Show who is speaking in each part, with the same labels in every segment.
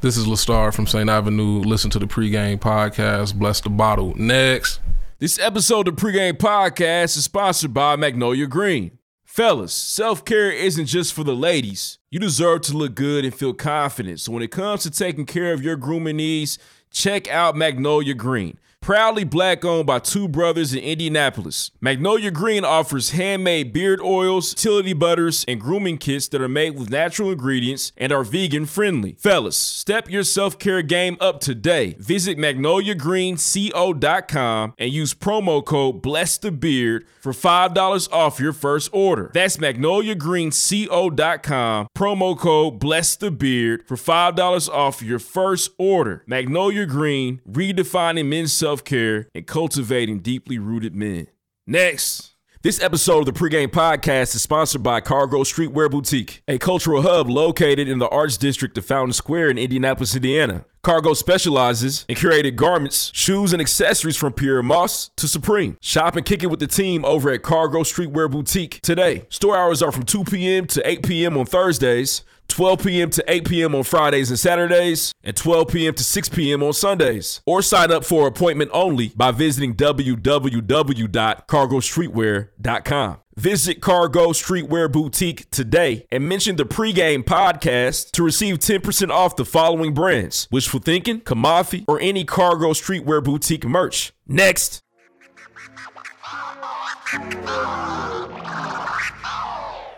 Speaker 1: This is Lestar from St. Avenue. Listen to the pregame podcast. Bless the bottle. Next.
Speaker 2: This episode of the Pregame Podcast is sponsored by Magnolia Green. Fellas, self care isn't just for the ladies. You deserve to look good and feel confident. So when it comes to taking care of your grooming needs, check out Magnolia Green. Proudly black owned by two brothers in Indianapolis, Magnolia Green offers handmade beard oils, utility butters, and grooming kits that are made with natural ingredients and are vegan friendly. Fellas, step your self care game up today. Visit magnoliagreenco.com and use promo code BlessTheBeard for $5 off your first order. That's magnoliagreenco.com, promo code BlessTheBeard for $5 off your first order. Magnolia Green, redefining men's self care and cultivating deeply rooted men. Next. This episode of the Pregame Podcast is sponsored by Cargo Streetwear Boutique, a cultural hub located in the Arts District of Fountain Square in Indianapolis, Indiana. Cargo specializes in curated garments, shoes, and accessories from Pierre Moss to Supreme. Shop and kick it with the team over at Cargo Streetwear Boutique today. Store hours are from 2 p.m. to 8 p.m. on Thursdays. 12 p.m. to 8 p.m. on Fridays and Saturdays, and 12 p.m. to 6 p.m. on Sundays. Or sign up for appointment only by visiting www.cargostreetwear.com. Visit Cargo Streetwear Boutique today and mention the pregame podcast to receive 10% off the following brands Wishful Thinking, Kamafi, or any Cargo Streetwear Boutique merch. Next.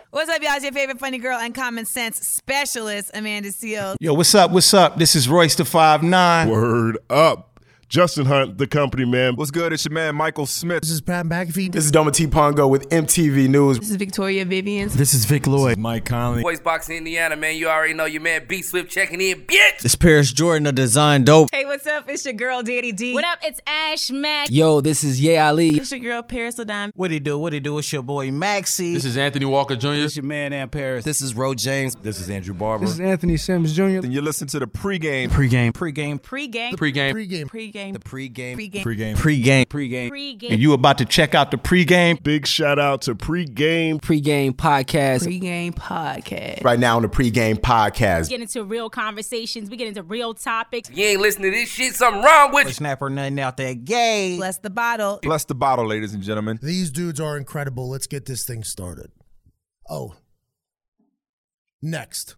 Speaker 3: What's up, y'all? It's your favorite funny girl and common sense specialist, Amanda Seals.
Speaker 4: Yo, what's up? What's up? This is Royce the Five Nine.
Speaker 5: Word up. Justin Hunt, the company man.
Speaker 6: What's good? It's your man Michael Smith.
Speaker 7: This is Pat McAfee.
Speaker 8: This is Doma T. Pongo with MTV News.
Speaker 3: This is Victoria Vivian.
Speaker 9: This is Vic Lloyd.
Speaker 10: Mike Conley.
Speaker 11: Voice Box Indiana, man. You already know your man B Swift checking in, bitch.
Speaker 12: This Paris Jordan of Design
Speaker 13: Oh.
Speaker 12: Dope.
Speaker 3: Hey, what's up? It's your girl Daddy D.
Speaker 14: What up? It's Ash Mack.
Speaker 12: Yo, this is Ye Ali.
Speaker 3: It's your girl Paris Ladon.
Speaker 13: What he do? What he do? It's your boy Maxie.
Speaker 15: This is Anthony Walker Jr.
Speaker 13: It's your man Ann Paris.
Speaker 12: This is Ro James.
Speaker 16: This is Andrew Barber.
Speaker 17: This is Anthony Sims Jr.
Speaker 6: And you listen to the pregame.
Speaker 9: Pregame.
Speaker 13: Pregame.
Speaker 3: Pregame.
Speaker 15: The pregame.
Speaker 3: Pregame. Pregame.
Speaker 12: The
Speaker 3: Pregame.
Speaker 12: pregame. Pregame. Pregame.
Speaker 13: Pregame.
Speaker 14: Pregame.
Speaker 4: And you about to check out the pregame.
Speaker 5: Big shout out to pregame.
Speaker 12: Pregame podcast.
Speaker 3: Pregame podcast.
Speaker 8: Right now on the pregame podcast.
Speaker 14: We get into real conversations. We get into real topics.
Speaker 11: You ain't listening to this shit, something wrong with
Speaker 13: Or snap or nothing out there gay.
Speaker 3: Bless the bottle.
Speaker 6: Bless the bottle, ladies and gentlemen.
Speaker 7: These dudes are incredible. Let's get this thing started. Oh. Next.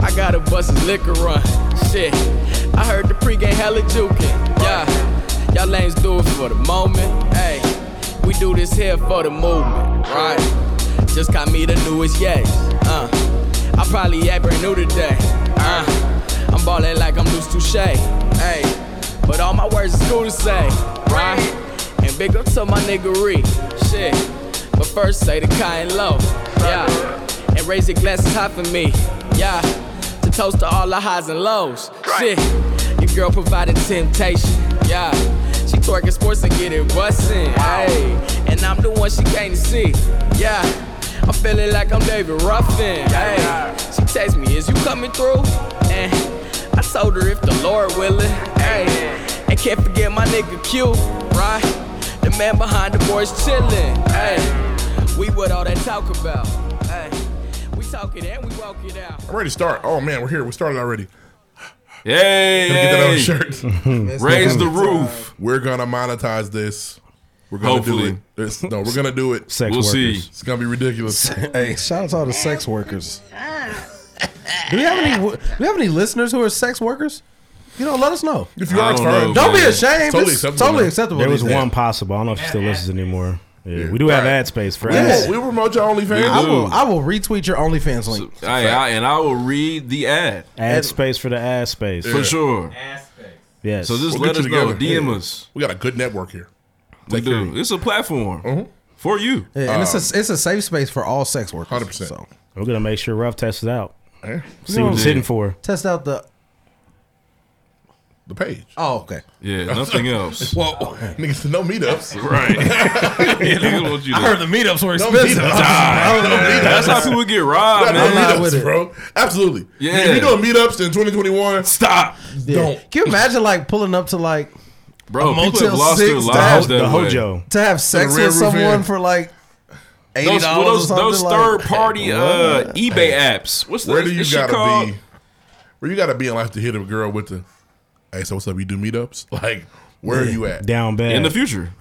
Speaker 18: I got a bus's liquor run. Shit. I heard the pregame hella jukin'. Yeah. Y'all lanes do it for the moment. Hey, we do this here for the movement. Right. Just got me the newest yes. Uh, I probably act brand new today. Uh, I'm ballin' like I'm loose touche. Hey, but all my words is cool to say, right? And big up to my niggery, shit. But first say the kind low, yeah. And raise your glasses high for me, yeah. To toast to all the highs and lows, shit. Your girl provided temptation, yeah. She twerking sports and get it bustin', hey. And I'm the one she came to see, yeah. I'm feeling like I'm David Ruffin, hey. She text me, is you coming through? And I told her if the Lord willing, hey, and can't forget my nigga Q, right? The man behind the boys chillin', hey. We what all that talk about, hey. We talk it and we walk it out.
Speaker 5: I'm ready to start. Oh man, we're here. We started already.
Speaker 2: Hey,
Speaker 5: Get that on the
Speaker 2: hey.
Speaker 5: shirt.
Speaker 2: raise the roof.
Speaker 5: we're gonna monetize this. We're gonna
Speaker 2: Hopefully.
Speaker 5: do it. It's- no, we're gonna do it.
Speaker 16: Sex
Speaker 2: We'll see.
Speaker 16: workers.
Speaker 5: It's gonna be ridiculous.
Speaker 16: Hey, shout out to all the sex workers.
Speaker 8: Do we have any do we have any listeners who are sex workers? You know, let us know.
Speaker 5: If you are, it's
Speaker 2: don't know,
Speaker 5: fine.
Speaker 8: Don't be
Speaker 2: Yeah.
Speaker 8: ashamed.
Speaker 5: Totally
Speaker 8: Totally it's
Speaker 5: acceptable
Speaker 8: acceptable. Totally
Speaker 5: now.
Speaker 8: acceptable.
Speaker 16: There was
Speaker 8: these days.
Speaker 16: one possible. I don't know if she still listens anymore. Yeah, we do have
Speaker 5: Right.
Speaker 16: ad space for
Speaker 5: We
Speaker 16: ads.
Speaker 5: will, we will promote your OnlyFans.
Speaker 8: I will I will retweet your OnlyFans link.
Speaker 2: Hey, I, and I will read the ad
Speaker 16: Ad space for the ad space.
Speaker 2: for sure.
Speaker 16: Yes.
Speaker 2: So just
Speaker 5: We'll
Speaker 2: let
Speaker 5: get
Speaker 2: us
Speaker 5: you
Speaker 2: know.
Speaker 5: together.
Speaker 2: DM us.
Speaker 5: We got a good network here.
Speaker 2: We
Speaker 5: Take care. Mm-hmm. Uh,
Speaker 2: do. It's a platform for you. Um,
Speaker 8: Yeah, and it's a it's a safe space for all sex workers.
Speaker 5: 100%.
Speaker 8: So
Speaker 16: we're gonna make sure Rough tests it out. See what it's hitting for.
Speaker 7: Test out the
Speaker 5: the page.
Speaker 7: Oh, okay. Oh,
Speaker 2: Yeah, nothing else.
Speaker 5: well, niggas, no meetups.
Speaker 2: Right. Yeah, nigga want you to- I heard the
Speaker 7: meetups were
Speaker 5: No
Speaker 7: expensive.
Speaker 5: meetups.
Speaker 7: Nah.
Speaker 5: No meetups.
Speaker 2: That's how people get robbed,
Speaker 5: Yeah,
Speaker 2: man. I'm not
Speaker 5: No
Speaker 2: with
Speaker 5: meetups,
Speaker 2: it.
Speaker 5: bro. Absolutely.
Speaker 2: Yeah.
Speaker 5: If you're doing meetups in 2021,
Speaker 2: stop.
Speaker 5: Don't.
Speaker 7: Can you imagine like pulling up to like
Speaker 2: Bro,
Speaker 7: a
Speaker 2: people
Speaker 7: Motel
Speaker 2: have lost their
Speaker 7: Six to
Speaker 2: lives
Speaker 7: have-
Speaker 2: that The way. Hojo.
Speaker 7: to have sex
Speaker 2: The Red
Speaker 7: with
Speaker 2: Roof
Speaker 7: someone
Speaker 2: Inn.
Speaker 7: for like eighty
Speaker 2: Those,
Speaker 7: dollars?
Speaker 2: well, those, those third party uh, eBay apps. What's the
Speaker 5: Where do you
Speaker 2: this shit
Speaker 5: gotta
Speaker 2: called?
Speaker 5: be? Where you gotta be in life to hit a girl with the? Hey, so what's up? You do meetups? Like, where are you at?
Speaker 7: In the
Speaker 2: future.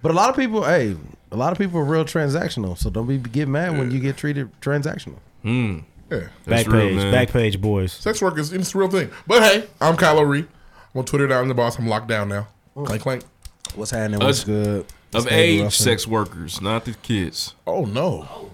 Speaker 7: But a lot of people, hey, a lot of people are real transactional. So don't be get mad when you get treated transactional.
Speaker 2: Hmm.
Speaker 16: Mm.
Speaker 5: Yeah.
Speaker 16: Back page, back page, boys.
Speaker 5: Sex work is it's a real thing. But hey, I'm Kylo Ree. I'm on Twitter. I'm the boss. I'm locked down now. Clank clank.
Speaker 7: Oh. What's happening?
Speaker 2: Us- Of age sex workers, not the kids.
Speaker 5: Oh no.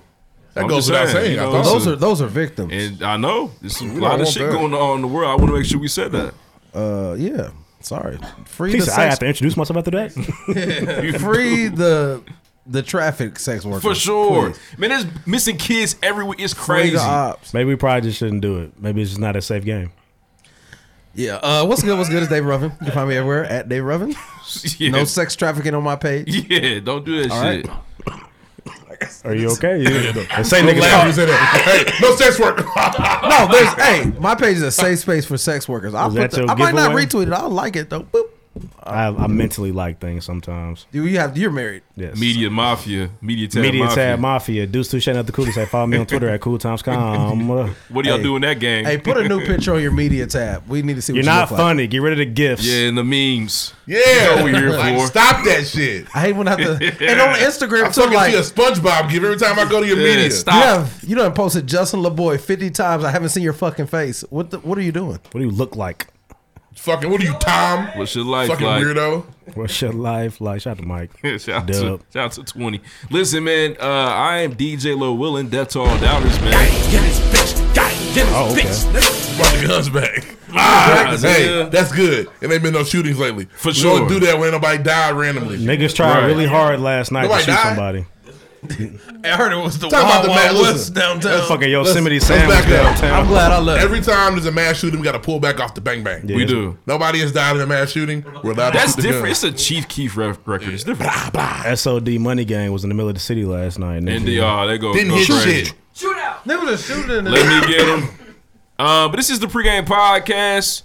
Speaker 5: That
Speaker 2: I'm
Speaker 5: goes
Speaker 2: just
Speaker 5: without saying, I thought.
Speaker 2: it's
Speaker 5: Those
Speaker 2: a-
Speaker 5: are-
Speaker 7: those are victims.
Speaker 2: And I know. There's a
Speaker 5: We
Speaker 2: lot
Speaker 5: don't
Speaker 2: of
Speaker 5: want
Speaker 2: shit
Speaker 5: that.
Speaker 2: going on in the world. I want to make sure we said that.
Speaker 7: Uh, yeah. Sorry. Free
Speaker 16: Please,
Speaker 7: the
Speaker 16: I have
Speaker 7: sex.
Speaker 16: to introduce myself after that.
Speaker 7: You free the the traffic sex workers
Speaker 2: For sure.
Speaker 7: please.
Speaker 2: Man, there's missing kids everywhere. It's
Speaker 7: Free
Speaker 2: crazy.
Speaker 7: the op-
Speaker 16: Maybe we probably just shouldn't do it. Maybe it's just not a safe game.
Speaker 7: Yeah. Uh, what's good? What's good? Is Dave Ruffin? You can find me everywhere at Dave Ruffin.
Speaker 2: Yeah.
Speaker 7: No sex trafficking on my page.
Speaker 2: Yeah, don't do that
Speaker 7: All
Speaker 2: shit.
Speaker 16: Are you okay? You- They say
Speaker 5: Don't
Speaker 16: niggas
Speaker 5: laugh
Speaker 16: talk.
Speaker 5: when you say that. Hey, no sex work.
Speaker 7: No, there's hey, my page is a safe space for sex workers. I,
Speaker 16: Is
Speaker 7: put
Speaker 16: that
Speaker 7: the,
Speaker 16: your
Speaker 7: I might not
Speaker 16: giveaway?
Speaker 7: retweet it. I'll like it though. Boop.
Speaker 16: I, I mentally like things sometimes.
Speaker 7: You you have you're married.
Speaker 16: Yes.
Speaker 2: Media Mafia. Media Tab
Speaker 16: Media
Speaker 2: Mafia.
Speaker 16: Tab Mafia. Deuce Touche at the Coolies. Say follow me on Twitter at cooltimescom.
Speaker 2: What do y'all
Speaker 7: Hey.
Speaker 2: do in that game?
Speaker 7: Hey, put a new picture on your media tab. We need to see.
Speaker 16: You're
Speaker 7: what
Speaker 16: not
Speaker 7: you look like.
Speaker 16: funny. Get rid of the gifts.
Speaker 2: Yeah, and the memes.
Speaker 5: Yeah.
Speaker 2: That's what we're here
Speaker 5: Like,
Speaker 2: for.
Speaker 5: stop that shit.
Speaker 7: I hate when I have to. And on Instagram
Speaker 5: I'm
Speaker 7: too,
Speaker 5: talking
Speaker 7: like-
Speaker 5: to you a SpongeBob give every time I go to your
Speaker 2: Yeah,
Speaker 5: media.
Speaker 2: stop.
Speaker 7: You have you done posted Justin LeBoy fifty times. I haven't seen your fucking face. What the, what are you doing?
Speaker 16: What do you look like?
Speaker 5: Fucking what are you, Tom?
Speaker 2: What's your life
Speaker 5: Fucking
Speaker 2: like?
Speaker 5: weirdo.
Speaker 16: What's your life like? Shout out to Mike.
Speaker 2: shout, out to,
Speaker 16: Dub.
Speaker 2: shout out to 20. Listen, man, uh, I am DJ Lil Willin. That's all doubters, man.
Speaker 16: Oh, okay.
Speaker 5: Brought the guns back.
Speaker 2: Ah,
Speaker 5: hey,
Speaker 2: yeah.
Speaker 5: that's good. It ain't been no shootings lately. For
Speaker 2: sure.
Speaker 5: Don't do that when nobody died randomly.
Speaker 16: Niggas tried
Speaker 5: Right.
Speaker 16: really hard last night
Speaker 5: Nobody
Speaker 16: to shoot
Speaker 5: died?
Speaker 16: somebody.
Speaker 7: I heard it was the
Speaker 5: Talk about the man. Listen,
Speaker 16: That's fucking Yosemite
Speaker 5: let's-
Speaker 16: Sam
Speaker 5: let's
Speaker 16: was
Speaker 5: back up.
Speaker 16: downtown.
Speaker 5: Every time there's a mass shooting, we got to pull back off the bang bang.
Speaker 2: We do.
Speaker 5: Nobody has died in a mass shooting. We're allowed to shoot
Speaker 2: That's
Speaker 5: the
Speaker 2: different.
Speaker 5: gun.
Speaker 2: It's a Chief Keef ref record. It's different.
Speaker 16: SOD Money Gang was in the middle of the city last night.
Speaker 2: And they, uh, they go,
Speaker 16: Didn't
Speaker 2: go
Speaker 16: hit
Speaker 2: crazy.
Speaker 16: shit.
Speaker 7: They was shooting. in the-
Speaker 2: Let me get him. Uh, but this is the pregame podcast.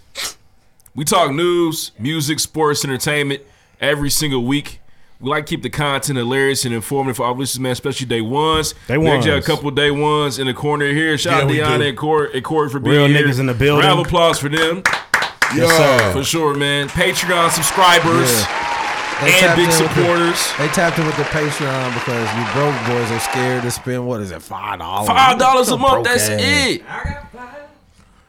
Speaker 2: We talk news, music, sports, entertainment every single week. We like to keep the content hilarious and informative for our listeners, man, especially day ones.
Speaker 16: Day
Speaker 2: We actually
Speaker 16: ones.
Speaker 2: have a couple day ones in the corner here. Shout
Speaker 16: Yeah,
Speaker 2: out
Speaker 16: we do.
Speaker 2: Deanna and Corey, and Corey for being
Speaker 16: Real
Speaker 2: here.
Speaker 16: niggas in the building.
Speaker 2: Round of applause for them.
Speaker 5: Yes, Yeah. sir.
Speaker 2: for sure, man. Patreon subscribers and
Speaker 7: tapped
Speaker 2: big
Speaker 7: in with the-
Speaker 2: supporters.
Speaker 7: they tapped in with the Patreon because you broke boys are scared to spend what is it five dollars?
Speaker 2: Five dollars a
Speaker 7: Your
Speaker 2: month.
Speaker 7: Oh, broke
Speaker 2: That's
Speaker 7: ass.
Speaker 2: it.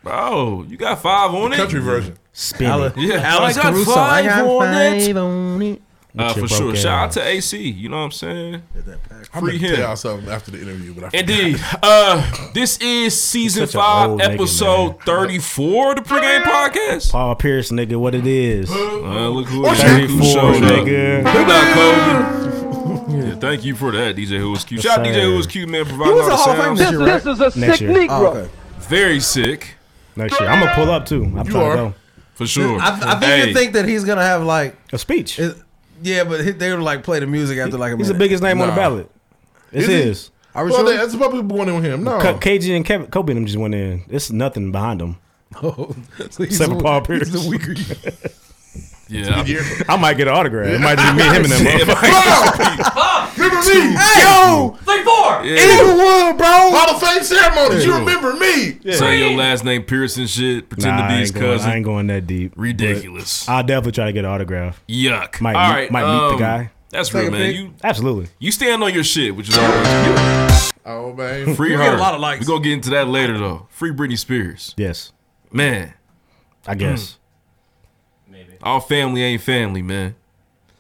Speaker 2: Bro, you got five on it.
Speaker 5: Country version.
Speaker 16: Spin
Speaker 7: Alex-
Speaker 2: Yeah,
Speaker 7: Alex
Speaker 2: I got
Speaker 7: Caruso. I
Speaker 2: five
Speaker 7: got
Speaker 2: on it.
Speaker 7: five on it.
Speaker 2: Uh,
Speaker 16: With your
Speaker 2: for sure.
Speaker 16: broke
Speaker 2: Shout out
Speaker 16: ass.
Speaker 2: to AC. You know what I'm saying?
Speaker 5: I'm
Speaker 2: Free
Speaker 5: gonna tell y'all
Speaker 2: him.
Speaker 5: something after the interview, but I forgot.
Speaker 2: Indeed. Uh, this is season
Speaker 16: Such a
Speaker 2: five,
Speaker 16: old nigga,
Speaker 2: episode 34 of the pregame podcast.
Speaker 16: Paul Pierce, nigga, what it is?
Speaker 2: Uh, look who,
Speaker 16: What's
Speaker 2: look who
Speaker 16: that?
Speaker 2: showed
Speaker 16: Nigga.
Speaker 2: up. Look out, Kobe. Yeah, thank you for that, DJ Who Was Cute. Shout out
Speaker 16: Yes,
Speaker 2: DJ
Speaker 16: sir.
Speaker 2: Who Was Cute, man, providing
Speaker 16: He was
Speaker 2: all the
Speaker 16: a Hall of Famer
Speaker 2: sounds.
Speaker 16: this year, This- right? this is a Next sick year. Negro. Oh, okay.
Speaker 2: Very sick.
Speaker 16: Next year. I'm going to pull up too. I'm
Speaker 2: You
Speaker 16: trying
Speaker 2: are.
Speaker 16: to go.
Speaker 2: For sure.
Speaker 7: I, I
Speaker 2: Hey.
Speaker 7: even think that he's gonna have like
Speaker 16: a speech.
Speaker 7: yeah, but he- they would like play the music after like a
Speaker 16: He's the
Speaker 7: minute.
Speaker 16: biggest name on the
Speaker 7: Nah.
Speaker 16: ballot. It's
Speaker 7: Is he?
Speaker 16: his.
Speaker 7: Are we
Speaker 5: Well,
Speaker 7: sure?
Speaker 5: that- that's probably one with him. No.
Speaker 16: K- KG and Kevin, Kobe and them just went in. It's nothing behind them.
Speaker 7: Oh,
Speaker 16: Except for Paul Pierce.
Speaker 2: Yeah.
Speaker 16: I might get an autograph. It might just be me, him, and them.
Speaker 2: Yeah,
Speaker 16: motherfuckers.
Speaker 5: Remember me?
Speaker 7: Hey, yo!
Speaker 5: Three, four.
Speaker 2: Yeah.
Speaker 7: Inglewood, bro!
Speaker 5: Hall of Fame ceremonies. You
Speaker 2: Yeah.
Speaker 5: remember me?
Speaker 2: Say your last name Pierce and shit. Pretend
Speaker 16: Nah,
Speaker 2: to
Speaker 16: I
Speaker 2: be
Speaker 16: ain't
Speaker 2: his
Speaker 16: going- I
Speaker 2: cousin.
Speaker 16: ain't going that deep.
Speaker 2: Ridiculous.
Speaker 16: But I'll definitely try to get an autograph.
Speaker 2: Yuck.
Speaker 16: Might
Speaker 2: All
Speaker 16: meet,
Speaker 2: right,
Speaker 16: might meet
Speaker 2: um,
Speaker 16: the guy.
Speaker 2: That's real, man. You
Speaker 16: Absolutely.
Speaker 2: You stand on your shit, which is always
Speaker 5: Oh man.
Speaker 2: cute. Free
Speaker 5: We
Speaker 2: her.
Speaker 5: get a lot of likes.
Speaker 2: We're gonna get into that later though. Free Britney Spears.
Speaker 16: Yes.
Speaker 2: Man. Mm.
Speaker 16: I guess.
Speaker 2: All family ain't family, man.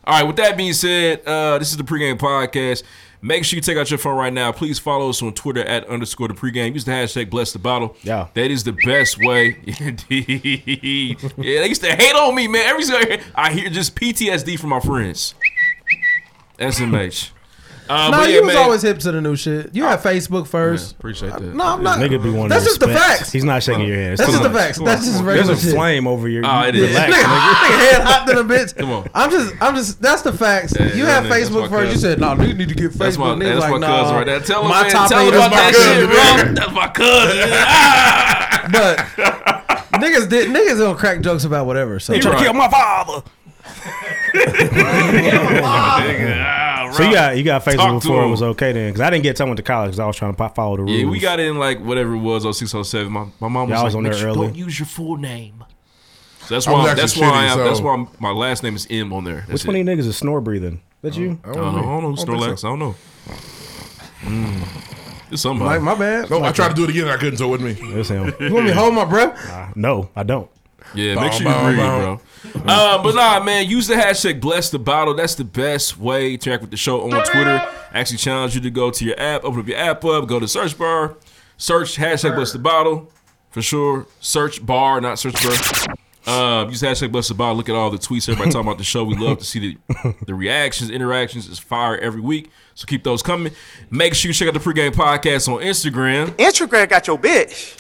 Speaker 2: All right, with that being said, uh, this is the pregame podcast. Make sure you take out your phone right now. Please follow us on Twitter at underscore the pregame. Use the hashtag bless the bottle.
Speaker 16: Yeah.
Speaker 2: That is the best way. Indeed. yeah, they used to hate on me, man. Every single I hear just PTSD from my friends. SMH. Uh,
Speaker 8: nah,
Speaker 2: but
Speaker 8: you
Speaker 2: yeah,
Speaker 8: was
Speaker 2: man.
Speaker 8: always hip to the new shit. You had Facebook first.
Speaker 1: appreciate that.
Speaker 8: No, I'm not.
Speaker 16: Nigga be wanting
Speaker 8: That's
Speaker 16: to
Speaker 8: just the
Speaker 16: respect.
Speaker 8: facts.
Speaker 16: He's not shaking your hand.
Speaker 8: That's just the facts. That's just regular
Speaker 16: There's a
Speaker 8: shit.
Speaker 16: flame over your.
Speaker 2: Oh, it is.
Speaker 16: Relax,
Speaker 8: Nigga,
Speaker 16: nigga.
Speaker 8: nigga, head hot to the bitch.
Speaker 2: Come on.
Speaker 8: I'm just, I'm just. That's the facts.
Speaker 2: Yeah,
Speaker 8: you
Speaker 2: yeah,
Speaker 8: had
Speaker 2: nigga, that's my
Speaker 8: Facebook first. You
Speaker 2: cousin.
Speaker 8: said, "No, nah, you need to get Facebook."
Speaker 2: That's my,
Speaker 8: Niggas
Speaker 2: that's
Speaker 8: like,
Speaker 2: my
Speaker 8: nah,
Speaker 2: cousin right there. Tell him,
Speaker 8: my
Speaker 2: man,
Speaker 8: top
Speaker 2: tell
Speaker 8: eight
Speaker 2: him
Speaker 8: is
Speaker 2: about
Speaker 8: my
Speaker 2: that
Speaker 8: cousin,
Speaker 2: shit, bro. That's my cousin.
Speaker 8: but niggas did niggas don't crack jokes about whatever. So
Speaker 16: You tryna kill my father. So you got you got
Speaker 2: Talk
Speaker 16: Facebook
Speaker 2: to
Speaker 16: before it
Speaker 2: him.
Speaker 16: was okay then, because I didn't get time went to college because I was trying to po- follow the rules.
Speaker 2: Yeah, we got in like whatever it was, 06, 07. My, my mom was,
Speaker 16: Y'all was
Speaker 2: like,
Speaker 16: on
Speaker 2: "Make
Speaker 16: there
Speaker 2: sure you
Speaker 16: early."
Speaker 2: don't use your full name. So that's
Speaker 16: I was
Speaker 2: why.
Speaker 16: actually
Speaker 2: That's why. I,
Speaker 16: shitty, so-
Speaker 2: That's why I'm- my last name is M on there. That's
Speaker 16: Which one
Speaker 2: it.
Speaker 16: of you niggas is snore breathing? That you?
Speaker 2: Uh, I don't know. I don't know. Snorlax. I don't know. Mm. It's somebody.
Speaker 5: No, I tried to do it again and I couldn't, so it wasn't me.
Speaker 16: It's him.
Speaker 5: You want me to hold
Speaker 8: my breath?
Speaker 16: no, I don't.
Speaker 2: Yeah, make sure you breathe, bro. Uh, but nah, man, use the hashtag bless the bottle. That's the best way to interact with the show on Twitter. I actually challenge you to go to your app, open up your app up, go to search bar, search hashtag bless the bottle for sure. Search bar, not search bar. Uh, use hashtag bless the bottle. Look at all the tweets. Everybody talking about the show. We love to see the, the reactions, interactions. It's fire every week. So keep those coming. Make sure you check out the pregame podcast on Instagram. Mm-hmm.
Speaker 9: Instagram got your bitch.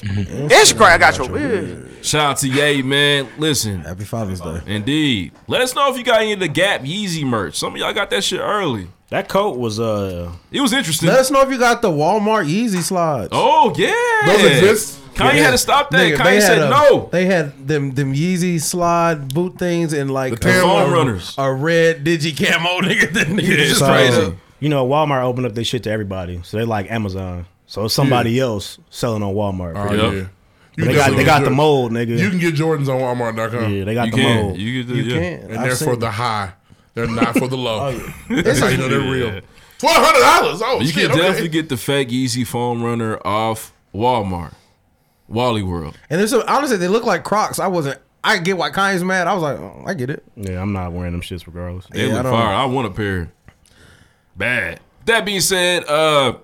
Speaker 9: Instagram got your bitch.
Speaker 2: Shout out to Yay, man. Listen.
Speaker 8: Happy Father's Day.
Speaker 2: Indeed. Let us know if you got any of the Gap Yeezy merch. Some of y'all got that shit early.
Speaker 16: That coat was uh
Speaker 2: It was interesting.
Speaker 8: Let us know if you got the Walmart Yeezy slides.
Speaker 2: Oh yeah. Kanye had to stop that.
Speaker 8: Nigga,
Speaker 2: Kanye
Speaker 8: they
Speaker 2: said
Speaker 8: had a-
Speaker 2: no.
Speaker 8: They had them them Yeezy slide boot things and like
Speaker 2: The
Speaker 8: a-
Speaker 2: Phone
Speaker 8: a-
Speaker 2: runners.
Speaker 8: A red digi camo nigga. That nigga just
Speaker 16: So,
Speaker 8: straight up.
Speaker 16: You know, Walmart opened up their shit to everybody, so they like Amazon. So it's somebody
Speaker 5: Yeah.
Speaker 16: else selling on Walmart.
Speaker 5: Oh,
Speaker 16: But
Speaker 5: yeah. You
Speaker 16: they
Speaker 5: can
Speaker 16: got they
Speaker 5: definitely
Speaker 16: got
Speaker 5: get
Speaker 16: the
Speaker 5: Jordans.
Speaker 16: mold, nigga.
Speaker 5: You can get Jordans on Walmart.com.
Speaker 16: Yeah, they got You the can. mold. You can do- You yeah. can.
Speaker 5: And
Speaker 16: I've
Speaker 5: they're for
Speaker 16: seen
Speaker 5: the high. They're not for the low.
Speaker 2: It's
Speaker 5: That's how you know
Speaker 2: just-
Speaker 5: they're
Speaker 2: yeah.
Speaker 5: real. Twelve hundred dollars. Oh,
Speaker 2: you
Speaker 5: shit,
Speaker 2: can
Speaker 5: okay.
Speaker 2: definitely get the fake Yeezy foam runner off Walmart. Wally World.
Speaker 8: And there's some, honestly, they look like Crocs. I wasn't. I get why Kanye's mad. I was like, oh, I get it.
Speaker 16: Yeah, I'm not wearing them shits regardless.
Speaker 2: They
Speaker 8: Yeah, I
Speaker 2: look
Speaker 8: don't-
Speaker 2: fire. I want a pair. Bad. That being said, uh,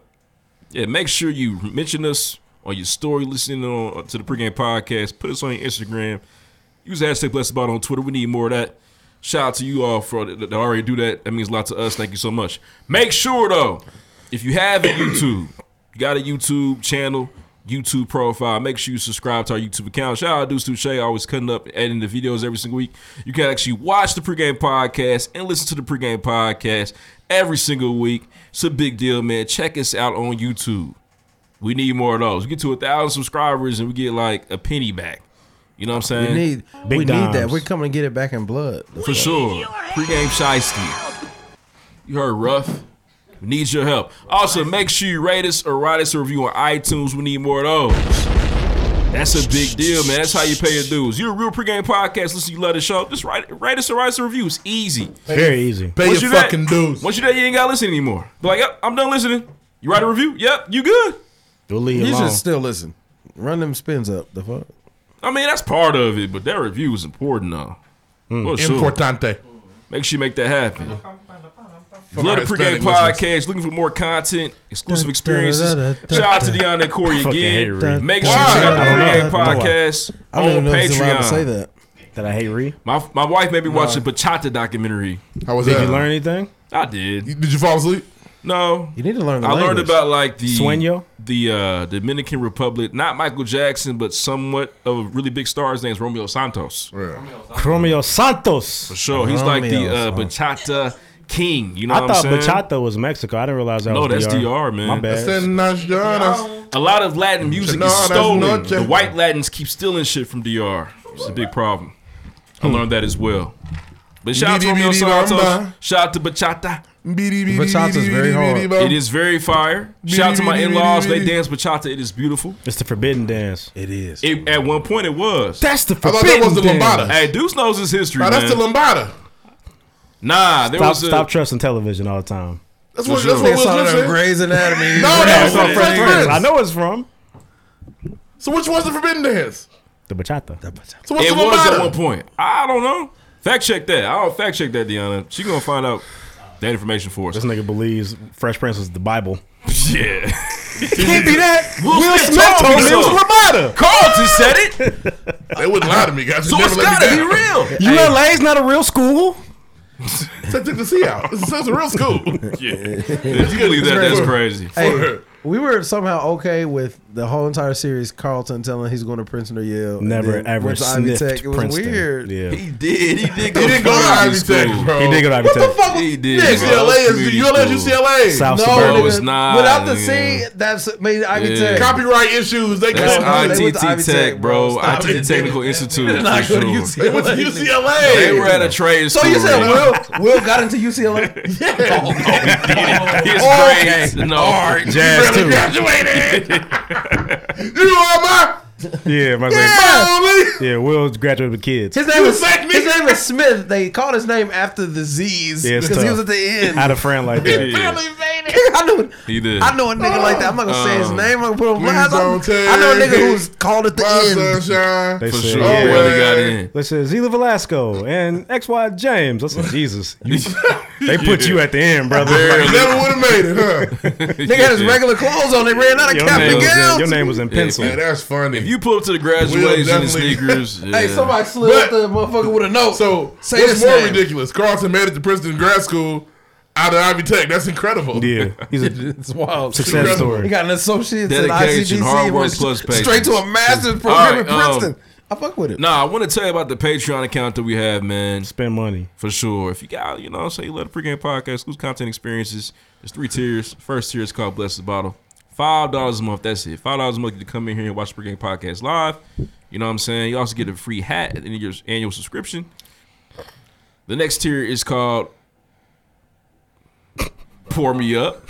Speaker 2: yeah, make sure you mention us on your story, listening on uh, to the pregame podcast. Put us on your Instagram. Use the hashtag blessed about on Twitter. We need more of that. Shout out to you all for that already do that. That means a lot to us. Thank you so much. Make sure though, if you have a YouTube, you got a YouTube channel, YouTube profile, make sure you subscribe to our YouTube account. Shout out to Deuce Touche, always cutting up and editing the videos every single week. You can actually watch the pregame podcast and listen to the pregame podcast every single week. It's a big deal, man. Check us out on YouTube. We need more of those. We get to a thousand subscribers and we get like a penny back. You know what I'm
Speaker 8: We
Speaker 2: saying?
Speaker 8: need. we need that. We're coming to get it back in blood.
Speaker 2: For sure. Pre-game shiesty. You heard rough. We need your help. Also, make sure you rate us or write us a review on iTunes. We need more of those. That's a big deal, man. That's how you pay your dues. You're a real pregame podcast. Listen, you love the show. Just write, write us or write us a review. It's easy.
Speaker 16: Very easy.
Speaker 5: Pay
Speaker 2: Once
Speaker 5: your
Speaker 2: you that-
Speaker 5: fucking dues.
Speaker 2: Once you there, you ain't gotta listen anymore. Be like, yep, I'm done listening. You write a review. Yep, you good.
Speaker 8: You should still listen. Run them spins up. The fuck.
Speaker 2: I mean, that's part of it, but that review is important though. For sure.
Speaker 5: Hmm. Importante.
Speaker 2: Make sure you make that happen.
Speaker 5: For
Speaker 2: Love
Speaker 5: our
Speaker 2: the pregame
Speaker 5: Hispanic listeners.
Speaker 2: podcast. Looking for more content, exclusive experiences. Shout out to Deion and Corey
Speaker 16: I fucking hate
Speaker 2: again.
Speaker 16: Reed.
Speaker 2: Make sure you check out the
Speaker 16: I don't know. I don't
Speaker 2: pregame
Speaker 16: know why.
Speaker 2: podcast
Speaker 16: I don't
Speaker 2: on
Speaker 16: even know if it's allowed to say
Speaker 2: Patreon.
Speaker 8: that.
Speaker 16: That I hate Ree.
Speaker 2: My my wife made me watch the Bachata documentary.
Speaker 5: How was
Speaker 16: Did
Speaker 5: that?
Speaker 16: you learn anything?
Speaker 2: I did.
Speaker 5: Did you fall asleep?
Speaker 2: No.
Speaker 8: You need to learn. The
Speaker 2: I
Speaker 8: language.
Speaker 2: learned about like the
Speaker 16: Sueño?
Speaker 2: the uh, Dominican Republic, not Michael Jackson, but somewhat of a really big star. His name's Romeo Santos.
Speaker 16: Romeo Santos.
Speaker 2: For sure, he's like the
Speaker 16: Romeo
Speaker 2: uh,
Speaker 16: Santos.
Speaker 2: Bachata king. You know
Speaker 16: I
Speaker 2: what
Speaker 16: thought
Speaker 2: I'm saying?
Speaker 16: bachata was Mexico. I didn't realize that
Speaker 2: No,
Speaker 16: was
Speaker 2: that's
Speaker 16: DR.
Speaker 2: DR, man.
Speaker 16: My bad.
Speaker 5: That's not Giannis.
Speaker 2: A lot of Latin music
Speaker 5: No,
Speaker 2: is
Speaker 5: that's
Speaker 2: stolen.
Speaker 5: not
Speaker 2: The
Speaker 5: just-
Speaker 2: white Latins keep stealing shit from DR. It's a big problem. I learned that as well. But shout out to
Speaker 5: Bidi,
Speaker 2: Romeo
Speaker 5: bidi,
Speaker 2: Santos.
Speaker 5: bamba.
Speaker 2: Shout out to Bachata.
Speaker 8: Bachata's very hard.
Speaker 2: It is very fire. Shout out to my
Speaker 16: Bidi, bidi,
Speaker 2: in laws. They
Speaker 16: bidi.
Speaker 2: dance Bachata. It is beautiful.
Speaker 16: It's the forbidden dance.
Speaker 8: It is.
Speaker 2: It, at one point, it was.
Speaker 16: That's the I thought that forbidden was the dance. lambada.
Speaker 2: Hey, Deuce knows his history.
Speaker 5: Nah, that's
Speaker 2: man.
Speaker 5: the lambada.
Speaker 2: Nah, there
Speaker 16: Stop,
Speaker 2: was a,
Speaker 16: stop trusting television all the time.
Speaker 5: That's what. That's what
Speaker 8: They
Speaker 5: Will
Speaker 8: saw
Speaker 5: Smith
Speaker 8: that on
Speaker 5: said.
Speaker 8: Grey's Anatomy.
Speaker 5: No, that was from Fresh Prince.
Speaker 16: I know it's from
Speaker 5: So which one's the forbidden dance?
Speaker 16: the bachata.
Speaker 5: So what's
Speaker 2: it
Speaker 5: the
Speaker 2: was
Speaker 5: lambada?
Speaker 2: at one point. I don't know. Fact check that. I don't fact check that, Deanna. She gonna find out that information for us.
Speaker 16: This nigga believes Fresh Prince is the Bible.
Speaker 2: Yeah.
Speaker 16: Can't be that. Will Smith
Speaker 2: told me
Speaker 16: told me it was Ramada.
Speaker 2: so. Carlton said it.
Speaker 5: They wouldn't lie to me, guys. They
Speaker 2: So
Speaker 5: never
Speaker 2: it's
Speaker 5: let me
Speaker 2: gotta
Speaker 5: down.
Speaker 2: be real.
Speaker 16: You know, Lay's not a real school.
Speaker 5: Take the sea out. This sounds real school. yeah.
Speaker 2: If you could leave that, that's crazy.
Speaker 7: Hey, we were somehow okay with the whole entire series. Carlton telling he's going to Princeton or Yale.
Speaker 16: Never
Speaker 7: and then
Speaker 16: ever
Speaker 7: went to Ivy
Speaker 16: sniffed
Speaker 7: Tech. It was
Speaker 16: Princeton.
Speaker 7: weird.
Speaker 16: Yeah.
Speaker 7: He
Speaker 2: did. He did
Speaker 5: go didn't go to Ivy Tech, bro.
Speaker 16: He did go to Ivy
Speaker 5: What the
Speaker 16: Tech.
Speaker 5: fuck?
Speaker 16: He did.
Speaker 5: Yeah, UCLA is ULA is UCLA.
Speaker 16: South Suburban.
Speaker 5: nigga.
Speaker 16: No, it's not,
Speaker 5: Without the
Speaker 16: nigga.
Speaker 5: C,
Speaker 7: that's made Ivy
Speaker 2: Yeah. Tech.
Speaker 5: Copyright issues. They
Speaker 2: That's
Speaker 5: come from- they went to Ivy
Speaker 2: ITT Tech, bro.
Speaker 5: Stop
Speaker 2: ITT
Speaker 5: it.
Speaker 2: Technical Institute.
Speaker 5: They're not
Speaker 2: for
Speaker 5: going to
Speaker 2: sure.
Speaker 5: They went to UCLA.
Speaker 2: They were at a trade
Speaker 7: So
Speaker 2: school.
Speaker 7: you said
Speaker 2: right?
Speaker 7: Will Will got into UCLA?
Speaker 2: His grades. No.
Speaker 16: Jazz too.
Speaker 5: You are my.
Speaker 16: Yeah, my
Speaker 5: Yeah,
Speaker 16: grade. Yeah, Will's graduated with kids.
Speaker 7: His name was his name was Smith. They called his name after the Z's
Speaker 16: Yeah, it's
Speaker 7: because he
Speaker 16: tough.
Speaker 7: was at the end.
Speaker 16: Out of friend like that.
Speaker 7: I know
Speaker 2: He did.
Speaker 7: I know a nigga like that. I'm not gonna say his
Speaker 2: Um,
Speaker 7: name. I'm gonna put on
Speaker 5: Oh. Please
Speaker 7: blast.
Speaker 5: don't
Speaker 7: I know a
Speaker 5: take
Speaker 7: nigga who's called at the
Speaker 5: my
Speaker 7: end.
Speaker 5: sunshine.
Speaker 16: They
Speaker 2: For
Speaker 16: said, "Oh,
Speaker 2: sure, Willie got in.
Speaker 16: They said Zila Velasco and XY James. I said, Jesus. you- they put you at the end, brother.
Speaker 5: Barely. Never would have made it, huh?
Speaker 7: Nigga had his regular clothes on. They ran out of
Speaker 16: Your
Speaker 7: cap
Speaker 16: name
Speaker 7: and
Speaker 16: was in-
Speaker 7: gowns.
Speaker 16: your name was in pencil.
Speaker 5: Man, that's funny.
Speaker 2: If you pull up to the
Speaker 5: Will
Speaker 2: graduation in
Speaker 5: definitely-
Speaker 2: sneakers, yeah.
Speaker 7: Hey, somebody slid up the motherfucker with a note.
Speaker 5: So
Speaker 7: Say
Speaker 5: what's
Speaker 7: this
Speaker 5: more
Speaker 7: name.
Speaker 5: ridiculous? Carlton made it to Princeton grad school out of Ivy Tech. That's incredible.
Speaker 16: Yeah, he's a
Speaker 7: It's wild.
Speaker 16: success story.
Speaker 7: He got an associate's in
Speaker 2: Dedication,
Speaker 7: ICDC.
Speaker 2: hard
Speaker 7: and
Speaker 2: work
Speaker 7: went
Speaker 2: plus patience.
Speaker 7: Straight to a master's
Speaker 2: All
Speaker 7: program
Speaker 2: right,
Speaker 7: at Princeton.
Speaker 2: um,
Speaker 7: I fuck with it.
Speaker 2: Nah, I want to tell you about the Patreon account that we have, man.
Speaker 16: Spend money.
Speaker 2: For sure. If you got, you know, say you love the pregame podcast, exclusive content experiences. There's three tiers. First tier is called Bless the Bottle. Five dollars a month. That's it. Five dollars a month. You can come in here and watch the pregame podcast live. You know what I'm saying? You also get a free hat in your annual subscription. The next tier is called Pour Me Up.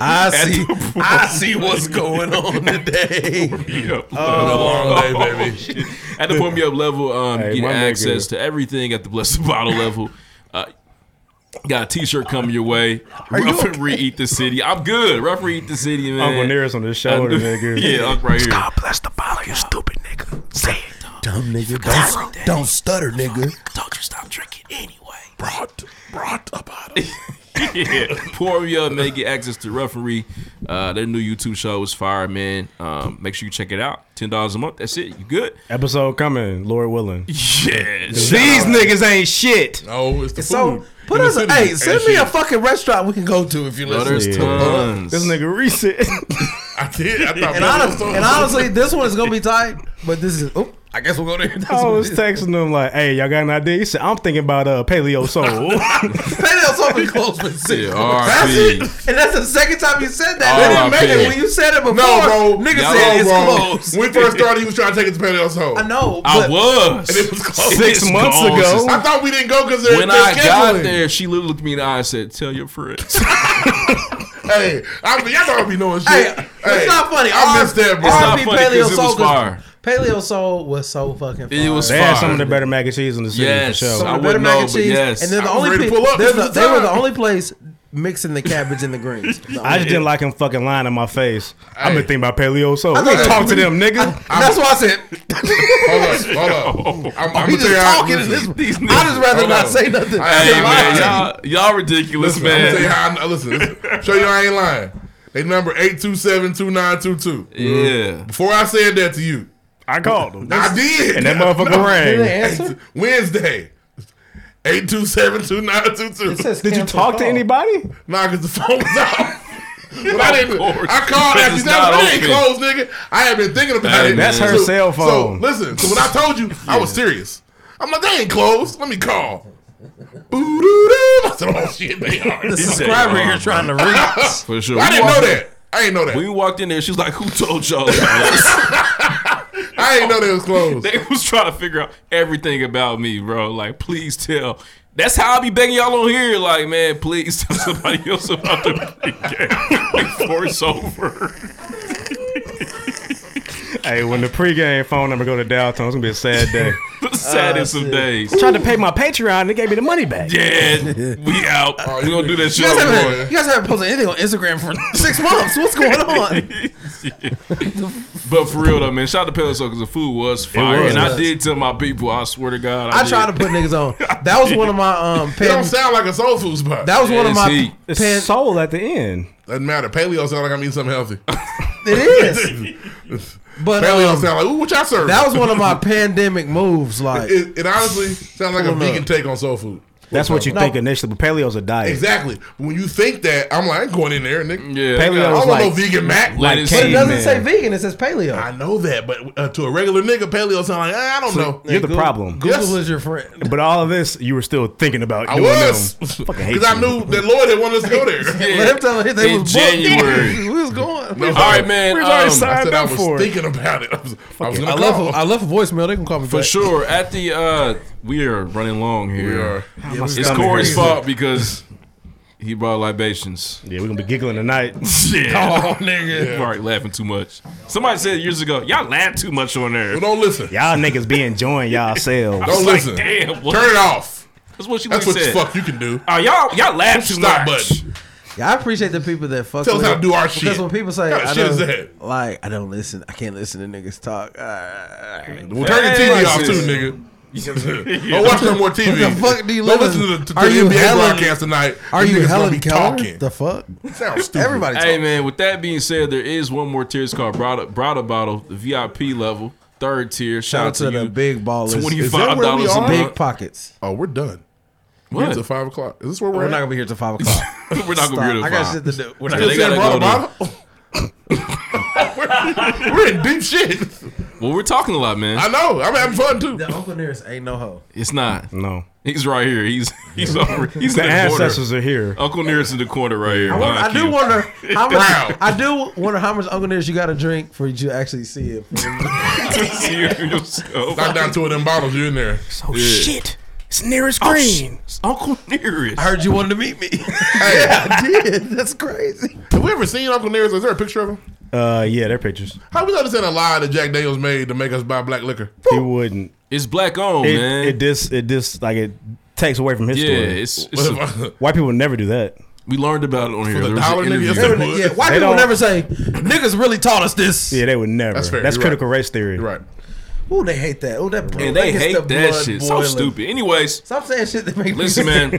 Speaker 7: I
Speaker 2: At
Speaker 7: see.
Speaker 2: the-
Speaker 7: I see what's going on today.
Speaker 2: Yep.
Speaker 7: Oh.
Speaker 5: Been a long day, baby.
Speaker 2: at the Pour Me Up level, um,
Speaker 16: Hey,
Speaker 2: you get
Speaker 16: my nigga.
Speaker 2: access to everything at the Blessed Bottle level. Uh, got a T-shirt coming your way. Referee Eat the City. I'm good. Referee Eat the City, man.
Speaker 16: Uncle Nearest on the shoulder, nigga.
Speaker 2: yeah, I'm right here.
Speaker 14: bless the bottle, you stupid nigga. Say it.
Speaker 19: Dumb nigga. Don't, don't stutter, nigga.
Speaker 14: Don't you stop drinking anyway.
Speaker 5: Brought, brought a bottle.
Speaker 2: yeah. Pour me up, man. Get access to referee. Uh, their new YouTube show is fire, man. Um, make sure you check it out. Ten dollars a month. That's it. You good?
Speaker 16: Episode coming, Lord willing.
Speaker 2: Yeah.
Speaker 16: These niggas ain't shit.
Speaker 5: No, it's the
Speaker 7: So
Speaker 5: food.
Speaker 7: put
Speaker 5: In the
Speaker 7: us.
Speaker 5: city.
Speaker 7: hey,
Speaker 5: And
Speaker 7: send me
Speaker 5: shit.
Speaker 7: a fucking restaurant we can go to if you
Speaker 2: No,
Speaker 7: listen.
Speaker 2: there's
Speaker 16: Yeah.
Speaker 2: tons.
Speaker 16: This nigga recent.
Speaker 5: I did. I thought.
Speaker 7: And, honest, and honestly, this one is gonna be tight. But this is. Oh, I guess we'll go there. That's
Speaker 16: I
Speaker 7: what
Speaker 16: was
Speaker 7: it is.
Speaker 16: texting him like, "Hey, y'all got an idea?" He said, "I'm thinking about uh, paleo soul."
Speaker 7: Pay that something close for six.
Speaker 2: Yeah,
Speaker 7: That's
Speaker 2: R.I.P.
Speaker 7: it. And that's the second time you said that.
Speaker 2: Oh,
Speaker 7: They didn't make
Speaker 2: okay.
Speaker 7: it when you said it before.
Speaker 5: no, bro.
Speaker 7: Nigga
Speaker 2: Y'all
Speaker 7: said
Speaker 2: all
Speaker 7: it's
Speaker 5: wrong.
Speaker 7: close.
Speaker 5: When we first started, he was trying to take us to Panel's home.
Speaker 7: I know.
Speaker 2: I
Speaker 7: but-
Speaker 2: was.
Speaker 5: And it was close.
Speaker 16: Six
Speaker 2: It's
Speaker 16: months
Speaker 2: gone.
Speaker 16: ago.
Speaker 5: I thought we didn't go because they're
Speaker 2: When
Speaker 5: they're
Speaker 2: I got
Speaker 5: scheduling.
Speaker 2: there, she literally looked me in the eye and said, "Tell your friends."
Speaker 5: Hey, I mean, y'all don't be knowing shit.
Speaker 7: Hey, it's not funny.
Speaker 5: I missed that, bro.
Speaker 2: It's not
Speaker 7: R.I.P.
Speaker 2: funny 'cause
Speaker 7: Paleo
Speaker 2: it was
Speaker 7: Soul. 'cause
Speaker 2: fire.
Speaker 7: Paleo Soul was so fucking. Fire.
Speaker 2: It was
Speaker 16: they had
Speaker 2: fire.
Speaker 16: some of the better mac and cheese in the city
Speaker 2: Yes.
Speaker 16: for sure.
Speaker 2: I
Speaker 7: Some of the better
Speaker 2: wouldn't
Speaker 7: mac
Speaker 2: know,
Speaker 7: and
Speaker 2: but
Speaker 7: cheese,
Speaker 2: yes.
Speaker 7: and they're the
Speaker 5: I was
Speaker 7: only
Speaker 5: ready to
Speaker 7: people.
Speaker 5: pull up
Speaker 7: They're
Speaker 5: just
Speaker 7: the,
Speaker 5: in
Speaker 7: they were the
Speaker 5: time.
Speaker 7: only place mixing the cabbage and the greens. The
Speaker 16: I
Speaker 7: only-
Speaker 16: just didn't like him fucking lying in my face. I've
Speaker 5: Hey.
Speaker 16: been thinking about paleo soul.
Speaker 7: I
Speaker 16: Oh, We
Speaker 7: thought-
Speaker 16: talk to them, nigga.
Speaker 7: And that's why I said
Speaker 5: Hold up, hold up. I'm, I'm
Speaker 7: we just talking in this.
Speaker 5: listen,
Speaker 7: I just rather
Speaker 5: Hold
Speaker 7: not
Speaker 5: on.
Speaker 7: say nothing.
Speaker 5: Hey,
Speaker 2: Hey
Speaker 5: man,
Speaker 2: man, y'all, y'all ridiculous,
Speaker 5: listen, I'm gonna tell you
Speaker 2: man.
Speaker 5: how. I, listen, listen, show you I ain't lying. They number eight two seven two nine two two.
Speaker 2: Yeah.
Speaker 5: Before I said that to you,
Speaker 16: I called him,
Speaker 5: I did.
Speaker 16: and that motherfucker
Speaker 7: Did they
Speaker 16: rang.
Speaker 7: answer?
Speaker 5: Wednesday. Eight two seven two nine two two.
Speaker 7: It says
Speaker 16: Did you
Speaker 7: cancel
Speaker 16: talk to
Speaker 7: call.
Speaker 16: anybody?
Speaker 5: Nah, cause the phone was out. But I didn't.
Speaker 2: Of course.
Speaker 5: I called
Speaker 2: Because
Speaker 5: after
Speaker 2: it's
Speaker 5: that.
Speaker 2: not
Speaker 5: But it ain't closed,
Speaker 2: open.
Speaker 5: nigga. I had been thinking about
Speaker 2: Hey,
Speaker 5: it.
Speaker 2: that's
Speaker 16: her cell phone.
Speaker 5: So listen. So when I told you, I was serious. I'm like, they ain't closed. Let me call. Boo-doo-doo. I said, oh shit, they are.
Speaker 2: He said,
Speaker 7: Subscriber,
Speaker 2: "Oh,
Speaker 7: you're trying to reach.
Speaker 2: For sure.
Speaker 5: I
Speaker 2: We
Speaker 5: didn't know
Speaker 2: walked-
Speaker 5: that. I didn't know
Speaker 2: When
Speaker 5: that.
Speaker 2: we walked in there, she was like, "Who told y'all?" about us?"
Speaker 5: I didn't know they was closed.
Speaker 2: they was trying to figure out everything about me, bro. Like, please tell. That's how I be begging y'all on here. Like, man, please tell somebody else about the pregame before it's over.
Speaker 16: Hey, when the pregame phone number go to dial tone, it's gonna be a sad day.
Speaker 7: Ah,
Speaker 2: The saddest of days.
Speaker 16: Tried to pay my Patreon, they gave me the money back.
Speaker 2: Yeah, we out.
Speaker 5: Oh,
Speaker 2: we gonna do that
Speaker 7: You
Speaker 2: shit.
Speaker 7: guys,
Speaker 2: on the
Speaker 7: haven't, you guys haven't posted anything on Instagram for six months. What's going on?
Speaker 2: But for real though, man, shout out to Pelican because the food was fire,
Speaker 16: was.
Speaker 2: and I did tell my people. I swear to God, I,
Speaker 7: I try to put niggas on. That was one of my um.
Speaker 5: It don't
Speaker 7: Pan,
Speaker 5: sound like a soul food spot.
Speaker 7: that was one of
Speaker 2: Yes,
Speaker 7: my
Speaker 2: he-
Speaker 16: It's
Speaker 7: pan.
Speaker 16: soul at the end.
Speaker 5: Doesn't matter. Paleo sound like I'm eating something healthy.
Speaker 7: It is. But
Speaker 5: Apparently
Speaker 7: um,
Speaker 5: don't sound like, ooh, what y'all serving?
Speaker 7: That was one of my pandemic moves. Like
Speaker 5: it, it honestly sounds like a
Speaker 7: Hold up.
Speaker 5: vegan take on soul food.
Speaker 16: That's what you
Speaker 5: No.
Speaker 16: think initially, but paleo's a diet.
Speaker 5: Exactly. When you think that, I'm like, I ain't going in there, nigga.
Speaker 16: Paleo
Speaker 5: I don't
Speaker 16: is
Speaker 5: want no
Speaker 16: like-
Speaker 5: vegan mac.
Speaker 16: like But it doesn't caveman. say
Speaker 7: vegan. It says paleo.
Speaker 5: I know that, but uh, to a regular nigga, paleo sounds like eh, I don't
Speaker 16: So
Speaker 5: know.
Speaker 16: You're the problem.
Speaker 5: Google Yes. is
Speaker 7: your friend.
Speaker 16: But all of this, you were still thinking about.
Speaker 5: I
Speaker 16: doing
Speaker 5: was
Speaker 16: them. Fucking hate
Speaker 5: because I
Speaker 16: you.
Speaker 5: knew that Lloyd had wanted us to go there.
Speaker 7: Let him tell you they
Speaker 5: In
Speaker 7: was booked.
Speaker 5: January.
Speaker 7: we was going.
Speaker 5: No,
Speaker 7: We was-
Speaker 5: All right, man,
Speaker 7: we was
Speaker 5: um,
Speaker 7: already
Speaker 5: I
Speaker 7: signed
Speaker 5: said I
Speaker 7: up
Speaker 5: was
Speaker 7: for it.
Speaker 5: thinking about it. I was, I was
Speaker 7: I
Speaker 5: gonna
Speaker 7: left,
Speaker 5: call.
Speaker 7: a, I left a voicemail. They can call me
Speaker 2: For
Speaker 7: back.
Speaker 2: sure. At the uh we are running long here.
Speaker 7: We are. Yeah, my
Speaker 2: it's
Speaker 7: stomach
Speaker 2: Corey's
Speaker 7: hurts.
Speaker 2: fault because he brought libations.
Speaker 16: Yeah, we're gonna be giggling tonight.
Speaker 2: Shit.
Speaker 16: Oh,
Speaker 2: nigga. You already laughing too much. Somebody said years ago, y'all laugh too much on there. Well,
Speaker 5: don't listen.
Speaker 16: Y'all niggas be enjoying y'allselves.
Speaker 2: I was like, damn, what?
Speaker 5: Turn it off.
Speaker 2: That's what she
Speaker 5: That's
Speaker 2: would've
Speaker 5: what the
Speaker 2: said.
Speaker 5: fuck you can do.
Speaker 2: Oh, y'all y'all laugh
Speaker 5: Push
Speaker 2: too
Speaker 5: stop
Speaker 2: much.
Speaker 5: button.
Speaker 7: Yeah, I appreciate the people that fuck.
Speaker 5: Tell us
Speaker 7: with
Speaker 5: how to
Speaker 7: it.
Speaker 5: do our
Speaker 7: because
Speaker 5: shit.
Speaker 7: when people say,
Speaker 5: What kind of
Speaker 7: I
Speaker 5: shit is
Speaker 7: don't-
Speaker 5: that?
Speaker 7: Like, I don't listen. I can't listen to niggas talk. Uh,
Speaker 5: Well, turn the TV off too, nigga. Don't watch no more TV.
Speaker 7: What the fuck do you
Speaker 5: Don't
Speaker 7: listen?
Speaker 5: listen to the, to
Speaker 7: Are
Speaker 5: the
Speaker 7: you
Speaker 5: NBA
Speaker 7: Helen-
Speaker 5: broadcast tonight.
Speaker 7: Are
Speaker 5: These
Speaker 7: you
Speaker 5: niggas gonna
Speaker 7: Helen
Speaker 5: be
Speaker 7: Keller?
Speaker 5: talking?
Speaker 7: The fuck?
Speaker 5: Sounds stupid.
Speaker 7: Everybody
Speaker 2: Hey man, with that being said, there is one more tier. It's called Brada, Brada Bottle, the VIP level, third tier. Shout,
Speaker 7: Shout out to the
Speaker 2: you.
Speaker 7: big ballers.
Speaker 2: Twenty
Speaker 7: Is that
Speaker 2: five
Speaker 7: where we
Speaker 2: dollars a
Speaker 7: are?
Speaker 2: month.
Speaker 7: Big pockets.
Speaker 5: Oh, we're done.
Speaker 2: What?
Speaker 5: It's at five o'clock. Is this where we're,
Speaker 7: We're
Speaker 5: at?
Speaker 7: not gonna be here till five o'clock.
Speaker 2: We're not gonna be here.
Speaker 7: Stop. I got shit to do. We're not
Speaker 2: They
Speaker 7: gonna-
Speaker 2: gotta
Speaker 7: Brother
Speaker 2: go to-
Speaker 5: we're, we're in deep shit.
Speaker 2: Well, we're talking a lot, man.
Speaker 5: I know. I'm having fun too.
Speaker 7: The Uncle Nearest ain't no hoe.
Speaker 2: It's not.
Speaker 16: No.
Speaker 2: He's right here. He's he's over. He's
Speaker 16: The
Speaker 2: in the
Speaker 16: ancestors
Speaker 2: corner.
Speaker 16: are here.
Speaker 2: Uncle Nearest in the corner right here.
Speaker 7: I, wonder, I
Speaker 2: behind
Speaker 7: do
Speaker 2: you.
Speaker 7: wonder how
Speaker 2: Wow.
Speaker 7: much. I do wonder how much Uncle Nearest you got to drink for you to actually see it.
Speaker 5: Knock down two of them bottles. You in there?
Speaker 16: Oh shit! It's nearest
Speaker 2: Oh,
Speaker 16: green.
Speaker 2: sh- Uncle Nearest.
Speaker 7: I heard you wanted to meet me.
Speaker 5: Hey,
Speaker 7: I did. That's crazy.
Speaker 5: have we ever seen Uncle Nearest? Is there a picture of him?
Speaker 16: Uh, yeah, their pictures.
Speaker 5: How we understand a lie that Jack Daniels made to make us buy black liquor?
Speaker 16: He wouldn't.
Speaker 2: It's black on,
Speaker 16: it,
Speaker 2: man.
Speaker 16: It dis. It dis. Like it takes away from his
Speaker 2: Yeah,
Speaker 16: story.
Speaker 2: it's- it's a-
Speaker 16: white people never do that.
Speaker 2: we learned about it on here.
Speaker 5: the
Speaker 2: There was an
Speaker 5: dollar, nigga,
Speaker 2: interview.
Speaker 5: yes, they would.
Speaker 7: Yeah, white
Speaker 16: They
Speaker 7: people
Speaker 16: don't-
Speaker 7: never say niggas really taught us this.
Speaker 16: Yeah, they would never.
Speaker 7: That's
Speaker 16: That's,
Speaker 7: fair, you're right.
Speaker 16: critical race theory.
Speaker 5: right.
Speaker 7: Ooh, they hate that. Oh, that.
Speaker 2: Man,
Speaker 7: that
Speaker 2: they
Speaker 7: gets
Speaker 2: hate
Speaker 7: the
Speaker 2: that
Speaker 7: blood
Speaker 2: shit.
Speaker 7: boiling.
Speaker 2: So stupid. Anyways,
Speaker 7: Stop saying shit that makes
Speaker 2: Listen, man.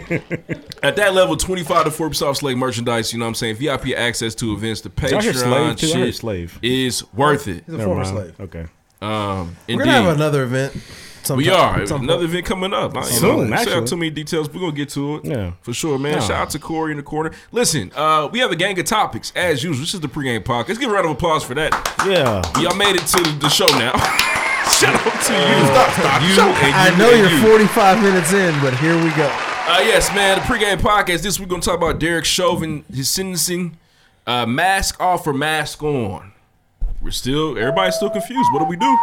Speaker 2: At that level, twenty five to forty percent off Slave merchandise. You know what I'm saying? VIP access to events, the
Speaker 16: I hear
Speaker 2: Patreon
Speaker 16: slave too? I heard
Speaker 2: shit
Speaker 16: slave.
Speaker 2: is worth it.
Speaker 7: He's a former slave.
Speaker 16: Okay.
Speaker 2: Um,
Speaker 7: We're
Speaker 2: indeed.
Speaker 7: gonna have another event. sometime-
Speaker 2: we are
Speaker 7: some
Speaker 2: another
Speaker 7: point.
Speaker 2: event coming up. I, you
Speaker 16: Soon,
Speaker 2: know, shout
Speaker 16: actually.
Speaker 2: out too many details. We're gonna get to it.
Speaker 16: Yeah.
Speaker 2: for sure, man.
Speaker 16: Yeah.
Speaker 2: Shout out to Corey in the corner. Listen, uh, we have a gang of topics as usual. This is the pregame podcast. Let's give a round of applause for that.
Speaker 16: Yeah.
Speaker 2: Y'all made it to the show now. Shout out to you.
Speaker 5: Stop, stop,
Speaker 2: you
Speaker 5: stop.
Speaker 2: and
Speaker 7: I
Speaker 2: you
Speaker 7: know
Speaker 2: and
Speaker 7: you're
Speaker 2: you.
Speaker 7: 45 minutes in, but here we go.
Speaker 2: Uh, yes, man. The pregame podcast. This week we're gonna talk about Derek Chauvin, his sentencing, uh, mask off or mask on. We're still everybody's still confused. What do we do?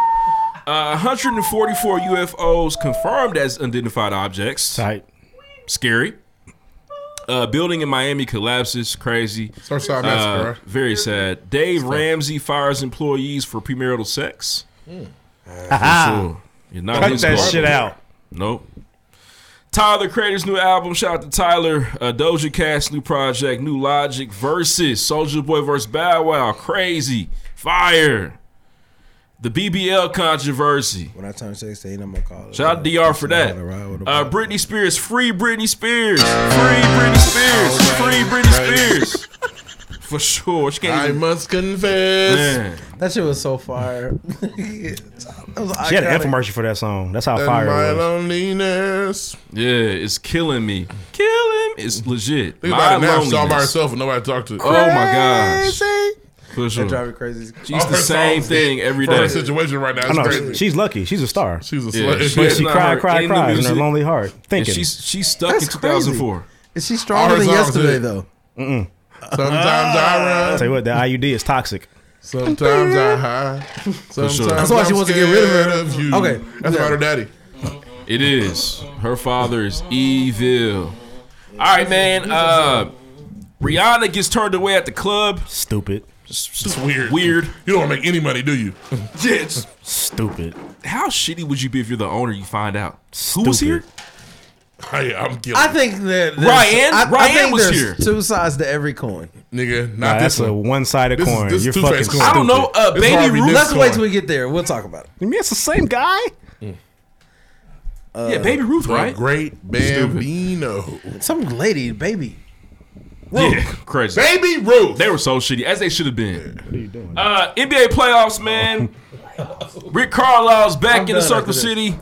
Speaker 2: Uh, 144 UFOs confirmed as unidentified objects.
Speaker 16: Tight.
Speaker 2: Scary. Uh, building in Miami collapses. Crazy. Uh,
Speaker 5: Surfside massacre, right?
Speaker 2: Very sad. Dave Ramsey fires employees for premarital sex. For sure. You're not
Speaker 16: Cut
Speaker 2: Liz
Speaker 16: that
Speaker 2: Carter.
Speaker 16: shit out.
Speaker 2: Nope. Tyler the Creator's new album. Shout out to Tyler. Uh, Doja Cat's new project, New Logic versus Soldier Boy versus Bow Wow. Crazy fire. The BBL controversy.
Speaker 7: When I turn 16, I'm gonna call it.
Speaker 2: Shout out to DR for that. Uh, Britney Spears, free Britney Spears, free Britney Spears, free Britney Spears. For sure, she can't
Speaker 5: I
Speaker 2: even.
Speaker 5: must confess.
Speaker 2: Man.
Speaker 7: That shit was so fire.
Speaker 16: She had an infomercial for that song. That's how
Speaker 5: And
Speaker 16: fire
Speaker 5: my
Speaker 16: it was.
Speaker 5: loneliness.
Speaker 2: Yeah, it's killing me. Killing me. It's legit.
Speaker 5: Think about it now. She's all by
Speaker 2: loneliness.
Speaker 5: herself and nobody to talk to.
Speaker 2: Oh my gosh. For
Speaker 7: That drive
Speaker 2: sure.
Speaker 7: me crazy.
Speaker 2: She's the same thing every
Speaker 5: For her
Speaker 2: day.
Speaker 5: situation right now,
Speaker 16: I
Speaker 5: it's
Speaker 16: know.
Speaker 5: crazy.
Speaker 16: She's lucky. She's a star.
Speaker 5: She's a
Speaker 2: Yeah,
Speaker 5: slut.
Speaker 2: she
Speaker 16: But
Speaker 2: is
Speaker 16: she
Speaker 2: not
Speaker 16: cried,
Speaker 2: her
Speaker 16: cried,
Speaker 2: in the
Speaker 16: cried in her
Speaker 2: music.
Speaker 16: lonely heart,
Speaker 2: And
Speaker 16: thinking.
Speaker 2: she's she's stuck
Speaker 7: That's
Speaker 2: in 2004.
Speaker 7: Is she
Speaker 5: All her
Speaker 7: stronger than
Speaker 5: songs
Speaker 7: yesterday
Speaker 5: hit.
Speaker 7: though?
Speaker 16: Mm-mm.
Speaker 5: Sometimes I
Speaker 16: I'll
Speaker 5: run.
Speaker 16: tell you what, the IUD is toxic.
Speaker 5: Sometimes I hide. Sometimes
Speaker 2: sure.
Speaker 7: That's why she
Speaker 5: I'm
Speaker 7: wants to get rid of her.
Speaker 5: scared of you.
Speaker 7: Okay.
Speaker 5: That's
Speaker 7: Yeah.
Speaker 5: about her daddy.
Speaker 2: It is. Her father is evil. All right, man. Uh, Rihanna gets turned away at the club.
Speaker 16: Stupid.
Speaker 5: It's weird.
Speaker 2: Weird.
Speaker 5: You don't make any money, do you?
Speaker 2: Yeah, it's-
Speaker 16: Stupid.
Speaker 2: How shitty would you be if you're the owner? You find out who was here.
Speaker 16: Stupid.
Speaker 5: I, I'm guilty.
Speaker 7: I think that there's-
Speaker 2: Ryan-
Speaker 7: I, I
Speaker 2: Ryan
Speaker 7: think
Speaker 2: was
Speaker 7: there's
Speaker 2: here.
Speaker 7: Two sides to every coin.
Speaker 5: Nigga, not
Speaker 16: Nah,
Speaker 5: this
Speaker 16: that's a
Speaker 5: one.
Speaker 16: one-sided
Speaker 5: This is-
Speaker 16: coin.
Speaker 5: this is
Speaker 16: You're
Speaker 5: Two-Face coin.
Speaker 16: fucking stupid.
Speaker 2: I don't know. Uh,
Speaker 5: It's
Speaker 2: baby
Speaker 5: Harvey
Speaker 2: Ruth.
Speaker 7: Let's
Speaker 5: coin.
Speaker 7: wait till we get there. We'll talk about it.
Speaker 16: You mean it's the same guy?
Speaker 2: yeah, baby Ruth,
Speaker 5: The
Speaker 7: Uh,
Speaker 2: right?
Speaker 5: Great Bambino.
Speaker 7: Some lady, baby.
Speaker 2: Yeah, crazy. Baby Ruth. They were so shitty, as they should have been. What are you doing? Uh, NBA playoffs, man. Rick Carlisle's back
Speaker 20: I'm
Speaker 2: in the
Speaker 20: done
Speaker 2: Circle
Speaker 20: after this.
Speaker 2: City.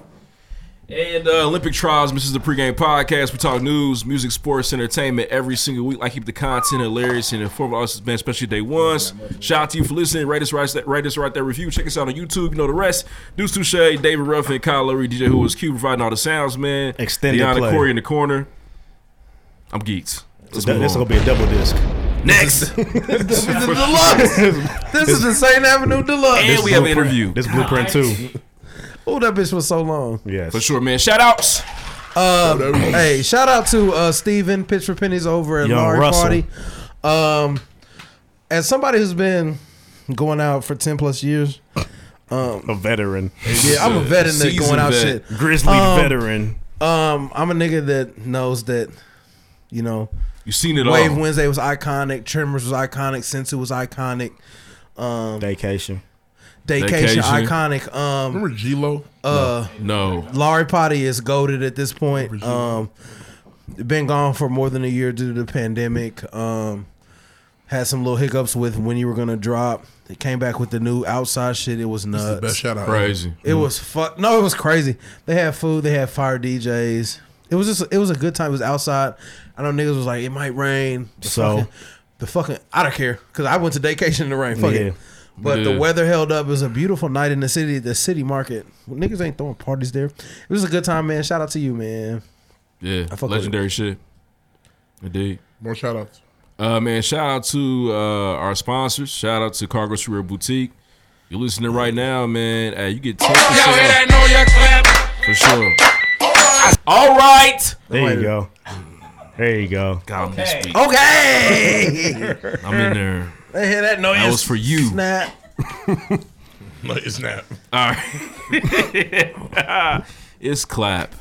Speaker 2: And uh, Olympic Trials, this is the pregame podcast. We talk news, music, sports, entertainment every single week. I keep the content hilarious and informative. Us, man, especially day ones. Shout out to you for listening. Rate us, write us, write us, write that review. Check us out on YouTube. You know the rest. Deuce Touche, David Ruffin, Kyle Lowry, DJ Who Was Q, providing all the sounds, man.
Speaker 16: Extended
Speaker 2: Deanna
Speaker 16: play.
Speaker 2: Corey in the corner. I'm geeked.
Speaker 16: It's a du- This is gonna be a double disc.
Speaker 7: This
Speaker 2: Next,
Speaker 7: is the deluxe. This is the St. Avenue deluxe.
Speaker 2: And we have an interview.
Speaker 16: This blueprint too.
Speaker 7: Oh, that bitch was so long.
Speaker 16: Yes.
Speaker 2: For sure, man. Shout outs.
Speaker 7: Um, hey, shout out to uh, Steven Pitch for Pennies over at
Speaker 16: Young
Speaker 7: Larry
Speaker 16: Russell.
Speaker 7: Party. Um, as somebody who's been going out for 10 plus years, um,
Speaker 16: a veteran.
Speaker 7: Yeah, I'm a veteran that
Speaker 16: Seasoned
Speaker 7: going out
Speaker 16: vet.
Speaker 7: shit.
Speaker 16: Grizzly veteran.
Speaker 7: Um, I'm a nigga that knows that, you know,
Speaker 2: you seen it
Speaker 7: Wave
Speaker 16: all.
Speaker 7: Wednesday was iconic, Tremors was iconic, Sensu was iconic. Um,
Speaker 16: Vacation.
Speaker 7: Daycation,
Speaker 16: Daycation.
Speaker 7: iconic. Um, Remember G-Lo? Uh,
Speaker 2: no.
Speaker 7: Larry Potty is goaded at this point. Um, been gone for more than a year due to the pandemic. Um, had some little hiccups with when you were gonna drop. They came back with the new outside shit. It was
Speaker 5: This
Speaker 7: nuts.
Speaker 5: is the best shout out.
Speaker 2: Crazy.
Speaker 7: It
Speaker 16: Mm.
Speaker 7: was fuck. No, it was crazy. They had food. They had fire DJs. It was just. It was a good time. It was outside. I know niggas was like, it might rain. The
Speaker 16: So?
Speaker 7: fucking- the fucking I don't care because I went to vacation in the rain. Fuck
Speaker 16: Yeah.
Speaker 7: it. But
Speaker 16: Yeah.
Speaker 7: the weather held up. It was a beautiful night in the city, the city market. Well, niggas ain't throwing parties there. It was a good time, man. Shout out to you, man.
Speaker 2: Yeah,
Speaker 7: I fuck with
Speaker 2: legendary shit. Indeed.
Speaker 5: More shout outs.
Speaker 2: Uh, man, shout out to uh, our sponsors. Shout out to Cargo Streetwear Boutique. You're listening right now, man. Hey, you get 10% off for sure. All right.
Speaker 16: There you go. There you go.
Speaker 2: God, I'm this week.
Speaker 7: Okay.
Speaker 2: I'm in there.
Speaker 7: They hear that noise?
Speaker 2: That was for you.
Speaker 7: Snap.
Speaker 5: No, it's not.
Speaker 2: All right. it's clap.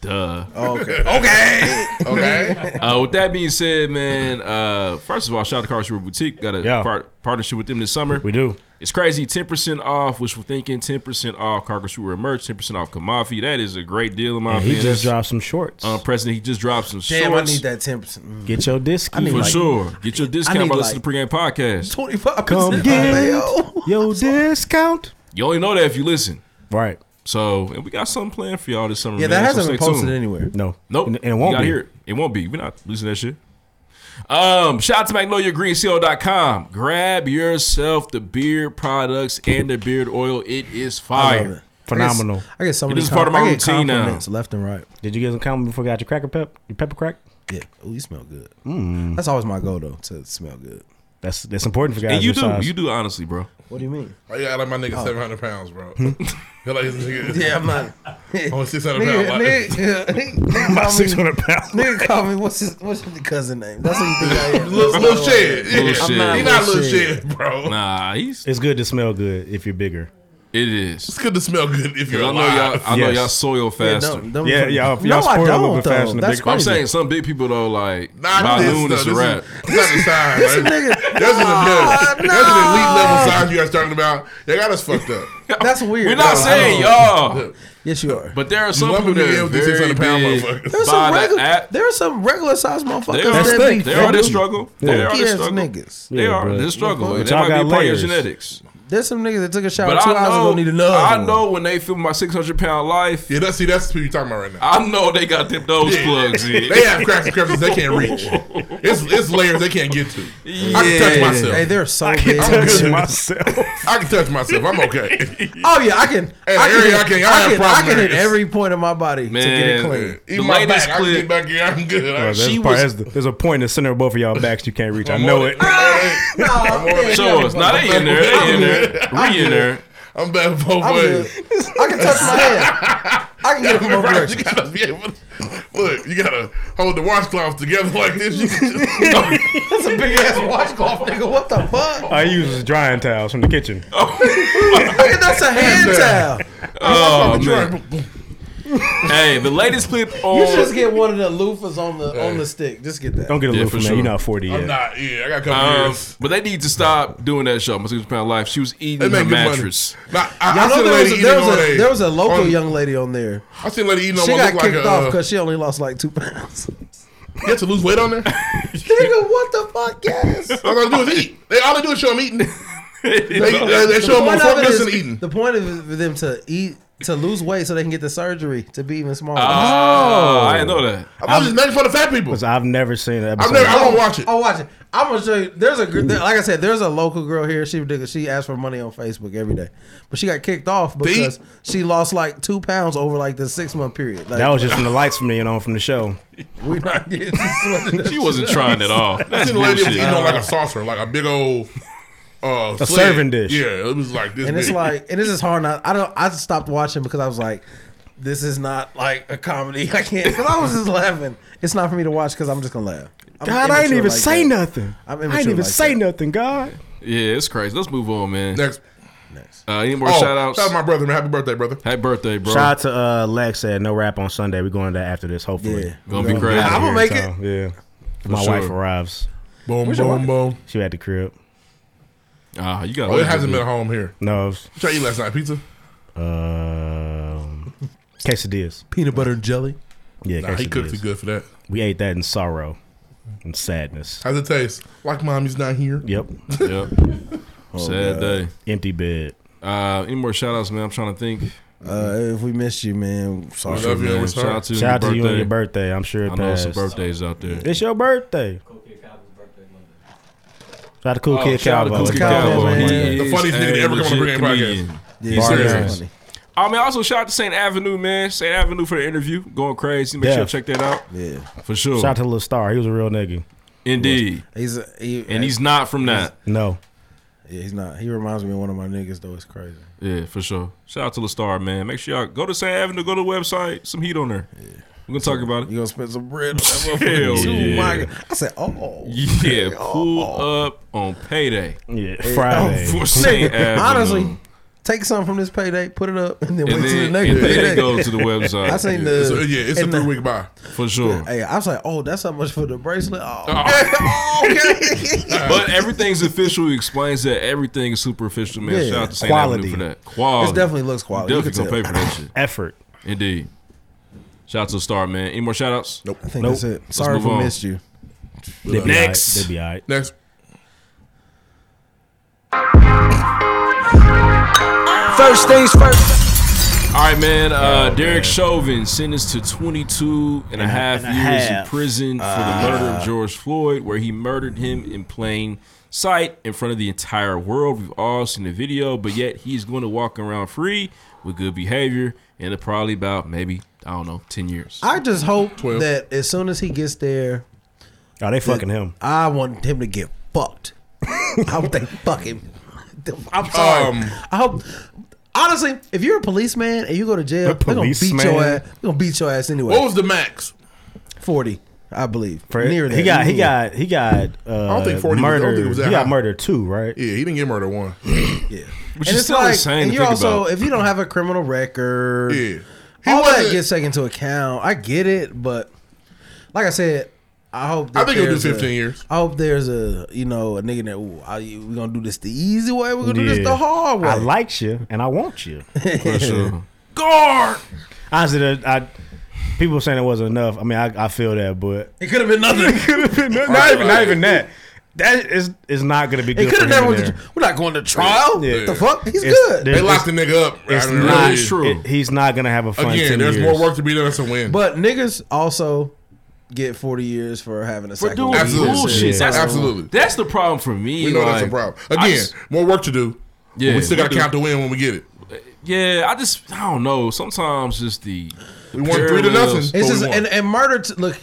Speaker 2: Duh.
Speaker 5: Okay. Okay. Okay.
Speaker 2: Uh, with that being said, man, uh, first of all, shout out to Car Shore Boutique. Got a par- partnership with them this summer. We
Speaker 16: do.
Speaker 2: It's crazy. 10% off, which we're thinking 10% off Cargo Shore merch, 10% off Kamafi. That is a great deal in my
Speaker 16: And he
Speaker 2: opinion.
Speaker 16: just
Speaker 2: That's-
Speaker 16: dropped some shorts.
Speaker 2: Uh, President, he just dropped some
Speaker 7: Damn,
Speaker 2: shorts.
Speaker 7: I need that ten percent.
Speaker 16: Get your disc.
Speaker 2: For sure. Get your discount
Speaker 16: need
Speaker 2: by
Speaker 16: like
Speaker 2: listening to the pregame podcast.
Speaker 7: Twenty five
Speaker 16: Come get your discount.
Speaker 2: You only know that if you listen.
Speaker 16: Right.
Speaker 2: So, and we got something planned for y'all this summer.
Speaker 16: Yeah,
Speaker 2: Mm,
Speaker 16: that
Speaker 2: man, so
Speaker 16: hasn't
Speaker 2: stay
Speaker 16: been posted
Speaker 2: tuned.
Speaker 16: anywhere. No.
Speaker 2: Nope.
Speaker 16: And- and it won't
Speaker 2: you gotta
Speaker 16: be.
Speaker 2: Hear it. it won't be. We're not losing that shit. Um, shout out to magnoliagreenseal.com. Grab yourself the beard products and the beard oil. It is
Speaker 7: I love
Speaker 2: fire.
Speaker 7: it. I get, I get so many.
Speaker 2: This is part of
Speaker 7: com-
Speaker 2: my
Speaker 7: I get
Speaker 2: routine now.
Speaker 7: compliments Left and right.
Speaker 16: Did you get some comment before you got your cracker pep? Your pepper crack?
Speaker 7: Yeah. Oh, you smell good.
Speaker 16: Mm.
Speaker 7: That's always my goal though to smell good.
Speaker 16: That's that's important for guys.
Speaker 2: And you
Speaker 16: your
Speaker 2: do.
Speaker 16: size.
Speaker 2: You do honestly, bro.
Speaker 7: What do you mean?
Speaker 5: Why you act like my nigga
Speaker 7: Oh.
Speaker 5: 700 pounds, bro?
Speaker 16: Hmm?
Speaker 5: Feel like this nigga-
Speaker 7: Yeah, I'm not.
Speaker 5: Only 600
Speaker 7: Nigga,
Speaker 5: pounds. Like-
Speaker 7: nigga, nigga
Speaker 5: About
Speaker 7: call me-
Speaker 5: 600 pounds.
Speaker 7: Nigga call me, what's his, what's his cousin name? That's what you think I am.
Speaker 5: Lil- Lil Shed.
Speaker 16: Yeah.
Speaker 2: Little
Speaker 5: I'm
Speaker 2: shit.
Speaker 5: not He not little Lil Shed, Shed. bro.
Speaker 2: Nah, he's
Speaker 16: It's good to smell good if you're bigger.
Speaker 2: It is. It's
Speaker 5: good to smell good if
Speaker 2: 'Cause I know y'all. I know
Speaker 16: Yes.
Speaker 2: y'all soil
Speaker 16: Yeah,
Speaker 2: faster.
Speaker 16: don't- don't- Yeah, y'all- No, y'all I spoil a little bit don't, faster than though. big- That's
Speaker 2: I'm
Speaker 16: crazy.
Speaker 2: saying some big people though, like
Speaker 5: Nah,
Speaker 2: by
Speaker 5: this,
Speaker 2: noon
Speaker 5: though,
Speaker 2: it's a
Speaker 5: this
Speaker 2: wrap.
Speaker 5: Is, that's a sign,
Speaker 2: This
Speaker 5: right?
Speaker 2: nigga-
Speaker 5: That's an
Speaker 2: Ah,
Speaker 5: elite. That's an elite level sign you guys talking about. They got us fucked up.
Speaker 7: That's weird.
Speaker 2: We're not
Speaker 7: No, I
Speaker 2: saying
Speaker 7: don't.
Speaker 2: y'all.
Speaker 7: Yes, you are.
Speaker 2: But there are some
Speaker 7: You
Speaker 2: people
Speaker 7: want me to
Speaker 2: that
Speaker 7: be
Speaker 2: are
Speaker 7: able to do
Speaker 2: very
Speaker 7: 600 pound
Speaker 2: big
Speaker 7: motherfuckers. There's some
Speaker 2: by the
Speaker 7: regular-
Speaker 2: app.
Speaker 7: There are some regular size
Speaker 2: They
Speaker 7: motherfuckers.
Speaker 2: are,
Speaker 7: that
Speaker 2: they,
Speaker 7: be
Speaker 2: are the
Speaker 7: fat.
Speaker 2: struggle. They are
Speaker 7: Funky
Speaker 2: the
Speaker 7: ass
Speaker 2: struggle.
Speaker 7: niggas.
Speaker 2: They are the struggle.
Speaker 7: But
Speaker 2: That
Speaker 7: y'all
Speaker 2: might be
Speaker 7: got
Speaker 2: part of your
Speaker 7: layers.
Speaker 2: genetics.
Speaker 7: There's some niggas that took a shower
Speaker 2: But
Speaker 7: two
Speaker 2: I
Speaker 7: hours
Speaker 2: know,
Speaker 7: ago need another
Speaker 2: I
Speaker 7: one.
Speaker 2: know when they feel my 600 pound life.
Speaker 5: Yeah, that's see, that's who you talking about right now.
Speaker 2: I know Oh, they got them those plugs in.
Speaker 5: They have cracks and crevices they can't reach. It's it's layers they can't get to. I can touch
Speaker 7: Yeah.
Speaker 5: myself.
Speaker 7: Hey, they're so
Speaker 5: I can
Speaker 7: big.
Speaker 5: touch
Speaker 7: I'm good.
Speaker 5: myself. I can touch myself. I'm okay.
Speaker 7: Oh yeah, I can.
Speaker 5: Hey,
Speaker 7: I, can
Speaker 5: area,
Speaker 7: hit,
Speaker 5: I can- I
Speaker 7: I
Speaker 5: have
Speaker 7: can, I
Speaker 5: problem
Speaker 7: can hit
Speaker 5: areas.
Speaker 7: every point of my body to get it
Speaker 16: Man,
Speaker 7: clean.
Speaker 5: Even my back, I can get back here. I'm good.
Speaker 16: Oh, that's
Speaker 5: She
Speaker 16: the part-
Speaker 5: was-
Speaker 16: that's the- there's a point in the center of both of y'all backs you can't reach. I know it.
Speaker 2: Show us. Nah, they in there. They in there. We in there.
Speaker 5: I'm bad both
Speaker 7: I'm
Speaker 5: ways.
Speaker 7: I can touch my head. I can get it from both
Speaker 5: Right, you
Speaker 7: directions.
Speaker 5: gotta be able to, look, you gotta hold the washcloth together like this. You can just,
Speaker 7: That's a big ass washcloth, nigga. What the fuck?
Speaker 16: I use drying towels from the kitchen.
Speaker 7: Nigga, that's a hand towel.
Speaker 2: Oh,
Speaker 7: You
Speaker 2: man. Hey, the latest clip on.
Speaker 7: You should just get one of the loofahs on the on the stick. Just get that.
Speaker 16: Don't get a
Speaker 2: Yeah,
Speaker 16: loofah,
Speaker 2: for
Speaker 16: man.
Speaker 2: sure.
Speaker 16: You're not 40 yet.
Speaker 5: I'm not. Yeah, I got a couple
Speaker 2: Um,
Speaker 5: years.
Speaker 2: but they need to stop doing that show. My 600 pound life. She was eating
Speaker 5: They
Speaker 2: her
Speaker 5: make good money.
Speaker 2: mattress.
Speaker 5: Nah,
Speaker 7: Y'all
Speaker 5: I, I
Speaker 7: know
Speaker 5: seen a
Speaker 7: there was
Speaker 5: lady
Speaker 7: a,
Speaker 5: eating
Speaker 7: there was
Speaker 5: on
Speaker 7: a,
Speaker 5: a.
Speaker 7: there was a local
Speaker 5: on-
Speaker 7: young lady on there.
Speaker 5: I seen a lady eating on
Speaker 7: she
Speaker 5: what
Speaker 7: got
Speaker 5: looked like
Speaker 7: kicked
Speaker 5: a,
Speaker 7: off
Speaker 5: uh,
Speaker 7: because she only lost like two pounds.
Speaker 5: You have to lose weight on there? Nigga, what the fuck? Yes. All I do is eat. They all they do is show them eating. they, they, they
Speaker 7: The
Speaker 5: show them on
Speaker 7: point of it
Speaker 5: forklifts
Speaker 7: is-
Speaker 5: and eating.
Speaker 7: The point of them to eat to lose weight so they can get the surgery to be even smaller.
Speaker 2: Oh, I didn't know that.
Speaker 5: I thought it was meant for the fat people.
Speaker 16: Because I've never seen that.
Speaker 7: I'm
Speaker 16: Episode.
Speaker 7: never. I won't watch it. I'll Oh, watch it. I'm gonna show you. There's a gr- there- like I said. There's a local girl here. She ridiculous. She asked for money on Facebook every day, but she got kicked off because she lost like two pounds over like the six month period. Like,
Speaker 16: That was just from the lights from the, you know, from the show.
Speaker 7: we not getting.
Speaker 16: She wasn't trying at all.
Speaker 5: I
Speaker 16: That's
Speaker 5: seen a lady that was
Speaker 16: bullshit.
Speaker 5: eating on like a saucer, like a big old uh,
Speaker 16: A serving dish.
Speaker 5: Yeah, it was like this.
Speaker 7: and it's
Speaker 5: big.
Speaker 7: like, and this is hard. Not, I don't. I just stopped watching because I was like, this is not like a comedy. I can't. Because I was just laughing. It's not for me to watch because I'm just gonna laugh. I'm
Speaker 16: God, I
Speaker 7: immature
Speaker 16: ain't even
Speaker 7: like
Speaker 16: say
Speaker 7: that.
Speaker 16: nothing.
Speaker 7: I'm
Speaker 16: I ain't
Speaker 7: immature
Speaker 16: even
Speaker 7: like
Speaker 16: say nothing, God.
Speaker 2: Yeah, it's crazy. Let's move on, man.
Speaker 5: Next.
Speaker 2: Next. Uh, any more
Speaker 5: Oh,
Speaker 2: shout outs?
Speaker 5: shout out my brother, man. Happy birthday, brother.
Speaker 2: Happy birthday, bro.
Speaker 16: Shout out to uh, Lex at No Rap on Sunday. We're going to that after this, hopefully.
Speaker 2: Yeah. Gonna be crazy.
Speaker 16: outta
Speaker 2: I'ma
Speaker 16: here
Speaker 2: make
Speaker 16: in time. Yeah.
Speaker 2: For
Speaker 16: My wife
Speaker 2: sure.
Speaker 16: arrives.
Speaker 5: Boom, Where's your boom, wife? boom.
Speaker 16: She at the crib.
Speaker 2: Ah, you got
Speaker 5: Oh, it hasn't been home here.
Speaker 16: No. it was-
Speaker 5: What y'all eat last night? Pizza?
Speaker 16: Um, quesadillas.
Speaker 7: Peanut butter and jelly.
Speaker 16: Yeah,
Speaker 5: Nah, he cooked
Speaker 16: quesadillas.
Speaker 5: it good for that.
Speaker 16: We ate that in sorrow and sadness.
Speaker 5: How's it taste? Like mommy's not here.
Speaker 16: Yep.
Speaker 2: Yep. Sad day.
Speaker 16: Oh, Empty bed.
Speaker 2: Uh, any more shout outs, man? I'm trying to think.
Speaker 7: Uh, if we missed you, man, sorry.
Speaker 2: love you, man. Shout out to,
Speaker 16: Shout out to you on your birthday. I'm
Speaker 2: I
Speaker 16: sure it
Speaker 2: know it's some
Speaker 16: passed.
Speaker 2: birthdays out there.
Speaker 16: It's your birthday. Shout out to Cool
Speaker 2: Oh,
Speaker 16: Kid
Speaker 2: shout out
Speaker 16: Calvo.
Speaker 2: to Cool Kid Calvo, man. He
Speaker 5: The funniest
Speaker 2: is
Speaker 5: nigga
Speaker 2: a
Speaker 5: to ever come on the
Speaker 2: legit
Speaker 5: Brigade podcast.
Speaker 2: comedian.
Speaker 5: Yeah,
Speaker 2: He's
Speaker 5: Barney
Speaker 2: serious.
Speaker 5: is funny.
Speaker 2: I mean, Oh, also shout out to St. Avenue, man. St. Avenue for the interview. Going crazy. Make
Speaker 16: Yeah.
Speaker 2: sure you check that out.
Speaker 7: Yeah.
Speaker 2: For sure.
Speaker 16: Shout out to Lil Star. He was a real nigga.
Speaker 2: Indeed.
Speaker 7: He's a, he,
Speaker 2: and he's not from that.
Speaker 16: No.
Speaker 7: Yeah, he's not. He reminds me of one of my niggas though. It's crazy.
Speaker 2: Yeah, for sure. Shout out to Lestar, man. Make sure y'all go to St. Avenue, go to the website, some heat on there. We're gonna talk about it.
Speaker 7: You gonna spend some bread on
Speaker 2: that
Speaker 7: motherfucker, too, my
Speaker 2: yeah.
Speaker 7: God. Oh. I said, oh.
Speaker 2: Yeah, pull up on payday.
Speaker 16: Yeah,
Speaker 7: Oh,
Speaker 2: For
Speaker 7: nigga,
Speaker 2: St. Avenue.
Speaker 7: Honestly, take something from this payday, put it up, and then
Speaker 2: And
Speaker 7: wait till the
Speaker 2: then-
Speaker 7: next
Speaker 2: and then
Speaker 7: payday.
Speaker 2: go to the website.
Speaker 7: I seen
Speaker 2: Yeah.
Speaker 7: the
Speaker 2: It's a- yeah, it's a
Speaker 7: in the-
Speaker 2: three-week buy. For sure.
Speaker 7: Hey, I was like, oh, that's how much for the bracelet. Oh,
Speaker 2: but everything's official. He explains that everything is super official, man.
Speaker 7: Yeah.
Speaker 2: Shout out to St.
Speaker 7: Quality.
Speaker 2: Avenue for that. Quality.
Speaker 7: It definitely looks quality.
Speaker 2: Definitely
Speaker 7: You can
Speaker 2: gonna pay
Speaker 7: tell.
Speaker 2: for that shit.
Speaker 16: Effort.
Speaker 2: Indeed. Shout out to the star, man. Any more shout outs? Nope.
Speaker 7: I think that's it. Sorry if we missed you.
Speaker 2: They be Next. alright. They be
Speaker 16: alright.
Speaker 5: Next.
Speaker 21: First things first.
Speaker 2: All right, man. Uh,
Speaker 5: Oh,
Speaker 2: Derek Chauvin sentenced to 22 and a half
Speaker 16: and a
Speaker 2: years
Speaker 16: half.
Speaker 2: in prison for
Speaker 5: Ah.
Speaker 2: the murder of George Floyd, where he murdered him in plain sight in front of the entire world. We've all seen the video, but yet he's going to walk around free with good behavior and probably about maybe, I don't know, 10 years.
Speaker 7: I just hope
Speaker 2: 12.
Speaker 7: that as soon as he gets there,
Speaker 16: oh, they fucking him.
Speaker 7: I want him to get fucked. I hope they fuck him. I'm sorry.
Speaker 5: Um,
Speaker 7: I hope. Honestly, if you're a policeman and you go to jail,
Speaker 5: The
Speaker 7: they're gonna beat your
Speaker 5: policeman?
Speaker 7: ass. They're gonna beat your ass anyway.
Speaker 5: What was the max?
Speaker 7: Forty, I believe.
Speaker 16: For-
Speaker 7: Near that.
Speaker 16: he got he
Speaker 7: Mm.
Speaker 16: got he got uh,
Speaker 7: I don't think 40 was- I
Speaker 16: murdered.
Speaker 7: don't think it was that
Speaker 16: he got
Speaker 7: high.
Speaker 16: murdered two, right?
Speaker 5: Yeah, he didn't get murdered one.
Speaker 7: yeah. and
Speaker 16: Which is
Speaker 7: it's
Speaker 16: still
Speaker 7: like,
Speaker 16: insane
Speaker 7: And
Speaker 16: to
Speaker 7: you're
Speaker 16: think
Speaker 7: also,
Speaker 16: about.
Speaker 7: if you don't have a criminal record,
Speaker 5: Yeah.
Speaker 7: all that gets taken into account. I get it, but like I said, I hope.
Speaker 5: I think he'll do
Speaker 7: there's a-
Speaker 5: 15 years.
Speaker 7: I hope there's a you know a nigga that ooh, I, we gonna do this the easy way. We're gonna do
Speaker 16: Yeah.
Speaker 7: this the hard way.
Speaker 16: I liked you and I want you.
Speaker 7: For sure.
Speaker 5: Guard.
Speaker 16: Honestly, the- I people saying it wasn't enough. I mean, I, I feel that, but
Speaker 7: It could have been nothing.
Speaker 16: not even not even that. That is is not going to be good.
Speaker 7: It could have
Speaker 16: for him
Speaker 7: never went
Speaker 16: in
Speaker 7: to,
Speaker 16: there.
Speaker 7: we're not going to trial.
Speaker 16: Yeah.
Speaker 7: The fuck? He's
Speaker 16: It's-
Speaker 7: good.
Speaker 16: there's-
Speaker 5: nigga up.
Speaker 16: It's
Speaker 5: I mean,
Speaker 16: not
Speaker 5: really.
Speaker 16: true. he's not going to have a fun.
Speaker 5: Again,
Speaker 16: 10
Speaker 5: there's
Speaker 16: years.
Speaker 5: more work to be done to win.
Speaker 7: But niggas also get 40 years for having a
Speaker 2: For
Speaker 7: second.
Speaker 2: doing
Speaker 7: weed.
Speaker 2: bullshit. Oh, That's,
Speaker 5: Absolutely.
Speaker 2: That's the problem for me.
Speaker 5: we know that's a
Speaker 2: like,
Speaker 5: problem.
Speaker 2: I
Speaker 5: Again,
Speaker 2: just-
Speaker 5: more work to do. Yeah,
Speaker 2: Yeah,
Speaker 5: we still
Speaker 2: we
Speaker 5: got to
Speaker 2: do.
Speaker 5: count the win when we get it.
Speaker 2: yeah, I just, I don't know. Sometimes just the. We
Speaker 5: won three to nothing.
Speaker 7: It's just, and, and murder, to, look,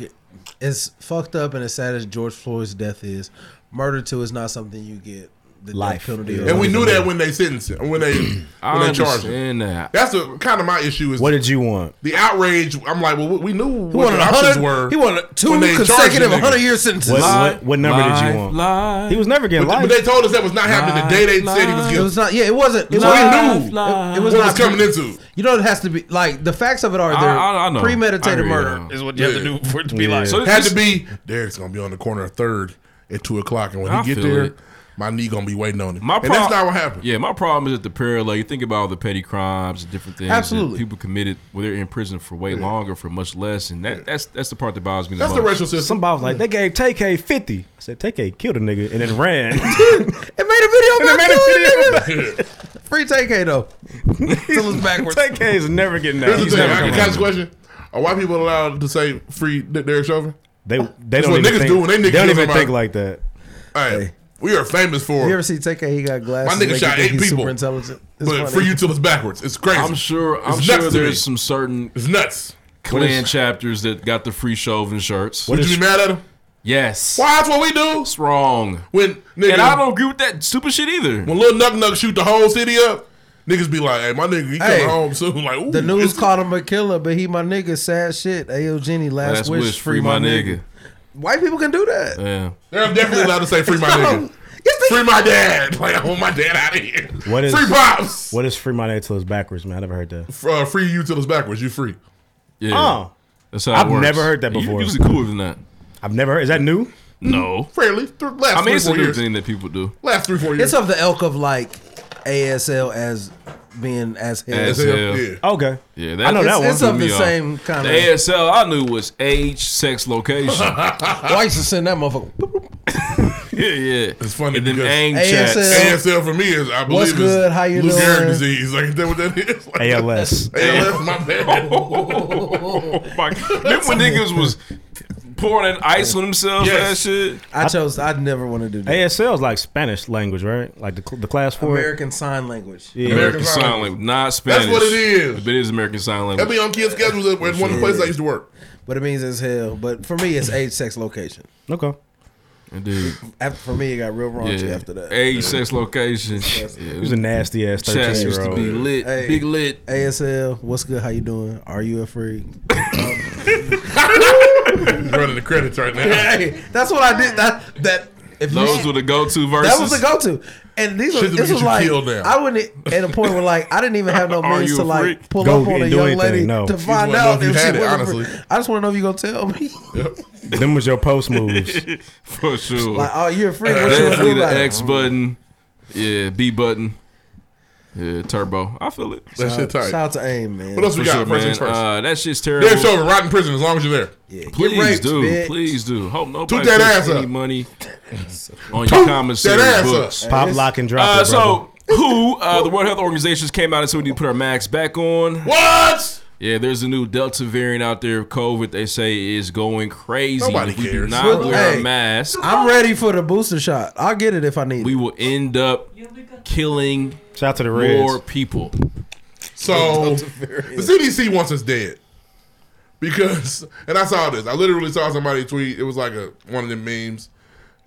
Speaker 7: as fucked up and as sad as George Floyd's death is, murder too is not something you get the
Speaker 5: Life.
Speaker 7: death penalty
Speaker 5: And we knew that when they sentenced him, when they
Speaker 2: I
Speaker 5: when they charged him.
Speaker 2: understand that.
Speaker 5: That's a, kind of my issue is
Speaker 16: What did you want?
Speaker 5: the outrage. I'm like, well, we knew what
Speaker 7: wanted
Speaker 5: the options
Speaker 7: 100
Speaker 5: were.
Speaker 7: he wanted two
Speaker 5: when they charged
Speaker 7: consecutive
Speaker 5: the nigga.
Speaker 7: 100 year sentences.
Speaker 16: What, what, what number did you want? He was never getting
Speaker 5: But,
Speaker 16: life.
Speaker 5: but they told us that was not happening the day they said he was
Speaker 7: It was
Speaker 5: guilty.
Speaker 7: not. Yeah, it wasn't. It
Speaker 5: So
Speaker 7: wasn't-
Speaker 5: we knew
Speaker 7: It, it was
Speaker 5: what
Speaker 7: not
Speaker 5: was coming into.
Speaker 7: You know, it has to be like the facts of it are
Speaker 5: I-
Speaker 7: there.
Speaker 5: I- I know. I
Speaker 7: Premeditated
Speaker 5: agree,
Speaker 7: murder
Speaker 5: yeah.
Speaker 7: is what you have
Speaker 5: Yeah.
Speaker 7: to do for it to be
Speaker 5: Yeah.
Speaker 7: like.
Speaker 5: had to be Derek's gonna be on the corner of third at two o'clock, and when
Speaker 2: I
Speaker 5: he get
Speaker 2: feel
Speaker 5: there,
Speaker 2: it.
Speaker 5: my knee gonna be waiting on him.
Speaker 2: My
Speaker 5: and
Speaker 2: prob-
Speaker 5: that's not what happened.
Speaker 2: Yeah, my problem is at the parallel. You think about all the petty crimes and different things. that
Speaker 5: Absolutely.
Speaker 2: people committed where they're in prison for way longer, for much less, and that, that's that's the part that bothers me. the most.
Speaker 16: Somebody was like, they gave TK 50. I said, TK killed a nigga and then ran.
Speaker 7: Free TK though.
Speaker 5: Till it's backwards.
Speaker 16: TK is never getting out.
Speaker 5: Here's the
Speaker 16: He's
Speaker 5: thing.
Speaker 16: never
Speaker 5: I can
Speaker 16: coming
Speaker 5: ask a
Speaker 16: out.
Speaker 5: question. Are white people allowed to say free D- Derek Chauvin?
Speaker 16: They they
Speaker 5: That's
Speaker 16: don't
Speaker 5: what
Speaker 16: even
Speaker 5: niggas
Speaker 16: think-
Speaker 5: do when they niggas
Speaker 16: they don't
Speaker 5: kill
Speaker 16: even
Speaker 5: somebody.
Speaker 16: think like that.
Speaker 5: Hey, we are famous for
Speaker 7: You ever see TK? He got
Speaker 5: my
Speaker 7: glasses.
Speaker 5: nigga
Speaker 7: make you
Speaker 5: shot
Speaker 7: think
Speaker 5: eight
Speaker 7: he's
Speaker 5: people,
Speaker 7: Super intelligent.
Speaker 5: but free you till it's backwards. It's crazy.
Speaker 2: I'm sure. I'm
Speaker 5: It's nuts
Speaker 2: sure
Speaker 5: to me.
Speaker 2: there's some certain
Speaker 5: it's nuts.
Speaker 2: Klan chapters that got the free Chauvin shirts.
Speaker 5: Would you be mad at him?
Speaker 2: Yes.
Speaker 5: Why? That's what we do. It's
Speaker 2: wrong.
Speaker 5: When nigga,
Speaker 2: And I don't agree with that stupid shit either.
Speaker 5: When Lil Nuck Nuck shoot the whole city up, niggas be like, "Hey, my nigga, he coming
Speaker 7: Hey,
Speaker 5: home soon." Like, ooh,
Speaker 7: The
Speaker 5: it's-
Speaker 7: news called him a killer, but he my nigga. Sad shit. Ayo Jenny, last,
Speaker 2: Last
Speaker 7: wish, free my, nigga. White people can do that.
Speaker 2: Yeah.
Speaker 5: They're definitely allowed to say "free my nigga," "free my dad." Like, I want my dad out of here.
Speaker 16: What is
Speaker 5: free pops?
Speaker 16: What is free my name till it's backwards, man? I never heard that.
Speaker 5: F- Uh, free you till it's backwards. You free.
Speaker 2: Yeah.
Speaker 16: Oh.
Speaker 2: That's how it
Speaker 16: I've
Speaker 2: works.
Speaker 16: never heard that
Speaker 2: You-
Speaker 16: before.
Speaker 2: You usually cooler than that.
Speaker 16: I've never heard. Is that new?
Speaker 2: No.
Speaker 5: Fairly. Th- last
Speaker 2: I mean, it's a
Speaker 5: three, four
Speaker 2: new
Speaker 5: years.
Speaker 2: thing that people do.
Speaker 5: Last three, four years.
Speaker 7: It's of the elk of like ASL as being as hell.
Speaker 2: As hell. Yeah.
Speaker 16: Okay.
Speaker 2: Yeah,
Speaker 7: I know that one. It's
Speaker 2: threw
Speaker 7: of the
Speaker 2: me off.
Speaker 7: same kind
Speaker 2: The
Speaker 7: of.
Speaker 2: ASL I knew was age, sex, location.
Speaker 7: Well, I used to send that motherfucker.
Speaker 2: Yeah, yeah.
Speaker 5: It's funny
Speaker 2: And then
Speaker 5: because
Speaker 2: ang
Speaker 7: ASL.
Speaker 2: chats.
Speaker 5: ASL for me is I believe
Speaker 7: What's
Speaker 5: is
Speaker 7: good? How you
Speaker 5: Lou Gehrig
Speaker 7: doing?
Speaker 5: disease. Like, is that what that is? Like,
Speaker 16: ALS.
Speaker 5: ALS, my bad. Oh
Speaker 2: Like, remember when niggas was pouring an ice on themselves for that
Speaker 16: Yes.
Speaker 2: shit?
Speaker 7: I chose. I never want to do that.
Speaker 16: ASL is like Spanish language, right? Like the, cl- the class for it.
Speaker 7: American Sign Language.
Speaker 16: Yeah.
Speaker 2: American Sign Language, not Spanish.
Speaker 5: what it is.
Speaker 2: But it is American Sign Language.
Speaker 5: That be on kids' schedules at at one of the places I used to work.
Speaker 7: But it means as hell. But for me, it's age, sex, location.
Speaker 16: Okay.
Speaker 2: Indeed.
Speaker 7: After, for me, it got real raunchy
Speaker 2: Yeah.
Speaker 7: after that.
Speaker 2: Age, sex, location. yeah.
Speaker 16: He was a nasty ass
Speaker 2: Chats
Speaker 16: 13
Speaker 2: used
Speaker 16: year
Speaker 2: to
Speaker 16: old.
Speaker 2: be lit.
Speaker 7: Hey,
Speaker 2: Big lit.
Speaker 7: ASL, what's good? How you doing? Are you a freak?
Speaker 5: He's running the credits right now.
Speaker 7: hey, that's what I did. That that if you-
Speaker 2: Those were the go-to verses.
Speaker 7: That was the go-to, and these
Speaker 2: Shit
Speaker 7: were,
Speaker 2: that
Speaker 7: this
Speaker 2: get
Speaker 7: was
Speaker 2: you
Speaker 7: like
Speaker 2: killed now.
Speaker 7: I wouldn't at a point where like I didn't even have no
Speaker 2: Are
Speaker 7: means
Speaker 2: you
Speaker 7: to
Speaker 2: a
Speaker 7: like
Speaker 2: freak?
Speaker 7: pull
Speaker 16: Go
Speaker 7: up on
Speaker 16: and
Speaker 7: a
Speaker 16: do
Speaker 7: young
Speaker 16: anything,
Speaker 7: lady
Speaker 16: no.
Speaker 7: to
Speaker 16: You just
Speaker 7: find
Speaker 5: wanna know
Speaker 7: out
Speaker 5: if you
Speaker 7: if she
Speaker 5: had it,
Speaker 7: was
Speaker 5: honestly.
Speaker 7: honestly. I just want to know if you gonna tell me.
Speaker 16: Them was your post moves.
Speaker 2: For sure.
Speaker 7: Like, oh, you're a freak. What you gonna
Speaker 2: Definitely
Speaker 7: do
Speaker 2: the
Speaker 7: about it?
Speaker 2: X button. Yeah, B button. Yeah, turbo. I feel it.
Speaker 5: That shit tight.
Speaker 7: Shout out to AIM, man.
Speaker 5: What else we
Speaker 2: For
Speaker 5: got?
Speaker 2: sure,
Speaker 5: First things
Speaker 2: man.
Speaker 5: first.
Speaker 2: Uh, that shit's terrible.
Speaker 5: Derek Chauvin, rot in prison as long as you're there.
Speaker 2: Please
Speaker 5: raped,
Speaker 2: do.
Speaker 5: bitch.
Speaker 2: Please do. Hope nobody
Speaker 5: that
Speaker 2: puts
Speaker 5: ass
Speaker 2: any
Speaker 5: up.
Speaker 2: money on
Speaker 5: Toot
Speaker 2: your commissary
Speaker 5: that ass
Speaker 2: books.
Speaker 5: up. Pop, Yes.
Speaker 16: lock, and drop
Speaker 2: Uh,
Speaker 16: it,
Speaker 2: so, who? Uh, the World Health Organization came out and said we need to put our masks back on.
Speaker 5: What?
Speaker 2: Yeah, there's a new Delta variant out there of COVID. They say is going crazy.
Speaker 7: Nobody
Speaker 2: if we do
Speaker 7: cares.
Speaker 2: not
Speaker 7: Well,
Speaker 2: wear
Speaker 7: hey,
Speaker 2: a mask.
Speaker 7: I'm ready for the booster shot. I'll get it if I need.
Speaker 2: We will end up killing
Speaker 16: Shout out to the Reds.
Speaker 2: more people.
Speaker 5: So the CDC wants us dead because, and I saw this. I literally saw somebody tweet. It was like a one of them memes.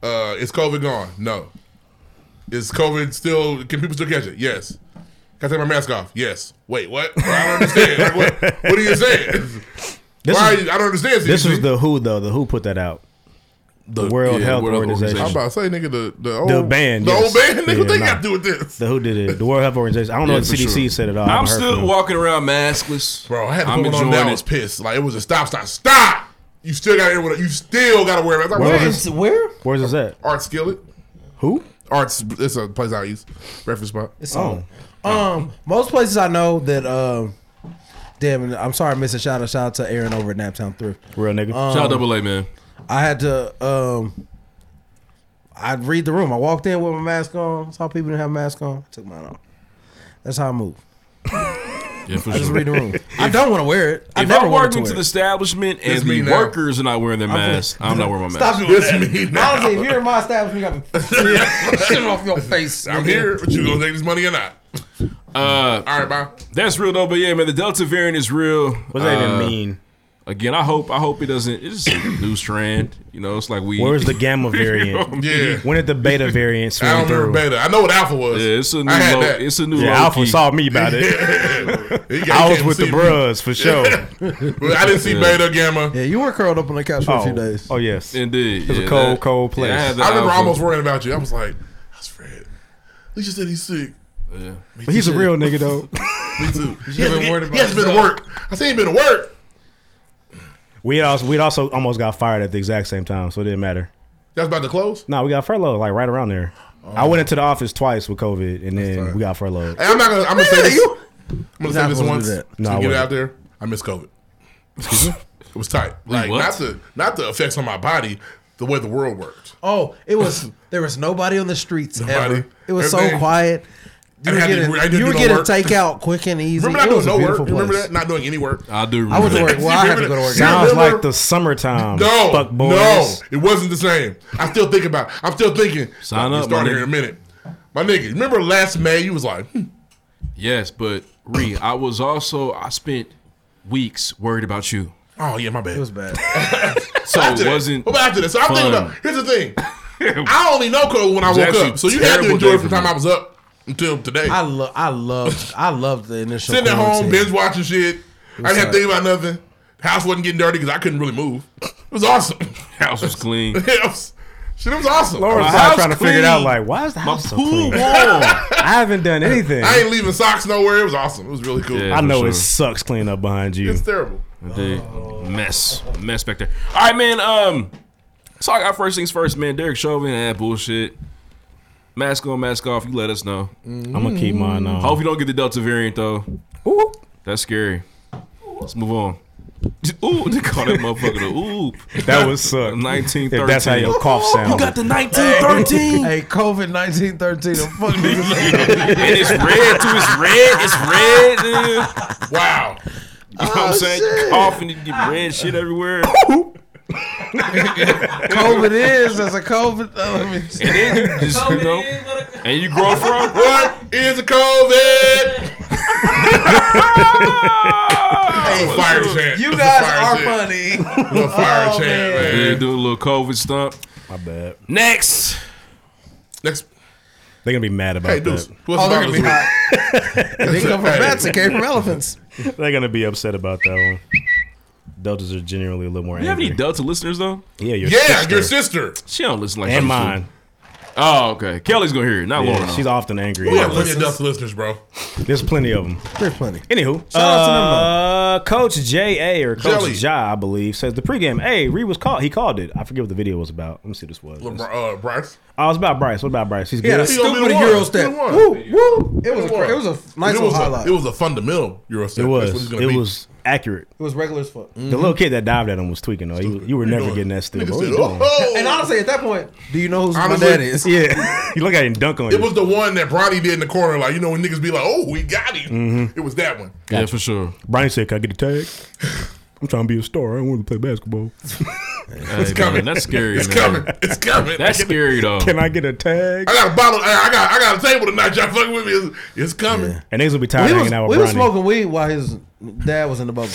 Speaker 5: Uh, is COVID gone? No. Is COVID still? Can people still catch it? Yes. Can I take my mask off? Yes. Wait, what? I don't understand. Like, what, what are you saying?
Speaker 16: This
Speaker 5: Why?
Speaker 16: is-
Speaker 5: are you- I don't understand. CDC.
Speaker 16: This was the WHO though. The WHO put that out. The World
Speaker 2: yeah,
Speaker 16: Health
Speaker 2: World Health
Speaker 16: Organization.
Speaker 5: I'm about to say, nigga, the the old
Speaker 16: The band,
Speaker 5: the
Speaker 16: yes.
Speaker 5: old band, nigga,
Speaker 16: Yeah,
Speaker 5: what they
Speaker 16: nah.
Speaker 5: got to do with this?
Speaker 16: The WHO did it. The World Health Organization. I don't know
Speaker 5: Yeah,
Speaker 16: if
Speaker 5: for
Speaker 16: CDC
Speaker 5: sure.
Speaker 16: said it all. I
Speaker 2: I'm
Speaker 16: haven't heard from
Speaker 2: still
Speaker 16: them.
Speaker 2: walking around maskless,
Speaker 5: Bro, I had to
Speaker 2: I'm
Speaker 5: put one on
Speaker 2: enjoying
Speaker 5: down. I
Speaker 2: it.
Speaker 5: was pissed. Like it was a stop, stop, stop. You still got to You still got to wear it. I was like,
Speaker 16: Where
Speaker 5: what?
Speaker 16: is
Speaker 7: Where?
Speaker 16: Where's this at?
Speaker 5: Art Skillet.
Speaker 16: Who?
Speaker 5: Arts. It's a place I use reference spot.
Speaker 7: It's on. Um, most places I know that. Um, damn, I'm sorry, I missed a shout out. Shout out to Aaron over at Naptown Thrift.
Speaker 16: Real nigga.
Speaker 7: Um,
Speaker 2: Shout out Double A, man.
Speaker 7: I had to. Um, I'd read the room. I walked in with my mask on. Saw people didn't have masks on. Took mine off. That's how I move.
Speaker 2: Yeah, for
Speaker 7: I just
Speaker 2: sure.
Speaker 7: read the room. I don't want to wear it. I
Speaker 2: if
Speaker 7: never
Speaker 2: I'm
Speaker 7: want
Speaker 2: working
Speaker 7: to
Speaker 2: to
Speaker 7: wear
Speaker 2: the
Speaker 7: it.
Speaker 2: establishment and
Speaker 5: This
Speaker 2: the
Speaker 5: me now.
Speaker 2: workers are not wearing their masks, I'm, not wearing my mask.
Speaker 7: Stop doing
Speaker 5: This
Speaker 7: that.
Speaker 5: me now.
Speaker 7: Honestly, if you're in my establishment, you got me shit off your face.
Speaker 5: I'm
Speaker 7: nigga.
Speaker 5: here. But you gonna take this money or not?
Speaker 2: Uh,
Speaker 5: All right, bye.
Speaker 2: That's real though, but yeah, man, the Delta variant is real. What
Speaker 16: does that even mean?
Speaker 2: Again, I hope I hope it doesn't. It's just a new strand. You know, it's like we.
Speaker 16: Where's the gamma variant?
Speaker 5: Yeah.
Speaker 16: When did the beta variant swing
Speaker 5: I don't
Speaker 16: through?
Speaker 5: remember beta. I know what alpha was.
Speaker 2: Yeah, it's a new.
Speaker 5: I had
Speaker 2: Low,
Speaker 5: that.
Speaker 2: it's a new.
Speaker 16: Yeah,
Speaker 2: low
Speaker 16: Alpha
Speaker 2: key.
Speaker 16: saw me about it.
Speaker 5: He got- he
Speaker 16: I was
Speaker 5: came
Speaker 16: with
Speaker 5: to
Speaker 16: the
Speaker 5: see me.
Speaker 16: bros for sure.
Speaker 5: But I didn't see
Speaker 2: Yeah.
Speaker 5: beta gamma.
Speaker 7: Yeah, you were curled up on the couch for a few
Speaker 16: Oh,
Speaker 7: days.
Speaker 16: oh yes.
Speaker 2: Indeed,
Speaker 16: It was
Speaker 2: yeah,
Speaker 16: a cold,
Speaker 2: that-
Speaker 16: cold place.
Speaker 2: Yeah, I had the
Speaker 5: I remember
Speaker 2: alpha.
Speaker 5: almost worrying about you. I was like, that's Fred. He just said he's sick.
Speaker 2: Yeah.
Speaker 5: Me
Speaker 16: But he's a
Speaker 5: too.
Speaker 16: real nigga though.
Speaker 5: Me too. He
Speaker 7: been
Speaker 5: hasn't
Speaker 7: worried
Speaker 5: been-
Speaker 7: about
Speaker 5: he hasn't been to
Speaker 7: himself.
Speaker 5: work. I seen him been to work.
Speaker 16: We also we also almost got fired at the exact same time, so it didn't matter.
Speaker 5: That's about to close.
Speaker 16: No, we got furloughed like right around there. I went into the office twice with COVID, and then we got furloughed.
Speaker 5: Hey, I'm not gonna. I'm gonna say this. I'm gonna
Speaker 16: You're
Speaker 5: say
Speaker 16: not
Speaker 5: this
Speaker 16: gonna do
Speaker 5: once.
Speaker 16: that.
Speaker 5: Just
Speaker 16: No, I
Speaker 5: to get it
Speaker 16: wouldn't.
Speaker 5: out there. I miss COVID. it was tight.
Speaker 16: Wait,
Speaker 5: Like
Speaker 16: what?
Speaker 5: not the not the effects on my body, the way the world worked.
Speaker 7: Oh, it was there was nobody on the streets
Speaker 5: Nobody.
Speaker 7: ever. It was so
Speaker 5: Everything.
Speaker 7: quiet.
Speaker 5: I
Speaker 7: You
Speaker 5: didn't
Speaker 7: were
Speaker 5: have to-
Speaker 7: getting,
Speaker 5: I didn't
Speaker 7: you
Speaker 5: do
Speaker 7: were
Speaker 5: no
Speaker 7: getting
Speaker 5: work.
Speaker 7: takeout quick and easy.
Speaker 5: Remember not
Speaker 7: It was
Speaker 5: doing
Speaker 7: a
Speaker 5: no work.
Speaker 7: beautiful
Speaker 5: You Remember
Speaker 7: place.
Speaker 5: that? Not doing any work.
Speaker 2: I do.
Speaker 7: I went to work. Well, I had to go to work.
Speaker 16: Sounds
Speaker 5: Remember-
Speaker 16: like the
Speaker 7: um,
Speaker 16: summertime.
Speaker 5: No,
Speaker 16: fuck boys.
Speaker 5: no, it wasn't the same. I'm still thinking about. It. I'm still thinking.
Speaker 2: Sign
Speaker 5: We'll
Speaker 2: up,
Speaker 5: Start
Speaker 2: my
Speaker 5: here in
Speaker 2: nigga.
Speaker 5: a minute, my nigga. Remember last May? You was like, hmm,
Speaker 2: Yes, but Ree, I was also I spent weeks worried about you.
Speaker 5: oh yeah, my bad. It was
Speaker 7: bad.
Speaker 2: So
Speaker 5: after
Speaker 2: it
Speaker 5: that-
Speaker 2: wasn't.
Speaker 5: What about after that? So I'm
Speaker 2: fun.
Speaker 5: thinking about. Here's the thing. I only know COVID when I
Speaker 2: It was
Speaker 5: woke
Speaker 2: actually
Speaker 5: up, so you had to
Speaker 2: terrible
Speaker 5: enjoy
Speaker 2: day
Speaker 5: it from
Speaker 2: for
Speaker 5: the time
Speaker 2: me.
Speaker 5: I was up until today.
Speaker 7: I love I loved I loved the initial
Speaker 5: Sitting at home,
Speaker 7: quarantine.
Speaker 5: binge watching shit. I didn't have to think about nothing. House wasn't getting dirty because I couldn't really move. It was awesome.
Speaker 2: House was clean.
Speaker 5: It was- shit, it was awesome.
Speaker 16: Laura's probably trying to figure it out. Like, why is the house so clean? I haven't done anything.
Speaker 5: I ain't leaving socks nowhere. It was awesome. It was really cool.
Speaker 16: I know it sucks cleaning up behind you.
Speaker 5: It's terrible.
Speaker 2: Indeed. Mess. Mess back there. All right, man. Um, so I got first things first, man. Derek Chauvin, that bullshit. Mask on, mask off. You let us know.
Speaker 16: I'ma keep mine on.
Speaker 2: Hope you don't get the Delta variant though. Ooh. That's scary. Let's move on. Ooh, they call that motherfucker the oop.
Speaker 16: That would suck.
Speaker 2: Nineteen thirteen.
Speaker 16: If that's how your cough sounds.
Speaker 2: You got the nineteen thirteen.
Speaker 7: Hey, COVID nineteen thirteen. Fuck niggas.
Speaker 2: and it's red too. It's red. It's red. nigga. Wow. You know what I'm saying? You coughing, you get red shit everywhere.
Speaker 7: COVID is as a COVID. oh, I mean,
Speaker 2: And then you just, you know, and you grow from
Speaker 5: What is a COVID?
Speaker 7: hey,
Speaker 5: fire chant.
Speaker 7: You
Speaker 5: That's a
Speaker 7: guys
Speaker 5: fire
Speaker 7: are
Speaker 5: chant.
Speaker 7: funny.
Speaker 5: Little fire
Speaker 7: Oh,
Speaker 5: chant, man.
Speaker 2: Yeah, do a little COVID stump.
Speaker 16: My bad.
Speaker 2: Next.
Speaker 5: Next.
Speaker 16: They're gonna be mad about
Speaker 5: Hey,
Speaker 16: that.
Speaker 5: Deuce. What's oh,
Speaker 7: gonna be hot. They come from bats. They came from elephants.
Speaker 16: They're gonna be upset about that one. Deltas are generally a little more
Speaker 2: You have
Speaker 16: angry.
Speaker 2: any Delta listeners though?
Speaker 16: yeah, your
Speaker 5: yeah,
Speaker 16: sister.
Speaker 5: your sister.
Speaker 2: She don't listen like
Speaker 16: and
Speaker 2: she
Speaker 16: mine.
Speaker 2: should. Oh, okay. Kelly's gonna hear it, not
Speaker 16: Yeah,
Speaker 2: Lauren.
Speaker 16: she's often angry.
Speaker 5: We have plenty of Delta listeners, bro.
Speaker 16: There's plenty of them.
Speaker 7: There's plenty.
Speaker 16: Anywho,
Speaker 7: Shout out to them,
Speaker 16: uh, Coach J A or Coach
Speaker 5: Jelly.
Speaker 16: Ja, I believe, says the pregame. Hey, Reed was called. He called it. I forget what the video was about. Let me see what this was.
Speaker 5: LeBron, uh, Bryce.
Speaker 16: Oh, it's about Bryce. What about Bryce? He's
Speaker 7: He had
Speaker 16: good.
Speaker 7: a stupid
Speaker 5: He
Speaker 7: euro
Speaker 5: won.
Speaker 7: step.
Speaker 5: He won.
Speaker 7: Woo, woo. It was a cra-
Speaker 5: won.
Speaker 7: it was a nice
Speaker 5: it
Speaker 7: little
Speaker 5: was
Speaker 7: highlight.
Speaker 5: A, it was a fundamental euro step.
Speaker 16: it
Speaker 5: That's what
Speaker 16: was.
Speaker 5: gonna
Speaker 16: It
Speaker 5: be.
Speaker 16: was accurate.
Speaker 7: It was regular as fuck.
Speaker 2: Mm-hmm.
Speaker 16: The little kid that dived at him was tweaking though. You, you were never getting that still. What are you doing?
Speaker 2: "Oh."
Speaker 7: And honestly, at that point, do you know who's my
Speaker 5: Honestly,
Speaker 7: dad is?
Speaker 16: Yeah, you look at him dunk on
Speaker 5: It
Speaker 16: you.
Speaker 5: was the one that Bronny did in the corner. Like, you know, when niggas be like, oh, we got him.
Speaker 16: hmm
Speaker 5: It was that one.
Speaker 2: Yeah, for sure.
Speaker 16: Brian said, "Can I get a tag? I'm trying to be a star. I don't want to play basketball.
Speaker 2: Hey, man, that's scary.
Speaker 5: It's
Speaker 2: man.
Speaker 5: coming. It's coming.
Speaker 2: That's
Speaker 5: I get-
Speaker 2: scary though.
Speaker 16: Can I get a tag?"
Speaker 5: I got a bottle. I I got. I got a table tonight. Y'all fucking with me. It's, it's coming.
Speaker 16: And niggas will be tired
Speaker 7: we
Speaker 16: of
Speaker 7: was,
Speaker 16: hanging out
Speaker 7: we
Speaker 16: with
Speaker 7: was
Speaker 16: Bronny.
Speaker 7: smoking weed while his dad was in the bubble,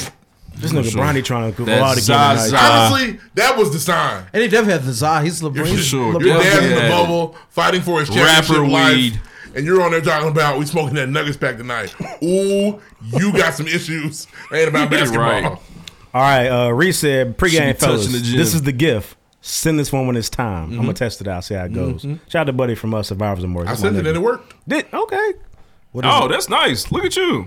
Speaker 16: This nigga
Speaker 2: sure.
Speaker 16: Bronny trying to go
Speaker 2: That's
Speaker 16: out again. tonight.
Speaker 2: Zaza.
Speaker 5: Honestly, that was the sign.
Speaker 7: and he definitely had the za. He's LeBron.
Speaker 2: for sure.
Speaker 7: LeBron.
Speaker 5: Your dad's in the
Speaker 2: Yeah.
Speaker 5: bubble, fighting for his championship
Speaker 2: Rapper
Speaker 5: life,
Speaker 2: weed.
Speaker 5: and you're on there talking about we smoking that Nuggets pack tonight. Ooh, you got some issues. Ain't about
Speaker 2: You're
Speaker 5: basketball.
Speaker 2: right.
Speaker 16: All right, uh, Reese said
Speaker 2: Should
Speaker 16: pregame
Speaker 2: be touching
Speaker 16: fellas.
Speaker 2: the gym.
Speaker 16: This is the gift. Send this one when it's time. I'm gonna
Speaker 2: Mhm.
Speaker 16: test it out, see how it goes. Shout out to Buddy from us, Survivors and More.
Speaker 5: I sent it and it worked.
Speaker 16: Did okay. What is
Speaker 2: Oh,
Speaker 16: it?
Speaker 2: that's nice. Look at you.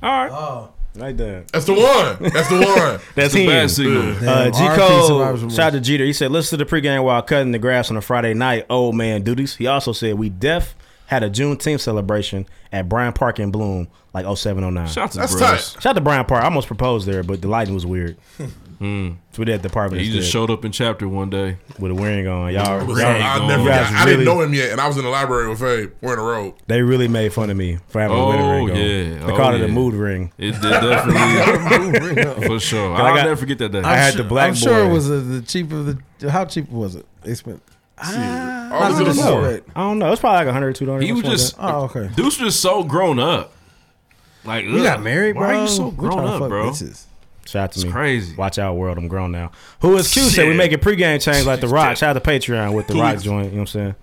Speaker 2: All right.
Speaker 7: oh.
Speaker 16: like that.
Speaker 5: That's the one. That's the one.
Speaker 16: That's
Speaker 2: the bad
Speaker 16: him.
Speaker 2: signal.
Speaker 16: Uh,
Speaker 7: Damn,
Speaker 16: G
Speaker 7: RIP Survivors
Speaker 16: Code,
Speaker 7: and
Speaker 16: shout out to Jeter. He said, listen to the pregame while cutting the grass on a Friday night. Old man duties. He also said, we deaf had a Juneteenth celebration at Bryant Park in Bloom, like 0709.
Speaker 2: Shout out to
Speaker 5: That's
Speaker 2: the
Speaker 5: tight.
Speaker 2: brothers.
Speaker 16: Shout out to Bryant Park. I almost proposed there, but the lighting was weird.
Speaker 2: Mm.
Speaker 16: So we did at the apartment.
Speaker 2: He just
Speaker 16: instead
Speaker 2: showed up in chapter one day.
Speaker 16: with a wearing on. Y'all,
Speaker 5: It was-
Speaker 16: y'all-
Speaker 5: I,
Speaker 2: Dang,
Speaker 5: never,
Speaker 16: you guys
Speaker 5: I, I didn't
Speaker 16: really-
Speaker 5: know him yet, and I was in the library with Fabe wearing a robe.
Speaker 16: They really made fun of me for having a
Speaker 2: Oh,
Speaker 16: wedding ring. on.
Speaker 2: yeah.
Speaker 16: they
Speaker 2: Oh,
Speaker 16: called it a
Speaker 2: yeah.
Speaker 16: mood ring.
Speaker 2: It did definitely. for sure.
Speaker 16: I
Speaker 2: I'll
Speaker 16: got-
Speaker 2: never forget that day.
Speaker 16: I had the black
Speaker 7: I'm sure
Speaker 16: boy.
Speaker 7: it was the, the cheap of the. How cheap was it? They spent.
Speaker 5: I was
Speaker 16: I
Speaker 5: in
Speaker 16: don't
Speaker 5: the store.
Speaker 16: know. I don't know. It's probably like 100 dollars.
Speaker 2: He was just
Speaker 7: Oh, okay.
Speaker 2: Deuce was so grown up. Like
Speaker 7: You
Speaker 2: ugh,
Speaker 7: got married,
Speaker 2: Why
Speaker 7: bro?
Speaker 2: are you so
Speaker 7: We
Speaker 2: grown
Speaker 7: tryna
Speaker 2: up,
Speaker 7: fuck
Speaker 2: bro?
Speaker 7: bitches.
Speaker 16: Shout out to
Speaker 2: It's
Speaker 16: me.
Speaker 2: crazy.
Speaker 16: Watch out, world. I'm grown now. Who is Q? Said we
Speaker 2: Shit.
Speaker 16: make it pregame change like the Rock. Shout out to Patreon with the
Speaker 5: Two
Speaker 16: Rock
Speaker 5: weeks.
Speaker 16: joint. You know what I'm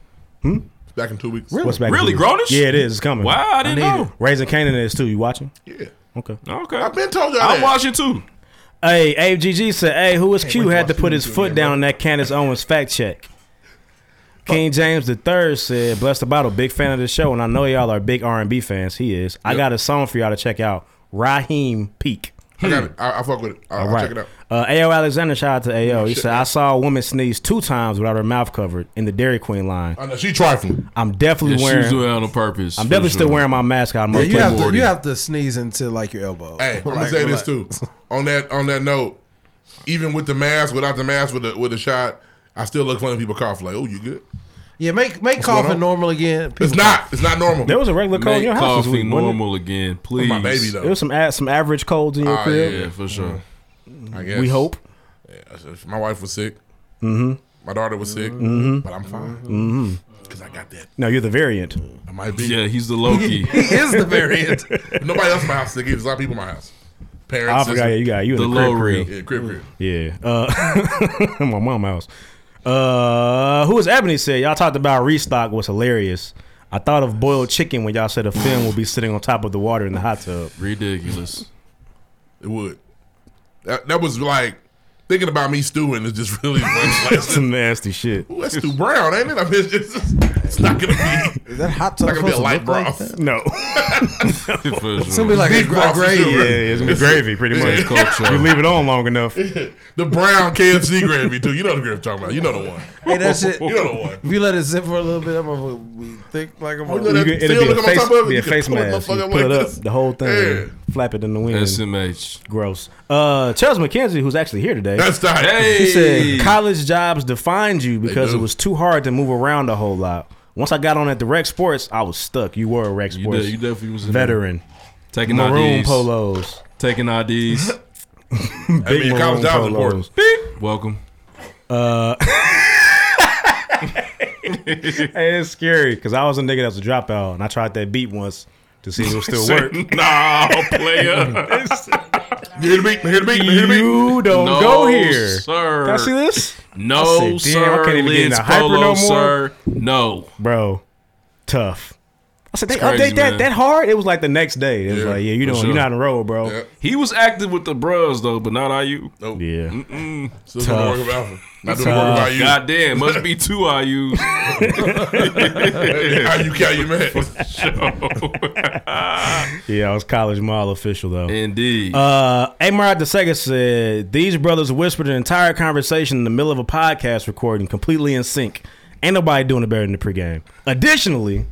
Speaker 16: saying?
Speaker 5: Back in two weeks.
Speaker 16: What's back?
Speaker 2: Really
Speaker 16: to you?
Speaker 2: grownish?
Speaker 16: Yeah, it is. It's coming.
Speaker 2: Wow, I didn't know.
Speaker 16: Raising Canaan is too. You watching?
Speaker 5: Yeah.
Speaker 16: Okay.
Speaker 2: Okay.
Speaker 5: I've been told y'all
Speaker 2: I'm
Speaker 5: that.
Speaker 2: watching too.
Speaker 16: Hey, AGG said, "Hey, who is Q?
Speaker 5: wait to
Speaker 16: Had to
Speaker 5: watch
Speaker 16: put
Speaker 5: you
Speaker 16: his
Speaker 5: do it
Speaker 16: foot
Speaker 5: again,
Speaker 16: down
Speaker 5: bro.
Speaker 16: on that Candace Owens fact check." King James III said, "Bless the bottle, big fan of the show, and I know y'all are big R and B fans. He is. I
Speaker 5: Yep.
Speaker 16: got a song for y'all to check out, Raheem Peak.
Speaker 5: I got it. I, I fuck with it. I'll,
Speaker 16: All
Speaker 5: I'll
Speaker 16: right.
Speaker 5: check it out.
Speaker 16: Uh, AO Alexander, shout out to AO. He
Speaker 5: Shit.
Speaker 16: said, I saw a woman sneeze two times without her mouth covered in the Dairy Queen line.
Speaker 5: I know she trifling.
Speaker 16: I'm definitely
Speaker 2: Yeah, she
Speaker 16: wearing.
Speaker 2: was doing it on purpose,
Speaker 16: I'm
Speaker 2: for
Speaker 16: definitely still
Speaker 2: sure.
Speaker 16: wearing my mask. I'm
Speaker 7: Yeah,
Speaker 16: gonna
Speaker 7: you
Speaker 16: play
Speaker 7: have to
Speaker 16: Morty.
Speaker 7: you have to sneeze until like your elbow.
Speaker 5: Hey, I'm gonna say this too. On that on that note, even with the mask, without the mask, with the with the shot, I still look funny when people cough. Like, oh, you good?
Speaker 7: Yeah, make make
Speaker 5: What's going
Speaker 7: coughing
Speaker 5: on?
Speaker 7: normal again.
Speaker 5: It's not. It's not normal.
Speaker 16: There was a regular cold in your house. this week, wasn't it?
Speaker 2: again,
Speaker 5: With my baby though.
Speaker 16: There was some a- some average colds in your
Speaker 5: Ah,
Speaker 16: crib.
Speaker 5: yeah, for sure.
Speaker 2: Mm.
Speaker 5: I guess.
Speaker 16: We hope.
Speaker 5: Yeah, if my wife was sick.
Speaker 16: Mhm.
Speaker 5: My daughter was sick,
Speaker 16: Mhm.
Speaker 5: but I'm fine.
Speaker 16: Mhm.
Speaker 5: Cause I got that.
Speaker 16: No, you're the variant.
Speaker 5: I might be.
Speaker 2: Mm-hmm. Yeah, he's the Loki.
Speaker 5: he is the variant. Nobody else in my house sick. There's a lot of people in my house. Parents.
Speaker 16: I forgot.
Speaker 5: sister.
Speaker 16: Yeah, you got you in the, crib, crib.
Speaker 5: Yeah, crib crib.
Speaker 16: Yeah. Uh, my mom house. Uh, who is Ebony said y'all talked about restock was hilarious. I thought of boiled chicken when y'all said a film will be sitting on top of the water in the hot tub.
Speaker 2: Ridiculous.
Speaker 5: It would. That, that was like thinking about me stewing is just really
Speaker 16: Some nasty shit.
Speaker 5: Ooh, that's too brown, ain't it? I mean, it's, just, it's not gonna be.
Speaker 7: Is that hot
Speaker 5: It's not gonna be a light broth.
Speaker 16: No.
Speaker 5: It's gonna be like a- Deep like broth gravy. for
Speaker 16: Yeah,
Speaker 5: sure.
Speaker 16: it's gonna be gravy pretty
Speaker 5: Yeah.
Speaker 16: much. You leave it on long enough.
Speaker 5: the brown KFC gravy too. You know the gravy I'm talking about. You know the one.
Speaker 7: Hey, that shit.
Speaker 5: You know the one.
Speaker 7: If you let it zip for a little bit, I'm gonna be thick like
Speaker 5: Oh,
Speaker 7: a
Speaker 5: you know
Speaker 7: motherfucker.
Speaker 5: that-
Speaker 16: It'll
Speaker 5: Still
Speaker 16: be a
Speaker 5: look on
Speaker 16: face,
Speaker 5: top of it,
Speaker 16: be a
Speaker 5: you can
Speaker 16: face
Speaker 5: pull it
Speaker 16: mask.
Speaker 5: motherfucker
Speaker 16: You
Speaker 5: up
Speaker 16: pull it
Speaker 5: like
Speaker 16: up,
Speaker 5: this.
Speaker 16: the whole thing,
Speaker 5: Yeah.
Speaker 16: flap it in the wind.
Speaker 2: SMH.
Speaker 16: Gross. Uh, Charles McKenzie, who's actually here today,
Speaker 5: That's not-
Speaker 16: He
Speaker 5: Hey.
Speaker 16: said college jobs defined you because it was too hard to move around a whole lot. Once I got on at the Rec Sports, I was stuck. You were a Rec Sports.
Speaker 2: did- you definitely was in there.
Speaker 16: veteran.
Speaker 2: Taking
Speaker 16: maroon
Speaker 2: IDs.
Speaker 16: polos.
Speaker 2: Taking IDs.
Speaker 16: Big maroon polos.
Speaker 2: Welcome.
Speaker 16: Uh, hey, it's scary because I was a nigga that was a dropout and I tried that beat once to see if it would still
Speaker 2: Say,
Speaker 16: work.
Speaker 2: Nah, player.
Speaker 5: you hear the beat? You hear the beat? You hear the beat?
Speaker 16: You don't
Speaker 2: No,
Speaker 16: go here.
Speaker 2: sir.
Speaker 16: Can I see this?
Speaker 2: No,
Speaker 16: I said, damn,
Speaker 2: sir.
Speaker 16: I can't even get in
Speaker 2: Lids
Speaker 16: a hyper
Speaker 2: Polo,
Speaker 16: no more.
Speaker 2: sir. No.
Speaker 16: Bro, tough. I said, they
Speaker 2: It's crazy,
Speaker 16: update that
Speaker 2: man.
Speaker 16: that hard? It was like the next day. It was like, yeah, you
Speaker 2: for
Speaker 16: don't,
Speaker 2: sure.
Speaker 16: you're not enrolled, bro.
Speaker 2: He was active with the bros though, but not IU.
Speaker 5: Nope.
Speaker 16: Yeah.
Speaker 2: Mm-mm.
Speaker 5: Still doing the work of Alpha. Not doing the work
Speaker 2: Tough.
Speaker 5: of IU.
Speaker 2: Goddamn, must be two IUs.
Speaker 5: How you count your man?
Speaker 16: Yeah, I was college mall official though.
Speaker 2: Indeed.
Speaker 16: Uh Amar DeSega said these brothers whispered an entire conversation in the middle of a podcast recording, completely in sync. Ain't nobody doing it better than the pregame. Additionally,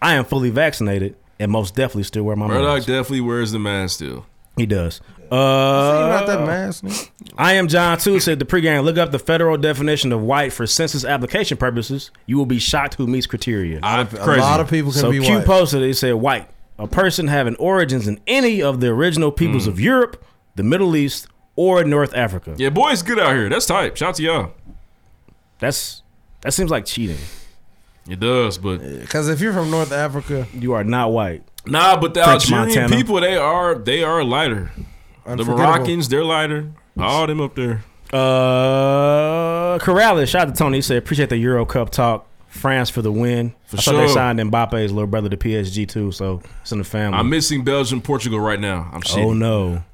Speaker 16: I am fully vaccinated and most definitely still wear my
Speaker 2: Murdoch
Speaker 16: mask.
Speaker 2: definitely wears the mask still.
Speaker 16: He does. Uh,
Speaker 7: not that mask, nigga.
Speaker 16: I am John too said the pregame. Look up the federal definition of white for census application purposes. You will be shocked who meets criteria.
Speaker 7: crazy. lot of people can
Speaker 16: so
Speaker 7: be
Speaker 16: Q
Speaker 7: white.
Speaker 16: posted. It said white, a person having origins in any of the original peoples
Speaker 2: Hmm.
Speaker 16: of Europe, the Middle East, or North Africa.
Speaker 2: Yeah, boys, good out here. That's tight. Shout out to y'all.
Speaker 16: That's that seems like cheating.
Speaker 2: It does, but
Speaker 7: Because if you're from North Africa,
Speaker 16: you are not white.
Speaker 2: nah, but the
Speaker 16: French
Speaker 2: Algerian
Speaker 16: Montana.
Speaker 2: people, they are they are lighter. The
Speaker 16: Unforgettable.
Speaker 2: Moroccans, they're lighter. All them up there.
Speaker 16: Uh, Corrales, shout out to Tony. He said, appreciate the Euro Cup talk. France for the win.
Speaker 2: For
Speaker 16: I thought they
Speaker 2: sure.
Speaker 16: signed Mbappe's little brother to PSG too, so it's in the family.
Speaker 2: I'm missing Belgium, Portugal right now. I'm Oh, shitty.
Speaker 16: Oh no.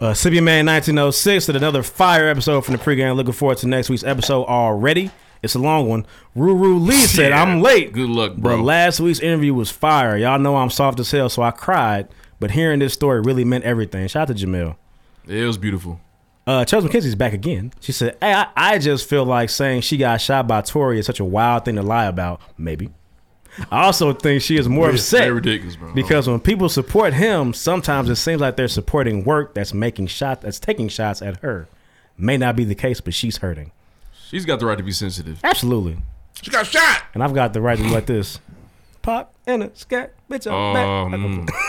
Speaker 16: Uh, Sippy Man 1906 at another fire episode from the pregame. Looking forward to next week's episode already. It's a long one. Ruru Lee said,
Speaker 2: Yeah.
Speaker 16: I'm late.
Speaker 2: Good luck, bro.
Speaker 16: But last week's interview was fire. Y'all know I'm soft as hell, so I cried. But hearing this story really meant everything. Shout out to Jamil.
Speaker 2: It was beautiful.
Speaker 16: Uh, Chelsea McKenzie's back again. She said, hey, I, I just feel like saying she got shot by Tori is such a wild thing to lie about. Maybe. I also think she is more
Speaker 2: Very-
Speaker 16: upset
Speaker 2: very ridiculous, bro.
Speaker 16: because when people support him, sometimes it seems like they're supporting work that's making shot that's taking shots at her. May not be the case, but she's hurting.
Speaker 2: She's got the right to be sensitive.
Speaker 16: Absolutely.
Speaker 5: She got shot.
Speaker 16: And I've got the right to be like this. Pop and a scat, bitch. I'm back.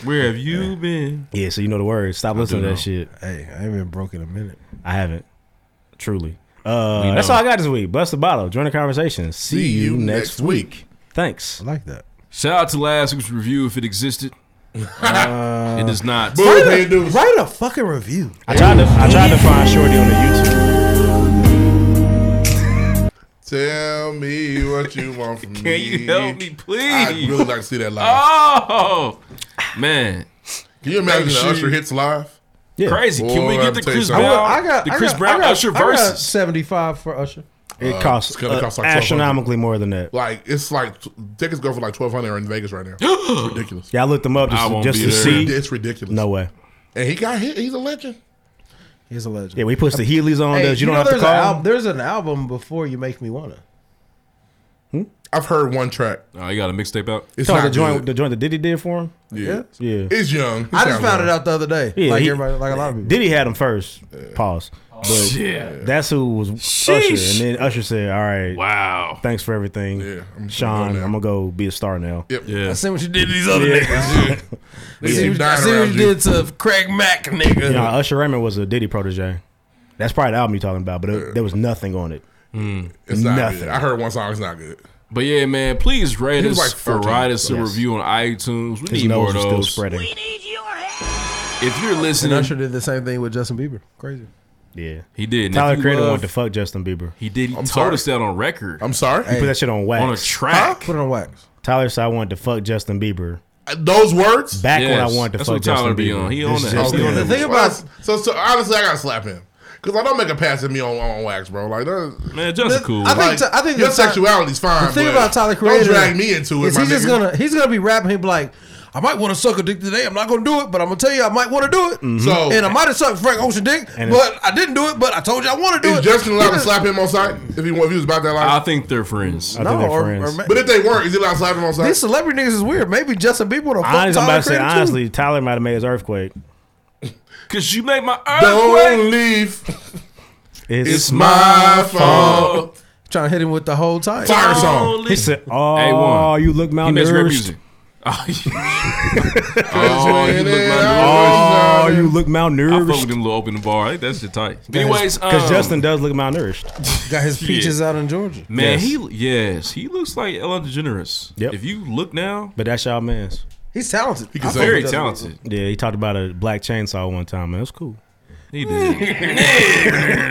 Speaker 2: Um, where have you been?
Speaker 16: Yeah, so you know the words. Stop listening to
Speaker 2: do
Speaker 16: that
Speaker 2: know.
Speaker 16: shit.
Speaker 7: Hey, I ain't been broke in a minute.
Speaker 16: I haven't. Truly. Uh,
Speaker 7: We
Speaker 16: that's
Speaker 7: know.
Speaker 16: all I got this week. Bless the bottle. Join the conversation. See, you next week. Thanks. I
Speaker 7: like that.
Speaker 2: Shout out to last week's review if it existed. it does not.
Speaker 7: Write a, write a fucking review.
Speaker 16: Uh, I tried to I tried to find Shorty on the
Speaker 5: Uh,
Speaker 16: YouTube.
Speaker 5: Tell me what you want from me.
Speaker 2: Can you help me, please?
Speaker 5: I'd really like to see that live.
Speaker 2: Oh man,
Speaker 5: Can you imagine
Speaker 2: Make
Speaker 5: the
Speaker 2: sure
Speaker 5: Usher
Speaker 2: you-
Speaker 5: hits live?
Speaker 2: Yeah. Crazy. Can we
Speaker 5: Boy,
Speaker 2: get
Speaker 5: I'm
Speaker 2: the
Speaker 5: telling you
Speaker 2: Chris
Speaker 5: something.
Speaker 2: Brown-
Speaker 7: I got
Speaker 2: The
Speaker 7: I
Speaker 2: Chris
Speaker 7: got-
Speaker 2: Brown
Speaker 7: I got-
Speaker 2: Usher
Speaker 7: I got
Speaker 2: versus.
Speaker 7: seventy-five for Usher.
Speaker 16: It
Speaker 5: Uh,
Speaker 16: costs
Speaker 5: it's gonna
Speaker 16: uh,
Speaker 5: cost like 1200.
Speaker 16: astronomically more than that.
Speaker 5: Like it's like t- tickets go for like twelve hundred in Vegas right now. It's ridiculous.
Speaker 16: Yeah, I looked them up
Speaker 5: I
Speaker 16: just, to,
Speaker 5: won't
Speaker 16: just
Speaker 5: be
Speaker 16: to
Speaker 5: there.
Speaker 16: see.
Speaker 5: It's ridiculous.
Speaker 16: No way.
Speaker 5: And he got hit. He's a legend.
Speaker 7: He's a legend.
Speaker 16: Yeah, we puts the Heelys on.
Speaker 7: Hey,
Speaker 16: does you, don't have
Speaker 7: know
Speaker 16: to
Speaker 7: there's an
Speaker 16: call?
Speaker 7: al- there's an album before you make me wanna.
Speaker 16: Hmm?
Speaker 5: I've heard one track.
Speaker 2: Oh, you got a mixtape out?
Speaker 16: It's the joint, the joint that Diddy did for him.
Speaker 5: Yeah.
Speaker 16: yeah.
Speaker 5: It's young. He
Speaker 7: I just
Speaker 5: sound
Speaker 7: found
Speaker 5: young.
Speaker 7: it out the other day.
Speaker 16: Yeah,
Speaker 7: like
Speaker 16: he-
Speaker 7: everybody, like a lot of people.
Speaker 16: Diddy had him first. Pause.
Speaker 5: Oh,
Speaker 16: But
Speaker 7: shit.
Speaker 16: That's who was
Speaker 7: Sheesh.
Speaker 16: Usher, and then Usher said, "All right,
Speaker 2: wow,
Speaker 16: thanks for everything, yeah,
Speaker 5: I'm
Speaker 16: Sean. I'm gonna go be a star now."
Speaker 5: Yep.
Speaker 2: Yeah.
Speaker 22: I seen what you did to these other
Speaker 16: Yeah.
Speaker 22: niggas. I
Speaker 16: Yeah.
Speaker 22: seen what, I seen what you did to Craig Mack, nigga.
Speaker 16: You know, Usher Raymond was a Diddy protege. That's probably the album you're talking about, but it, there was nothing on it.
Speaker 5: Hmm. It's not good.
Speaker 16: nothing.
Speaker 5: I heard one song. It's not good.
Speaker 2: But yeah, man, please rate
Speaker 5: He was
Speaker 2: us
Speaker 5: like
Speaker 2: or
Speaker 5: 14,
Speaker 2: write us a
Speaker 5: yes.
Speaker 2: review on iTunes. We
Speaker 16: His
Speaker 2: need more
Speaker 16: nose
Speaker 2: of
Speaker 16: was still
Speaker 2: those.
Speaker 16: spreading. We
Speaker 2: If you're
Speaker 7: And
Speaker 2: listening,
Speaker 7: Usher did the same thing with Justin Bieber. Crazy.
Speaker 16: Yeah,
Speaker 2: he did. And
Speaker 16: Tyler
Speaker 2: if you
Speaker 16: Creator
Speaker 2: love-
Speaker 16: wanted to fuck Justin Bieber.
Speaker 2: He did. He told
Speaker 16: sorry.
Speaker 2: us that on record.
Speaker 5: I'm sorry.
Speaker 16: He put that shit on wax.
Speaker 2: On a track.
Speaker 7: Put it on wax.
Speaker 16: Tyler said I wanted to fuck Justin Bieber.
Speaker 5: Those words.
Speaker 16: Back when I wanted to
Speaker 2: That's
Speaker 16: fuck
Speaker 2: what Tyler
Speaker 16: Justin
Speaker 2: be
Speaker 16: Bieber.
Speaker 2: on. He on
Speaker 16: This
Speaker 2: that.
Speaker 16: just-
Speaker 2: Okay.
Speaker 16: yeah.
Speaker 2: The thing
Speaker 5: Well, so, so honestly, I gotta slap him because I don't make a pass at me on, on wax, bro. Like that,
Speaker 2: man, Justin cool.
Speaker 7: I think I think
Speaker 5: your
Speaker 7: the Ty-
Speaker 5: sexuality's fine.
Speaker 7: The thing
Speaker 5: but
Speaker 7: about Tyler
Speaker 5: don't
Speaker 7: Creator,
Speaker 5: drag me into it.
Speaker 7: Is
Speaker 5: my
Speaker 7: he just
Speaker 5: nigga.
Speaker 7: gonna he's gonna be rapping? He'll be like, I might want to suck a dick today. I'm not gonna do it, but I'm gonna tell you I might want to do it.
Speaker 5: Mhm. So-
Speaker 7: and I might have sucked Frank Ocean dick,
Speaker 5: And
Speaker 7: but I didn't do it. But I told you I want to do
Speaker 5: Is
Speaker 7: it.
Speaker 5: Justin allowed to
Speaker 7: He
Speaker 5: slap him on sight if he, wa- if he was about that
Speaker 2: I
Speaker 5: life?
Speaker 2: think they're friends.
Speaker 16: I think they're friends.
Speaker 5: but if they weren't, is he allowed to slap him on
Speaker 7: doesn't-
Speaker 5: sight?
Speaker 7: These celebrity niggas is weird. Maybe Justin Bieber would have fucked
Speaker 16: Honestly, I'm about
Speaker 7: Tyler
Speaker 16: to say
Speaker 7: Creator too.
Speaker 16: honestly, Tyler might have made his earthquake.
Speaker 2: Cause you made my
Speaker 5: Don't leave.
Speaker 16: It's,
Speaker 5: my fault.
Speaker 7: Trying to hit him with the whole time.
Speaker 5: Fire song.
Speaker 16: He said, "Oh,
Speaker 2: A1.
Speaker 16: you look
Speaker 2: He makes
Speaker 16: mountaineers.
Speaker 2: great music. Oh,
Speaker 7: Oh,
Speaker 2: you look
Speaker 16: Oh, you look
Speaker 2: malnourished. I fuck
Speaker 16: malnourished."
Speaker 2: with them little open bar. I think That's your type. But anyways,
Speaker 16: Anyways, because
Speaker 2: um,
Speaker 16: Justin does look malnourished.
Speaker 7: Got his
Speaker 2: Yeah.
Speaker 7: peaches out in Georgia.
Speaker 2: man,
Speaker 16: Yes.
Speaker 2: he yes, he looks like Ellen DeGeneres. If you look now,
Speaker 16: But that's y'all man's.
Speaker 7: He's talented.
Speaker 2: He can sing. Very talented.
Speaker 16: Yeah, he talked about a black chainsaw one time, man. That's cool.
Speaker 2: He did.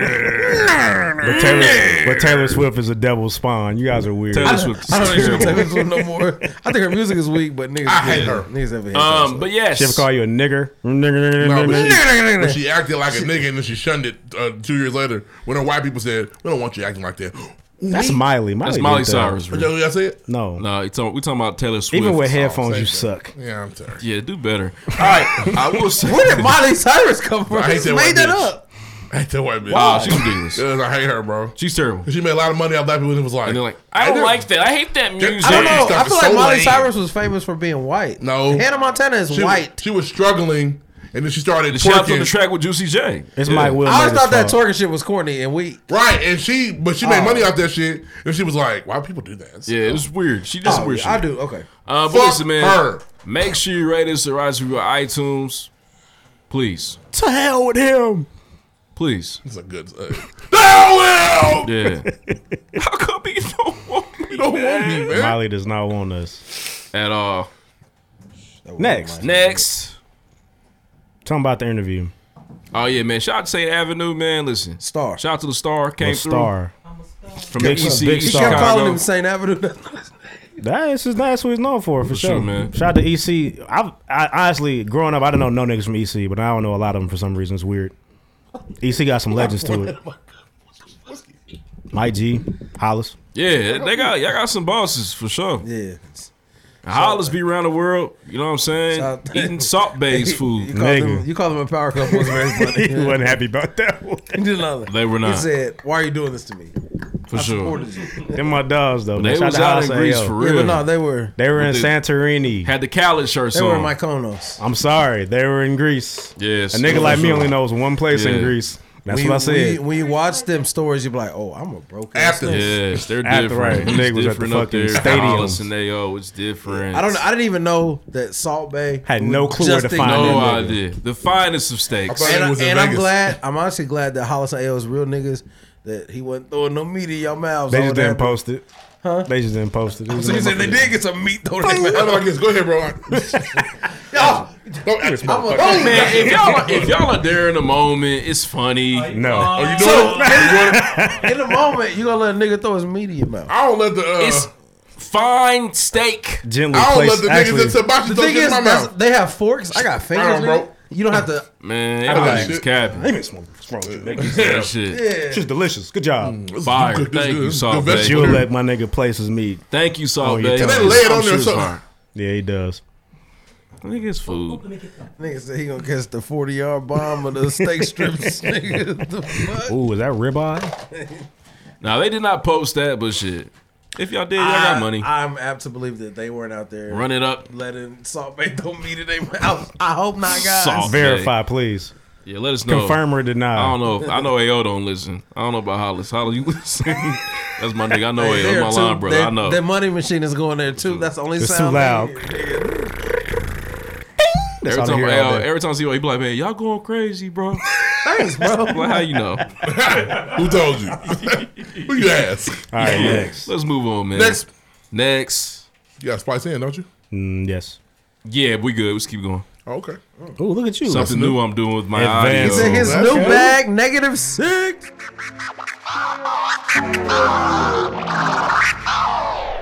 Speaker 16: But Taylor, but Taylor Swift is a devil's spawn. You guys are weird.
Speaker 2: Taylor Swift
Speaker 7: I don't listen to Taylor Swift no more. I think her music is weak, but niggas,
Speaker 5: I hate her.
Speaker 7: Niggas have a hit.
Speaker 2: Um, but yes,
Speaker 16: She ever call you a nigger? Nigger, nigger,
Speaker 5: No,
Speaker 16: nigger,
Speaker 5: but
Speaker 16: nigger.
Speaker 5: she, but she acted like a nigga and then she shunned it uh, two years later when her white people said, We don't want you acting like that.
Speaker 16: That's Miley. Miley
Speaker 2: That's Miley
Speaker 16: did that.
Speaker 2: Cyrus.
Speaker 5: Is that what y'all said?
Speaker 16: No.
Speaker 2: No, it's on, we talking about Taylor Swift.
Speaker 16: Even with headphones, you
Speaker 5: Same
Speaker 16: suck.
Speaker 5: Yeah, I'm sorry.
Speaker 2: Yeah, do better. All right, I will say.
Speaker 7: Where did Miley Cyrus come from?
Speaker 5: I hate that white
Speaker 7: Made that
Speaker 5: bitch.
Speaker 7: up.
Speaker 5: I hate that white bitch.
Speaker 2: Wow, she's ridiculous.
Speaker 5: Yes, I hate her, bro.
Speaker 2: She's terrible.
Speaker 5: She made a lot of money off black people and it was like,
Speaker 2: And they're like, I don't like that. I hate that music.
Speaker 7: I don't know. I
Speaker 5: Stuff is
Speaker 7: feel like
Speaker 5: so
Speaker 7: Miley
Speaker 5: lame.
Speaker 7: Cyrus was famous for being white.
Speaker 5: No.
Speaker 7: Hannah Montana is
Speaker 5: she,
Speaker 7: white.
Speaker 5: She was struggling and then she started
Speaker 2: She out on
Speaker 5: twerking.
Speaker 2: the track with Juicy J.
Speaker 16: It's
Speaker 2: Yeah.
Speaker 16: Mike Will.
Speaker 7: I always
Speaker 16: Mader's
Speaker 7: thought that
Speaker 16: fault.
Speaker 7: twerking shit was corny, and we
Speaker 5: Right, and she, but she made
Speaker 7: Oh.
Speaker 5: money off that shit, and she was like, "Why people do that?" It's-
Speaker 2: Yeah, it was weird. She just
Speaker 7: Oh,
Speaker 2: weird.
Speaker 7: yeah,
Speaker 2: shit.
Speaker 7: I do. Okay.
Speaker 2: Uh, but
Speaker 5: Fuck
Speaker 2: listen, man.
Speaker 5: her.
Speaker 2: Make sure you rate us or write us a review on iTunes, please.
Speaker 16: To hell with him.
Speaker 2: Please.
Speaker 5: It's a good. Uh, Hell, Will!
Speaker 2: Yeah.
Speaker 5: You don't want me, man.
Speaker 16: Miley does not want us.
Speaker 2: At all.
Speaker 16: Next.
Speaker 2: Next.
Speaker 16: Talking about the interview.
Speaker 2: Oh yeah, man. Shout out to St. Avenue, man. Listen.
Speaker 7: Star.
Speaker 2: Shout out to the star. Came
Speaker 16: The star.
Speaker 2: through. From
Speaker 16: Big-
Speaker 2: the E EC.
Speaker 16: big
Speaker 7: He
Speaker 16: star.
Speaker 7: kept
Speaker 2: Chicago.
Speaker 7: calling him St. Avenue.
Speaker 16: That's just that's what he's known for, for, sure.
Speaker 2: sure, man.
Speaker 16: Shout out to EC. I've, I honestly, growing up, I didn't know no niggas from EC, but I don't know a lot of them for some reason. It's weird. EC got some legends to it. Mike G, Hollis.
Speaker 2: Yeah, they got y'all got some bosses for sure.
Speaker 7: Yeah.
Speaker 2: Hollis be around the world, you know what I'm saying?
Speaker 7: Shout-
Speaker 2: Eating salt based food.
Speaker 7: You called, him, you called him a power couple. was very funny.
Speaker 16: he wasn't happy about that one.
Speaker 7: He did another.
Speaker 2: They were
Speaker 7: He
Speaker 2: not.
Speaker 7: said, "Why are you doing this to me?"
Speaker 2: For
Speaker 7: I
Speaker 2: sure.
Speaker 7: supported you.
Speaker 16: Them my dogs though. man.
Speaker 2: They
Speaker 16: Shout
Speaker 2: was
Speaker 16: to
Speaker 2: out
Speaker 16: Hollis
Speaker 2: in
Speaker 16: and
Speaker 2: Greece
Speaker 16: yo.
Speaker 2: for
Speaker 7: Yeah,
Speaker 2: real.
Speaker 7: but no, they were
Speaker 16: They were in
Speaker 2: With the-
Speaker 16: Santorini.
Speaker 2: Had the Khaled shirts
Speaker 7: they were
Speaker 2: on.
Speaker 7: in Mykonos.
Speaker 16: I'm sorry, they were in Greece.
Speaker 2: Yes,
Speaker 16: a nigga
Speaker 2: for
Speaker 16: like me
Speaker 2: sure.
Speaker 16: only knows one place
Speaker 2: Yeah.
Speaker 16: in Greece. That's
Speaker 7: When
Speaker 16: what I
Speaker 7: you- When
Speaker 16: said.
Speaker 7: you, when you watch them stories, you're like, "Oh, I'm a broke ass."
Speaker 5: After
Speaker 7: nigga."
Speaker 2: Yes, they're
Speaker 16: At the
Speaker 2: different.
Speaker 16: right.
Speaker 2: It's
Speaker 16: Niggas at the
Speaker 2: different up
Speaker 16: fucking
Speaker 2: there.
Speaker 16: stadiums.
Speaker 2: Hollis and they oh, it's different.
Speaker 7: I don't. know. I didn't even know that Salt Bay
Speaker 16: Had no clue where to
Speaker 7: Justin-
Speaker 16: find that
Speaker 2: no
Speaker 16: nigga.
Speaker 2: idea. The finest of steaks.
Speaker 5: I thought
Speaker 7: And,
Speaker 5: it was in
Speaker 7: and I'm
Speaker 5: Vegas.
Speaker 7: glad. I'm honestly glad that Hollis and Ayo's real niggas. That he wasn't throwing no meat in your mouths.
Speaker 16: They
Speaker 7: all
Speaker 16: just
Speaker 7: that.
Speaker 16: didn't post it. Huh? They just didn't post it. It was
Speaker 7: So you
Speaker 16: in
Speaker 7: said
Speaker 16: the-
Speaker 7: they did get some meat though.
Speaker 5: I know I guess. Go ahead, bro. Y'all, don't act smart.
Speaker 2: Oh, man, if y'all are, if y'all are there in the moment, it's funny.
Speaker 16: No.
Speaker 5: Are Oh, you doing it? Are you doing it?
Speaker 7: In the moment, you gonna let a nigga throw his meat in your mouth.
Speaker 5: I don't let the. Uh,
Speaker 2: It's fine steak.
Speaker 16: Gently
Speaker 5: I don't let
Speaker 16: placed.
Speaker 5: the
Speaker 16: Actually,
Speaker 5: niggas in Tabashi
Speaker 7: The
Speaker 5: throw
Speaker 7: thing
Speaker 5: shit in
Speaker 7: is,
Speaker 5: my
Speaker 7: that's-
Speaker 5: mouth.
Speaker 7: they have forks. I got fingers,
Speaker 5: Brown,
Speaker 7: bro.
Speaker 5: bro.
Speaker 7: You don't have to.
Speaker 2: Man,
Speaker 5: don't
Speaker 2: y'all
Speaker 5: like
Speaker 2: niggas
Speaker 5: it.
Speaker 2: capping.
Speaker 16: It's one- it's wrong with you, nigga.
Speaker 2: That shit.
Speaker 16: It's just delicious. Good job.
Speaker 2: Fire.
Speaker 5: This is good.
Speaker 2: Thank you,
Speaker 5: This is
Speaker 2: Salt
Speaker 5: good
Speaker 2: Bay.
Speaker 16: You'll let my nigga place his meat. Oh,
Speaker 2: Thank you, Salt
Speaker 16: On your
Speaker 2: Bay.
Speaker 16: tongue.
Speaker 5: They lay it on there,
Speaker 2: it's
Speaker 5: so-
Speaker 2: fine.
Speaker 16: Yeah, he does. Niggas food.
Speaker 8: Nigga said he gonna catch the forty yard bomb of the steak strips. Nigga, the fuck?
Speaker 16: Ooh, is that ribeye?
Speaker 2: Now they did not post that, but shit. If y'all did, y'all got money.
Speaker 8: I'm apt to believe that they weren't out there.
Speaker 2: Run it up.
Speaker 8: Letting salt bait don't meet it. I, I hope not, guys.
Speaker 2: Salt.
Speaker 16: Verify, please.
Speaker 2: Yeah, let us know.
Speaker 16: Confirm or deny.
Speaker 2: I don't know. If, I know AO don't listen. I don't know about Hollis. Hollis, you listen? That's my nigga. I know
Speaker 8: Hey,
Speaker 2: AO.
Speaker 8: there
Speaker 2: That's
Speaker 8: too,
Speaker 2: my line, brother.
Speaker 8: that-
Speaker 2: I know.
Speaker 8: That money machine is going there too. That's the only
Speaker 16: It's
Speaker 8: sound.
Speaker 16: too loud.
Speaker 2: Every
Speaker 16: all I
Speaker 2: time,
Speaker 16: hear all
Speaker 2: AO,
Speaker 16: day.
Speaker 2: every time I see him, he be like, man, y'all going crazy, bro.
Speaker 8: Thanks, bro.
Speaker 2: like, how you know?
Speaker 5: Who told you? Who you ask?
Speaker 16: All right, next.
Speaker 2: Let's move on, man.
Speaker 5: Next.
Speaker 2: Next.
Speaker 5: You got to splice in, don't you?
Speaker 16: Mm, yes.
Speaker 2: Yeah, we good. Let's keep going.
Speaker 5: Oh, okay.
Speaker 16: Oh, look at you.
Speaker 2: Something new I'm doing with my
Speaker 16: Advanced.
Speaker 2: audio.
Speaker 16: He's in his
Speaker 8: New bag negative six.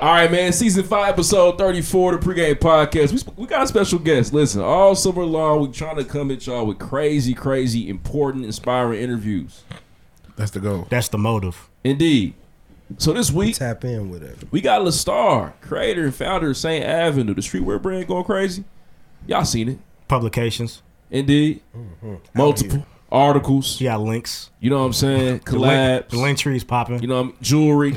Speaker 2: All right, man. Season five, episode thirty-four, the pregame podcast. We, we got a special guest. Listen, all summer long, we trying to come at y'all with crazy, crazy, important, inspiring interviews.
Speaker 5: That's the goal.
Speaker 16: That's the motive.
Speaker 2: Indeed. So this week,
Speaker 8: tap in with it.
Speaker 2: we got LaStar, creator and founder of Saint Avenue, the streetwear brand going crazy. Y'all seen it?
Speaker 16: Publications.
Speaker 2: Indeed.
Speaker 5: Mm-hmm.
Speaker 2: Multiple articles.
Speaker 16: Yeah, links.
Speaker 2: You know what I'm saying?
Speaker 16: The link,
Speaker 2: Collabs.
Speaker 16: the link tree's popping.
Speaker 2: You know, what I mean? jewelry,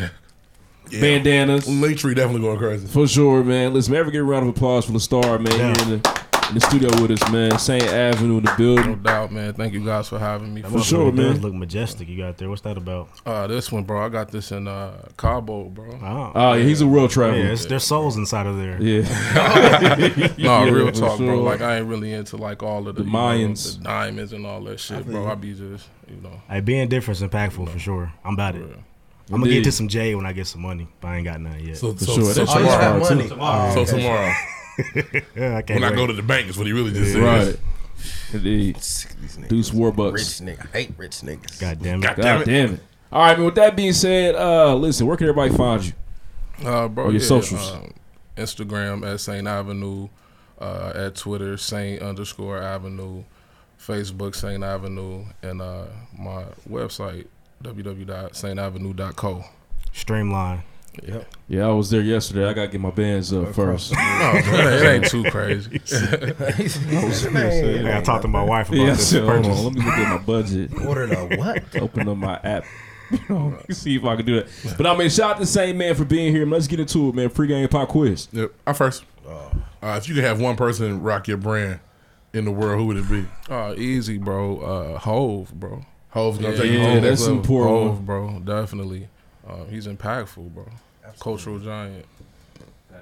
Speaker 2: bandanas.
Speaker 5: Link tree definitely going crazy.
Speaker 2: For sure, man. Listen, man, ever get a round of applause for the star, man.
Speaker 1: Yeah.
Speaker 2: Here in the, in the studio with us, man. St. Avenue in the
Speaker 1: No
Speaker 2: building.
Speaker 1: doubt, man. Thank you guys for having me.
Speaker 16: That
Speaker 1: For
Speaker 16: motherfucker
Speaker 1: sure,
Speaker 16: does
Speaker 1: man.
Speaker 16: look majestic you got there. What's that about?
Speaker 1: Uh, this one, bro. I got this in uh, Cabo, bro.
Speaker 16: Oh,
Speaker 2: Oh, yeah, he's a world traveler.
Speaker 16: Yeah, it's, there's souls inside of there.
Speaker 1: Yeah. no, real
Speaker 2: for
Speaker 1: talk, bro.
Speaker 2: sure.
Speaker 1: Like I ain't really into like all of the,
Speaker 2: The
Speaker 1: you know,
Speaker 2: Mayans.
Speaker 1: the diamonds, and all that shit, bro.
Speaker 2: feel you.
Speaker 1: I be just, you know,
Speaker 16: Hey, being different's impactful for sure. I'm about it. I'm gonna
Speaker 1: Indeed.
Speaker 16: get to some J when I get some money, but I ain't got none yet.
Speaker 5: So- For so- sure, so that's
Speaker 2: Oh,
Speaker 5: tomorrow, tomorrow, too. money. Tomorrow. So tomorrow.
Speaker 16: yeah, I can't
Speaker 5: When I
Speaker 16: wait.
Speaker 5: go to the bank is what he really just said.
Speaker 2: Right. Indeed. Deuce Warbucks.
Speaker 8: Rich nigga, I hate rich niggas.
Speaker 16: God damn it.
Speaker 2: God damn it. All right, man. With that being said, uh, listen, where can everybody find you?
Speaker 1: Uh, bro,
Speaker 2: Or your
Speaker 1: yeah,
Speaker 2: socials.
Speaker 1: um, Instagram at Saint Avenue, uh, at Twitter Saint underscore Avenue, Facebook Saint Avenue, and uh, my website www.saintavenue.co.
Speaker 16: Streamline.
Speaker 1: Yep.
Speaker 2: yeah, I was there yesterday. I gotta get my bands up first.
Speaker 1: No, bro, it ain't too crazy.
Speaker 16: I gotta talk to my wife about
Speaker 2: Yeah, I
Speaker 16: this
Speaker 2: said, hold
Speaker 16: purchase.
Speaker 2: on, let me look at my budget.
Speaker 16: Order the what?
Speaker 2: Open up my app. You know, see if I can do that. But I mean, shout out to Saint Man for being here. Let's get into it, man. Pre game pop quiz.
Speaker 5: Yep. I first. Uh, if you could have one person rock your brand in the world, who would it be?
Speaker 1: Oh, easy, bro. Uh, Hove, bro.
Speaker 5: Hove's gonna
Speaker 1: yeah,
Speaker 5: take you
Speaker 1: yeah,
Speaker 5: home.
Speaker 1: that's
Speaker 5: Hove.
Speaker 1: important.
Speaker 5: Hove,
Speaker 1: Hove, bro, definitely. Uh, he's impactful, bro. Cultural giant.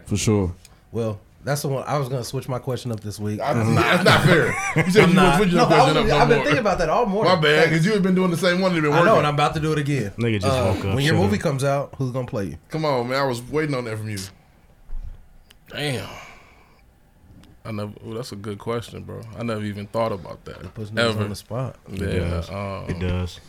Speaker 2: For sure.
Speaker 8: Well, that's the one I was gonna switch my question up this week.
Speaker 5: I- that's not fair. You said
Speaker 8: I'm
Speaker 5: you
Speaker 8: not.
Speaker 5: gonna switch your
Speaker 8: No, I
Speaker 5: question up
Speaker 8: was-
Speaker 5: no
Speaker 8: I've been
Speaker 5: more.
Speaker 8: thinking about that all morning.
Speaker 5: My bad, because you've been doing the same one. You've been
Speaker 8: I
Speaker 5: working.
Speaker 8: know, and I'm about to do it again. Uh,
Speaker 16: Nigga just woke up,
Speaker 8: When your
Speaker 16: shut
Speaker 8: movie
Speaker 16: up.
Speaker 8: comes out, who's gonna play you?
Speaker 5: Come on, man. I was waiting on that from you.
Speaker 1: Damn. I never. Ooh, that's a good question, bro. I never even thought about that. It
Speaker 8: puts niggas
Speaker 1: Ever.
Speaker 8: on the spot. It
Speaker 1: Yeah,
Speaker 16: does.
Speaker 1: Um,
Speaker 16: It does.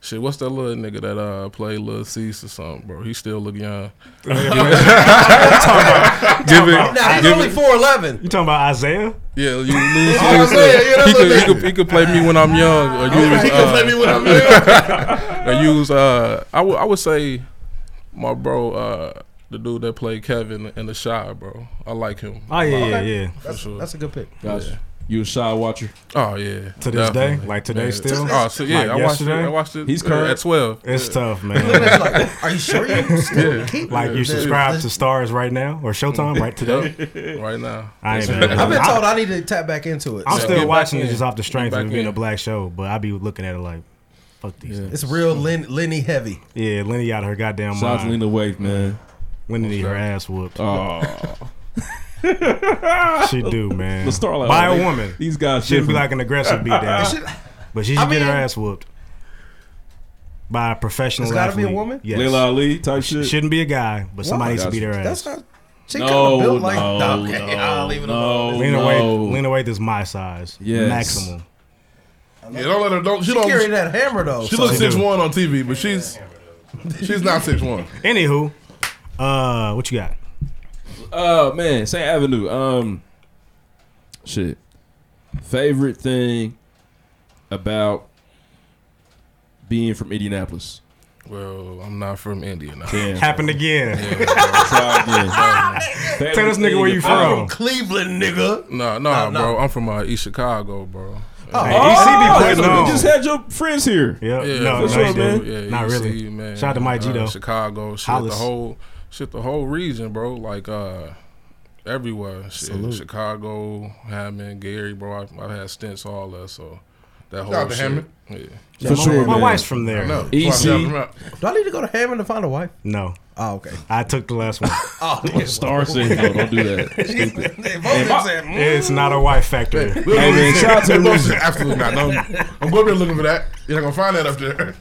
Speaker 1: Shit, what's that little nigga that uh played Lil Cease or something, bro? He still look young. give
Speaker 16: Talking about- talking about-
Speaker 1: give it-
Speaker 16: You talking about Isaiah?
Speaker 1: Yeah, you lose.
Speaker 16: Oh, Isaiah, yeah,
Speaker 1: he,
Speaker 16: that's
Speaker 1: could,
Speaker 16: what
Speaker 1: he, could, he could play me when I'm young. Or
Speaker 16: Okay,
Speaker 1: use,
Speaker 16: he could
Speaker 1: uh,
Speaker 16: play me when I'm
Speaker 1: or use, uh, I would I would say my bro, uh, the dude that played Kevin in the Shy, bro. I like him.
Speaker 16: Oh, yeah, yeah,
Speaker 1: Okay.
Speaker 16: yeah.
Speaker 1: For
Speaker 16: That's-
Speaker 1: sure.
Speaker 8: that's a good pick.
Speaker 2: Gotcha. You a shy watcher?
Speaker 1: Oh yeah.
Speaker 16: To this day?
Speaker 1: Definitely.
Speaker 16: Like today
Speaker 1: Yeah.
Speaker 16: still?
Speaker 1: Oh, so, yeah. I
Speaker 16: Like
Speaker 1: watched it.
Speaker 16: yesterday?
Speaker 1: I watched it.
Speaker 16: He's
Speaker 1: uh,
Speaker 16: current?
Speaker 1: at twelve.
Speaker 16: It's
Speaker 1: Yeah.
Speaker 16: tough, man.
Speaker 8: Like, are you sure you still
Speaker 1: Yeah.
Speaker 8: keep
Speaker 16: Like you subscribe to Stars right now or Showtime right today?
Speaker 1: Yep. right now.
Speaker 16: I ain't mad at
Speaker 8: I've been
Speaker 16: it.
Speaker 8: told I need to tap back into it.
Speaker 16: I'm
Speaker 8: So-
Speaker 16: still watching it just off the
Speaker 8: Get
Speaker 16: strength
Speaker 8: back
Speaker 16: of it being
Speaker 8: in.
Speaker 16: a black show, but I be looking at it like, fuck these.
Speaker 8: It's real Lin, Lenny heavy.
Speaker 16: Yeah, Lenny out of her goddamn
Speaker 2: Shout out to
Speaker 16: mind.
Speaker 2: Lena Wave, man.
Speaker 16: Lenny need her ass whooped.
Speaker 2: Oh.
Speaker 16: she do, man.
Speaker 2: The starlight.
Speaker 16: By
Speaker 2: They-
Speaker 16: a woman.
Speaker 2: these guys
Speaker 16: should be
Speaker 2: different.
Speaker 16: like an aggressive beatdown.
Speaker 2: It should-
Speaker 16: but she should
Speaker 2: I
Speaker 16: get her
Speaker 2: mean-
Speaker 16: ass whooped by a professional.
Speaker 2: It's gotta be a
Speaker 16: athlete.
Speaker 2: woman?
Speaker 16: Yes.
Speaker 2: Leila Ali type
Speaker 16: Sh-
Speaker 2: shit?
Speaker 16: Shouldn't be a guy, but somebody needs to beat her ass.
Speaker 8: That's not. She
Speaker 2: No,
Speaker 8: kind of built like.
Speaker 2: no,
Speaker 8: Nah, okay,
Speaker 2: no,
Speaker 8: I'll leave it
Speaker 2: no,
Speaker 8: alone.
Speaker 16: Lena
Speaker 2: no.
Speaker 16: Waithe, Lena Waithe is my size,
Speaker 2: Yes.
Speaker 16: maximum.
Speaker 5: Yeah, don't let her. Don't. She,
Speaker 8: She
Speaker 5: don't.
Speaker 8: carry that hammer, though.
Speaker 5: She
Speaker 16: So-
Speaker 5: looks
Speaker 16: She do.
Speaker 5: six one on TV, but she's she's not six one.
Speaker 16: Anywho, uh, what you got?
Speaker 2: Oh man, St. Avenue. Um, shit. Favorite thing about being from Indianapolis?
Speaker 1: Well, I'm not from India now.
Speaker 4: Happened again.
Speaker 1: Yeah, bro. Bro.
Speaker 4: Tell this nigga where you
Speaker 1: I'm
Speaker 4: from.
Speaker 1: Cleveland, nigga. No, no, bro. I'm from uh, East Chicago, bro.
Speaker 2: Oh,
Speaker 1: Yeah.
Speaker 2: oh, you just had your friends here.
Speaker 1: Yeah,
Speaker 2: no,
Speaker 1: for
Speaker 2: what's
Speaker 1: sure,
Speaker 2: up, man?
Speaker 1: Yeah, you
Speaker 2: Not really.
Speaker 1: see, man.
Speaker 2: Shout out to Mike G,
Speaker 1: Uh,
Speaker 2: though.
Speaker 1: Chicago, shit,
Speaker 2: Hollis.
Speaker 1: the whole shit, the whole region, bro. Like uh, everywhere, shit.
Speaker 2: Salute.
Speaker 1: Chicago, Hammond, Gary, bro. I, I had stints all that, so that whole
Speaker 5: Shout out to
Speaker 1: shit.
Speaker 5: Hammond.
Speaker 1: Yeah.
Speaker 16: For sure, My man. wife's from there.
Speaker 1: I know.
Speaker 16: Easy.
Speaker 1: That's why I'm from-
Speaker 8: Do I need to go to Hammond to find a wife?
Speaker 16: No.
Speaker 8: Oh, okay.
Speaker 16: I took the last one.
Speaker 8: Oh, yeah.
Speaker 10: Star signal. Don't do that. Stupid.
Speaker 16: it's not a wife factor.
Speaker 5: Hey,
Speaker 8: "Mm."
Speaker 5: man, shout out to Absolutely not. No, I'm going there looking for that. You're not gonna find that up there.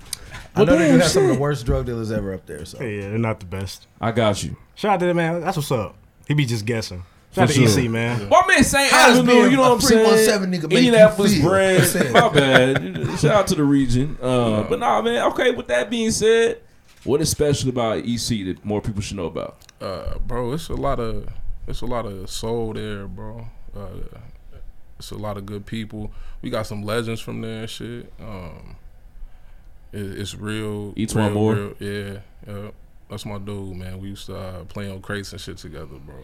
Speaker 8: I know they do have some of the worst drug dealers ever up there. So
Speaker 16: yeah, they're not the best.
Speaker 2: I got you.
Speaker 16: Shout out to that man. That's what's up. He be just guessing. Shout out
Speaker 2: For
Speaker 16: to
Speaker 2: sure.
Speaker 16: EC man.
Speaker 2: My E man St.
Speaker 16: How does
Speaker 2: Avenue,
Speaker 16: being
Speaker 2: you know
Speaker 16: a
Speaker 2: what I'm saying?
Speaker 16: 317 nigga make you
Speaker 2: Indianapolis
Speaker 16: feel?
Speaker 2: brand.
Speaker 16: Saying.
Speaker 2: My bad. Shout out to the region. Uh, But nah, man. Okay, with that being said, what is special about EC that more people should know about?
Speaker 1: uh, bro, it's a lot of it's a lot of soul there, bro. Uh, it's a lot of good people. We got some legends from there and shit. Um, it, it's real.
Speaker 2: Each
Speaker 1: real,
Speaker 2: one more?
Speaker 1: real- yeah, yeah. That's my dude, man. We used to uh, play on crates and shit together, bro.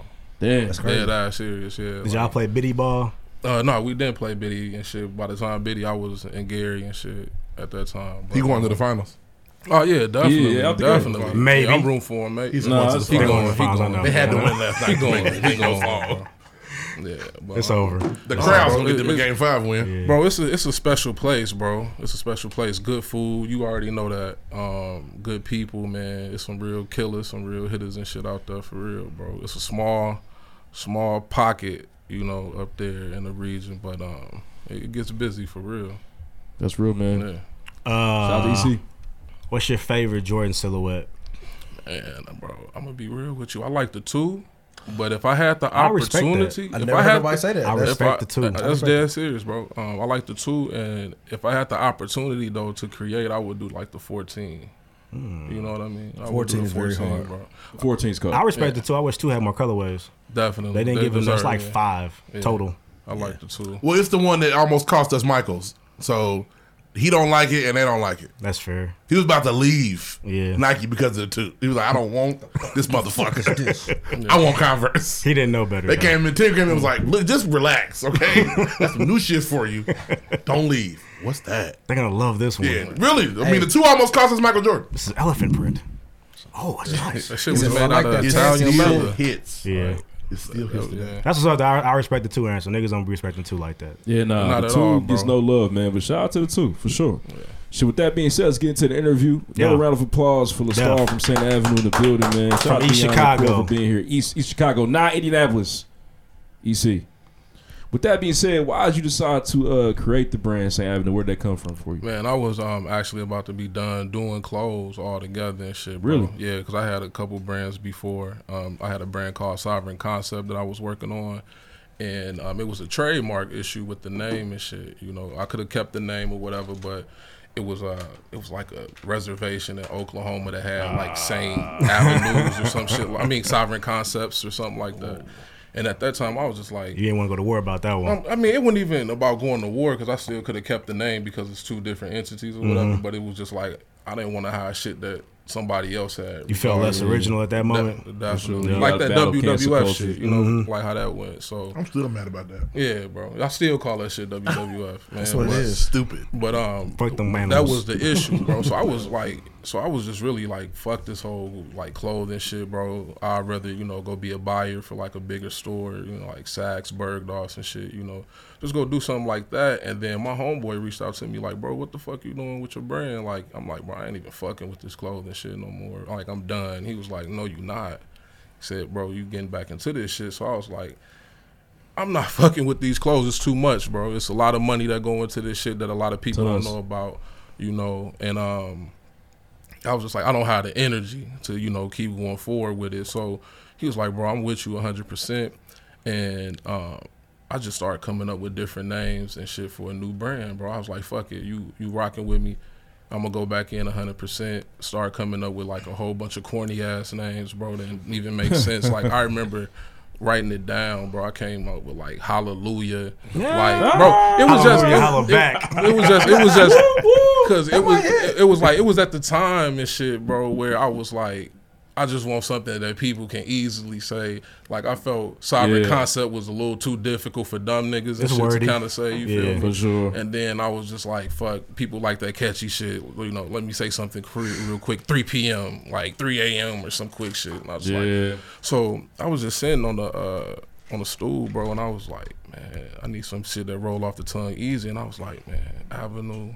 Speaker 2: Damn.
Speaker 16: That's crazy.
Speaker 1: Dead ass serious, yeah.
Speaker 16: Did y'all play biddy ball?
Speaker 1: Uh, no, we didn't play Biddy and shit. By the time Biddy, I was in Gary and shit at that time.
Speaker 5: He going to the finals.
Speaker 1: Oh yeah, definitely,
Speaker 5: Yeah, I think he was.
Speaker 1: definitely.
Speaker 5: Maybe.
Speaker 1: Yeah, I'm room for him, mate.
Speaker 5: He's Nah, going to the
Speaker 1: He
Speaker 5: finals.
Speaker 1: going, he going.
Speaker 5: They going to the finals, I know. They had to win last night.
Speaker 1: He going.
Speaker 5: They
Speaker 1: He
Speaker 5: ain't gonna
Speaker 1: going.
Speaker 5: fall.
Speaker 1: Yeah, but,
Speaker 5: It's
Speaker 1: um,
Speaker 5: over. The
Speaker 1: nah,
Speaker 5: crowd's
Speaker 1: bro,
Speaker 5: gonna get them a
Speaker 1: it-
Speaker 5: game five win. Yeah.
Speaker 1: Bro, it's a it's a special place, bro. It's a special place. Good food, you already know that. Um, good people, man. It's some real killers, some real hitters and shit out there for real, bro. It's a small, small pocket, you know, up there in the region, but um, it gets busy for real.
Speaker 2: That's real, man.
Speaker 1: Yeah.
Speaker 16: Uh,
Speaker 1: Shout
Speaker 2: E
Speaker 1: out to EC.
Speaker 16: What's your favorite Jordan silhouette?
Speaker 1: Man, uh, bro, I'm gonna be real with you. I like the two, but if I had the
Speaker 16: I respect that.
Speaker 1: opportunity,
Speaker 16: I
Speaker 1: if
Speaker 16: never
Speaker 1: I
Speaker 16: heard
Speaker 1: had
Speaker 16: nobody say that. I
Speaker 1: if
Speaker 16: respect the two.
Speaker 1: uh,
Speaker 16: I
Speaker 1: That's
Speaker 16: respect
Speaker 1: dead serious, bro. Um, I like the two, and if I had the opportunity though to create, I would do like the 14.
Speaker 16: Hmm.
Speaker 1: You know what I mean? I would do
Speaker 8: 14
Speaker 1: the
Speaker 8: is very hard.
Speaker 2: 14 is cool.
Speaker 16: I respect the two. I wish two had more colorways.
Speaker 1: Definitely.
Speaker 16: They didn't
Speaker 1: They
Speaker 16: give him. There's
Speaker 1: deserve
Speaker 16: like
Speaker 1: it.
Speaker 16: five
Speaker 1: Yeah.
Speaker 16: total.
Speaker 1: I like the two.
Speaker 5: Well, it's the one that almost cost us Michaels. So he don't like it, and they don't like it.
Speaker 16: That's fair.
Speaker 5: He was about to leave
Speaker 16: Yeah.
Speaker 5: Nike because of the two. He was like, I don't want this motherfucker. I want Converse.
Speaker 16: He didn't know better.
Speaker 5: They
Speaker 16: though.
Speaker 5: came in, Tim came in and was like, Look, just relax, okay? That's some new shit for you. Don't leave. What's that?
Speaker 16: They're gonna love this one.
Speaker 5: Yeah, really. I
Speaker 16: Hey.
Speaker 5: mean, the two almost cost us Michael Jordan.
Speaker 16: This is elephant print. Oh, that's nice.
Speaker 1: That shit was made out of Italian leather.
Speaker 16: Yeah.
Speaker 5: It still hits.
Speaker 1: Yeah.
Speaker 16: That's what's up. though. I, I respect the two answer. Niggas don't be respecting two like that.
Speaker 2: Yeah, nah,
Speaker 1: Not
Speaker 2: the
Speaker 1: at
Speaker 2: two
Speaker 1: all,
Speaker 2: gets no
Speaker 1: bro.
Speaker 2: love, man. But shout out to the two for sure. So with that being said, let's get into the interview. Another
Speaker 16: Yeah.
Speaker 2: round of applause for LaStar
Speaker 16: Yeah.
Speaker 2: from St. Avenue in the building, man. Shout
Speaker 16: From
Speaker 2: out to
Speaker 16: East
Speaker 2: Deionne
Speaker 16: Chicago.
Speaker 2: Quill for being here. East East Chicago, not Indianapolis. EC. With that being said, why did you decide to uh, create the brand St. Avenue? Where'd that come from for you?
Speaker 1: Man, I was um actually about to be done doing clothes all together and shit. Bro.
Speaker 2: Really?
Speaker 1: Yeah, because I had a couple brands before. Um, I had a brand called Sovereign Concept that I was working on, and um, it was a trademark issue with the name and shit. You know, I could have kept the name or whatever, but it was uh it was like a reservation in Oklahoma that had like Saint
Speaker 2: Ah.
Speaker 1: Avenues or some shit. I mean, Sovereign Concepts or something like that. And at that time, I was just like.
Speaker 16: You didn't want to go to war about that one.
Speaker 1: Um, I mean, it wasn't even about going to war because I still could have kept the name because it's two different entities or whatever.
Speaker 16: Mhm.
Speaker 1: But it was just like I didn't want to hide shit that somebody else had.
Speaker 16: You felt
Speaker 1: regardless.
Speaker 16: less original at that
Speaker 1: De-
Speaker 16: moment?
Speaker 1: definitely.
Speaker 16: Yeah.
Speaker 1: like that
Speaker 16: Battle cancer
Speaker 1: WWF
Speaker 16: culture.
Speaker 1: shit, you know,
Speaker 16: Mhm.
Speaker 1: like how that went. So
Speaker 5: I'm still mad about that.
Speaker 1: yeah, bro, I still call that shit WWF.
Speaker 5: That's
Speaker 1: man,
Speaker 5: what it
Speaker 1: but-
Speaker 5: is. Stupid.
Speaker 1: But um,
Speaker 16: Fuck them
Speaker 1: that
Speaker 16: animals.
Speaker 1: was the issue, bro. So I was like, so I was just really like, fuck this whole like clothing shit, bro. I'd rather you know go be a buyer for like a bigger store, you know, like Saks, Bergdorf's and shit. You know, just go do something like that. And then my homeboy reached out to me like, bro, what the fuck you doing with your brand? Like, I'm like, bro, I ain't even fucking with this clothing shit no more. Like, I'm done. He was like, no, you not. He said, bro, you getting back into this shit. So I was like. I'm not fucking with these clothes. It's too much, bro. It's a lot of money that go into this shit that a lot of people
Speaker 2: Tons.
Speaker 1: don't know about, you know. And um, I was just like, I don't have the energy to, you know, keep going forward with it. So he was like, bro, I'm with you 100%. And um, I just started coming up with different names and shit for a new brand, bro. I was like, fuck it, you you rocking with me. I'm gonna go back in 100%. Start coming up with like a whole bunch of corny ass names, bro. That didn't even make sense. like I remember writing it down, bro. I came up with like Hallelujah,
Speaker 16: Yeah.
Speaker 1: like bro. It was just
Speaker 16: Hallelujah,
Speaker 1: it-
Speaker 16: holla
Speaker 1: it-
Speaker 16: back.
Speaker 1: It, was just it was just Cause it was it, it was like it was at the time and shit, bro, where I was like, I just want something that people can easily say. Like I felt sovereign
Speaker 2: Yeah.
Speaker 1: concept was a little too difficult for dumb niggas and
Speaker 2: It's
Speaker 1: shit
Speaker 2: wordy.
Speaker 1: to kind of say. You
Speaker 2: Yeah,
Speaker 1: feel me?
Speaker 2: for sure.
Speaker 1: And then I was just like, fuck, people like that catchy shit. You know, let me say something cre- real quick. 3 p.m. like 3 a.m. or some quick shit. And I was
Speaker 2: Yeah.
Speaker 1: like, so I was just sitting on the uh, on the stool, bro, and I was like, man, I need some shit that roll off the tongue easy. And I was like, man, Avenue,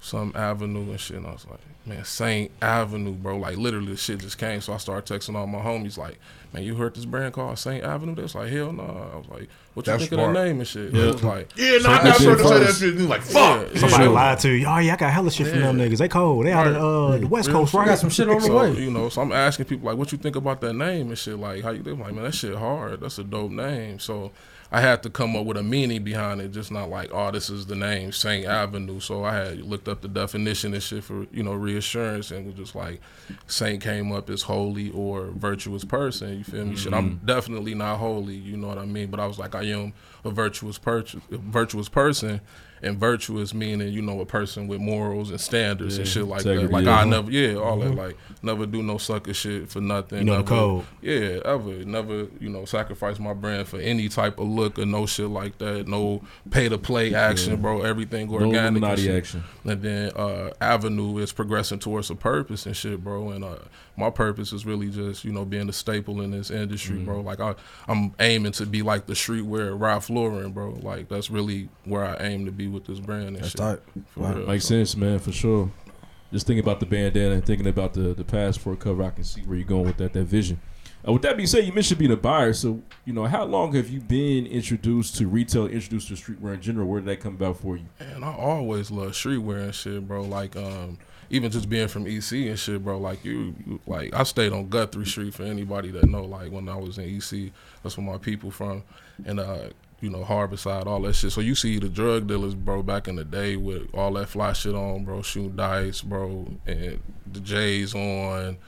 Speaker 1: some Avenue and shit. And I was like, man, Saint Avenue, bro. Like literally, the shit just came. So I started texting all my homies, like, man, you heard this brand called Saint Avenue? They was like, hell no. I was like, what you
Speaker 5: That's
Speaker 1: think of
Speaker 5: smart.
Speaker 1: the name and shit?
Speaker 5: Yeah.
Speaker 1: They was like,
Speaker 5: Yeah, no, I- I heard them say that shit, and like, fuck.
Speaker 16: Somebody
Speaker 1: yeah.
Speaker 16: lied to you. Oh yeah, I got hella shit from them niggas. They cold. They out of uh, the West Coast, right?
Speaker 1: So, You know, so I'm asking people like, what you think about that name and shit. Like, how you think? Like, man, that shit hard. That's a dope name. So, I had to come up with a meaning behind it, just not like, oh, this is the name Saint Avenue. So I had looked up the definition and shit for you know reassurance, and was just like, Saint came up as holy or virtuous person. You feel me? Shit,
Speaker 2: Mm-hmm.
Speaker 1: I'm definitely not holy. You know what I mean? But I was like, I am a virtuous per- virtuous person. And virtuous meaning, you know, a person with morals and standards and
Speaker 2: Yeah,
Speaker 1: shit like that.
Speaker 2: integrity,
Speaker 1: Like
Speaker 2: yeah.
Speaker 1: I never, yeah, all
Speaker 2: Mhm.
Speaker 1: that. Like never do no sucker shit for nothing.
Speaker 2: You know the
Speaker 1: never,
Speaker 2: code.
Speaker 1: Yeah, ever. Never, you know, sacrifice my brand for any type of look or no shit like that. No pay to play action,
Speaker 2: Yeah.
Speaker 1: bro. Everything
Speaker 2: No
Speaker 1: organic. and
Speaker 2: Illuminati
Speaker 1: shit.
Speaker 2: action.
Speaker 1: And then uh, Avenue is progressing towards a purpose and shit, bro. And uh, my purpose is really just, you know, being a staple in this industry,
Speaker 2: Mm-hmm.
Speaker 1: bro. Like I, I'm aiming to be like the streetwear Ralph Lauren, bro. Like that's really where I aim to be with this brand and shit. For real.
Speaker 2: Makes sense, man, for sure. Just thinking about the bandana and thinking about the the passport cover, I can see where you're going with that that vision. Uh, with that being said, you mentioned being a buyer, so you know how long have you been introduced to retail, introduced to streetwear in general? Where did that come about for you?
Speaker 1: And I always love streetwear and shit, bro. Like, um, even just being from EC and shit, bro. Like you, you, like I stayed on Guthrie Street for anybody that know. Like when I was in EC, that's where my people from, and uh, you know Harborside, all that shit. So you see the drug dealers, bro, back in the day with all that fly shit on, bro, shooting dice, bro, and the J's on.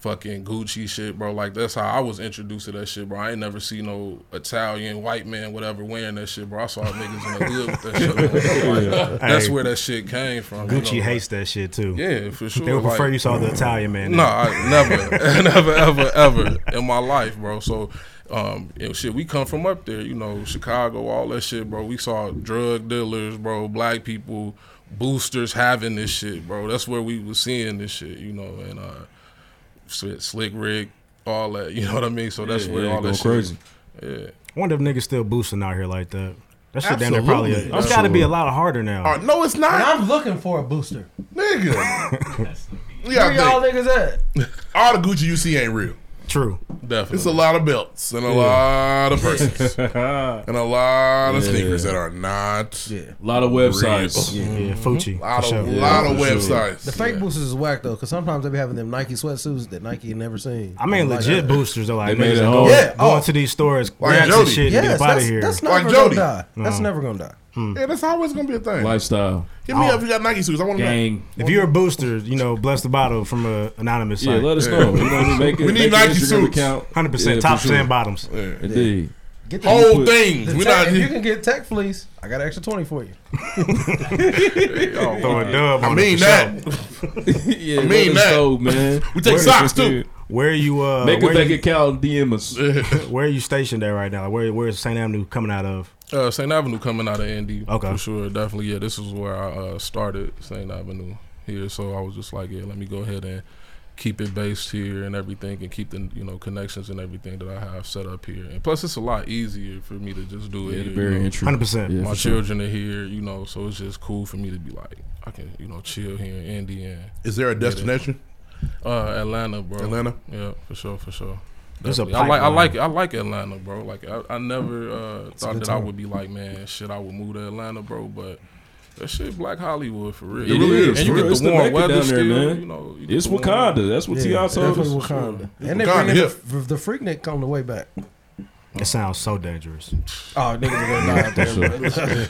Speaker 1: Fucking Gucci shit, bro. Like that's how I was introduced to that shit, bro. I ain't never seen no Italian, white man, whatever, wearing that shit, bro. I saw niggas in the hood with that shit. on. Like, that's
Speaker 16: Hey,
Speaker 1: where that shit came from. you
Speaker 16: Gucci
Speaker 1: know,
Speaker 16: hates that shit too.
Speaker 1: Yeah, for sure.
Speaker 16: They would prefer
Speaker 1: like-
Speaker 16: you saw the Italian man.
Speaker 1: No, I never, never, ever, ever in my life, bro. So, um, you know, shit, we come from up there, you know, Chicago, all that shit, bro. We saw drug dealers, bro, black people, boosters having this shit, bro. That's where we was seeing this shit, you know, and uh, shit, slick Rick, all that, you know what I mean. So that's
Speaker 2: Yeah,
Speaker 1: where
Speaker 2: yeah,
Speaker 1: all that
Speaker 2: go crazy.
Speaker 1: shit. Yeah.
Speaker 16: wonder if niggas still boosting out here like that. That shit down there probably.
Speaker 1: Absolutely.
Speaker 16: It's got to be
Speaker 1: Absolutely.
Speaker 16: a lot harder now.
Speaker 5: Uh, no, it's not.
Speaker 7: I'm looking for a booster.
Speaker 5: Yeah,
Speaker 7: Where y'all niggas at?
Speaker 5: All the Gucci you see ain't real.
Speaker 16: True.
Speaker 1: Definitely.
Speaker 5: It's a lot of belts and a lot of purses and a lot of
Speaker 2: Yeah.
Speaker 5: sneakers that are not. Yeah.
Speaker 2: A lot of websites.
Speaker 16: Oh, Yeah,
Speaker 5: Mm-hmm.
Speaker 16: Fucci.
Speaker 5: lot
Speaker 16: for
Speaker 5: of,
Speaker 16: sure.
Speaker 5: lot of
Speaker 2: for sure.
Speaker 5: websites.
Speaker 7: The fake boosters is whack though, because sometimes they be having them Nike sweatsuits that Nike had never seen.
Speaker 16: I mean,
Speaker 7: Like
Speaker 16: legit
Speaker 7: that.
Speaker 16: boosters though. Like
Speaker 2: They made
Speaker 16: niggas
Speaker 2: it
Speaker 16: that
Speaker 2: home.
Speaker 16: go,
Speaker 7: Yeah,
Speaker 16: going
Speaker 7: oh.
Speaker 16: to these stores,
Speaker 5: Like
Speaker 16: grab some
Speaker 5: Jody.
Speaker 16: shit, and
Speaker 7: Yes,
Speaker 16: get out of
Speaker 7: that's,
Speaker 16: here. Mm.
Speaker 7: that's never
Speaker 5: Like
Speaker 7: gonna
Speaker 5: Jody.
Speaker 7: die. That's
Speaker 16: No.
Speaker 7: never gonna die.
Speaker 16: Hmm.
Speaker 5: Yeah, that's always gonna be a thing.
Speaker 2: Lifestyle.
Speaker 5: Hit
Speaker 16: Oh.
Speaker 5: me up if you got Nike suits. I want them. back.
Speaker 2: Gang.
Speaker 16: If you're a booster, you know, bless the bottle from a anonymous.
Speaker 2: Yeah,
Speaker 16: site.
Speaker 2: let us know. You know what I mean? Make it-
Speaker 5: We need
Speaker 2: make an
Speaker 5: Nike
Speaker 2: Instagram
Speaker 5: suits.
Speaker 2: account.
Speaker 16: Hundred percent,
Speaker 2: Yeah,
Speaker 16: tops
Speaker 2: for sure.
Speaker 16: and bottoms.
Speaker 2: Indeed.
Speaker 7: Get the
Speaker 5: Whole
Speaker 2: Put-
Speaker 5: things.
Speaker 7: The
Speaker 5: We're
Speaker 7: tech-
Speaker 5: not.
Speaker 7: if you can get tech fleece, I got an extra twenty for you.
Speaker 16: Throw a dub.
Speaker 5: I
Speaker 16: on
Speaker 5: mean
Speaker 16: it for
Speaker 5: that.
Speaker 2: yeah,
Speaker 5: I
Speaker 2: let
Speaker 5: mean
Speaker 2: us
Speaker 5: that.
Speaker 2: know, man.
Speaker 5: We take
Speaker 2: Where-
Speaker 5: socks, too.
Speaker 16: Where you uh?
Speaker 2: Make a
Speaker 16: where,
Speaker 2: fake
Speaker 16: you,
Speaker 2: account, and DM us.
Speaker 16: where you stationed at right now? Like, Where Where is Saint Avenue coming out of?
Speaker 1: Uh, St. Avenue coming out of ND.
Speaker 16: Okay.
Speaker 1: For sure, definitely. Yeah, this is where I uh, started St. Avenue here. So I was just like, yeah, let me go ahead and keep it based here and everything and keep the, you know, connections and everything that I have set up here. And plus, it's a lot easier for me to just do
Speaker 2: Yeah,
Speaker 1: it.
Speaker 2: the
Speaker 1: here,
Speaker 2: barrier
Speaker 1: you know.
Speaker 2: entry. 100%. Yeah,
Speaker 1: My
Speaker 2: for sure.
Speaker 1: children are here, you know, so it's just cool for me to be like, I can, you know, chill here in Indy. And
Speaker 5: Is there a
Speaker 1: get it.
Speaker 5: destination?
Speaker 1: Uh, Atlanta, bro.
Speaker 5: Atlanta?
Speaker 1: Yeah, for sure, for sure.
Speaker 16: There's a
Speaker 1: Definitely. I like, I
Speaker 16: pipeline.
Speaker 1: like, I like Atlanta, bro. Like, I, I never uh,
Speaker 2: a
Speaker 1: thought
Speaker 2: good
Speaker 1: that I
Speaker 2: time.
Speaker 1: would be like, man, shit, I would move to Atlanta, bro. But that shit, Black Hollywood, for real.
Speaker 2: It really
Speaker 1: And
Speaker 2: is.
Speaker 1: you
Speaker 2: for real.
Speaker 1: get
Speaker 2: It's
Speaker 1: the
Speaker 2: the
Speaker 1: warm
Speaker 2: mecca
Speaker 1: weather
Speaker 2: down there,
Speaker 1: still,
Speaker 2: man.
Speaker 1: you know. you get
Speaker 2: it's
Speaker 1: the warm-
Speaker 2: Wakanda. That's what T.I. told us.
Speaker 7: definitely Wakanda.
Speaker 1: Yeah.
Speaker 7: And they
Speaker 1: Wakanda,
Speaker 7: bring in
Speaker 1: yeah.
Speaker 7: the, the Freaknik on the way back.
Speaker 16: It sounds so dangerous.
Speaker 7: Oh, niggas are gonna die out there.
Speaker 2: Sure.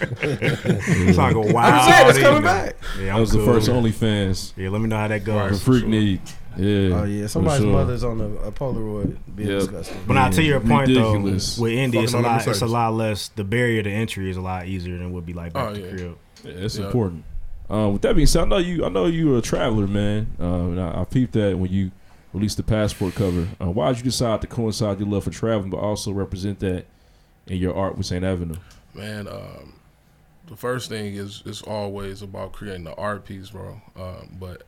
Speaker 7: bro.
Speaker 16: It's like a wild.
Speaker 7: I'm saying it's
Speaker 16: evening.
Speaker 7: coming back.
Speaker 16: Yeah,
Speaker 2: That
Speaker 16: I'm
Speaker 2: was the
Speaker 16: cool.
Speaker 2: first OnlyFans.
Speaker 16: Yeah, let me know how that
Speaker 2: The
Speaker 16: goes.
Speaker 2: freak need. Yeah.
Speaker 7: Oh yeah,
Speaker 2: for
Speaker 7: somebody's
Speaker 2: sure.
Speaker 7: mother's on a, a Polaroid being
Speaker 2: Yep.
Speaker 7: disgusting.
Speaker 16: But now, to your point
Speaker 2: Ridiculous.
Speaker 16: though, with Indy, it's a
Speaker 7: Fucking
Speaker 16: lot. It's a
Speaker 7: research.
Speaker 16: lot less. The barrier to entry is a lot easier than it would be like back
Speaker 1: Oh,
Speaker 16: to
Speaker 1: yeah.
Speaker 16: crib.
Speaker 2: Yeah, it's
Speaker 1: Yeah.
Speaker 2: important.
Speaker 10: Um, with that being said, I know you. I know you are a traveler, man. Um, and I, I peeped that when you released the passport cover. Uh, why did you decide to coincide your love for traveling, but also represent that in your art with Saint Avenue?
Speaker 1: Man, um, the first thing is it's always about creating the art piece, bro. Um, but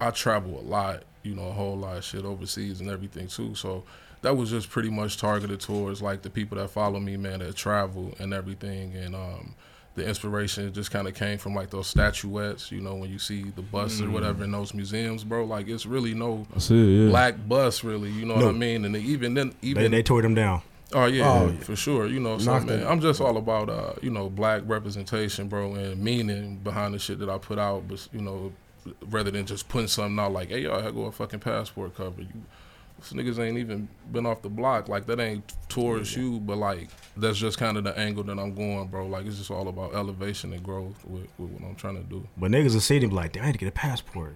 Speaker 1: I travel a lot, you know, a whole lot of shit overseas and everything too. So that was just pretty much targeted towards like the people that follow me, man, that travel and everything. And um, the inspiration just kind of came from like those statuettes, you know, when you see the bust or
Speaker 10: Mm.
Speaker 1: whatever in those museums, bro. Like it's really no
Speaker 10: I see, yeah.
Speaker 1: black bus, really. You know
Speaker 16: No.
Speaker 1: what I mean? And even then, even
Speaker 16: They, they tore them down.
Speaker 1: Oh yeah,
Speaker 16: Oh, yeah.
Speaker 1: for sure. You know, so
Speaker 16: Knocked
Speaker 1: man,
Speaker 16: it.
Speaker 1: I'm just all about uh, you know black representation, bro, and meaning behind the shit that I put out. But you know, rather than just putting something out like, hey y'all, I go a fucking passport cover. You, these niggas ain't even been off the block. Like that ain't towards you, but like that's just kind of the angle that I'm going, bro. Like it's just all about elevation and growth with, with what I'm trying to do.
Speaker 16: But niggas are sitting like, damn, I had to get a passport.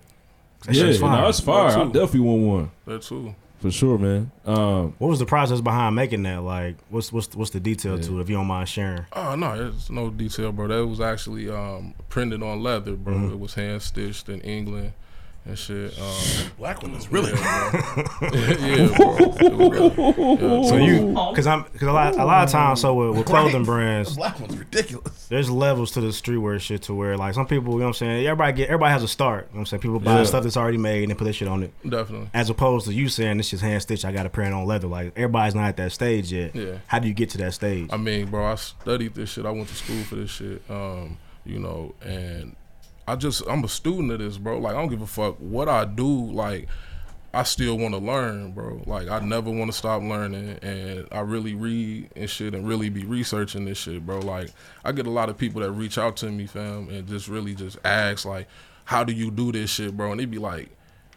Speaker 16: That
Speaker 10: yeah,
Speaker 16: shit's fire.
Speaker 10: no, that's fire. I
Speaker 1: too.
Speaker 10: definitely want one
Speaker 1: That too.
Speaker 10: for sure, man. Um,
Speaker 16: what was the process behind making that? Like, what's what's what's the detail to it? If you don't mind sharing.
Speaker 1: Oh no, there's no detail, bro. That was actually um, printed on leather, bro.
Speaker 16: Mhm.
Speaker 1: It was hand stitched in England and shit. Um,
Speaker 5: Black one is really
Speaker 1: yeah, bro. yeah, bro. Oh. It was really- yeah.
Speaker 16: So you, because I'm, because a lot, a lot of times, so with, with clothing
Speaker 1: Right.
Speaker 16: brands,
Speaker 1: The black one's
Speaker 16: ridiculous. There's levels to the streetwear shit to where, like, some people, you know what I'm saying. Everybody get, everybody has a start. You know what I'm saying people buy
Speaker 1: Yeah.
Speaker 16: stuff that's already made and they put that shit on it.
Speaker 1: Definitely.
Speaker 16: As opposed to you saying this is hand stitched. I got to print on leather. Like everybody's not at that stage yet.
Speaker 1: Yeah.
Speaker 16: How do you get to that stage?
Speaker 1: I mean, bro, I studied this shit. I went to school for this shit. Um, you know, and I just I'm a student of this, bro. Like I don't give a fuck what I do. Like I still want to learn, bro. Like I never want to stop learning, and I really read and shit, and really be researching this shit, bro. Like I get a lot of people that reach out to me, fam, and just really just ask like, how do you do this shit, bro? And they be like.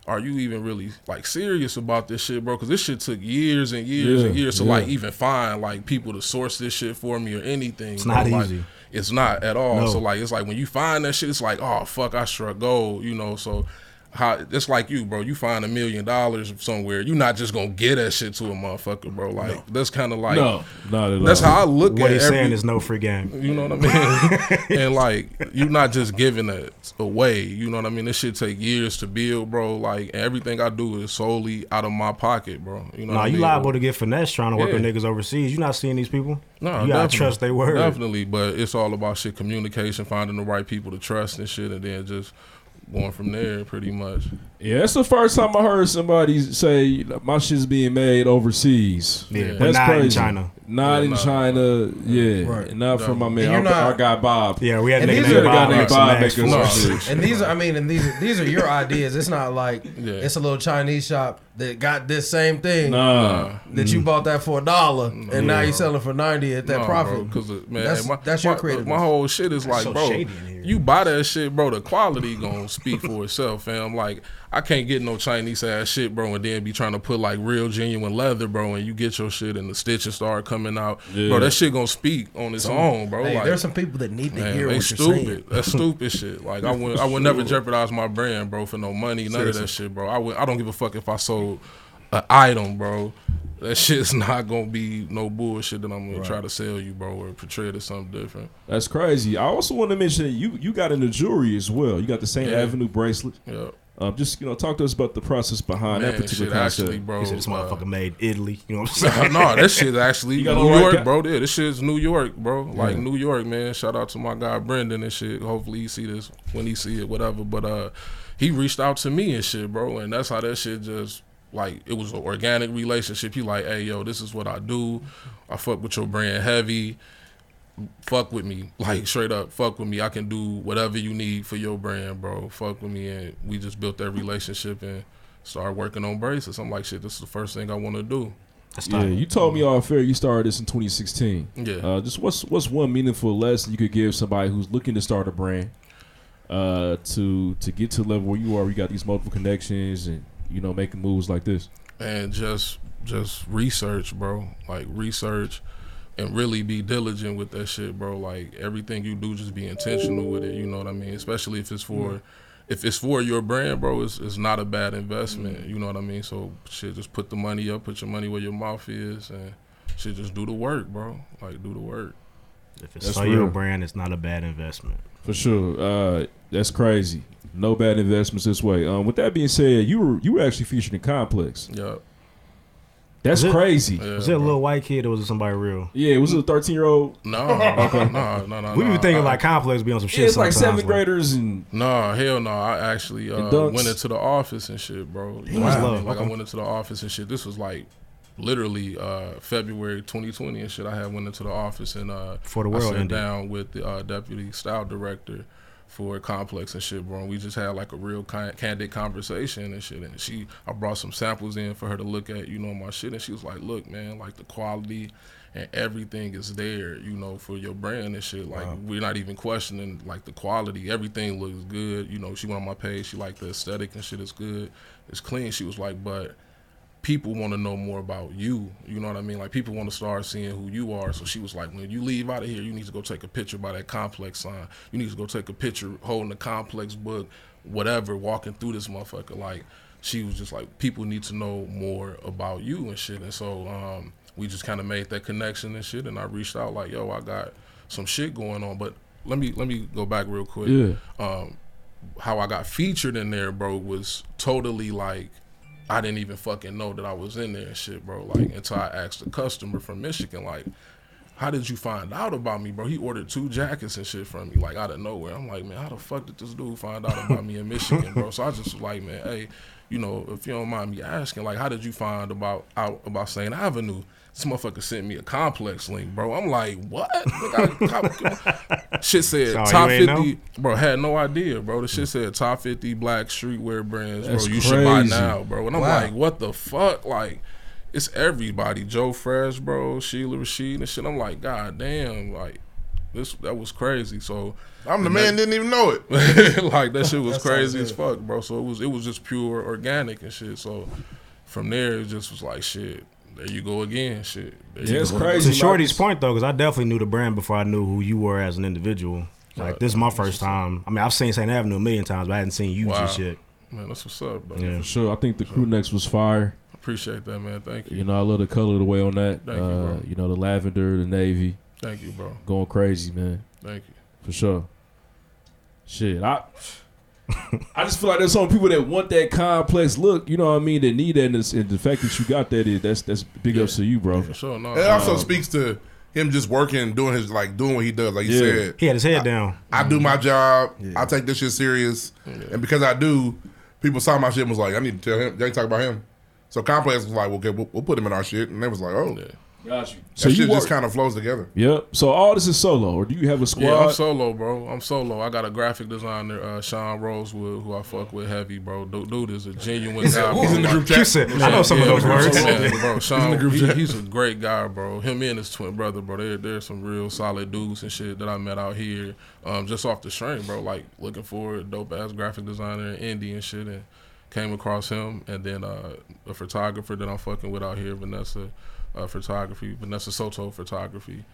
Speaker 1: Are you even really like serious about this shit, bro? Because this shit took years and years and
Speaker 10: Yeah,
Speaker 1: years to
Speaker 10: yeah.
Speaker 1: like even find like people to source this shit for me or anything.
Speaker 16: It's
Speaker 1: bro.
Speaker 16: not
Speaker 1: Like,
Speaker 16: easy.
Speaker 1: it's not at all.
Speaker 16: No.
Speaker 1: So like it's like when you find that shit, it's like oh fuck, I struck gold, you know. So how it's like you, bro. You find a million dollars somewhere, you're not just gonna get that shit to a motherfucker, bro. Like that's kind of like
Speaker 10: No, not at
Speaker 1: That's
Speaker 10: all.
Speaker 1: how I look
Speaker 16: What
Speaker 1: at
Speaker 16: he's
Speaker 1: every-
Speaker 16: saying is no free game.
Speaker 1: You know what I mean? and like you're not just giving it away. You know what I mean? This shit take years to build, bro. Like everything I do is solely out of my pocket, bro. You know?
Speaker 16: nah,
Speaker 1: what I
Speaker 16: you
Speaker 1: mean?
Speaker 16: liable to get finesse trying to work
Speaker 1: Yeah.
Speaker 16: with niggas overseas. You're not seeing these people.
Speaker 1: No,
Speaker 16: you gotta
Speaker 1: definitely.
Speaker 16: trust their word.
Speaker 1: Definitely, but it's all about shit communication, finding the right people to trust and shit, and then just going from there, pretty much.
Speaker 10: Yeah, that's the first time I heard somebody say my shit's being made overseas.
Speaker 1: Yeah, but
Speaker 10: that's
Speaker 1: not in
Speaker 10: crazy.
Speaker 1: China.
Speaker 10: Not
Speaker 1: Yeah,
Speaker 10: in
Speaker 1: not-
Speaker 10: China. Yeah,
Speaker 7: Right.
Speaker 10: not from my man.
Speaker 7: And you're
Speaker 10: Our,
Speaker 7: not-
Speaker 10: our guy Bob.
Speaker 16: Yeah, we
Speaker 10: a
Speaker 16: had
Speaker 7: And
Speaker 10: nigga
Speaker 7: these
Speaker 10: named
Speaker 7: are-
Speaker 10: Bob,
Speaker 7: Right.
Speaker 10: making
Speaker 7: No.
Speaker 10: some shit.
Speaker 7: And these, are, I mean, and these, these are your ideas. It's not like
Speaker 1: Yeah.
Speaker 7: it's a little Chinese shop that got this same thing
Speaker 10: Nah.
Speaker 7: that you bought that for a dollar, and now you're selling for ninety at that
Speaker 1: Nah,
Speaker 7: profit.
Speaker 1: bro, 'cause, man,
Speaker 7: that's,
Speaker 1: my,
Speaker 7: that's your
Speaker 1: my-
Speaker 7: creative.
Speaker 1: My whole shit is
Speaker 7: That's
Speaker 1: like,
Speaker 7: so
Speaker 1: bro,
Speaker 7: shady
Speaker 1: you buy that shit, bro. The quality gonna speak for itself, fam. Like, I can't get no Chinese ass shit, bro, and then be trying to put like real genuine leather, bro, and you get your shit and the stitches start coming out,
Speaker 7: Yeah.
Speaker 1: bro. That shit gonna speak on its own, bro.
Speaker 7: Hey,
Speaker 1: like,
Speaker 7: there's some people that need to
Speaker 1: Man,
Speaker 7: hear
Speaker 1: they
Speaker 7: what
Speaker 1: stupid.
Speaker 7: you're saying.
Speaker 1: That's stupid shit. Like I would, I would never jeopardize my brand, bro, for no money, none of that
Speaker 7: Seriously.
Speaker 1: shit, bro. I would, I don't give a fuck if I sold an item, bro. That shit's not gonna be no bullshit that I'm gonna
Speaker 10: Right.
Speaker 1: try to sell you, bro, or portray it as something different.
Speaker 10: That's crazy. I also want to mention you you got into jewelry as well. You got the Saint
Speaker 1: Yeah.
Speaker 10: Avenue bracelet.
Speaker 1: Yeah.
Speaker 10: Um, just you know, talk to us about the process behind that
Speaker 1: Man,
Speaker 10: particular
Speaker 1: shit,
Speaker 10: concept.
Speaker 1: actually, bro, He said this motherfucker
Speaker 16: uh, made Italy. You know what
Speaker 1: no, nah, this shit actually
Speaker 10: You got
Speaker 1: New
Speaker 10: all right
Speaker 1: York,
Speaker 10: ca-
Speaker 1: bro. Yeah, this shit's New York, bro. Like
Speaker 10: Yeah.
Speaker 1: New York, man. Shout out to my guy Brendan and shit. Hopefully he see this when he see it, whatever. But uh, he reached out to me and shit, bro. And that's how that shit just like it was an organic relationship. He like, hey yo, this is what I do. I fuck with your brand heavy. Fuck with me, like straight up. Fuck with me. I can do whatever you need for your brand, bro. Fuck with me, and we just built that relationship and started working on bracelets. I'm like, shit, this is the first thing I want to do.
Speaker 10: yeah, you told me all fair. You started this in 2016.
Speaker 1: Yeah.
Speaker 10: Uh, just what's what's one meaningful lesson you could give somebody who's looking to start a brand, uh, to to get to the level where you are. You got these multiple connections and you know making moves like this.
Speaker 1: and just just research, bro. Like research and really be diligent with that shit, bro. Like everything you do, just be intentional with it. You know what I mean? Especially if it's for if it's for your brand, bro, it's, it's not a bad investment. You know what I mean? So shit, just put the money up, put your money where your mouth is, and shit, just do the work, bro. Like do the work.
Speaker 15: If
Speaker 16: it's for your brand, it's not a bad investment.
Speaker 10: For sure. Uh, that's crazy. No bad investments this way. Um, with that being said, you were you were actually featured in Complex.
Speaker 1: Yeah.
Speaker 10: That's
Speaker 15: Was it-
Speaker 10: crazy.
Speaker 15: was it a little white kid or was it somebody real?
Speaker 10: Yeah, was it a thirteen year old?
Speaker 1: No,
Speaker 10: Okay.
Speaker 1: no, no, no.
Speaker 15: we
Speaker 1: no,
Speaker 15: be thinking
Speaker 1: I-
Speaker 15: like complex be on some shit.
Speaker 10: Yeah, it's like
Speaker 15: sometimes,
Speaker 10: seventh graders and
Speaker 1: No, hell no. I actually uh,
Speaker 10: And dunks.
Speaker 1: went into the office and shit, bro. You
Speaker 10: He
Speaker 1: know
Speaker 10: was
Speaker 1: what I mean?
Speaker 10: low.
Speaker 1: Like I
Speaker 10: Okay.
Speaker 1: went into the office and shit. This was like literally uh, February 2020 and shit. I had went into the office and uh,
Speaker 16: Before the
Speaker 1: I
Speaker 16: world
Speaker 1: sat
Speaker 16: ended.
Speaker 1: down with the uh, deputy style director for Complex and shit, bro. And we just had like a real kind, candid conversation and shit. And she, I brought some samples in for her to look at, you know, my shit. And she was like, "Look, man, like the quality." And everything is there, you know, for your brand and shit. Like we're not even questioning like the quality. Everything looks good. You know, she went on my page. She liked the aesthetic and shit is good. It's clean. She was like, but people want to know more about you. You know what I mean? Like people want to start seeing who you are. So she was like, when you leave out of here, you need to go take a picture by that complex sign. You need to go take a picture holding the complex book, whatever, walking through this motherfucker. Like she was just like, people need to know more about you and shit. And so um, we just kind of made that connection and shit. And I reached out like, yo, I got some shit going on, but let me let me go back real quick.
Speaker 10: Yeah.
Speaker 1: Um, how I got featured in there, bro, was totally like I didn't even fucking know that I was in there and shit, bro. Like until I asked the customer from Michigan, like, how did you find out about me, bro? He ordered two jackets and shit from me, like out of nowhere. I'm like, man, how the fuck did this dude find out about me in Michigan, bro? So I just was like, man, hey, you know, if you don't mind me asking, like, how did you find about out about St. Avenue? This motherfucker sent me a complex link, bro. I'm like, what? Nigga, I- shit said
Speaker 10: So you
Speaker 1: top
Speaker 10: ain't
Speaker 1: fifty,
Speaker 10: know?
Speaker 1: bro. Had no idea, bro. The shit said top fifty black streetwear brands,
Speaker 10: That's
Speaker 1: bro. You should buy
Speaker 10: crazy.
Speaker 1: now, bro. And I'm
Speaker 10: Wow.
Speaker 1: like, what the fuck? Like, it's everybody. Joe Fresh, bro, Sheila Rashid and shit. I'm like, god damn, like this that was crazy. So
Speaker 5: I'm the
Speaker 1: and
Speaker 5: man,
Speaker 1: that-
Speaker 5: didn't even know it.
Speaker 1: like that shit was
Speaker 5: That sounds
Speaker 1: crazy as
Speaker 5: good.
Speaker 1: fuck, bro. So it was it was just pure organic and shit. So from there it just was like shit. There you go again, shit. There you go again.
Speaker 16: To Shorty's point though, because I definitely knew the brand before I knew who you were as an individual. Like
Speaker 1: Right.
Speaker 16: this is my first time. I mean, I've seen St. Avenue a million times, but I hadn't seen you
Speaker 1: Wow.
Speaker 16: just yet.
Speaker 1: Man, that's what's up, bro.
Speaker 10: Yeah, for sure. I think the crew next was fire.
Speaker 1: Appreciate that, man. Thank you.
Speaker 10: You know, I love the color of the way on that.
Speaker 1: Thank you,
Speaker 10: uh,
Speaker 1: bro.
Speaker 10: you, know, the lavender, the navy.
Speaker 1: Thank you, bro.
Speaker 10: Going crazy, man.
Speaker 1: Thank you.
Speaker 10: For sure. Shit, I I just feel like there's some people that want that complex look. You know what I mean? That need that, and, it's- and the fact that you got that is that's that's big ups to you, bro. for
Speaker 1: sure. No,
Speaker 5: It also
Speaker 10: Um,
Speaker 5: speaks to him just working, doing his like doing what he does. Like you
Speaker 10: Yeah.
Speaker 5: said,
Speaker 16: He had his head
Speaker 5: I-
Speaker 16: down.
Speaker 5: I do my job. I take this shit serious, and because I do, people saw my shit and was like, I need to tell him. They talk about him. So Complex was like, okay, we'll, we'll put him in our shit, and they was like, oh,
Speaker 10: Got you.
Speaker 5: That
Speaker 10: So you
Speaker 5: shit
Speaker 10: work-
Speaker 5: just kind of flows together.
Speaker 10: Yep. So all this is solo, or do you have a squad?
Speaker 1: Yeah, I'm solo, bro. I'm solo. I got a graphic designer, uh, Sean Rosewood, who I fuck with heavy, bro. Dude, dude is a genuine
Speaker 16: He said,
Speaker 1: guy.
Speaker 16: "Who's
Speaker 1: bro.
Speaker 16: in the group
Speaker 1: Like,
Speaker 16: chat?" You said, "I know some of those
Speaker 1: I'm
Speaker 16: words."
Speaker 1: solo,
Speaker 16: He's in
Speaker 1: bro.
Speaker 16: the
Speaker 1: Sean,
Speaker 16: group
Speaker 1: he-
Speaker 16: chat.
Speaker 1: he's a great guy, bro. Him and his twin brother, bro. They're, they're some real solid dudes and shit that I met out here, um, just off the train, bro. Like looking for a dope ass graphic designer in indie and shit, and came across him, and then uh, a photographer that I'm fucking with out here, Vanessa. Uh, photography, Vanessa Soto photography,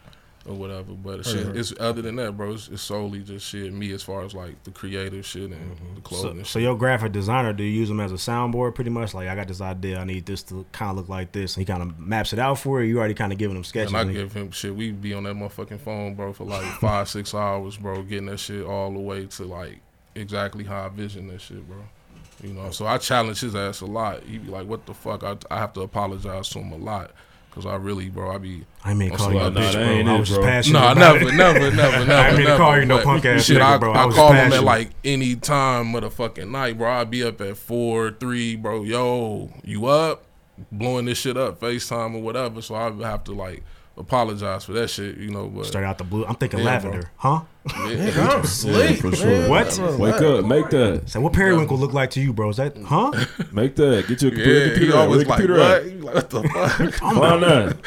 Speaker 1: or whatever. But shit,
Speaker 16: Heard.
Speaker 1: it's other than that, bro. It's, it's solely just shit me as far as like the creative shit and the clothing.
Speaker 16: Mm-hmm. So,
Speaker 1: and
Speaker 16: so
Speaker 1: shit.
Speaker 16: your graphic designer, do you use him as a soundboard pretty much? Like I got this idea, I need this to kind of look like this, and he kind of maps it out for you. You already kind of giving him sketches.
Speaker 1: And I
Speaker 16: and he-
Speaker 1: give him shit. We be on that motherfucking phone, bro, for like five, six hours, bro, getting that shit all the way to like exactly how I vision that shit, bro. You know, so I challenge his ass a lot. He be like, "What the fuck?" I, I have to apologize to him a lot because I really, bro, I be.
Speaker 16: I ain't mean to
Speaker 1: on
Speaker 16: call
Speaker 1: some
Speaker 16: you a
Speaker 1: other-
Speaker 16: bitch, bro. I was just passionate
Speaker 1: Nah,
Speaker 16: about
Speaker 1: never,
Speaker 16: it.
Speaker 1: never,
Speaker 16: I
Speaker 1: never, never,
Speaker 16: ain't
Speaker 1: never.
Speaker 16: mean to call you no
Speaker 1: but
Speaker 16: punk ass
Speaker 1: shit,
Speaker 16: nigga,
Speaker 1: I,
Speaker 16: bro. I
Speaker 1: I,
Speaker 16: was
Speaker 1: call him at
Speaker 16: passionate.
Speaker 1: like any time motherfucking night, bro. I'd be up at four, three, bro. Yo, you up? Blowing this shit up, FaceTime or whatever. So I would have to like apologize for that shit, you know. But
Speaker 16: Straight out the blue. I'm thinking
Speaker 1: Yeah, bro.
Speaker 16: lavender, huh?
Speaker 1: Yeah.
Speaker 16: I'm asleep,
Speaker 10: for sure.
Speaker 16: man. What?
Speaker 10: Wake up, make that.
Speaker 16: So what periwinkle look like to you, bro? Is that huh?
Speaker 10: Make that. Get your computer.
Speaker 16: Yeah, he
Speaker 10: computer
Speaker 16: always
Speaker 10: out.
Speaker 16: like,
Speaker 10: computer
Speaker 16: what?
Speaker 10: Out.
Speaker 16: He like, what the fuck?
Speaker 10: Why not?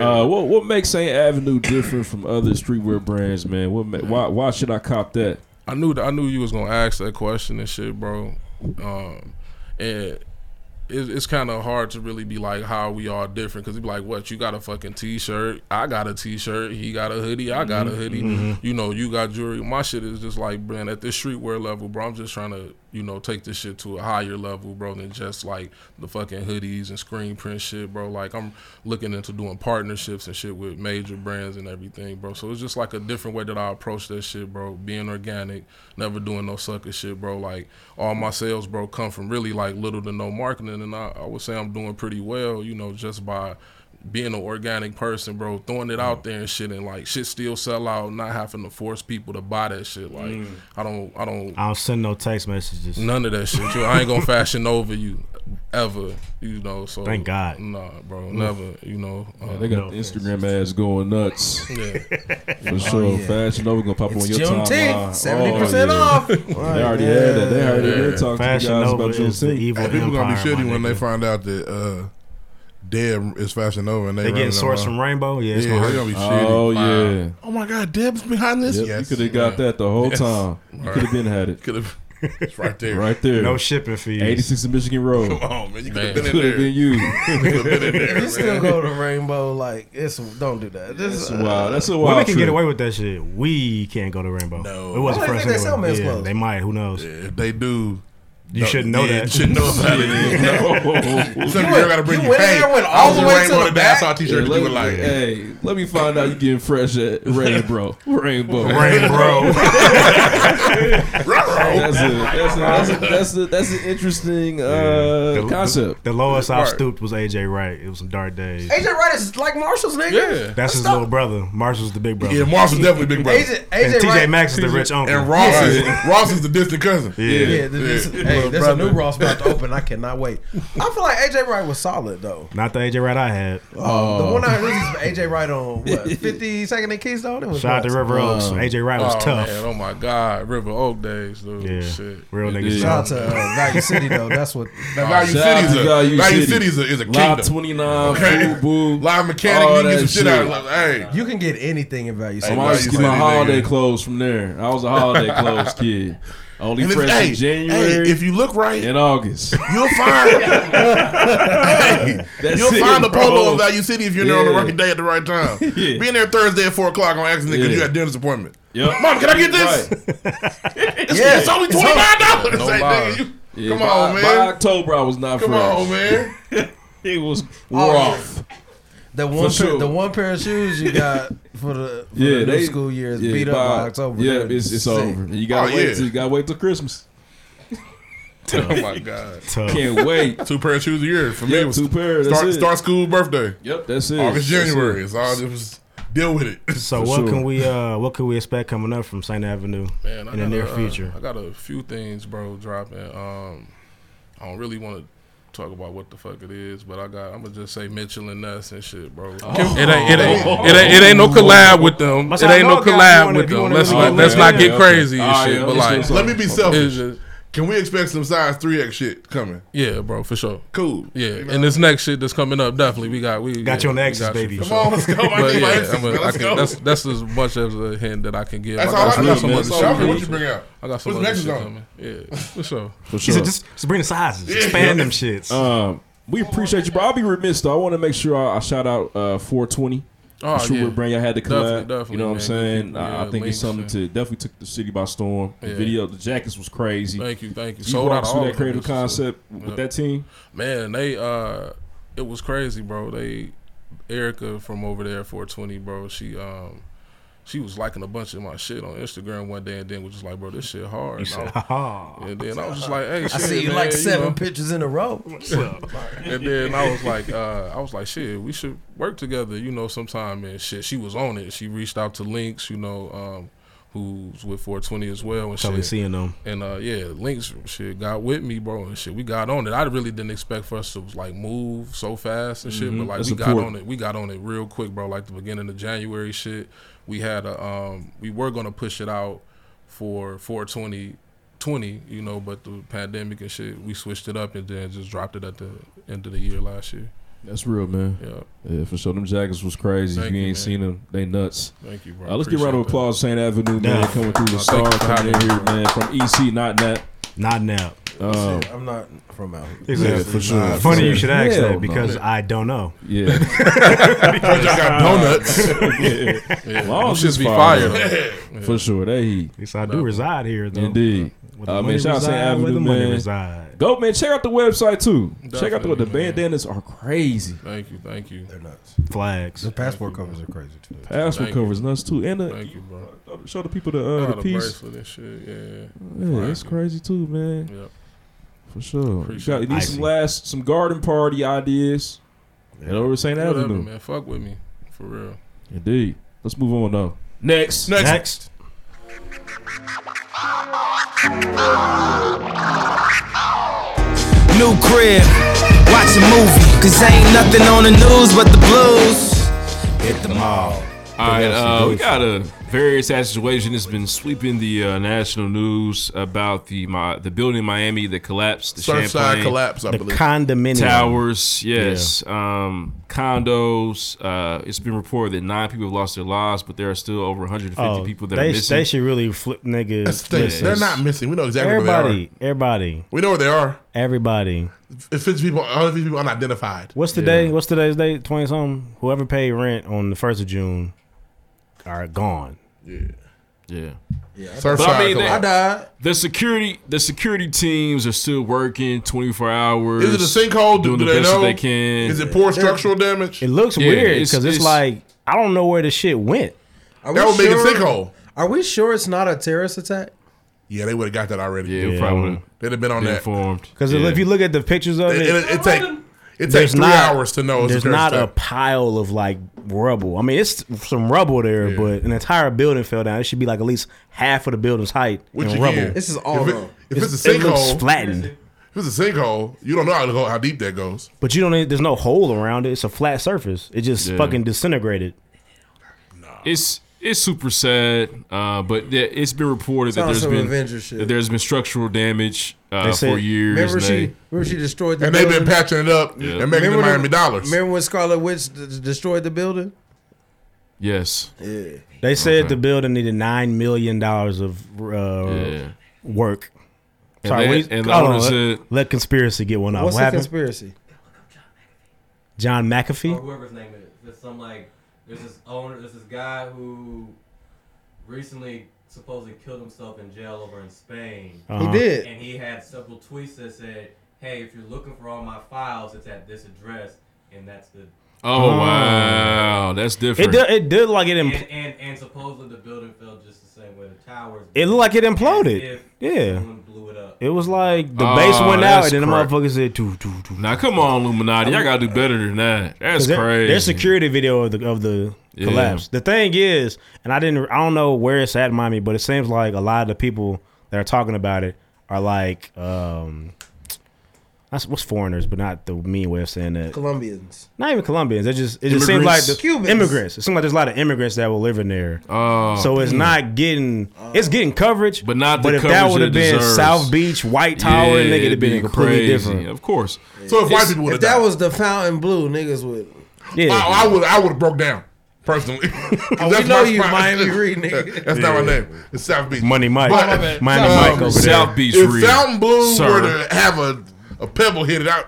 Speaker 10: Uh, what what makes Saint Avenue different from other streetwear brands, man? What ma- why why should I cop that?
Speaker 1: I knew that I knew you was gonna ask that question and shit, bro. Um, and it, it's kind of hard to really be like how we all different because be like, what you got a fucking t-shirt, I got a t-shirt, he got a hoodie, I
Speaker 16: Mm-hmm.
Speaker 1: got a hoodie.
Speaker 10: Mhm.
Speaker 1: You know, you got jewelry. My shit is just like, man, at this streetwear level, bro. I'm just trying to you know, take this shit to a higher level, bro, than just like the fucking hoodies and screen print shit, bro. Like I'm looking into doing partnerships and shit with major brands and everything, bro. So it's just like a different way that I approach that shit, bro. Being organic, never doing no sucker shit, bro. Like all my sales, bro, come from really like little to no marketing and I, I would say I'm doing pretty well, you know, just by being an organic person, bro, throwing it
Speaker 2: Mm.
Speaker 1: out there and shit, and like shit still sell out, not having to force people to buy that shit. Like
Speaker 16: Mm.
Speaker 1: I don't, I don't,
Speaker 16: I don't send no text messages.
Speaker 1: none of that shit. You, I ain't gonna fashion over you ever, you know. So
Speaker 2: Thank God.
Speaker 1: nah, bro,
Speaker 2: Mm.
Speaker 1: never, you know. uh,
Speaker 2: Yeah, they got the Instagram ads going nuts.
Speaker 1: Yeah.
Speaker 2: For sure.
Speaker 1: Oh, yeah.
Speaker 2: Fashion Nova gonna pop
Speaker 1: It's
Speaker 2: on your
Speaker 1: Juneteenth,
Speaker 2: timeline. Oh,
Speaker 1: 70% off.
Speaker 2: They already had that. They already did talk to you guys about Juneteenth.
Speaker 5: Hey, people gonna be shitty when they find out that uh, Deb is Fashion Nova and they,
Speaker 16: They getting
Speaker 5: running them
Speaker 16: sourced
Speaker 5: out.
Speaker 16: from Rainbow? Yeah,
Speaker 5: yeah,
Speaker 16: it's
Speaker 5: they
Speaker 16: gonna hurt.
Speaker 5: gonna be shitty.
Speaker 2: Oh yeah.
Speaker 5: Oh my God, Deb's behind this.
Speaker 2: Yep,
Speaker 5: yes,
Speaker 2: You could have got that the whole
Speaker 5: Yes.
Speaker 2: time. You
Speaker 5: Right.
Speaker 2: could have been had it.
Speaker 5: Could have. It's right there.
Speaker 2: Right there.
Speaker 16: No shipping fees.
Speaker 2: 86 and Michigan Road.
Speaker 5: Come on, man. You coulda
Speaker 2: Man.
Speaker 5: been in
Speaker 2: Coulda
Speaker 5: there.
Speaker 2: been you.
Speaker 5: You coulda been in there,
Speaker 7: You still go to Rainbow like it's don't do that. This
Speaker 16: That's
Speaker 7: uh,
Speaker 16: a wild. That's a wild. Women can get away with that shit. We can't go to Rainbow. No, it
Speaker 7: I
Speaker 16: wasn't
Speaker 7: don't
Speaker 16: first.
Speaker 7: think they
Speaker 16: thing
Speaker 7: sell
Speaker 16: we-
Speaker 7: men's
Speaker 16: yeah,
Speaker 7: clothes.
Speaker 16: They might. Who knows?
Speaker 5: if they do.
Speaker 16: You shouldn't know
Speaker 5: yeah,
Speaker 16: that.
Speaker 5: You shouldn't know about it.
Speaker 2: No.
Speaker 5: No. Some girl gotta bring
Speaker 2: You
Speaker 5: you.
Speaker 2: went in
Speaker 5: hey,
Speaker 2: there, went
Speaker 5: I
Speaker 2: all
Speaker 5: was
Speaker 2: the
Speaker 5: in
Speaker 2: way to
Speaker 5: Rainbow
Speaker 2: the
Speaker 5: in Bass
Speaker 2: back?
Speaker 5: Out t-shirt.
Speaker 2: Yeah,
Speaker 5: you were
Speaker 2: let
Speaker 5: like,
Speaker 2: me- hey, let me find out you getting fresh at Rainbow. Rainbow.
Speaker 16: Rainbow.
Speaker 2: that's, a, that's, a, that's, a, that's, a, that's an interesting uh,
Speaker 16: The- the-
Speaker 2: concept.
Speaker 16: The, lowest I've
Speaker 2: Right.
Speaker 16: stooped was AJ Wright. It was some dark days.
Speaker 23: AJ Wright is like Marshall's nigga.
Speaker 16: That's, his little brother. Marshall's the big brother.
Speaker 5: Yeah, Marshall's definitely big brother.
Speaker 16: AJ, and TJ Maxx is the rich uncle.
Speaker 5: And Ross, is, Ross is the distant cousin.
Speaker 16: Yeah. Yeah,
Speaker 7: the- this- hey, there's a new Ross about to open. I cannot wait. I feel like AJ Wright was solid though.
Speaker 16: Not the AJ Wright I had.
Speaker 7: The
Speaker 16: Oh.
Speaker 7: one I heard is AJ Wright on what 52nd and Keystone. It was Uh,
Speaker 16: Shout out to
Speaker 7: nuts.
Speaker 16: River Oaks.
Speaker 1: Um,
Speaker 16: AJ Wright was
Speaker 1: oh,
Speaker 16: tough.
Speaker 1: man, oh my God, River Oak days, dude.
Speaker 16: Yeah.
Speaker 1: Shit. Oh,
Speaker 16: Real niggas.
Speaker 7: Shout out to uh, Value City though. That's what
Speaker 5: Now, Value
Speaker 1: Shout out
Speaker 5: City's
Speaker 1: to
Speaker 5: a
Speaker 1: Value
Speaker 5: Value,
Speaker 1: City.
Speaker 5: City is a, is a
Speaker 1: Live
Speaker 5: kingdom. boo
Speaker 2: 29,
Speaker 5: boo. Live mechanic,
Speaker 2: all
Speaker 5: you can get
Speaker 2: that
Speaker 5: some shit out. Like,
Speaker 2: shit.
Speaker 5: hey,
Speaker 7: you can get anything in Value
Speaker 2: So
Speaker 7: City.
Speaker 2: I used to get my holiday clothes from there. I was a holiday clothes kid. Only
Speaker 5: And if-
Speaker 2: fresh
Speaker 5: hey,
Speaker 2: in January.
Speaker 5: hey, if you look right,
Speaker 2: in August,
Speaker 5: you'll find. hey,
Speaker 2: That's
Speaker 5: you'll
Speaker 2: it,
Speaker 5: find a polo
Speaker 2: bro.
Speaker 5: in Value City if you're there on the
Speaker 2: Yeah.
Speaker 5: right day at the right time.
Speaker 2: Yeah.
Speaker 5: Being there Thursday at four o'clock on accident because
Speaker 2: Yeah.
Speaker 5: you got dinner's appointment.
Speaker 2: Yep.
Speaker 5: Mom, can I get this? it's, it's only twenty nine dollars.
Speaker 2: No lie. Yeah,
Speaker 5: come
Speaker 2: by-
Speaker 5: on, man.
Speaker 2: By October, I was not
Speaker 5: Come
Speaker 2: fresh.
Speaker 5: on, man.
Speaker 2: it was
Speaker 7: Oh,
Speaker 2: wore off.
Speaker 7: The one pair,
Speaker 2: For sure.
Speaker 7: the one pair of shoes you got for the, for
Speaker 2: Yeah,
Speaker 7: the
Speaker 2: they
Speaker 7: new school year is
Speaker 2: yeah,
Speaker 7: beat up by October.
Speaker 2: Yeah,
Speaker 7: They're
Speaker 2: it's, it's
Speaker 7: sick.
Speaker 2: over. You gotta
Speaker 5: Oh,
Speaker 2: wait.
Speaker 5: yeah.
Speaker 2: Till, you gotta wait till Christmas.
Speaker 5: Oh my god.
Speaker 16: Tough.
Speaker 2: Can't wait.
Speaker 5: Two pair of shoes a year for me.
Speaker 2: Yeah,
Speaker 5: it was
Speaker 2: two pairs, that's
Speaker 5: Start,
Speaker 2: it.
Speaker 5: start school birthday.
Speaker 2: Yep, that's it.
Speaker 5: August,
Speaker 2: That's
Speaker 5: January.
Speaker 2: it.
Speaker 5: It's all it was. Deal with it.
Speaker 16: So what can we uh what can we expect coming up from St. Avenue
Speaker 1: Man, I
Speaker 16: in the
Speaker 1: got
Speaker 16: near
Speaker 1: a, uh,
Speaker 16: future?
Speaker 1: I got a few things, bro, dropping. Um, I don't really want to talk about what the fuck it is, but I got. I'm gonna just say Mitchell and Ness and shit, bro.
Speaker 5: Oh.
Speaker 1: It ain't. It
Speaker 2: Oh.
Speaker 1: ain't. It ain't, it ain't no collab with them.
Speaker 5: That's
Speaker 1: It
Speaker 5: how I
Speaker 1: ain't no
Speaker 5: know, guys, you
Speaker 1: collab
Speaker 5: wanna-
Speaker 1: with
Speaker 5: you
Speaker 1: them.
Speaker 5: wanna
Speaker 1: Let's
Speaker 5: really
Speaker 1: not,
Speaker 5: go
Speaker 1: let's
Speaker 5: in.
Speaker 1: not
Speaker 5: Yeah,
Speaker 1: get
Speaker 5: okay.
Speaker 1: crazy and
Speaker 5: All right,
Speaker 1: shit. But
Speaker 5: let's
Speaker 1: like,
Speaker 5: just- let me be
Speaker 1: it's
Speaker 5: selfish.
Speaker 1: just-
Speaker 5: Can we expect some size three X shit coming?
Speaker 1: yeah, bro, for sure.
Speaker 5: Cool.
Speaker 1: Yeah, and this next shit that's coming up, definitely we got we yeah,
Speaker 16: Got you on the
Speaker 1: we
Speaker 16: X's,
Speaker 1: got you
Speaker 16: baby.
Speaker 1: for
Speaker 16: Come on,
Speaker 1: sure.
Speaker 16: let's go.
Speaker 1: But
Speaker 16: I need my
Speaker 1: yeah,
Speaker 16: X's,
Speaker 1: I'm a-
Speaker 16: man,
Speaker 1: I
Speaker 16: let's
Speaker 1: can-
Speaker 16: go.
Speaker 1: that's that's as much as a hint that I can give.
Speaker 5: That's
Speaker 1: got
Speaker 5: all I
Speaker 1: some-
Speaker 5: know,
Speaker 1: some
Speaker 5: man.
Speaker 1: other
Speaker 5: So,
Speaker 1: shit
Speaker 5: Alfred, what
Speaker 1: coming.
Speaker 5: you bring out?
Speaker 1: I got some
Speaker 5: What's
Speaker 1: other
Speaker 5: next
Speaker 1: shit
Speaker 5: on?
Speaker 1: coming. Yeah, for sure.
Speaker 2: For
Speaker 16: He said,
Speaker 2: sure.
Speaker 16: just, just bring the sizes, expand them shits.
Speaker 2: Um, we appreciate you, bro. I'll be remiss though. I want to make sure I, I shout out uh, 420.
Speaker 1: Oh,
Speaker 2: sure
Speaker 1: yeah.
Speaker 2: we bring. I had to collab.
Speaker 1: Definitely, definitely,
Speaker 2: you know what I'm
Speaker 1: man.
Speaker 2: saying? I- I,
Speaker 1: Yeah,
Speaker 2: think it's
Speaker 1: links
Speaker 2: something
Speaker 1: and-
Speaker 2: to definitely took the city by storm. The
Speaker 1: Yeah.
Speaker 2: video, the jackets was crazy.
Speaker 1: Thank you, thank you.
Speaker 2: You
Speaker 1: Sold
Speaker 2: walked
Speaker 1: out
Speaker 2: through
Speaker 1: all
Speaker 2: that
Speaker 1: of them.
Speaker 2: creative concept with
Speaker 1: Yeah.
Speaker 2: that team.
Speaker 1: Man, they uh it was crazy, bro. They Erica from over there at 420, bro. She um she was liking a bunch of my shit on Instagram one day and then was just like, bro, this shit hard.
Speaker 16: You
Speaker 1: And
Speaker 16: said,
Speaker 1: I-
Speaker 16: "Ha-ha."
Speaker 1: And then I was just like, hey,
Speaker 7: I
Speaker 1: shit,
Speaker 7: see you
Speaker 1: man,
Speaker 7: like seven
Speaker 1: know.
Speaker 7: pictures in a row. What's up?
Speaker 1: and then I was like, uh, I was like, shit, we should work together, you know, sometime and shit. She was on it. She reached out to Links, you know, um, who's with 420 as well and
Speaker 16: Probably
Speaker 1: shit.
Speaker 16: seeing them.
Speaker 1: And uh, yeah, Links shit got with me, bro, and shit. We got on it. I really didn't expect for us to like move so fast and shit,
Speaker 2: Mhm.
Speaker 1: but like
Speaker 2: That's
Speaker 1: we got
Speaker 2: important.
Speaker 1: on it. We got on it real quick, bro. Like the beginning of January shit. We had a um, we were gonna push it out for 420 20, you know, but the pandemic and shit, we switched it up and then just dropped it at the end of the year last year.
Speaker 2: That's real, man. Yeah. for sure. Them jackets was crazy. if
Speaker 1: Thank
Speaker 2: you,
Speaker 1: you,
Speaker 2: ain't
Speaker 1: man.
Speaker 2: seen them, they nuts.
Speaker 1: Thank you, bro.
Speaker 2: Uh, let's give a round of
Speaker 1: Appreciate
Speaker 2: applause, St. Avenue, man,
Speaker 16: Yeah.
Speaker 2: coming through the
Speaker 1: Uh,
Speaker 2: star,
Speaker 1: thank you for
Speaker 2: coming in
Speaker 1: having
Speaker 2: here,
Speaker 1: me,
Speaker 2: man, from EC, not net.
Speaker 16: Not now.
Speaker 2: Um,
Speaker 7: I'm not from out. here.
Speaker 16: Exactly.
Speaker 2: Yeah, for sure.
Speaker 16: Funny
Speaker 2: For
Speaker 16: you
Speaker 2: sure.
Speaker 16: should ask
Speaker 2: Hell no.
Speaker 16: that because I don't know.
Speaker 2: Yeah.
Speaker 16: Because
Speaker 5: y'all got donuts.
Speaker 2: yeah.
Speaker 1: Yeah.
Speaker 2: Long
Speaker 1: Them shits
Speaker 2: as
Speaker 1: be
Speaker 2: fire.
Speaker 1: fire, though.
Speaker 2: For sure. They heat.
Speaker 16: Yes, I do reside here though.
Speaker 2: Indeed.
Speaker 15: Where the
Speaker 10: Uh, man,
Speaker 15: money
Speaker 10: shout out St.
Speaker 15: reside, where
Speaker 10: Avenue,
Speaker 15: the money
Speaker 10: man.
Speaker 15: reside.
Speaker 10: Go, man. Check out the website too. check out the, the
Speaker 15: Definitely, man.
Speaker 10: bandanas are crazy.
Speaker 1: Thank you, thank you. They're nuts.
Speaker 15: Flags.
Speaker 7: The passport covers are crazy too.
Speaker 10: Passport
Speaker 1: Thank
Speaker 10: covers nuts too, and uh, the,
Speaker 1: Thank you, bro.
Speaker 10: Show the people the uh,
Speaker 1: Nah,
Speaker 10: the piece.
Speaker 1: bracelet and shit. Yeah,
Speaker 10: Yeah,
Speaker 1: Right.
Speaker 10: it's crazy too, man.
Speaker 1: Yep.
Speaker 10: For sure. You
Speaker 1: Appreciate
Speaker 10: got you
Speaker 1: it.
Speaker 10: need
Speaker 1: Icy.
Speaker 10: some last some garden party ideas. Head over to St.
Speaker 1: Whatever,
Speaker 10: Avenue.
Speaker 1: man. Fuck with me, for real.
Speaker 10: Indeed. Let's move on though. Next.
Speaker 1: Next.
Speaker 10: Next.
Speaker 17: New crib, watch a movie. Cause ain't nothing on the news but the blues. Hit the mall.
Speaker 2: All right, uh, we got a very sad situation that's been sweeping the uh, national news about the my, the building in Miami that collapsed. The
Speaker 5: Surfside
Speaker 2: Champlain
Speaker 5: collapse, I
Speaker 16: The believe. condominium.
Speaker 2: towers, yes, um, condos. Uh, it's been reported that nine people have lost their lives, but there are still over 150
Speaker 16: Oh,
Speaker 2: people that
Speaker 16: they,
Speaker 2: are missing.
Speaker 16: they should really flip niggas.
Speaker 2: That's the thing.
Speaker 16: listen.
Speaker 2: They're not
Speaker 5: missing. We know exactly where they
Speaker 16: everybody, Everybody.
Speaker 5: We know where they are.
Speaker 16: Everybody.
Speaker 5: If it's people, all of these people unidentified.
Speaker 16: What's the
Speaker 5: Yeah.
Speaker 16: day? What's today's date? Twenty something. Whoever paid rent on the first of June are gone.
Speaker 5: Yeah.
Speaker 2: Yeah.
Speaker 5: Yeah.
Speaker 2: But I mean, they-
Speaker 5: I died.
Speaker 2: The security, the security teams are still working 24 hours.
Speaker 5: Is it a sinkhole? Do,
Speaker 2: Doing
Speaker 5: do
Speaker 2: the
Speaker 5: they
Speaker 2: best
Speaker 5: know?
Speaker 2: that they can.
Speaker 5: Is it poor structural damage?
Speaker 16: It looks
Speaker 2: Yeah,
Speaker 16: weird
Speaker 2: it's-
Speaker 16: because it's,
Speaker 2: it's-
Speaker 16: like I don't know where the shit went.
Speaker 7: Are
Speaker 5: That
Speaker 7: we
Speaker 5: would make it sinkhole.
Speaker 7: Are we sure it's not a terrorist attack?
Speaker 5: Yeah, they would have got that already. Yeah,
Speaker 2: we probably would've
Speaker 5: They'd have been on
Speaker 2: been
Speaker 5: that.
Speaker 2: informed.
Speaker 16: Because if you look at the pictures of
Speaker 5: It-
Speaker 16: it,
Speaker 5: it- it take- it
Speaker 16: there's
Speaker 5: takes three hours to know it's a
Speaker 16: There's
Speaker 5: terrorist
Speaker 16: not a
Speaker 5: attack.
Speaker 16: pile of like rubble. I mean, it's some rubble there, but an entire building fell down. It should be like at least half of the building's height
Speaker 5: Which again,
Speaker 16: in rubble.
Speaker 7: This is all
Speaker 5: if, it-
Speaker 7: wrong.
Speaker 5: if it's, a
Speaker 16: It looks
Speaker 5: sinkhole,
Speaker 16: flattened.
Speaker 5: If it's a sinkhole, you don't know how, to go- how deep that goes.
Speaker 16: But you don't. need- There's no hole around it. It's a flat surface. It just
Speaker 2: Yeah.
Speaker 16: fucking disintegrated.
Speaker 2: It's it's super sad, uh, but th- it's been reported that
Speaker 7: Sounds
Speaker 2: there's
Speaker 7: some
Speaker 2: been
Speaker 7: Avengers shit.
Speaker 2: that there's been structural damage
Speaker 7: They
Speaker 2: uh,
Speaker 7: said-
Speaker 2: for years.
Speaker 7: Remember
Speaker 2: and
Speaker 7: she,
Speaker 2: they-
Speaker 7: remember she destroyed the
Speaker 5: And they've been
Speaker 7: building?
Speaker 5: patching it up
Speaker 2: Yeah.
Speaker 5: and making the
Speaker 7: Remember the-
Speaker 5: Miami dollars.
Speaker 7: Remember when Scarlet Witch d- d- destroyed the building?
Speaker 2: yes,
Speaker 7: Yeah.
Speaker 16: They said
Speaker 2: Okay.
Speaker 16: the building needed nine million dollars of uh,
Speaker 2: Yeah.
Speaker 16: work.
Speaker 2: And
Speaker 16: Sorry,
Speaker 2: they-
Speaker 16: we,
Speaker 2: and the
Speaker 16: hold on,
Speaker 2: owner
Speaker 16: let,
Speaker 2: said-
Speaker 16: let conspiracy get one out.
Speaker 7: What's
Speaker 16: what
Speaker 7: the
Speaker 16: happened?
Speaker 7: conspiracy?
Speaker 16: John McAfee.
Speaker 24: Or whoever's name it is. There's some like there's this owner there's this guy who recently supposedly killed himself in jail over in Spain.
Speaker 16: He Uh-huh. did.
Speaker 24: And he had several tweets that said, Hey, if you're looking for all my files, it's at this address and that's the
Speaker 2: Oh, wow, that's
Speaker 16: It
Speaker 2: different.
Speaker 16: did, it did like it. Impl-
Speaker 24: and, and and supposedly the building fell just the same way the towers
Speaker 16: It looked like it imploded.
Speaker 24: if
Speaker 16: Yeah.
Speaker 24: someone blew it up.
Speaker 16: It was like the
Speaker 2: Ah,
Speaker 16: base went out
Speaker 2: that's
Speaker 16: and then the
Speaker 2: correct.
Speaker 16: motherfucker said, "Doo, doo, doo."
Speaker 2: now come on, Illuminati, y'all gotta do better than that. That's
Speaker 16: 'Cause there-
Speaker 2: crazy.
Speaker 16: There's security video of the of the
Speaker 2: Yeah.
Speaker 16: collapse. The thing is, and I didn't, I don't know where it's at, in Miami, but it seems like a lot of the people that are talking about it are like, um, that's what's foreigners, but not the mean way of saying that.
Speaker 7: Colombians.
Speaker 16: Not even Colombians. It just it just seems like
Speaker 7: Immigrants.
Speaker 16: the
Speaker 7: Cubans.
Speaker 16: immigrants. It seems like there's a lot of immigrants that were living there.
Speaker 2: Oh,
Speaker 16: so it's
Speaker 2: damn.
Speaker 16: not getting
Speaker 24: Oh,
Speaker 16: it's getting coverage,
Speaker 2: but not.
Speaker 16: But
Speaker 2: the
Speaker 16: if that
Speaker 2: coverage
Speaker 16: would have
Speaker 2: it
Speaker 16: been
Speaker 2: deserves.
Speaker 16: South Beach, White Tower, nigga,
Speaker 2: Yeah,
Speaker 16: it'd
Speaker 2: it'd
Speaker 16: been
Speaker 2: be
Speaker 16: completely
Speaker 2: crazy.
Speaker 16: different.
Speaker 2: Of course.
Speaker 5: So if white people
Speaker 7: If
Speaker 5: would
Speaker 7: that
Speaker 5: have
Speaker 7: was the Fountain Blue, niggas would.
Speaker 5: died, I, I would I would have broke down personally. 'Cause that's
Speaker 7: Oh, know
Speaker 5: my
Speaker 7: you
Speaker 5: spot.
Speaker 7: Miami Reed, nigga.
Speaker 5: that's not my
Speaker 7: Yeah.
Speaker 5: name. It's South Beach.
Speaker 16: Money Mike.
Speaker 5: But-
Speaker 16: Oh, my bad. Miami Mike over there. South Beach
Speaker 5: If
Speaker 16: Reed,
Speaker 5: Fountain Blue
Speaker 16: sir.
Speaker 5: were to have a, a pebble hit it out.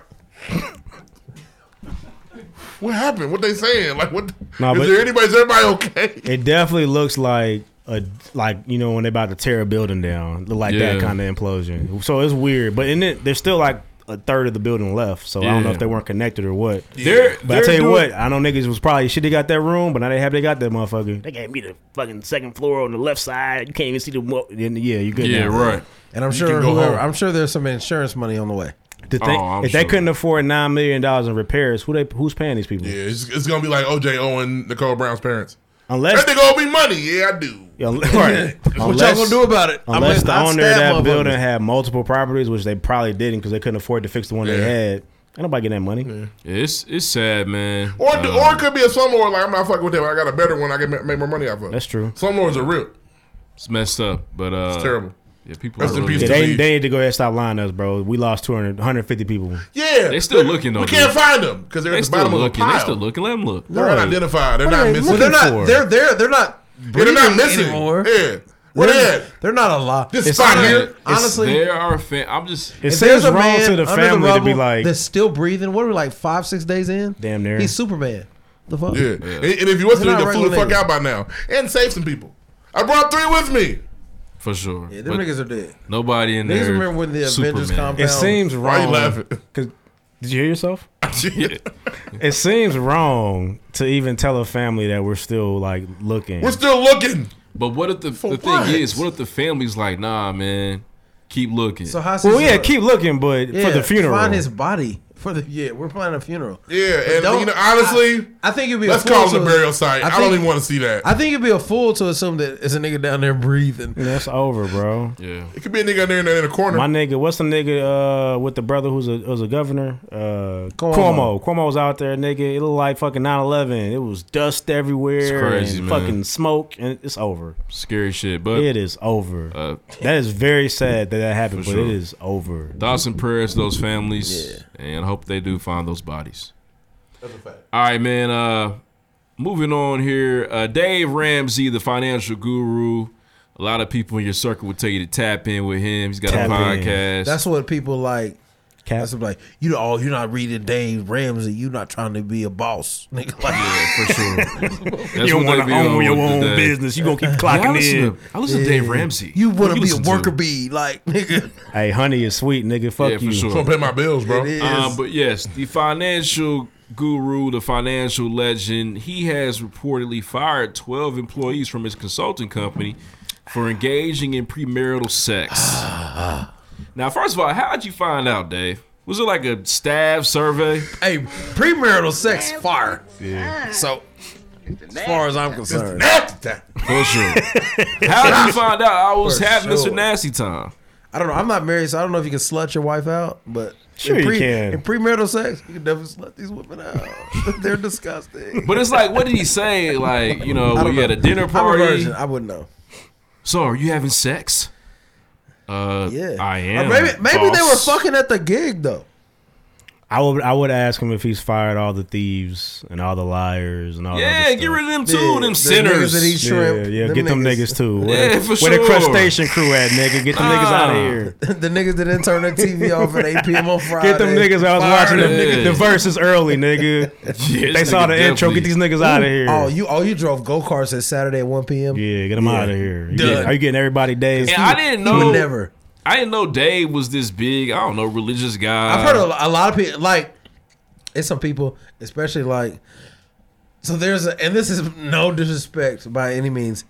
Speaker 5: What happened? What they saying? Like what?
Speaker 16: Nah,
Speaker 5: is
Speaker 16: but-
Speaker 5: there anybody? Is everybody okay?
Speaker 16: It definitely looks like a like you know when they about to tear a building down, look like
Speaker 2: Yeah.
Speaker 16: that kind of implosion. So it's weird, but in it, there's still like a third of the building left. So I don't know
Speaker 2: Yeah.
Speaker 16: if they weren't connected or what.
Speaker 2: They're-
Speaker 16: but I
Speaker 2: they're
Speaker 16: tell you
Speaker 2: doing-
Speaker 16: what, I know niggas was probably shit. They got that room, but now they happy they got that motherfucker.
Speaker 13: They gave me the fucking second floor on the left side. You can't even see the. Mo-
Speaker 16: And yeah, you good? now.
Speaker 7: And I'm sure whoever, I'm sure there's some insurance money on the way.
Speaker 16: The thing-
Speaker 5: Oh,
Speaker 16: if they couldn't afford nine million dollars in repairs, who they who's paying these people?
Speaker 5: Yeah, it's, it's gonna be like OJ Owen, Nicole Brown's parents.
Speaker 16: Unless
Speaker 5: that nigga owe me money, yeah, I do.
Speaker 16: Yeah, right.
Speaker 5: What y'all gonna do about it? I'ma-
Speaker 16: Unless the
Speaker 5: I'll
Speaker 16: owner of
Speaker 5: stab
Speaker 16: that
Speaker 5: motherfuckers.
Speaker 16: building had multiple properties, which they probably didn't because they couldn't afford to fix the one they
Speaker 2: Yeah.
Speaker 16: had. Ain't nobody getting that money.
Speaker 2: Yeah, it's it's sad, man.
Speaker 5: Or,
Speaker 2: Um,
Speaker 7: Uh,
Speaker 5: or it could be a slumlord. Like I'm not fucking with that. but I got a better one. I can ma- make more money off of.
Speaker 16: That's true.
Speaker 5: Slumlords are real.
Speaker 2: it's messed up, but uh,
Speaker 5: It's terrible.
Speaker 2: Yeah, people.
Speaker 5: Rest
Speaker 2: are
Speaker 5: in
Speaker 2: really-
Speaker 16: Yeah, they, they need to go ahead and stop lying to us, bro. We lost 200, 150 people.
Speaker 5: Yeah,
Speaker 2: They still looking though.
Speaker 5: We can't
Speaker 2: dude.
Speaker 5: find them because they're
Speaker 2: They
Speaker 5: at the
Speaker 2: still
Speaker 5: bottom of the
Speaker 2: looking. They
Speaker 5: pile.
Speaker 2: still looking. Let them look.
Speaker 5: They're unidentified. They're
Speaker 7: What are
Speaker 5: not
Speaker 7: they
Speaker 5: missing.
Speaker 7: looking Well, they're not- for? they're there. They're not.
Speaker 5: Yeah, they're not
Speaker 7: breathing
Speaker 5: missing.
Speaker 7: anymore.
Speaker 5: Yeah. Where they
Speaker 7: They're-
Speaker 5: at?
Speaker 7: They're not alive.
Speaker 5: This
Speaker 7: It's
Speaker 5: spot
Speaker 7: not-
Speaker 5: here.
Speaker 7: Honestly,
Speaker 2: there are. Fan- I'm just.
Speaker 16: It
Speaker 7: If
Speaker 16: seems
Speaker 7: there's a
Speaker 16: wrong
Speaker 7: man
Speaker 16: to the
Speaker 7: under
Speaker 16: family to be
Speaker 7: rubble
Speaker 16: like,
Speaker 7: that's still breathing. What are we like five, six days in?
Speaker 16: Damn near.
Speaker 7: He's Superman. The fuck?
Speaker 5: Yeah. And, and if you was
Speaker 7: They're
Speaker 5: to,
Speaker 7: not
Speaker 5: you flew the
Speaker 7: regular
Speaker 5: fuck
Speaker 7: niggas.
Speaker 5: out by now and save some people. I brought three with me.
Speaker 2: for sure.
Speaker 7: Yeah, them
Speaker 2: But
Speaker 7: niggas are dead.
Speaker 2: Nobody in
Speaker 7: Niggas
Speaker 2: there.
Speaker 7: remember when the Avengers compound-
Speaker 16: It seems wrong.
Speaker 7: Why you laughing?
Speaker 16: Cause did you hear yourself? It seems wrong to even tell a family that we're still like looking.
Speaker 5: still looking.
Speaker 2: But what if the, the
Speaker 16: what?
Speaker 2: thing is? What if the family's like, nah, man, keep looking.
Speaker 7: So how's
Speaker 16: well,
Speaker 7: his,
Speaker 16: yeah,
Speaker 7: uh,
Speaker 16: keep looking, but for the funeral,
Speaker 7: Find his body for the yeah. We're planning a funeral.
Speaker 5: Yeah,
Speaker 7: But
Speaker 5: and
Speaker 7: don't-
Speaker 5: you know, honestly,
Speaker 7: I, I think it'd be.
Speaker 5: let's
Speaker 7: a fool
Speaker 5: call it
Speaker 7: to-
Speaker 5: a burial site. I,
Speaker 7: think-
Speaker 5: don't even want to see that.
Speaker 7: I think it'd be a fool to assume that it's a nigga down there breathing.
Speaker 16: that's over, bro.
Speaker 2: Yeah,
Speaker 5: it could be a nigga in there in the, in the corner.
Speaker 16: My nigga, what's the nigga uh, with the brother who's a who's a governor? Uh,
Speaker 7: Cuomo.
Speaker 16: Cuomo. Cuomo's out there, nigga. It looked like fucking 9-11. It was dust everywhere,
Speaker 2: It's crazy,
Speaker 16: and
Speaker 2: man.
Speaker 16: fucking smoke, and it's over.
Speaker 2: Scary shit, but
Speaker 16: it is over.
Speaker 2: Uh,
Speaker 16: that is very sad that that happened,
Speaker 2: For
Speaker 16: but it
Speaker 2: sure.
Speaker 16: is over.
Speaker 2: thoughts and prayers to those families, and I hope they do find those bodies. All right, man. Uh, moving on here. Uh, Dave Ramsey, the financial guru. A lot of people in your circle would tell you to tap in with him. He's got
Speaker 7: Tap
Speaker 2: a
Speaker 7: in.
Speaker 2: podcast.
Speaker 7: That's what people like. That's what like you know. Oh, you're not reading Dave Ramsey. You're not trying to be a boss, nigga. Like, yeah,
Speaker 2: for sure.
Speaker 16: You don't wanna own your own business. You gonna keep clocking in. I listen to Dave Ramsey.
Speaker 7: You want to
Speaker 16: Who
Speaker 7: be
Speaker 16: you
Speaker 7: a
Speaker 16: listen to?
Speaker 7: worker bee, like nigga.
Speaker 16: Hey, honey is sweet, nigga. Fuck
Speaker 2: yeah, for
Speaker 16: you.
Speaker 2: sure. Um,
Speaker 16: Um,
Speaker 2: but yes, the financial guru, the financial legend, he has reportedly fired 12 employees from his consulting company for engaging in premarital sex. now, first of all, how'd you find out, Dave? Was it like a staff survey?
Speaker 7: Hey, premarital sex fire. Yeah. So, as far as I'm concerned,
Speaker 2: For sure. How'd you find out I was
Speaker 7: For
Speaker 2: having
Speaker 7: sure.
Speaker 2: Mr. Nasty time?
Speaker 7: I don't know. I'm not married, so I don't know if you can slut your wife out, but
Speaker 2: Sure
Speaker 7: in
Speaker 2: you can.
Speaker 7: In premarital sex, you can definitely slut these women out. They're disgusting.
Speaker 2: But it's like, what did he say? Like, you know,
Speaker 7: I don't
Speaker 2: we had
Speaker 7: know.
Speaker 2: a dinner
Speaker 7: I'm a
Speaker 2: party.
Speaker 7: virgin. I wouldn't know. Uh,
Speaker 2: So, are you having sex? Uh, yeah, I
Speaker 7: Or
Speaker 2: am.
Speaker 7: maybe maybe they were
Speaker 2: boss.
Speaker 7: fucking at the gig though.
Speaker 16: I would I would ask him if he's fired all the thieves and all the liars and all. the
Speaker 2: Yeah,
Speaker 16: other
Speaker 2: get rid of them too,
Speaker 16: stuff.
Speaker 2: them sinners.
Speaker 16: Yeah, yeah, get them niggas too. Where,
Speaker 2: Yeah,
Speaker 16: the-
Speaker 2: for
Speaker 16: Where the
Speaker 2: sure.
Speaker 16: crustacean crew at, nigga? Get them niggas out of here.
Speaker 7: the niggas that didn't turn their TV off at 8 p.m. on Friday.
Speaker 16: Get them niggas. I was watching
Speaker 7: Fire
Speaker 16: the, the verses early, nigga. they
Speaker 7: this
Speaker 16: saw
Speaker 7: nigga
Speaker 16: the intro. Get these niggas out of here.
Speaker 7: Oh, you oh you drove go karts at Saturday at 1 p.m.
Speaker 16: Yeah, get them out of here. You
Speaker 7: Done.
Speaker 16: get- are you getting everybody days?
Speaker 2: And I didn't know.
Speaker 7: would never.
Speaker 2: I didn't know Dave was this big. I don't know, religious guy.
Speaker 7: I've heard
Speaker 16: Uh,
Speaker 7: a, a lot of people like it's some people, especially like so there's a, and this is no disrespect by any means.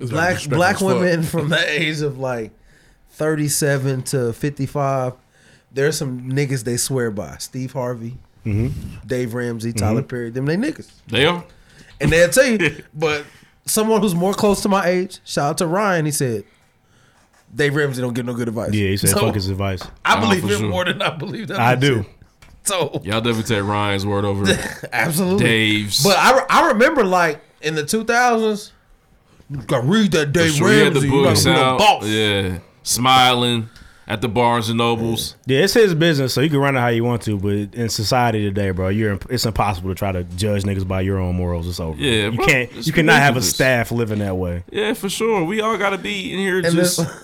Speaker 5: It's
Speaker 7: black
Speaker 5: disrespectful
Speaker 7: black
Speaker 5: as fuck.
Speaker 7: women from the age of like 37 to 55, there's some niggas they swear by. Steve Harvey,
Speaker 16: Mm-hmm.
Speaker 7: Dave Ramsey, Tyler
Speaker 16: Mhm.
Speaker 7: Perry, them they niggas.
Speaker 2: They are.
Speaker 7: And they'll tell you, but someone who's more close to my age, shout out to Ryan, he said, Dave Ramsey don't give no good advice.
Speaker 16: Yeah, he said
Speaker 7: So,
Speaker 16: fuck his advice.
Speaker 7: I
Speaker 2: Oh,
Speaker 7: believe
Speaker 2: for
Speaker 7: him
Speaker 2: sure.
Speaker 7: more than I believe that.
Speaker 16: I do.
Speaker 7: So
Speaker 2: Y'all definitely take Ryan's word over
Speaker 7: absolutely
Speaker 2: Dave's.
Speaker 7: But I, I remember like in the 2000s, you gotta read that Dave
Speaker 2: sure, he had
Speaker 7: Ramsey.
Speaker 2: the
Speaker 7: You gotta
Speaker 2: books
Speaker 7: be a
Speaker 2: out.
Speaker 7: boss.
Speaker 2: Yeah, smiling at the Barnes and Nobles.
Speaker 16: Yeah, it's his business, so you can run it how you want to. But in society today, bro, you're it's impossible to try to judge niggas by your own morals. It's over.
Speaker 2: Yeah,
Speaker 16: you
Speaker 2: bro,
Speaker 16: can't.
Speaker 2: it's
Speaker 16: You cannot have a
Speaker 2: ridiculous.
Speaker 16: staff living that way.
Speaker 2: Yeah, for sure. We all gotta be in here just
Speaker 16: this-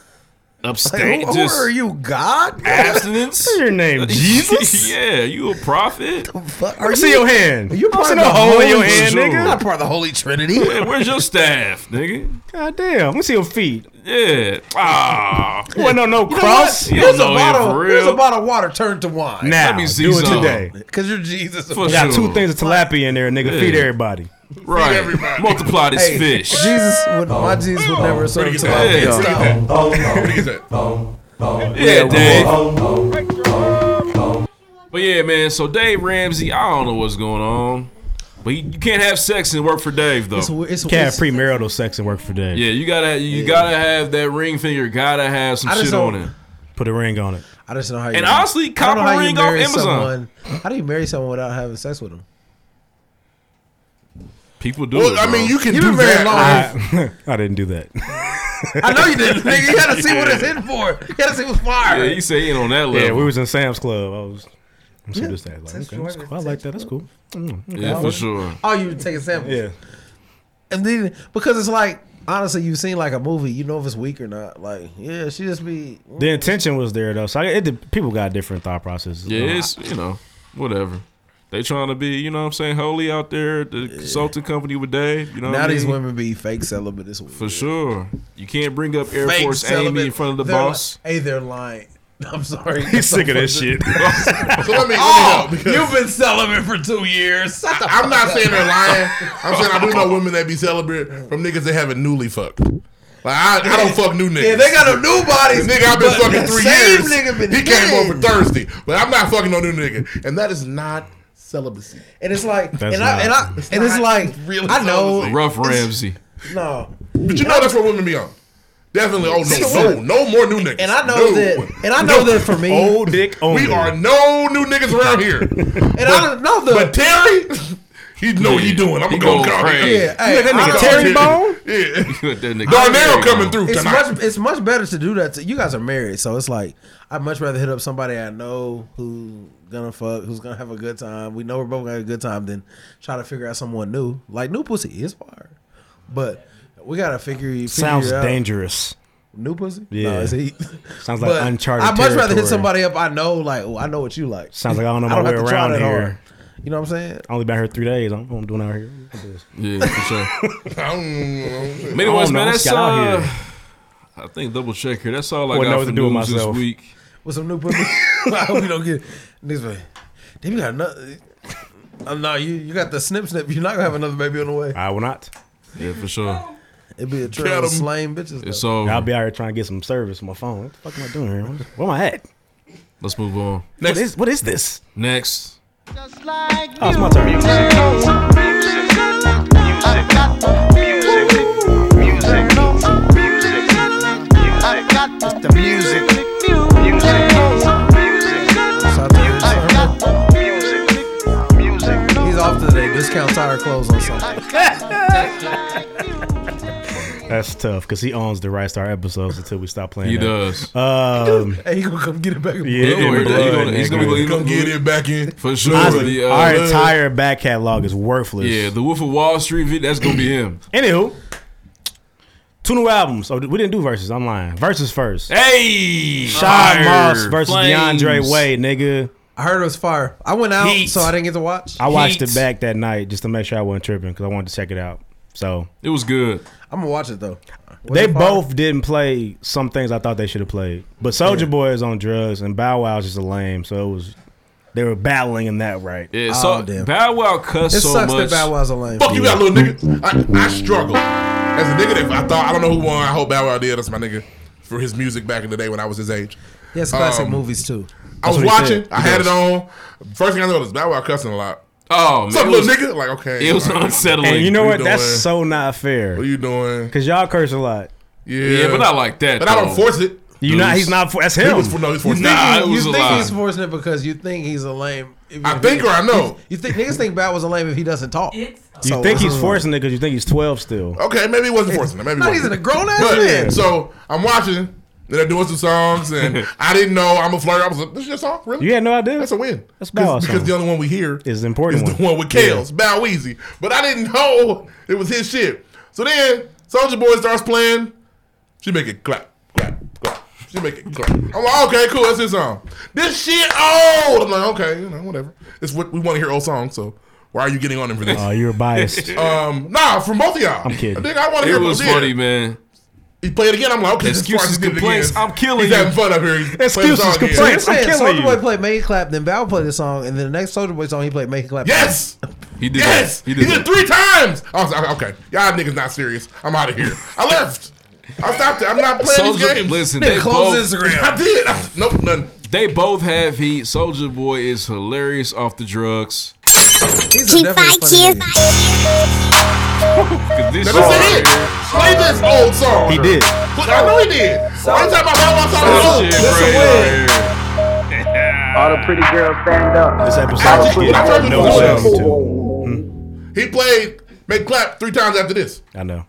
Speaker 2: upstate.
Speaker 7: Like, who,
Speaker 2: just
Speaker 7: who are you, God?
Speaker 2: Abstinence.
Speaker 16: your name Jesus?
Speaker 2: yeah, you a prophet.
Speaker 7: Fuck,
Speaker 16: Let me see your hand.
Speaker 7: You
Speaker 16: Let me
Speaker 7: part
Speaker 16: see
Speaker 7: of
Speaker 16: no
Speaker 7: the
Speaker 16: hole in your
Speaker 7: Holy-
Speaker 16: hand,
Speaker 7: You're
Speaker 16: nigga.
Speaker 7: Not part of the Holy Trinity.
Speaker 2: Yeah, where's your staff, nigga?
Speaker 16: God damn. Let me see your feet.
Speaker 2: Yeah. Ah.
Speaker 16: You wasn't on no
Speaker 2: You know
Speaker 16: cross.
Speaker 2: what? You
Speaker 7: Here's a
Speaker 2: don't know him
Speaker 7: bottle.
Speaker 2: for
Speaker 7: Here's a
Speaker 2: real.
Speaker 7: bottle of water turned to wine.
Speaker 16: Now,
Speaker 2: Let me see
Speaker 16: do it
Speaker 2: some.
Speaker 16: today.
Speaker 7: Cause you're Jesus.
Speaker 2: For
Speaker 16: We got
Speaker 2: sure.
Speaker 16: two things of tilapia in there, nigga.
Speaker 2: Yeah.
Speaker 16: Feed everybody.
Speaker 2: Right. Multiply this
Speaker 7: Hey,
Speaker 2: fish.
Speaker 7: Jesus would, my Jesus would never assume to my
Speaker 2: Yeah.
Speaker 7: face.
Speaker 2: Yeah, Dave. But yeah, man. So Dave Ramsey, I don't know what's going on, but you you can't have sex and work for Dave though.
Speaker 16: Can't have premarital sex and work for days.
Speaker 2: yeah, you gotta you gotta have that ring finger. Gotta have some
Speaker 7: I just
Speaker 2: shit
Speaker 7: don't-
Speaker 2: on it.
Speaker 16: Put a ring on it.
Speaker 7: I just don't know how you.
Speaker 2: And
Speaker 7: I
Speaker 2: honestly,
Speaker 7: don't know
Speaker 2: copper
Speaker 7: how you
Speaker 2: ring off
Speaker 7: marry
Speaker 2: Amazon.
Speaker 7: Someone, how do you marry someone without having sex with them?
Speaker 2: People do.
Speaker 5: Well,
Speaker 2: it,
Speaker 5: I
Speaker 2: bro.
Speaker 5: mean, you can
Speaker 7: You
Speaker 5: do
Speaker 7: been married
Speaker 5: that.
Speaker 7: long.
Speaker 5: right?
Speaker 16: I, I didn't do that.
Speaker 7: I know you didn't, nigga. You gotta see what it's in for. You gotta see what's fire.
Speaker 2: Yeah, he said he ain't on that level.
Speaker 16: Yeah, we was in Sam's Club. I was. I'm
Speaker 7: Yeah.
Speaker 16: sure this that. Like,
Speaker 7: Sex
Speaker 16: okay,
Speaker 7: drive,
Speaker 16: that's cool. I like that. That's cool. Mm, okay.
Speaker 2: Yeah, for sure.
Speaker 7: Oh, you would take a sample.
Speaker 16: Yeah.
Speaker 7: And then because it's like honestly, you've seen like a movie, you know if it's weak or not. Like, yeah, she just be mm.
Speaker 16: The intention was there though, so I, it, people got different thought processes.
Speaker 2: Yeah,
Speaker 16: Uh,
Speaker 2: it's you know whatever.
Speaker 10: They trying to be, you know what I'm saying, holy out there, the consulting company with Dave. You know
Speaker 7: now
Speaker 10: what I
Speaker 7: these
Speaker 10: mean?
Speaker 7: women be fake celibate this week.
Speaker 10: For sure. You can't bring up Air
Speaker 7: Fake
Speaker 10: Force Amy in front of the
Speaker 7: They're
Speaker 10: boss.
Speaker 7: Like, hey, they're lying. I'm sorry.
Speaker 10: He's sick of that shit. So
Speaker 5: let me- let me
Speaker 7: oh,
Speaker 5: help, because-
Speaker 7: you've been celibate for two years. Shut the
Speaker 5: I'm not
Speaker 7: fuck up.
Speaker 5: saying they're lying. I'm saying I do know women that be celibate from niggas that haven't newly fucked. Like I, I don't fuck new niggas.
Speaker 7: Yeah, they got a new body.
Speaker 5: The nigga I've been
Speaker 7: but
Speaker 5: fucking
Speaker 7: the
Speaker 5: three
Speaker 7: same
Speaker 5: years.
Speaker 7: nigga been
Speaker 5: he came
Speaker 7: hitting.
Speaker 5: over Thursday, but I'm not fucking no new nigga, and that is not celibacy.
Speaker 7: And it's like,
Speaker 5: That's
Speaker 7: and I, and
Speaker 5: not-
Speaker 7: I,
Speaker 5: It's
Speaker 7: and it's
Speaker 5: not
Speaker 7: like,
Speaker 5: really
Speaker 7: I know,
Speaker 5: celibacy.
Speaker 10: Rough Ramsey.
Speaker 7: no,
Speaker 5: But you know that's what women be on. Definitely. Oh
Speaker 7: See,
Speaker 5: no, no,
Speaker 7: what-
Speaker 5: no more new niggas.
Speaker 7: and I know
Speaker 5: No.
Speaker 7: that, and I know
Speaker 5: No.
Speaker 7: that for me,
Speaker 16: Old dick only.
Speaker 5: We are no new niggas around here. and
Speaker 7: and I don't know the,
Speaker 5: But Terry, he know what he doing. I'm
Speaker 10: He
Speaker 5: gonna go
Speaker 10: going
Speaker 5: call
Speaker 10: crazy.
Speaker 5: him.
Speaker 10: Yeah,
Speaker 7: hey,
Speaker 16: You let that
Speaker 7: I
Speaker 16: nigga
Speaker 7: don't-
Speaker 16: Terry Bone?
Speaker 5: Yeah.
Speaker 10: That nigga
Speaker 5: Darnell
Speaker 10: crazy.
Speaker 5: coming through
Speaker 7: It's
Speaker 5: tonight.
Speaker 7: much, it's much better to do that. To, you guys are married, so it's like I'd much rather hit up somebody I know who gonna fuck, who's gonna have a good time. We know we're both gonna have a good time than try to figure out someone new. Like new pussy is fire, but we gotta figure. figure
Speaker 16: Sounds
Speaker 7: out.
Speaker 16: dangerous.
Speaker 7: New pussy?
Speaker 16: Yeah.
Speaker 7: no, it's heat.
Speaker 16: Sounds like uncharted
Speaker 7: I'd much rather hit
Speaker 16: territory.
Speaker 7: somebody up I know. Like, oh, I know what you like.
Speaker 16: Sounds like I don't know my
Speaker 7: have
Speaker 16: way
Speaker 7: to try
Speaker 16: around
Speaker 7: that
Speaker 16: here.
Speaker 7: hard. You know what I'm saying?
Speaker 16: I only been here three days. I don't know what I'm doing out here. What is this?
Speaker 10: Yeah, for sure.
Speaker 5: I don't know.
Speaker 10: But anyways, man,
Speaker 16: Oh, no,
Speaker 10: that's
Speaker 16: it's got out
Speaker 10: uh,
Speaker 16: here.
Speaker 10: I think double check here. That's all I
Speaker 16: Wouldn't know
Speaker 10: got
Speaker 16: what
Speaker 10: for
Speaker 16: to do with
Speaker 10: news this
Speaker 16: myself.
Speaker 10: week.
Speaker 7: With some new pussy. I hope you don't get niggas like, damn, you got another. Oh, no, you you got the snip snip. You're not gonna have another baby on the way.
Speaker 16: I will not.
Speaker 10: Yeah, for sure.
Speaker 7: It'd be a trail of
Speaker 5: 'em.
Speaker 7: slain bitches.
Speaker 10: It's
Speaker 7: though.
Speaker 10: over.
Speaker 16: I'll be out here trying to get some service on my phone. What the fuck am I doing here? Where am I at?
Speaker 10: Let's move on.
Speaker 16: What is, what is this?
Speaker 10: Next.
Speaker 16: Oh, it's my turn.
Speaker 17: It's the music.
Speaker 7: He's off today. Discount tire clothes on something.
Speaker 16: That's tough because he owns the rights to our episodes until we stop playing.
Speaker 10: He
Speaker 16: that.
Speaker 10: does.
Speaker 16: Um,
Speaker 7: Hey, he gonna come get it back.
Speaker 16: yeah,
Speaker 10: He gonna-
Speaker 16: in
Speaker 10: he
Speaker 16: blood,
Speaker 10: gonna- he's gonna
Speaker 16: nigga.
Speaker 10: be
Speaker 5: Come get it back in.
Speaker 10: for sure.
Speaker 16: Honestly,
Speaker 10: the, uh,
Speaker 16: our entire back catalog is worthless.
Speaker 10: yeah, the Wolf of Wall Street. vid- That's gonna be him.
Speaker 16: Anywho, two new albums. Oh, we didn't do verses. I'm lying. Verses first.
Speaker 10: Hey,
Speaker 16: Shad
Speaker 10: fire,
Speaker 16: Moss versus
Speaker 10: flames.
Speaker 16: DeAndre Wade, nigga.
Speaker 7: I heard it was fire. I went out,
Speaker 10: Heat.
Speaker 7: so I didn't get to watch.
Speaker 16: I watched
Speaker 10: Heat.
Speaker 16: it back that night just to make sure I wasn't tripping because I wanted to check it out. So
Speaker 10: It was good.
Speaker 7: I'm gonna watch it though. Was
Speaker 16: they
Speaker 7: it fire?
Speaker 16: both didn't play some things I thought they should have played. But Soldier Boy is on drugs and Bow Wow is just a lame. So it was they were battling in that right.
Speaker 10: Yeah,
Speaker 7: Oh,
Speaker 10: so
Speaker 7: damn.
Speaker 10: Bow Wow cussed
Speaker 7: It
Speaker 10: so
Speaker 7: sucks
Speaker 10: much.
Speaker 7: that Bow Wow's a lame.
Speaker 5: Fuck you out, little nigga. I, I struggle. As a nigga that I thought, I don't know who won. I hope Bow Wow did. That's my nigga for his music back in the day when I was his age.
Speaker 7: He has classic
Speaker 5: Um,
Speaker 7: movies too.
Speaker 5: I was
Speaker 16: what he
Speaker 5: watching.
Speaker 16: said.
Speaker 5: I had it on. First thing I noticed, Bow Wow cussing a lot.
Speaker 10: Oh,
Speaker 5: What's
Speaker 10: man,
Speaker 5: up,
Speaker 10: it
Speaker 5: little
Speaker 10: was-
Speaker 5: nigga? Like, okay.
Speaker 10: It was
Speaker 5: like,
Speaker 10: unsettling.
Speaker 16: And you know
Speaker 5: What
Speaker 16: what?
Speaker 5: you
Speaker 16: That's
Speaker 5: doing?
Speaker 16: so not
Speaker 5: What
Speaker 16: fair.
Speaker 5: are you doing?
Speaker 16: Cause y'all curse a lot.
Speaker 5: Yeah.
Speaker 10: yeah, but not like that.
Speaker 5: But I don't
Speaker 10: though.
Speaker 5: force it.
Speaker 16: You
Speaker 10: Dudes.
Speaker 16: not he's not for that's
Speaker 5: He
Speaker 16: him.
Speaker 5: was for no, he's forcing it.
Speaker 10: Nah, it
Speaker 7: you
Speaker 10: was a
Speaker 7: think
Speaker 10: lie.
Speaker 7: he's forcing it because you think he's a lame. if-
Speaker 5: I
Speaker 7: if
Speaker 5: think
Speaker 7: he-
Speaker 5: or I know.
Speaker 7: You think niggas think Bow was a lame if he doesn't talk?
Speaker 16: you
Speaker 7: So uh,
Speaker 16: think
Speaker 7: it's
Speaker 16: he's
Speaker 7: a-
Speaker 16: forcing it because you think he's twelve still.
Speaker 5: Okay, maybe he wasn't forcing it. Maybe he
Speaker 7: No,
Speaker 5: wasn't.
Speaker 7: he's a grown ass
Speaker 5: But,
Speaker 7: man.
Speaker 5: So I'm watching. They're doing some songs, and I didn't know I'm a flirt. I was like, "This is your song, really?
Speaker 16: You had no idea.
Speaker 5: That's a win.
Speaker 16: That's Bow Wow's
Speaker 5: because
Speaker 16: song.
Speaker 5: the only one we hear
Speaker 16: It's an important
Speaker 5: is the
Speaker 16: one.
Speaker 5: one with Kales, Bow Weezy. But I didn't know it was his shit. So then Soldier Boy starts playing. She make it clap, clap, clap. She make it clap. I'm like, Oh, okay, cool, that's his song. This shit old. I'm like, okay, you know, whatever. It's what we want to hear old songs. So why are you getting on him for this?
Speaker 16: Oh, you're biased.
Speaker 5: um, nah, from both of y'all.
Speaker 16: I'm kidding.
Speaker 5: I think I want to hear
Speaker 10: It was
Speaker 5: both of
Speaker 10: funny,
Speaker 5: you.
Speaker 10: man.
Speaker 5: He played again. I'm like, okay, this
Speaker 10: Excuses,
Speaker 5: Sparks did it
Speaker 10: complaints,
Speaker 5: again.
Speaker 10: I'm killing
Speaker 5: He's
Speaker 10: you.
Speaker 5: having fun up here. He's playing the
Speaker 16: Excuses,
Speaker 5: song again.
Speaker 16: complaints.
Speaker 7: I'm saying
Speaker 16: I'm killing
Speaker 7: Soldier Boy
Speaker 16: you.
Speaker 7: played Make It Clap, then Bow played the song, and then the next Soldier Boy song he played Make It Clap.
Speaker 5: Yes.
Speaker 10: He did.
Speaker 5: yes.
Speaker 10: That. He did. that.
Speaker 5: it three times. I was like, okay, y'all niggas not serious. I'm out of here. I left. I stopped. it. I'm not playing
Speaker 10: Soulja-
Speaker 5: these games.
Speaker 10: listen,
Speaker 7: Nigga,
Speaker 10: they
Speaker 7: close
Speaker 10: both,
Speaker 7: Instagram.
Speaker 5: I did. I, nope, none.
Speaker 10: they both have heat. Soldier Boy is hilarious off the drugs.
Speaker 7: He's a definitely funny nigga.
Speaker 10: 'Cause this
Speaker 5: Now, this
Speaker 10: shit-
Speaker 5: ain't it. Play this old song.
Speaker 16: He did.
Speaker 5: But I know he did. Why you talking about
Speaker 10: this
Speaker 5: that one song?
Speaker 10: shit
Speaker 5: This
Speaker 10: crazy
Speaker 5: is weird.
Speaker 10: right here.
Speaker 9: All the pretty girls stand up.
Speaker 16: This
Speaker 5: I
Speaker 16: episode
Speaker 5: told you- I told you
Speaker 16: no
Speaker 5: to do
Speaker 16: show
Speaker 5: this.
Speaker 16: too. Hmm.
Speaker 5: He played Make Clap three times after this. It
Speaker 16: I know.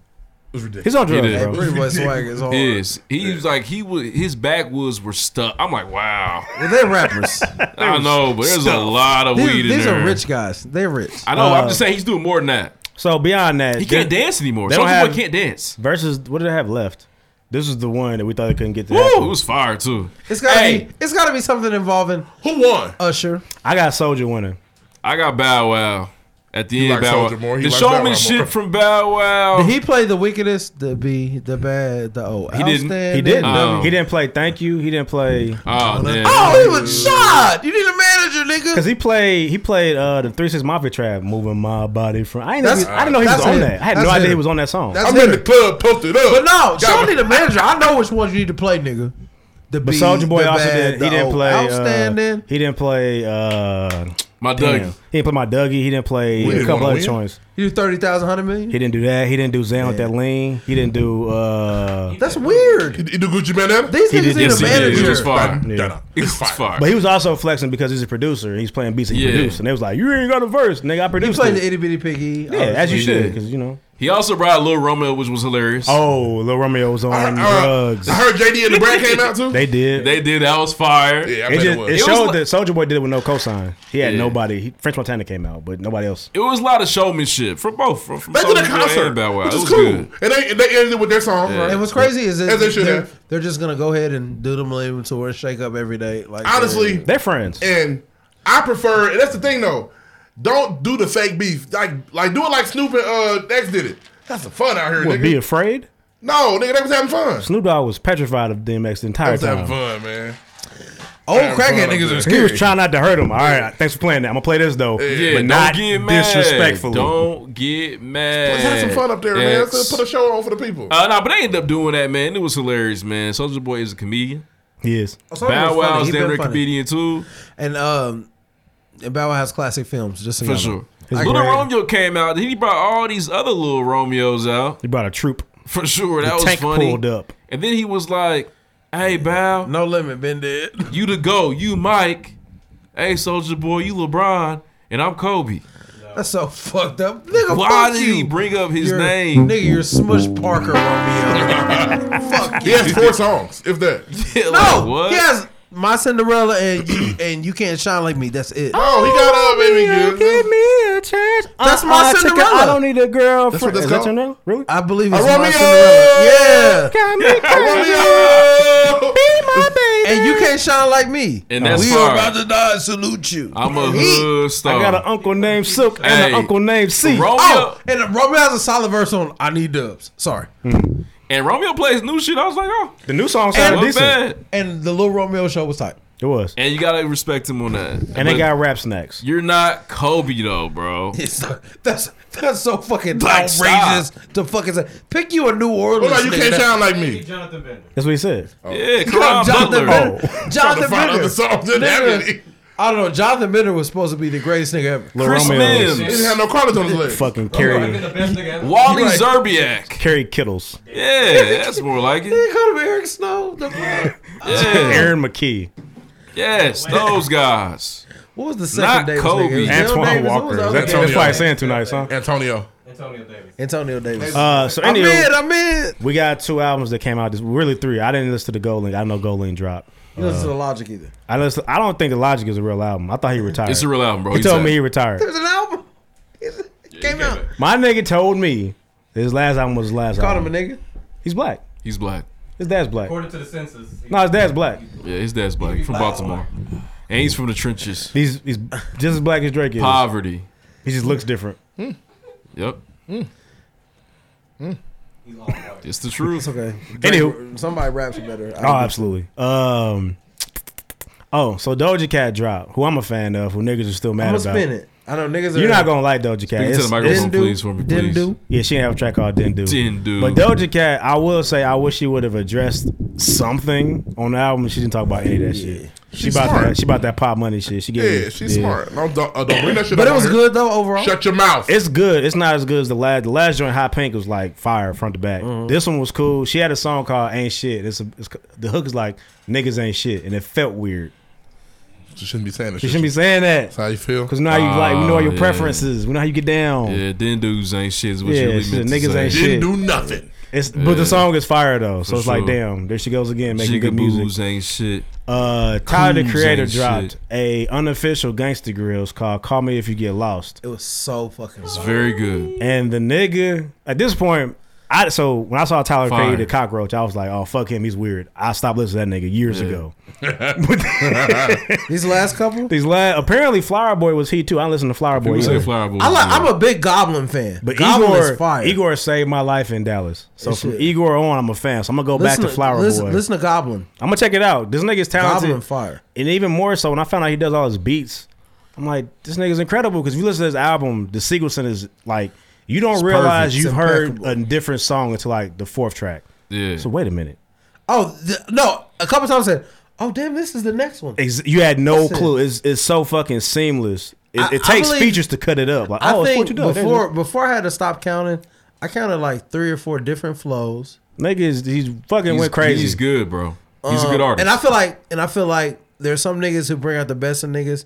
Speaker 5: was ridiculous.
Speaker 16: He's on
Speaker 10: He
Speaker 16: drugs,
Speaker 10: did.
Speaker 16: bro.
Speaker 7: Pretty Boy swag is hard.
Speaker 10: Yes, he was like he was. His backwoods were stuck. I'm like, wow.
Speaker 7: Well, they're rappers.
Speaker 10: I know, but there's a lot of
Speaker 7: these
Speaker 10: weed in
Speaker 7: these
Speaker 10: there.
Speaker 7: are rich guys. They're rich.
Speaker 10: I know. I'm
Speaker 16: Uh,
Speaker 10: just saying he's doing more than that.
Speaker 16: So beyond that,
Speaker 10: He can't
Speaker 16: there-
Speaker 10: dance anymore.
Speaker 16: they don't
Speaker 10: Soldier Boy
Speaker 16: have-
Speaker 10: can't dance.
Speaker 16: Versus, what did I have left? This was the one that we thought it couldn't get to.
Speaker 10: Woo, it
Speaker 16: happen.
Speaker 10: was fire too.
Speaker 7: It's gotta
Speaker 10: Hey.
Speaker 7: be. It's gotta be something involving
Speaker 5: Who won?
Speaker 7: Usher.
Speaker 16: I got Soldier winning.
Speaker 2: I got Bow Wow. At the
Speaker 5: You
Speaker 2: end,
Speaker 5: like
Speaker 2: Bow Wow.
Speaker 5: Soulja Boy, he
Speaker 2: The
Speaker 5: likes Bow Wow
Speaker 2: showmanship
Speaker 5: more.
Speaker 2: from Bow Wow.
Speaker 7: Did he play the wickedest, the be the bad, the oh,
Speaker 2: He didn't.
Speaker 7: outstanding?
Speaker 16: He didn't.
Speaker 2: Oh.
Speaker 16: He didn't play. Thank you. He didn't play.
Speaker 2: Oh, man.
Speaker 7: Oh, he was shot. You need a manager, nigga.
Speaker 16: Cause he played, he played uh, the Three Six Mafia trap, moving my body from. I didn't,
Speaker 7: That's-
Speaker 16: know, he- I didn't know he
Speaker 7: that's
Speaker 16: was on
Speaker 7: him.
Speaker 16: that. I had
Speaker 7: That's
Speaker 16: no idea
Speaker 7: him.
Speaker 16: he was on that song.
Speaker 7: That's
Speaker 5: I'm in
Speaker 7: it.
Speaker 5: the club, posted up.
Speaker 7: But no, Sean
Speaker 5: Got
Speaker 7: need a manager. I know which ones you need to play, nigga. The
Speaker 16: but
Speaker 7: B,
Speaker 16: Soldier Boy
Speaker 7: the
Speaker 16: also
Speaker 7: bad,
Speaker 16: didn't.
Speaker 7: the
Speaker 16: He didn't
Speaker 7: old
Speaker 16: play.
Speaker 7: Outstanding.
Speaker 16: Uh, he didn't play. Uh,
Speaker 2: My
Speaker 16: damn.
Speaker 2: Dougie.
Speaker 16: He didn't play my Dougie. He didn't play
Speaker 7: Win,
Speaker 16: a couple
Speaker 7: wanna
Speaker 16: other
Speaker 7: win?
Speaker 16: joints.
Speaker 7: you do 30,000, 100 million?
Speaker 16: He didn't do that. He didn't do Zan with that lean. He didn't do. Uh,
Speaker 7: That's weird.
Speaker 5: You do Gucci Mane?
Speaker 7: These
Speaker 16: He
Speaker 7: niggas
Speaker 16: did-
Speaker 7: need
Speaker 16: yes,
Speaker 7: a
Speaker 16: he did.
Speaker 7: manager.
Speaker 16: He was fire.
Speaker 5: Dun, dun, dun. It's fire.
Speaker 16: but he was also flexing because he's a producer. He's playing beats that he
Speaker 2: Yeah.
Speaker 16: produced, and they was like, "You ain't got a verse, nigga. I
Speaker 7: He
Speaker 16: produced
Speaker 7: played
Speaker 16: it."
Speaker 7: the itty bitty piggy.
Speaker 16: yeah, as you
Speaker 2: He
Speaker 16: should,
Speaker 2: did.
Speaker 16: because you know.
Speaker 2: He also brought Lil Romeo, which was hilarious.
Speaker 16: Oh, Lil Romeo was on drugs.
Speaker 5: I heard JD and the Brad came out too.
Speaker 16: They did.
Speaker 2: They did. That was fire.
Speaker 5: Yeah, I
Speaker 16: It,
Speaker 5: bet
Speaker 16: just,
Speaker 5: it
Speaker 16: it,
Speaker 5: was.
Speaker 16: showed
Speaker 2: like-
Speaker 16: that Soldier Boy did it with no cosign. He had
Speaker 2: Yeah.
Speaker 16: nobody. He, French Montana came out, but nobody else.
Speaker 2: It was a lot of showmanship from both. From, from
Speaker 5: They did a
Speaker 2: Soulja Boy
Speaker 5: concert,
Speaker 2: and Bow Wow.
Speaker 5: which
Speaker 2: It
Speaker 5: is
Speaker 2: was
Speaker 5: cool.
Speaker 2: good.
Speaker 5: And they, and they ended it with their song.
Speaker 2: Yeah.
Speaker 5: Right?
Speaker 7: And what's crazy is that
Speaker 5: As they should
Speaker 7: they're,
Speaker 5: have.
Speaker 7: they're just gonna go ahead and do the Millennium Tour and shake up every day. Like
Speaker 5: Honestly,
Speaker 16: They're friends.
Speaker 5: And I prefer, and that's the thing though. Don't do the fake beef. Like, like do it like Snoop and uh, X did it. That's the fun out here,
Speaker 16: Would
Speaker 5: nigga.
Speaker 16: be afraid.
Speaker 5: no, nigga, they was having fun.
Speaker 16: Snoop Dogg was petrified of DMX
Speaker 5: They
Speaker 16: the entire
Speaker 5: was having
Speaker 16: time.
Speaker 5: fun, man.
Speaker 7: old
Speaker 5: Having
Speaker 7: crackhead
Speaker 5: fun up
Speaker 7: niggas
Speaker 5: there.
Speaker 7: are
Speaker 16: He
Speaker 7: scary.
Speaker 16: was trying not to hurt him. All right, thanks for playing that. I'm gonna play this though,
Speaker 2: Yeah,
Speaker 16: but
Speaker 2: don't
Speaker 16: not
Speaker 2: get mad.
Speaker 16: disrespectfully.
Speaker 2: Don't get mad.
Speaker 5: Let's have some fun up there, man. Let's put a show on for the people.
Speaker 2: Uh, nah, but they ended up doing that, man. It was hilarious, man. Soldier Boy is a comedian.
Speaker 16: He is.
Speaker 5: Oh,
Speaker 7: Soulja Boy's
Speaker 2: Bow
Speaker 7: funny.
Speaker 2: Wow is
Speaker 7: He
Speaker 2: damn
Speaker 7: been
Speaker 2: near a
Speaker 7: funny.
Speaker 2: comedian too,
Speaker 7: And um, and Bow Wow has classic films. Just so
Speaker 2: for
Speaker 7: y'all
Speaker 2: sure.
Speaker 7: know. I
Speaker 2: Little
Speaker 7: agree.
Speaker 2: Romeo came out. He brought all these other little Romeos out
Speaker 16: He brought a troop.
Speaker 2: for sure. That
Speaker 16: The
Speaker 2: was
Speaker 16: tank
Speaker 2: funny.
Speaker 16: pulled up.
Speaker 2: And then he was like, "Hey, Bow,
Speaker 7: No limit, been dead.
Speaker 2: you the go, you Mike. Hey, Soldier Boy, you LeBron, and I'm Kobe.
Speaker 7: That's so fucked up, nigga.
Speaker 2: Why
Speaker 7: fuck
Speaker 2: did
Speaker 7: you.
Speaker 2: he bring up his
Speaker 7: You're-
Speaker 2: name?
Speaker 7: nigga? You're Smush Parker Romeo. fuck
Speaker 5: He
Speaker 7: you.
Speaker 5: has four songs, if that.
Speaker 2: Yeah,
Speaker 7: No,
Speaker 2: like, what?
Speaker 7: Oh, he has my Cinderella and you and you can't shine like me. That's it.
Speaker 5: Oh, he got up, baby. Give me.
Speaker 16: a chance. Uh,
Speaker 7: That's my
Speaker 16: I took a-
Speaker 7: Cinderella.
Speaker 16: I don't need a girlfriend.
Speaker 5: That's what that's
Speaker 16: is that
Speaker 5: called.
Speaker 16: your name? Really?
Speaker 7: I believe it's
Speaker 5: A
Speaker 7: my
Speaker 5: Romeo!
Speaker 7: Cinderella. Yeah.
Speaker 16: Got me
Speaker 5: Romeo!
Speaker 7: And you can't shine like me.
Speaker 2: And that's
Speaker 7: we
Speaker 2: fire.
Speaker 7: are about to uh, die. Salute you.
Speaker 2: I'm a
Speaker 7: He-
Speaker 2: hood star.
Speaker 16: I got an uncle named Silk and
Speaker 2: Hey.
Speaker 16: an uncle named C.
Speaker 2: Romeo
Speaker 7: Oh, and Romeo has a solid verse on "I Need Dubs." Sorry,
Speaker 2: Hmm. and Romeo plays new shit. I was like, oh,
Speaker 16: The new song
Speaker 2: and
Speaker 16: sounded decent.
Speaker 2: bad.
Speaker 7: and the Little Romeo show was tight.
Speaker 16: It was.
Speaker 2: And you gotta respect him on that.
Speaker 16: And
Speaker 2: But
Speaker 16: they got rap snacks.
Speaker 2: You're not Kobe though, bro.
Speaker 7: It's that's that's so fucking
Speaker 2: Like, stop.
Speaker 7: outrageous to fucking say. Pick you a New Orleans.
Speaker 5: What about you
Speaker 7: nigga
Speaker 5: can't
Speaker 7: that-
Speaker 5: sound like me?
Speaker 24: Jonathan Bender.
Speaker 16: That's what he said. Oh.
Speaker 2: Yeah,
Speaker 7: You got
Speaker 2: Karan
Speaker 7: Jonathan
Speaker 2: Butler.
Speaker 7: Bender.
Speaker 5: Trying to
Speaker 7: Jonathan
Speaker 5: find
Speaker 7: Bender.
Speaker 5: other songs. Didn't have
Speaker 7: Nigga,
Speaker 5: any.
Speaker 7: I don't know. Jonathan Bender was supposed to be the greatest nigga ever. Oh,
Speaker 16: Lil
Speaker 2: Chris
Speaker 16: Romeo
Speaker 2: Mims.
Speaker 5: He didn't have no college on his legs.
Speaker 16: fucking
Speaker 24: I've been
Speaker 16: carry
Speaker 24: the best nigga ever.
Speaker 2: Wally
Speaker 7: Right.
Speaker 2: Zerbiak.
Speaker 16: carry Kittles.
Speaker 2: Yeah, that's more like
Speaker 7: They
Speaker 2: it.
Speaker 7: called him Eric Snow. The fuck?
Speaker 2: Yeah.
Speaker 16: Aaron McKee.
Speaker 2: yes, those guys.
Speaker 7: what was the
Speaker 2: Not
Speaker 7: second Davis
Speaker 2: Kobe.
Speaker 7: nigga? It was Dale
Speaker 16: Antoine
Speaker 7: Davis. Who
Speaker 16: Walker.
Speaker 7: was the other
Speaker 16: That's
Speaker 7: Davis?
Speaker 16: what I'm saying tonight, huh?
Speaker 5: Antonio.
Speaker 24: Antonio Davis.
Speaker 7: Antonio Davis.
Speaker 16: Uh, so
Speaker 7: I'm
Speaker 16: anyway,
Speaker 7: in. I'm in.
Speaker 16: we got two albums that came out. This really three. I didn't listen to the Gold Link. I know Gold Link dropped. Uh,
Speaker 7: You listen to the Logic either.
Speaker 16: I listen, I don't think the Logic is a real album. I thought he retired.
Speaker 2: It's a real album, bro.
Speaker 16: he
Speaker 2: He's
Speaker 16: told
Speaker 2: at-
Speaker 16: me he retired.
Speaker 7: There's an album. It came out.
Speaker 16: My nigga told me his last album was his last
Speaker 7: Called him a nigga.
Speaker 16: album. He's black.
Speaker 2: he's black.
Speaker 16: His dad's black.
Speaker 24: According to the census, he-
Speaker 16: No, his dad's black.
Speaker 2: Yeah, his dad's black. He's from Baltimore. And he's from the trenches.
Speaker 16: He's he's just as black as Drake is.
Speaker 2: Poverty.
Speaker 16: He just looks different.
Speaker 7: Hmm.
Speaker 2: Yep.
Speaker 24: he's all white.
Speaker 2: It's the truth.
Speaker 7: Okay.
Speaker 16: Anywho.
Speaker 7: somebody raps it better. I
Speaker 16: Oh,
Speaker 7: don't-
Speaker 16: absolutely. Um. Oh, so Doja Cat dropped, who I'm a fan of, who niggas are still mad
Speaker 7: I'm gonna
Speaker 16: about.
Speaker 7: spin it. I know niggas.
Speaker 16: You're
Speaker 7: are,
Speaker 16: not gonna like Doja Cat.
Speaker 2: Speak to
Speaker 16: It's-
Speaker 2: the microphone,
Speaker 7: Didn't do.
Speaker 2: please, for me,
Speaker 7: didn't
Speaker 2: please.
Speaker 7: do.
Speaker 16: Yeah, she didn't have a track called Didn't Do.
Speaker 2: Didn't Do.
Speaker 16: But Doja Cat, I will say, I wish she would have addressed something on the album. She didn't talk about any of that shit. She
Speaker 5: She's
Speaker 16: about
Speaker 5: smart.
Speaker 16: that. She about that pop money shit. She gave.
Speaker 5: Yeah, she's smart. No, don't, uh, don't bring that shit
Speaker 7: But
Speaker 5: up
Speaker 7: it was
Speaker 5: on
Speaker 7: good though overall.
Speaker 5: Here. Shut your mouth.
Speaker 16: It's good. It's not as good as the last. The last joint, Hot Pink, was like fire front to back.
Speaker 2: Mm-hmm.
Speaker 16: This one was cool. She had a song called "Ain't Shit." It's, a, it's the hook is like "Niggas ain't shit," and it felt weird.
Speaker 5: She shouldn't be saying that.
Speaker 16: She
Speaker 5: shit.
Speaker 16: shouldn't be saying that
Speaker 5: That's how you feel.
Speaker 16: because now you like we know
Speaker 2: Ah,
Speaker 16: your
Speaker 2: yeah.
Speaker 16: preferences. We know how you get down.
Speaker 2: Yeah, then dudes ain't shit is what
Speaker 16: Yeah,
Speaker 2: you really
Speaker 16: shit,
Speaker 2: meant to
Speaker 16: niggas
Speaker 2: say.
Speaker 16: ain't
Speaker 5: Didn't
Speaker 16: shit.
Speaker 5: do nothing.
Speaker 16: It's but the song is fire though, so
Speaker 2: For
Speaker 16: it's like
Speaker 2: sure.
Speaker 16: damn, there she goes again making good music.
Speaker 2: Jigaboos ain't shit.
Speaker 16: Uh, Tyler the
Speaker 2: Coons
Speaker 16: Creator
Speaker 2: ain't
Speaker 16: dropped
Speaker 2: shit.
Speaker 16: a unofficial gangster grills called "Call Me If You Get Lost,"
Speaker 7: It was so fucking.
Speaker 2: It's very good.
Speaker 16: and the nigga at this point, I so when I saw Tyler
Speaker 10: Fine.
Speaker 16: Creator the cockroach, I was like, oh fuck him, he's weird. I stopped listening to that nigga years
Speaker 10: Yeah.
Speaker 16: ago.
Speaker 7: These last couple?
Speaker 16: These last apparently Flower Boy was he too. I listen to Flower Boy.
Speaker 10: People say
Speaker 16: either.
Speaker 10: Flower Boy.
Speaker 7: I like, I'm a big Goblin fan.
Speaker 16: But
Speaker 7: Goblin
Speaker 16: Igor,
Speaker 7: is fire.
Speaker 16: Igor saved my life in Dallas. So
Speaker 7: That
Speaker 16: from
Speaker 7: shit-
Speaker 16: Igor on, I'm a fan. So I'm gonna go
Speaker 7: Listen
Speaker 16: back to Flower
Speaker 7: listen,
Speaker 16: Boy.
Speaker 7: Listen to Goblin.
Speaker 16: I'm gonna check it out. This nigga's talented.
Speaker 7: Goblin fire.
Speaker 16: And even more so, when I found out he does all his beats, I'm like, this nigga's incredible. Because if you listen to his album, the Siegelson is like, you don't
Speaker 7: It's
Speaker 16: realize
Speaker 7: perfect.
Speaker 16: you've
Speaker 7: It's
Speaker 16: heard a different song until like the fourth track.
Speaker 2: Yeah.
Speaker 16: So wait a minute.
Speaker 7: Oh, th- no. A couple times I said, oh, damn, this is the next one.
Speaker 16: Ex- you had no
Speaker 7: Listen.
Speaker 16: clue. It's, it's so fucking seamless. It,
Speaker 7: I-
Speaker 16: it
Speaker 7: I
Speaker 16: takes
Speaker 7: believe-
Speaker 16: features to cut it up. Like,
Speaker 7: I
Speaker 16: oh, it's
Speaker 7: think
Speaker 16: what you do.
Speaker 7: before before I had to stop counting, I counted like three or four different flows.
Speaker 16: Nigga, is, he's fucking went crazy.
Speaker 2: He's good, bro. He's a good
Speaker 7: Um,
Speaker 2: artist.
Speaker 7: And I feel like and I feel like there's some niggas who bring out the best of niggas.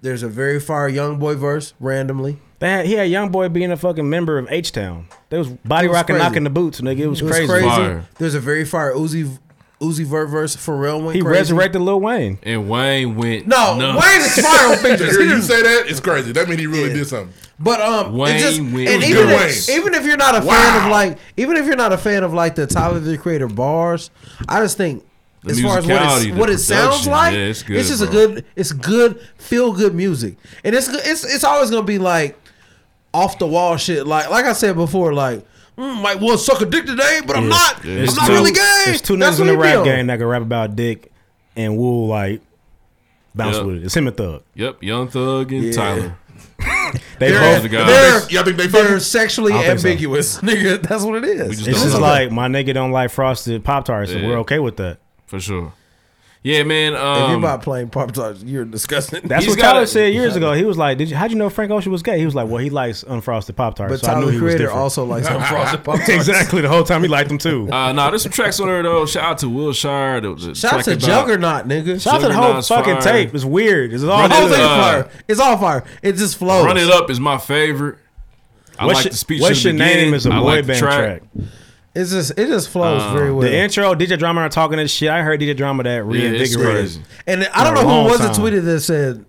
Speaker 7: There's a very fire young boy verse randomly.
Speaker 16: They had, he had young boy being a fucking member of H Town. They was body
Speaker 7: It was
Speaker 16: rocking,
Speaker 7: crazy.
Speaker 16: knocking the boots, nigga. It was, crazy.
Speaker 2: Fire.
Speaker 7: There's a very fire Uzi Uzi Vert verse. Pharrell went
Speaker 16: He
Speaker 7: crazy.
Speaker 16: resurrected Lil Wayne.
Speaker 2: and Wayne went
Speaker 7: No,
Speaker 2: nuts.
Speaker 7: Wayne is fire on
Speaker 5: If
Speaker 7: features. He
Speaker 5: you
Speaker 7: didn't-
Speaker 5: say that, it's crazy. That means he really did something.
Speaker 7: But um, it
Speaker 2: Wayne
Speaker 7: just,
Speaker 2: went
Speaker 7: and
Speaker 2: good.
Speaker 7: even
Speaker 5: Good
Speaker 7: if, even if you're not a fan of like even if you're not a fan of like the Tyler the Creator bars, I just think
Speaker 2: The
Speaker 7: as far as what
Speaker 2: musicality,
Speaker 7: it's,
Speaker 2: the
Speaker 7: what it sounds
Speaker 2: production,
Speaker 7: like,
Speaker 2: yeah, it's
Speaker 7: it's,
Speaker 2: good,
Speaker 7: just a
Speaker 2: bro.
Speaker 7: good it's good feel good music, and it's it's it's always gonna be like off the wall shit. Like like I said before, like. Mm, might want to suck a dick today, but I'm not.
Speaker 16: There's
Speaker 7: I'm not
Speaker 16: two-
Speaker 7: really gay.
Speaker 16: There's two
Speaker 7: That's
Speaker 16: niggas
Speaker 7: what
Speaker 16: in the
Speaker 7: he be
Speaker 16: rap
Speaker 7: on.
Speaker 16: game that can rap about dick and Wu like bounce
Speaker 2: Yep.
Speaker 16: with it. It's him and Thug.
Speaker 2: Yep, Young Thug and Tyler.
Speaker 16: They
Speaker 2: Those
Speaker 16: both
Speaker 2: are the guys.
Speaker 7: They're,
Speaker 5: Y'all think they
Speaker 7: they're sexually
Speaker 16: I don't think so.
Speaker 7: ambiguous, nigga. That's what it is.
Speaker 2: We just
Speaker 16: It's
Speaker 2: don't
Speaker 16: just
Speaker 2: know.
Speaker 16: like my nigga don't like frosted pop tarts, and
Speaker 2: Yeah.
Speaker 16: we're okay with that.
Speaker 2: for sure. Yeah, man.
Speaker 7: if you're
Speaker 2: Um,
Speaker 7: about playing pop tarts, you're disgusting.
Speaker 16: That's
Speaker 2: He's
Speaker 16: what
Speaker 2: got
Speaker 16: Tyler
Speaker 2: a-
Speaker 16: said years ago. He was like, "Did you? How'd you know Frank Ocean was gay?" He was like, "Well, he likes unfrosted pop tarts."
Speaker 7: But
Speaker 16: so I
Speaker 7: Tyler
Speaker 16: knew
Speaker 7: the
Speaker 16: he was
Speaker 7: Creator
Speaker 16: different.
Speaker 7: also likes unfrosted pop tarts.
Speaker 16: exactly the whole time he liked them too.
Speaker 2: uh, nah, there's some tracks on there though. Shout out to Will Shire. The, the
Speaker 7: Shout out
Speaker 2: track
Speaker 7: to
Speaker 2: about-
Speaker 7: Juggernaut, nigga.
Speaker 16: Shout out to the whole
Speaker 2: Juggernaut's
Speaker 16: fucking
Speaker 2: fire.
Speaker 16: tape. It's weird. It's all
Speaker 2: Run
Speaker 7: the whole
Speaker 2: it
Speaker 7: thing's
Speaker 2: up.
Speaker 7: fire. It's all fire. It just flows.
Speaker 2: Run it up is my favorite. I
Speaker 16: What's
Speaker 2: like
Speaker 16: your-
Speaker 2: the speech.
Speaker 16: what's
Speaker 2: in
Speaker 16: your
Speaker 2: the beginning.
Speaker 16: name is a
Speaker 2: I
Speaker 16: boy
Speaker 2: like the
Speaker 16: band track.
Speaker 7: It's just it just flows very well.
Speaker 16: Um, The intro, DJ Drama are talking that shit. I heard DJ Drama that
Speaker 2: Yeah, it's
Speaker 16: reinvigorated.
Speaker 2: crazy.
Speaker 7: and I don't
Speaker 16: For a
Speaker 7: know
Speaker 16: long
Speaker 7: who was it
Speaker 16: time.
Speaker 7: tweeted that said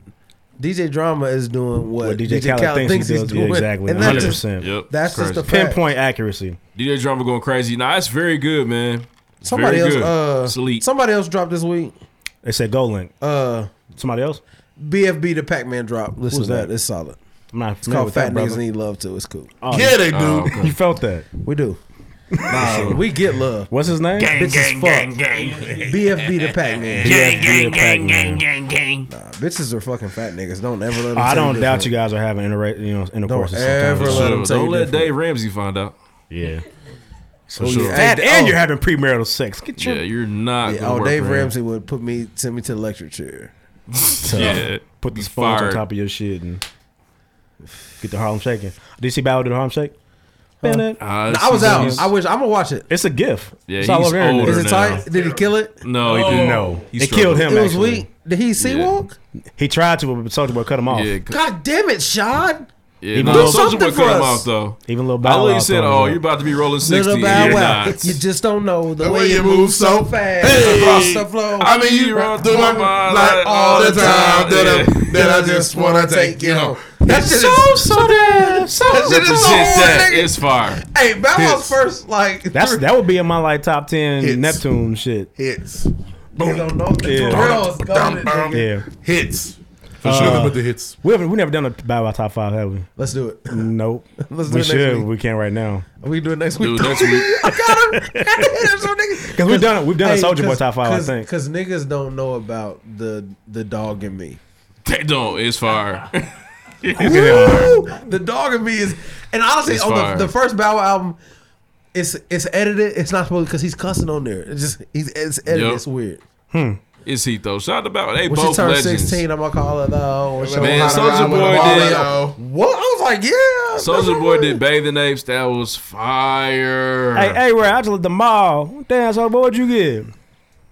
Speaker 7: DJ Drama is doing what,
Speaker 16: What DJ Khaled thinks he does, yeah, exactly,
Speaker 7: And that's
Speaker 16: 100%.
Speaker 7: just,
Speaker 2: Yep,
Speaker 7: that's
Speaker 2: it's
Speaker 7: just
Speaker 2: crazy.
Speaker 7: the fact.
Speaker 16: Pinpoint accuracy.
Speaker 2: DJ Drama going crazy. Nah, it's very good, man. It's
Speaker 7: Somebody
Speaker 2: very
Speaker 7: else,
Speaker 2: good.
Speaker 7: uh,
Speaker 2: It's elite.
Speaker 7: somebody else dropped this week.
Speaker 16: They said Go Link.
Speaker 7: Uh,
Speaker 16: Somebody else?
Speaker 7: BFB the Pac Man drop. Listen
Speaker 16: Who's
Speaker 7: to that.
Speaker 16: that?
Speaker 7: It's solid.
Speaker 16: I'm not
Speaker 7: It's called Fat Niggas
Speaker 16: Niggas.
Speaker 7: Need Love too. It's cool.
Speaker 5: Yeah, they do.
Speaker 2: Oh, okay.
Speaker 16: You felt that.
Speaker 7: We do. Nah, we get love.
Speaker 16: What's his name?
Speaker 7: Bitch is fuck. BFB the Pac Man.
Speaker 16: BFB the Pac Man. Oh,
Speaker 7: Bitches are fucking fat niggas. Don't ever let them. tell
Speaker 16: I don't doubt
Speaker 7: different.
Speaker 16: you guys are having intera- you know, intercourse.
Speaker 7: Don't ever let him
Speaker 2: Sure.
Speaker 7: tell
Speaker 2: Don't
Speaker 7: you
Speaker 2: let
Speaker 7: different.
Speaker 2: Dave Ramsey find out.
Speaker 16: Yeah.
Speaker 2: For
Speaker 7: Oh,
Speaker 2: sure.
Speaker 7: yeah.
Speaker 16: That
Speaker 7: Hey,
Speaker 16: and
Speaker 7: oh.
Speaker 16: you're having premarital sex. Get
Speaker 2: Yeah,
Speaker 16: your
Speaker 2: you're not.
Speaker 7: Yeah,
Speaker 2: gonna
Speaker 7: oh,
Speaker 2: work
Speaker 7: Dave
Speaker 2: for him.
Speaker 7: Ramsey would put me send me to the lecture chair.
Speaker 2: Yeah,
Speaker 16: put the
Speaker 2: you
Speaker 16: sponge on
Speaker 2: fired.
Speaker 16: top of your shit and get the Harlem shaking. Did you see Bow do the Harlem shake? Bennett.
Speaker 2: Uh,
Speaker 7: No, I was out.
Speaker 2: he's-
Speaker 7: I wish I'm gonna watch it.
Speaker 16: It's a gif.
Speaker 2: Yeah,
Speaker 16: it's all
Speaker 2: he's
Speaker 16: over the internet.
Speaker 2: older
Speaker 7: Is it
Speaker 2: now.
Speaker 7: tight? Did he kill it?
Speaker 2: No, he didn't.
Speaker 16: No.
Speaker 2: He
Speaker 16: They killed
Speaker 2: struggled.
Speaker 16: him.
Speaker 7: It was
Speaker 16: actually.
Speaker 7: weak. Did he see
Speaker 2: Yeah.
Speaker 7: walk?
Speaker 16: He tried to, but Soldier Boy cut him off.
Speaker 2: Yeah,
Speaker 7: God damn it, Sean!
Speaker 2: yeah.
Speaker 16: Even
Speaker 2: Even
Speaker 16: though-
Speaker 2: no, Soulja
Speaker 7: something
Speaker 2: Boy
Speaker 7: for
Speaker 2: cut him
Speaker 7: us.
Speaker 2: off though.
Speaker 16: Even Lil Bow
Speaker 2: I literally
Speaker 16: Wow
Speaker 2: said,
Speaker 16: thought it
Speaker 2: "Oh,
Speaker 16: was
Speaker 2: you're
Speaker 16: up.
Speaker 2: about to be rolling 60
Speaker 7: Little
Speaker 2: and
Speaker 7: Bow
Speaker 2: you're
Speaker 7: Wow,
Speaker 2: not."
Speaker 7: you just don't know the,
Speaker 5: The
Speaker 7: way, you move so fast across the floor.
Speaker 5: I mean, you run through my mind like all the time that, I, that I just wanna take you home.
Speaker 7: That shit is
Speaker 16: so damn. So
Speaker 7: that shit
Speaker 2: Just
Speaker 7: is so
Speaker 2: that.
Speaker 7: hard, nigga.
Speaker 2: It's fire.
Speaker 7: Hey, Bow Wow's first like
Speaker 16: That's
Speaker 7: three-
Speaker 16: that would be in my like top ten
Speaker 5: Hits.
Speaker 16: Neptune shit.
Speaker 5: Hits,
Speaker 7: You don't know the
Speaker 16: Yeah.
Speaker 7: girls got it,
Speaker 2: Um,
Speaker 7: nigga.
Speaker 16: Yeah, Uh,
Speaker 5: hits. For sure, nothing but the hits.
Speaker 16: we haven't we never done a Bow Wow top five, have we?
Speaker 7: Let's do it.
Speaker 16: Nope.
Speaker 7: Let's do
Speaker 16: we
Speaker 7: it next
Speaker 16: should.
Speaker 7: week.
Speaker 16: We can't right now
Speaker 7: We can do it next week.
Speaker 2: Dude, next week.
Speaker 7: I got him. Got to hit him, so nigga.
Speaker 16: because we've done it. We've done a Soldier Boy top five. I think.
Speaker 7: because niggas don't know about the the dog in me.
Speaker 2: They don't. It's fire.
Speaker 7: Woo! the dog in me is, and honestly,
Speaker 2: It's
Speaker 7: on
Speaker 2: fire.
Speaker 7: the, the first Bow Wow album, it's it's edited. It's not supposed because he's cussing on there. It's just he's it's edited.
Speaker 2: Yup.
Speaker 7: It's weird.
Speaker 2: It's heat though. Shout out about they
Speaker 7: When she
Speaker 2: both
Speaker 7: turned
Speaker 2: legends.
Speaker 7: sixteen, I'm gonna call her though. When she
Speaker 2: Man,
Speaker 7: was hotter,
Speaker 2: Soulja
Speaker 7: I would've
Speaker 2: Boy
Speaker 7: balled
Speaker 2: did-
Speaker 7: out. What I was like, yeah.
Speaker 2: Soldier Boy did Bathing Apes. That was fire.
Speaker 16: Hey, hey, Ray, I just left the mall. Damn, so what would you get?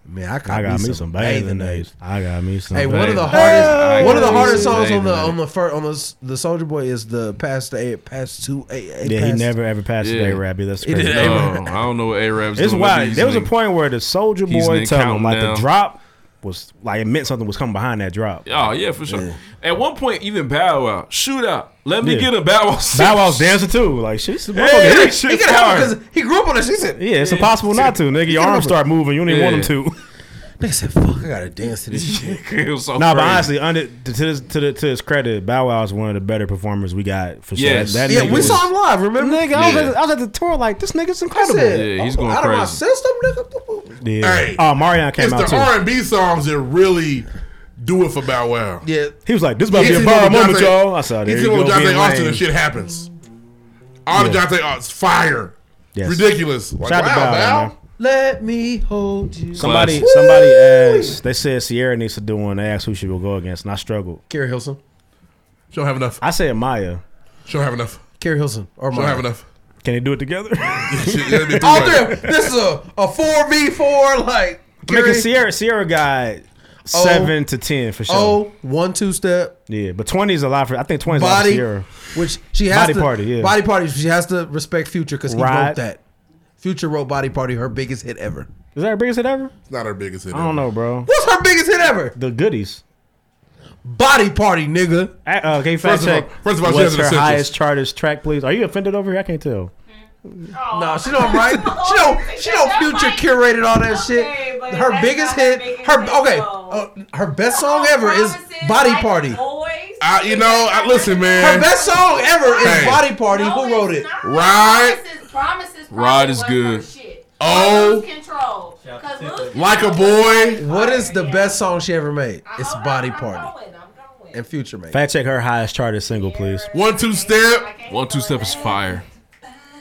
Speaker 7: Man, I got,
Speaker 16: I got me some bathing
Speaker 7: days.
Speaker 16: days. I got me some.
Speaker 7: Hey, one of the
Speaker 2: Bathing
Speaker 7: hardest,
Speaker 2: Apes.
Speaker 7: one of the hardest
Speaker 2: Bathing
Speaker 7: songs on the
Speaker 2: Apes.
Speaker 7: on the first on the the Soldier Boy is the past the eight, past two eight. eight
Speaker 16: yeah, he
Speaker 7: past-
Speaker 16: never ever passed
Speaker 2: Yeah.
Speaker 16: a day, Rabbi. That's
Speaker 7: did
Speaker 16: crazy.
Speaker 7: Hey,
Speaker 2: No, I don't know what A Rab's
Speaker 16: It's
Speaker 2: doing.
Speaker 16: wild. There was a
Speaker 2: point.
Speaker 16: point where the Soldier
Speaker 2: he's
Speaker 16: Boy
Speaker 2: been
Speaker 16: told
Speaker 2: counting
Speaker 16: him like
Speaker 2: down.
Speaker 16: the drop was like it meant something was coming behind that drop.
Speaker 2: Oh yeah, for sure. At one point, even Bow Wow, shoot out. Let me
Speaker 16: Yeah.
Speaker 2: get a Bow Wow.
Speaker 16: Bow Wow's dancing too. Like shit's
Speaker 2: Hey,
Speaker 16: motherfucker-
Speaker 2: that shit He could have it fire. 'cause
Speaker 16: he grew up on this. Season. Yeah, it's impossible not to. Nigga, your
Speaker 7: He
Speaker 16: arms
Speaker 7: grew up
Speaker 16: start moving. You don't even want them to.
Speaker 7: They said, "Fuck, I gotta dance to this shit."
Speaker 2: it was so
Speaker 16: nah, but honestly,
Speaker 2: crazy.
Speaker 16: under, to, this, to, the, to his credit, Bow Wow is one of the better performers we got for sure.
Speaker 2: Yes.
Speaker 16: That
Speaker 7: Yeah,
Speaker 16: nigga
Speaker 7: we
Speaker 16: was-
Speaker 7: saw him live. Remember?
Speaker 16: Nigga, I was
Speaker 7: Yeah.
Speaker 16: at the- I was at the tour like this nigga's incredible.
Speaker 2: Yeah, he's going
Speaker 7: out of my
Speaker 2: crazy.
Speaker 7: system, nigga.
Speaker 16: Yeah.
Speaker 5: Hey,
Speaker 16: oh, Marion
Speaker 5: It's
Speaker 16: came out
Speaker 5: the
Speaker 16: too.
Speaker 5: R and B songs that really do it for Bow Wow.
Speaker 7: Yeah,
Speaker 16: He was like, "This about to
Speaker 5: He's
Speaker 16: be a
Speaker 5: seen
Speaker 16: viral
Speaker 5: what
Speaker 16: moment,
Speaker 5: Deontay-
Speaker 16: y'all." I saw
Speaker 5: he's
Speaker 16: there.
Speaker 5: seen
Speaker 16: You
Speaker 5: what
Speaker 16: go,
Speaker 5: Deontay
Speaker 16: being
Speaker 5: Austin
Speaker 16: lame.
Speaker 5: and shit happens. All the
Speaker 16: Yeah.
Speaker 5: Deontay Austin, fire,
Speaker 16: Yes.
Speaker 5: ridiculous. Like,
Speaker 16: Shout out to
Speaker 5: wow,
Speaker 16: Bow Wow, man.
Speaker 5: Bow.
Speaker 7: Let me hold you.
Speaker 16: Somebody,
Speaker 7: Woo!
Speaker 16: somebody asked. They said Sierra needs to do one. They asked who she will go against, and I struggled.
Speaker 7: Carrie Hilson.
Speaker 5: She don't have enough.
Speaker 16: I said Maya.
Speaker 5: She don't have enough.
Speaker 7: Carrie Hilson or
Speaker 5: She don't
Speaker 7: Maya.
Speaker 5: have enough.
Speaker 16: Can they do it together?
Speaker 7: All three. of- Oh, This is a a four v four like.
Speaker 16: Making
Speaker 7: Carrie-
Speaker 16: Sierra, Sierra got seven to ten for sure.
Speaker 7: Oh, one two step.
Speaker 16: Yeah, but twenty is a lot for. I think twenty is a lot for
Speaker 7: Body,
Speaker 16: Sierra.
Speaker 7: which she has
Speaker 16: Body
Speaker 7: to,
Speaker 16: Party, yeah.
Speaker 7: body party. She has to respect Future because he
Speaker 16: Right.
Speaker 7: wrote that. Future wrote Body Party, her biggest hit ever.
Speaker 16: Is that her biggest hit ever?
Speaker 5: It's not her biggest hit.
Speaker 16: I don't know, bro.
Speaker 7: What's her biggest hit ever?
Speaker 16: The goodies.
Speaker 7: Body Party, nigga.
Speaker 16: Uh, uh, can you fact
Speaker 7: First of all-
Speaker 16: check?
Speaker 7: first of all, she
Speaker 16: what's
Speaker 7: has an
Speaker 16: her
Speaker 7: essentials.
Speaker 16: highest charted track, please? Are you offended over here? I can't tell.
Speaker 7: No, she don't write. She don't. She don't future curated all that shit. Her biggest hit. Her okay. uh, her best song ever is Body Party.
Speaker 5: I, you know, I listen, man.
Speaker 7: Her best song ever is
Speaker 5: Hey.
Speaker 7: Body Party. Who wrote it?
Speaker 5: Ride,
Speaker 25: Promises
Speaker 2: Rod is good.
Speaker 5: oh,
Speaker 25: control. Cause Lucy
Speaker 5: like a boy.
Speaker 7: What is the best song she ever made? It's Body Party. And Future made.
Speaker 16: Fact check her highest charted single, please.
Speaker 5: one two step.
Speaker 2: One two step is fire.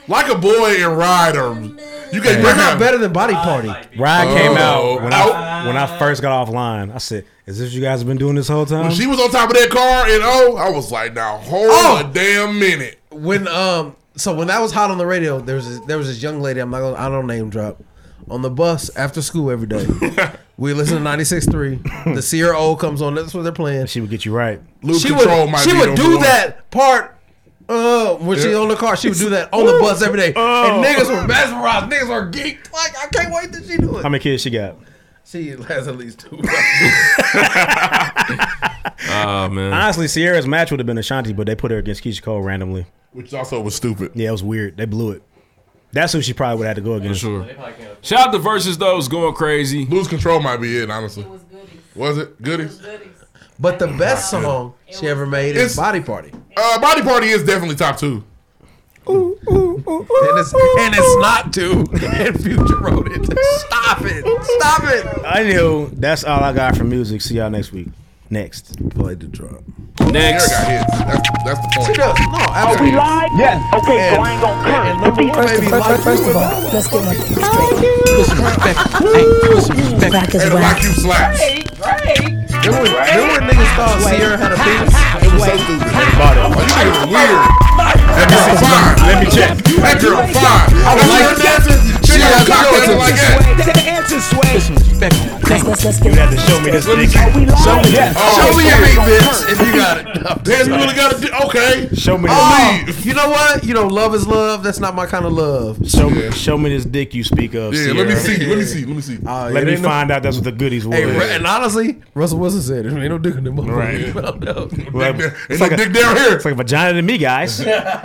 Speaker 5: Like a boy and ride, or you can
Speaker 16: Hey.
Speaker 5: bring
Speaker 7: Not
Speaker 5: out
Speaker 7: better than Body Party.
Speaker 16: Ride came
Speaker 5: Oh.
Speaker 16: out when I, when I first got offline. I said, "Is this what you guys have been doing this whole time?"
Speaker 5: When she was on top of that car and oh, I was like, now hold
Speaker 7: Oh,
Speaker 5: a damn minute.
Speaker 7: When um, so when that was hot on the radio, there was this, there was this young lady. I'm not gonna. I don't name drop. On the bus after school every day, we listen to 96.3. The Sierra O comes on. That's what they're playing.
Speaker 16: she would get you right.
Speaker 5: Lose
Speaker 7: she would,
Speaker 5: control might
Speaker 7: she
Speaker 5: be
Speaker 7: would
Speaker 5: number
Speaker 7: do
Speaker 5: one.
Speaker 7: that part uh, when she on the car. She would do that on the bus every day.
Speaker 5: Oh.
Speaker 7: And niggas were mesmerized. Niggas were geeked. Like, I can't wait till she do
Speaker 16: How
Speaker 7: it.
Speaker 16: many kids she got?
Speaker 7: She has at least two.
Speaker 2: Oh man.
Speaker 16: Honestly, Sierra's match would have been Ashanti, but they put her against Keisha Cole randomly.
Speaker 5: Which also was stupid.
Speaker 16: Yeah, it was weird. They blew it. That's who she probably would have had to go against.
Speaker 2: sure. Shout out to versus though. It's going crazy.
Speaker 5: Lose control might be it, honestly. Was it goodies?
Speaker 7: But the best song she ever made is
Speaker 5: It's-
Speaker 7: Body Party.
Speaker 5: Uh, Body Party is definitely top two.
Speaker 7: And it's, and it's not two. And Future wrote it. Stop it. Stop it.
Speaker 16: I knew. That's all I got for music. See y'all next week. Next.
Speaker 7: Play the drop.
Speaker 2: Next.
Speaker 5: Sierra got hits. That's, that's the
Speaker 7: She
Speaker 5: point.
Speaker 7: does. No, absolutely.
Speaker 26: live?
Speaker 7: Yes.
Speaker 26: Okay,
Speaker 7: And-
Speaker 26: so I ain't gonna curse.
Speaker 7: and number one, baby,
Speaker 26: First,
Speaker 7: like
Speaker 26: first, first
Speaker 7: you
Speaker 26: of all,
Speaker 7: about-
Speaker 26: let's get one thing straight. Crack is
Speaker 5: And
Speaker 26: whack.
Speaker 5: rock you slaps.
Speaker 7: Remember when, remember when niggas thought Sierra had a penis?
Speaker 5: It was so stupid. Oh, you niggas are weird. That girl fine.
Speaker 16: Let me check.
Speaker 5: That girl fine. I was like dancing. She got cocked dancing like that.
Speaker 26: Let's, let's, let's get
Speaker 16: You had to show me this nigga. Show me that.
Speaker 5: Show me your meat, bitch.
Speaker 7: If you got it.
Speaker 5: Damn, you really got to do. Okay.
Speaker 16: Show me
Speaker 7: Oh,
Speaker 16: this.
Speaker 7: you know what? You know, love is love. That's not my kind of love.
Speaker 16: Show me, show me this dick you speak of.
Speaker 5: Yeah,
Speaker 16: Sierra.
Speaker 5: let me see. Let me see. Let me see.
Speaker 7: Oh,
Speaker 16: Let
Speaker 7: it
Speaker 16: me
Speaker 7: ain't no-
Speaker 16: find out that's what the goodies were.
Speaker 7: Hey, Ru- and honestly, Russell Wilson said, "There ain't no dick in them
Speaker 16: Right.
Speaker 7: motherfuckers."
Speaker 16: Well,
Speaker 5: down-
Speaker 16: it's
Speaker 5: it's
Speaker 16: like
Speaker 5: a dick down here.
Speaker 16: It's like vagina to me, guys.
Speaker 7: Uh,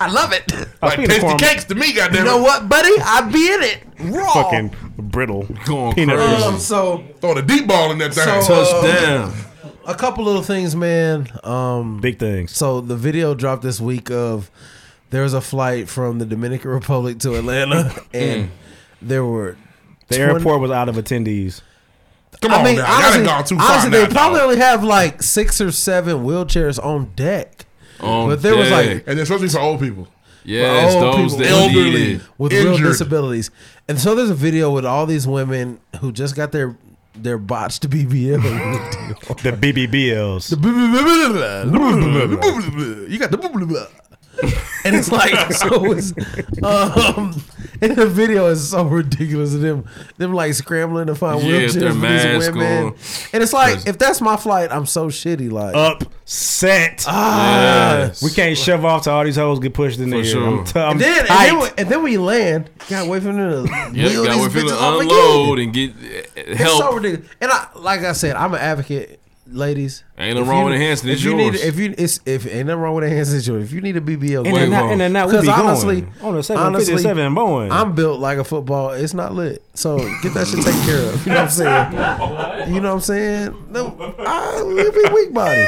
Speaker 7: I love it.
Speaker 5: Like
Speaker 16: speaking of
Speaker 5: tasty
Speaker 16: form-
Speaker 5: cakes to me, goddamn.
Speaker 7: You know what, buddy? I be in it raw.
Speaker 16: Fucking brittle.
Speaker 2: Going
Speaker 16: Peanut
Speaker 2: crazy.
Speaker 7: Um, so
Speaker 5: Throw the deep ball in that thing.
Speaker 7: So, uh,
Speaker 2: Touchdown.
Speaker 7: a couple little things, man. Um,
Speaker 16: Big things.
Speaker 7: so the video dropped this week of there was a flight from the Dominican Republic to Atlanta, and there were
Speaker 16: Mm. The
Speaker 7: 20
Speaker 16: airport was out of attendees.
Speaker 5: Come on
Speaker 7: I mean,
Speaker 5: now. Y'all
Speaker 7: honestly,
Speaker 5: done gone too far
Speaker 7: honestly,
Speaker 5: now,
Speaker 7: they probably
Speaker 5: dog.
Speaker 7: only have like six or seven wheelchairs on deck.
Speaker 2: On
Speaker 7: but there was like
Speaker 2: deck.
Speaker 5: And it's supposed to be for old people.
Speaker 2: Yes,
Speaker 7: old
Speaker 2: those
Speaker 7: people,
Speaker 2: that need
Speaker 7: elderly
Speaker 2: it.
Speaker 7: with
Speaker 5: Injured.
Speaker 7: real disabilities. And so there's a video with all these women who just got their their botched BBL.
Speaker 16: The BBBLs.
Speaker 7: you got the and it's like so it's um and the video is so ridiculous of them them like scrambling to find
Speaker 2: Yeah,
Speaker 7: wheelchairs
Speaker 2: their
Speaker 7: for these
Speaker 2: mask
Speaker 7: women.
Speaker 2: on.
Speaker 7: And it's like if that's my flight, I'm so shitty like
Speaker 16: upset.
Speaker 7: Ah.
Speaker 16: We can't shove off to all these hoes get pushed in there.
Speaker 2: sure.
Speaker 16: I'm, t- I'm
Speaker 7: And then, and
Speaker 16: tight.
Speaker 7: then, when, and then when you land, you gotta wait for them to
Speaker 2: Yeah,
Speaker 7: wheel
Speaker 2: got
Speaker 7: these
Speaker 2: where people
Speaker 7: bitches off
Speaker 2: unload
Speaker 7: again.
Speaker 2: and get uh,
Speaker 7: It's
Speaker 2: help.
Speaker 7: so ridiculous. And I, like I said, I'm an advocate, ladies.
Speaker 2: Ain't nothing
Speaker 7: If
Speaker 2: wrong
Speaker 7: you-
Speaker 2: with enhancing,
Speaker 7: If
Speaker 2: it's
Speaker 7: you need,
Speaker 2: yours.
Speaker 7: if you, it's if ain't nothing wrong with enhancing, it's yours. If you need a BBL,
Speaker 16: And
Speaker 7: go
Speaker 16: then that-
Speaker 7: ahead.
Speaker 16: and then that we be going. On the 757 and Boeing.
Speaker 7: I'm built like a football. It's not lit, so get that shit taken care of. You know what I'm saying? you know what I'm saying? No, I live in weak body.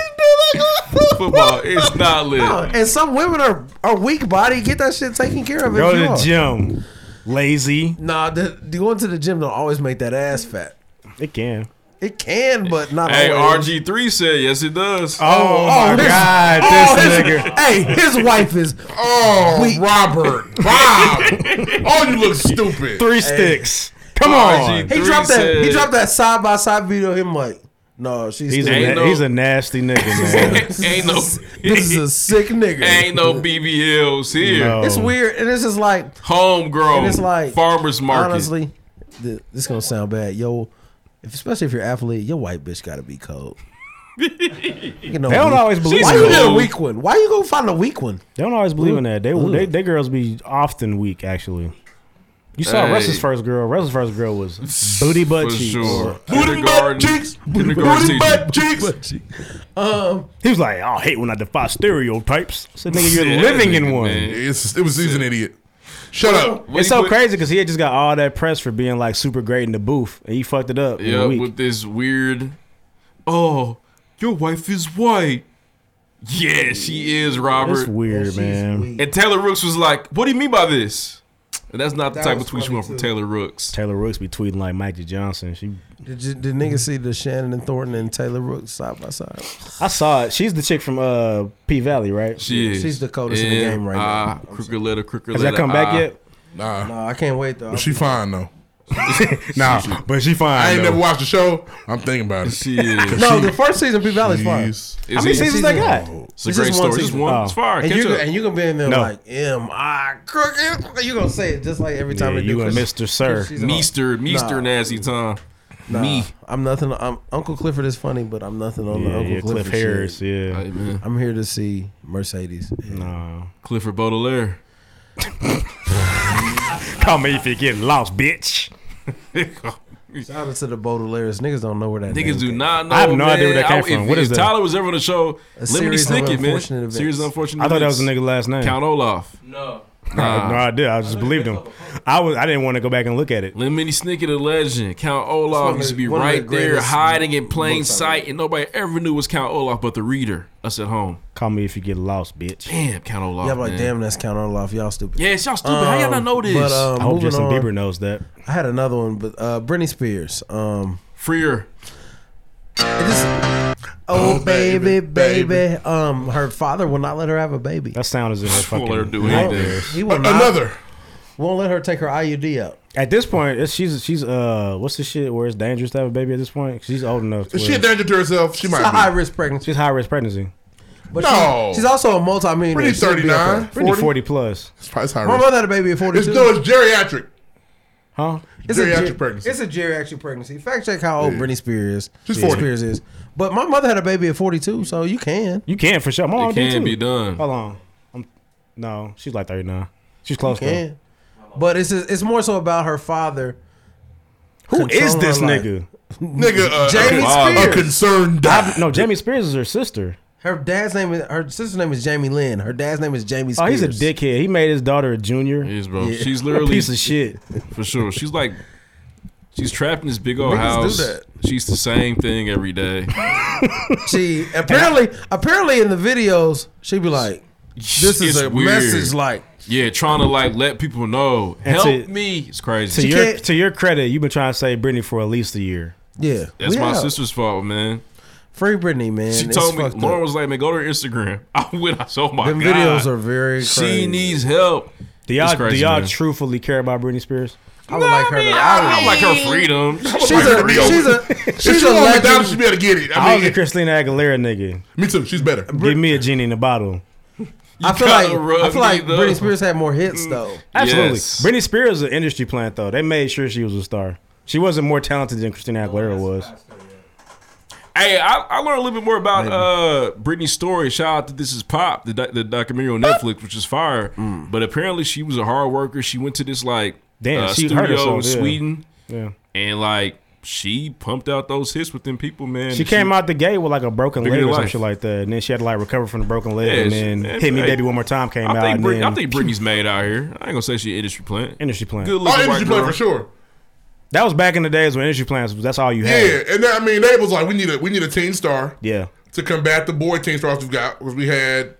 Speaker 2: Football, it's not lit.
Speaker 7: No, and some women are are weak body. Get that shit taken care of.
Speaker 16: Go
Speaker 7: if you
Speaker 16: to the
Speaker 7: are.
Speaker 16: gym. Lazy.
Speaker 7: Nah, the, the going to the gym don't always make that ass fat.
Speaker 16: It can.
Speaker 7: It can, but not
Speaker 2: Hey,
Speaker 7: always.
Speaker 2: RG3 said, yes, it does.
Speaker 7: oh, his- oh, his- Hey, his wife is.
Speaker 5: Oh,
Speaker 7: We-
Speaker 5: Robert, Bob. oh, you look stupid.
Speaker 16: Three sticks. Come on.
Speaker 7: He dropped that. He dropped that side by side video. Him like, no, she's.
Speaker 16: He's
Speaker 7: still-
Speaker 16: a, na-
Speaker 2: no-
Speaker 16: he's a nasty nigga, man.
Speaker 2: ain't no,
Speaker 7: this is a sick nigga.
Speaker 2: ain't no BBLs here.
Speaker 16: No.
Speaker 7: It's weird, and this is like,
Speaker 2: Homegrown.
Speaker 7: and it's like
Speaker 2: farmers market.
Speaker 7: Honestly, th- this gonna sound bad, yo. If, especially if you're an athlete, your white bitch gotta be cold. You know,
Speaker 16: They don't
Speaker 7: weak-
Speaker 16: always believe
Speaker 7: Why
Speaker 16: in
Speaker 7: you get a
Speaker 16: that.
Speaker 7: weak one? Why you gonna find a weak one? Mm.
Speaker 16: They don't always believe in that. They,
Speaker 7: Ooh.
Speaker 16: they they girls be often weak actually. You saw
Speaker 2: Hey.
Speaker 16: Russ's first girl. Russ's first girl was booty butt
Speaker 2: For
Speaker 16: cheeks.
Speaker 2: sure.
Speaker 5: Booty butt
Speaker 2: Kindergarten-
Speaker 5: cheeks. Booty
Speaker 2: kindergarten teacher.
Speaker 5: butt cheeks.
Speaker 7: Um,
Speaker 16: He was like, "I hate when I defy stereotypes." I said, "Nigga, you're
Speaker 2: Yeah,
Speaker 16: living in
Speaker 2: nigga,
Speaker 16: one."
Speaker 2: man.
Speaker 5: It's, it was he's an idiot. Shut up.
Speaker 2: What
Speaker 16: It's
Speaker 2: he
Speaker 16: so
Speaker 2: put-
Speaker 16: crazy because he had just got all that press for being like super great in the booth, and he fucked it up. in
Speaker 2: Yeah,
Speaker 16: a week.
Speaker 2: with this weird. Oh, your wife is white. Yeah, she is, Robert.
Speaker 16: it's weird, man.
Speaker 2: And Taylor Rooks was like, "What do you mean by this?" And that's not the
Speaker 7: That
Speaker 2: type of
Speaker 7: was
Speaker 2: tweet you
Speaker 7: funny,
Speaker 2: want from
Speaker 7: too.
Speaker 2: Taylor Rooks.
Speaker 16: Taylor Rooks be tweeting like Magic Johnson. She,
Speaker 7: Did, you, did niggas see the Shannon and Thornton and Taylor Rooks side by side?
Speaker 16: I saw it. She's the chick from uh P Valley, right?
Speaker 2: She is.
Speaker 7: She's the coldest in the game right now.
Speaker 2: Ah, crooked letter, crooked
Speaker 16: Has
Speaker 2: letter.
Speaker 16: that come back
Speaker 2: ah.
Speaker 16: yet?
Speaker 5: Nah,
Speaker 7: No, I can't wait though.
Speaker 5: but she fine though.
Speaker 16: Nah, but she fine.
Speaker 5: I ain't
Speaker 16: though.
Speaker 5: never watched the show. I'm thinking about it.
Speaker 2: She is.
Speaker 7: No, the first season, P Valley's fine.
Speaker 5: Jeez.
Speaker 16: How
Speaker 2: It's,
Speaker 16: many
Speaker 2: it's,
Speaker 16: seasons they got?
Speaker 2: it's a
Speaker 7: It's
Speaker 2: great
Speaker 7: just one
Speaker 2: story. It's
Speaker 7: season.
Speaker 2: one.
Speaker 16: Oh.
Speaker 2: It's fire.
Speaker 7: And
Speaker 2: Catch
Speaker 7: you
Speaker 2: up.
Speaker 7: and you gonna be in there
Speaker 16: No.
Speaker 7: like am I crooked? You gonna say it just like every time
Speaker 16: Yeah,
Speaker 7: they do.
Speaker 16: you and
Speaker 7: 'cause
Speaker 16: Mr. Sir.
Speaker 7: she's a-
Speaker 2: Meester, Meester, nasty time.
Speaker 7: Mm. nah,
Speaker 2: Me.
Speaker 7: I'm nothing. I'm Uncle Clifford is funny, but I'm nothing on the
Speaker 16: Yeah,
Speaker 7: Uncle
Speaker 16: yeah,
Speaker 7: Clifford
Speaker 16: Cliff Harris.
Speaker 7: shit.
Speaker 16: Yeah.
Speaker 2: Hey, man.
Speaker 7: I'm here to see Mercedes.
Speaker 16: Nah.
Speaker 2: Clifford Baudelaire.
Speaker 16: Call me if you get lost, bitch.
Speaker 7: Shout out to the Baudelaires. Niggas don't know where that name
Speaker 2: Niggas do
Speaker 7: came
Speaker 2: not know.
Speaker 16: I have no
Speaker 2: man.
Speaker 16: idea where that came
Speaker 2: I-
Speaker 16: from.
Speaker 2: If,
Speaker 16: What is
Speaker 2: if
Speaker 16: that?
Speaker 2: Tyler was ever on the show,
Speaker 7: A
Speaker 2: Lemony
Speaker 7: series of
Speaker 2: Snicket, man.
Speaker 7: unfortunate events.
Speaker 2: Series of unfortunate
Speaker 16: I thought that was a
Speaker 2: events.
Speaker 16: nigga last name.
Speaker 2: Count Olaf.
Speaker 24: No.
Speaker 16: no, I did. I just believed him. I was. I didn't want to go back and look at it.
Speaker 2: Lemony Snicket, a legend. Count
Speaker 7: one
Speaker 2: Olaf
Speaker 7: of
Speaker 2: used to
Speaker 7: the-
Speaker 2: be
Speaker 7: one of
Speaker 2: right
Speaker 7: the
Speaker 2: there,
Speaker 7: greatest
Speaker 2: hiding in plain
Speaker 7: books I
Speaker 2: sight, and nobody ever knew it was Count Olaf but the reader, us at home.
Speaker 16: Call me if you get lost, bitch.
Speaker 2: Damn, Count Olaf.
Speaker 7: Yeah, I'm like
Speaker 2: man.
Speaker 7: damn, that's Count Olaf. Y'all stupid.
Speaker 2: Yeah, it's y'all stupid. How y'all not
Speaker 7: Um,
Speaker 2: know this?
Speaker 7: But um,
Speaker 16: I hope
Speaker 7: moving
Speaker 16: Justin
Speaker 7: on,
Speaker 16: Bieber knows that.
Speaker 7: I had another one, but uh, Britney Spears. Um,
Speaker 2: Freer.
Speaker 7: it just- oh, baby, baby, Um, her father will not let her have a baby.
Speaker 16: That sound is in her
Speaker 2: Won't
Speaker 16: fucking.
Speaker 2: let her do
Speaker 16: mouth.
Speaker 2: anything.
Speaker 7: He will not,
Speaker 5: Another.
Speaker 7: won't let her take her IUD out.
Speaker 16: At this point, it's, she's she's uh, what's the shit where it's dangerous to have a baby at this point? 'Cause She's old enough. To
Speaker 5: Is she a
Speaker 16: where-
Speaker 5: danger to herself? She
Speaker 7: It's a high
Speaker 5: might
Speaker 7: risk pregnancy.
Speaker 16: she's high risk pregnancy.
Speaker 7: But
Speaker 5: No.
Speaker 7: she- she's also a multi-millionaire.
Speaker 5: Pretty
Speaker 7: She'll be up
Speaker 5: 39.
Speaker 7: there.
Speaker 16: Pretty
Speaker 5: 40.
Speaker 16: forty plus,
Speaker 5: It's probably high
Speaker 7: My
Speaker 5: risk.
Speaker 7: mother had a baby at
Speaker 5: It's,
Speaker 7: 42.
Speaker 5: no, it's geriatric.
Speaker 16: huh?
Speaker 7: It's a
Speaker 5: geriatric
Speaker 7: ger-
Speaker 5: pregnancy.
Speaker 7: It's a geriatric pregnancy. Fact check how old
Speaker 5: Yeah.
Speaker 7: Britney Spears is.
Speaker 5: She's
Speaker 7: Britney
Speaker 5: 40.
Speaker 7: Spears is. But my mother had a baby at 42, so you can.
Speaker 16: You can for sure. My mom
Speaker 2: It
Speaker 16: did
Speaker 2: can
Speaker 16: too.
Speaker 2: be done.
Speaker 16: Hold on. I'm, no, she's like thirty nine. She's close.
Speaker 7: You
Speaker 16: though.
Speaker 7: can. But it's it's more so about her father.
Speaker 16: Who is
Speaker 7: Control
Speaker 16: this
Speaker 7: her life.
Speaker 16: nigga?
Speaker 5: Nigga, uh,
Speaker 7: Jamie
Speaker 5: a,
Speaker 7: Spears.
Speaker 5: a concerned
Speaker 16: I,
Speaker 5: dad.
Speaker 16: no, Jamie Spears is her sister.
Speaker 7: Her dad's name is her sister's name is Jamie Lynn. Her dad's name is Jamie
Speaker 16: Oh,
Speaker 7: Spears.
Speaker 16: he's a dickhead. He made his daughter a junior.
Speaker 2: Yes, bro. She's
Speaker 16: What a
Speaker 2: literally
Speaker 16: piece of shit.
Speaker 2: for sure. She's like, she's trapped in this big old
Speaker 7: Niggas do
Speaker 2: house.
Speaker 7: that.
Speaker 2: She's the same thing every day.
Speaker 7: She apparently apparently in the videos she be like this is
Speaker 2: It's
Speaker 7: a
Speaker 2: weird.
Speaker 7: message like
Speaker 2: Yeah, trying to like let people know,
Speaker 16: And
Speaker 2: help
Speaker 16: to-
Speaker 2: me. It's
Speaker 16: To
Speaker 2: crazy.
Speaker 7: She
Speaker 16: your
Speaker 7: can't-
Speaker 16: to your credit, you've been trying to say Britney for at least a year.
Speaker 7: yeah
Speaker 2: That's
Speaker 7: we
Speaker 2: my
Speaker 7: out.
Speaker 2: sister's fault, man.
Speaker 7: Free Britney man.
Speaker 2: She
Speaker 7: It's
Speaker 2: told me.
Speaker 7: fucked up.
Speaker 2: Lauren was like, "Man, go to her Instagram." I went. I said, "Oh my
Speaker 7: Them
Speaker 2: god,
Speaker 7: videos are very
Speaker 2: She
Speaker 7: crazy.
Speaker 2: needs help.
Speaker 16: Do y'all
Speaker 2: It's crazy,
Speaker 16: do y'all
Speaker 2: man.
Speaker 16: truthfully care about Britney Spears?
Speaker 7: I would like her to. I
Speaker 2: I like her freedom.
Speaker 7: would, she's a she's a she's a
Speaker 5: McDonald's, she
Speaker 7: legend.
Speaker 5: better get it.
Speaker 16: I
Speaker 5: I
Speaker 16: was a
Speaker 5: mean,
Speaker 16: Christina Aguilera nigga.
Speaker 5: me too. She's better.
Speaker 16: Give me a genie in a bottle.
Speaker 7: I feel like
Speaker 16: gotta rub
Speaker 7: I feel like
Speaker 16: me, though.
Speaker 7: Britney Spears had more hits though.
Speaker 16: Absolutely. Britney Spears is an industry plant, though. They made sure she was a star. She wasn't more talented than Christina Aguilera was.
Speaker 2: Hey, I, I learned a little bit more about uh, Britney's story. Shout out to This Is Pop, the, doc- the documentary on Netflix, which is fire. But apparently, she was a hard worker. She went to this like
Speaker 16: Damn,
Speaker 2: uh,
Speaker 16: she
Speaker 2: studio
Speaker 16: hurt
Speaker 2: in
Speaker 16: herself, yeah.
Speaker 2: Sweden,
Speaker 16: Yeah.
Speaker 2: and like she pumped out those hits with them people, man.
Speaker 16: She came out the gate with like a broken
Speaker 2: Bigger
Speaker 16: leg
Speaker 2: than
Speaker 16: or some
Speaker 2: life.
Speaker 16: shit like that. And then she had to like recover from the broken leg
Speaker 2: Yeah,
Speaker 16: and
Speaker 2: she-
Speaker 16: then
Speaker 2: man,
Speaker 16: Hit Me
Speaker 2: hey,
Speaker 16: Baby One More Time came
Speaker 2: I
Speaker 16: out.
Speaker 2: think,
Speaker 16: and
Speaker 2: Brit-
Speaker 16: then,
Speaker 2: I think Britney's made out here. I ain't gonna say she industry plant.
Speaker 16: Industry plant.
Speaker 2: Good looking
Speaker 5: Oh, industry
Speaker 2: white
Speaker 5: plant
Speaker 2: girl.
Speaker 5: for sure.
Speaker 16: That was back in the days when industry plants was that's all you had.
Speaker 5: Yeah, and that, I mean, they was like, we need a we need a teen star
Speaker 16: Yeah.
Speaker 5: to combat the boy teen stars we've got because we had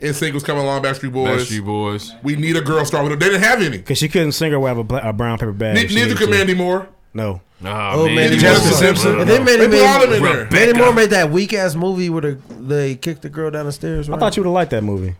Speaker 5: NSYNC was coming along, Backstreet Boys.
Speaker 2: Backstreet Boys.
Speaker 5: We need a girl star. We don't- They didn't have any.
Speaker 16: Because she couldn't sing or have a, bla- a brown paper bag.
Speaker 5: Ne-
Speaker 16: if she
Speaker 5: neither
Speaker 16: needed
Speaker 5: could
Speaker 16: to.
Speaker 5: Mandy Moore.
Speaker 16: No.
Speaker 2: Oh, man,
Speaker 7: Mandy Moore. Simpson. And then Mandy,
Speaker 5: They put all of them
Speaker 7: Mandy,
Speaker 5: in there.
Speaker 7: Mandy Moore made that weak ass movie where the, they kicked the girl down the stairs.
Speaker 16: I thought you would have liked that movie.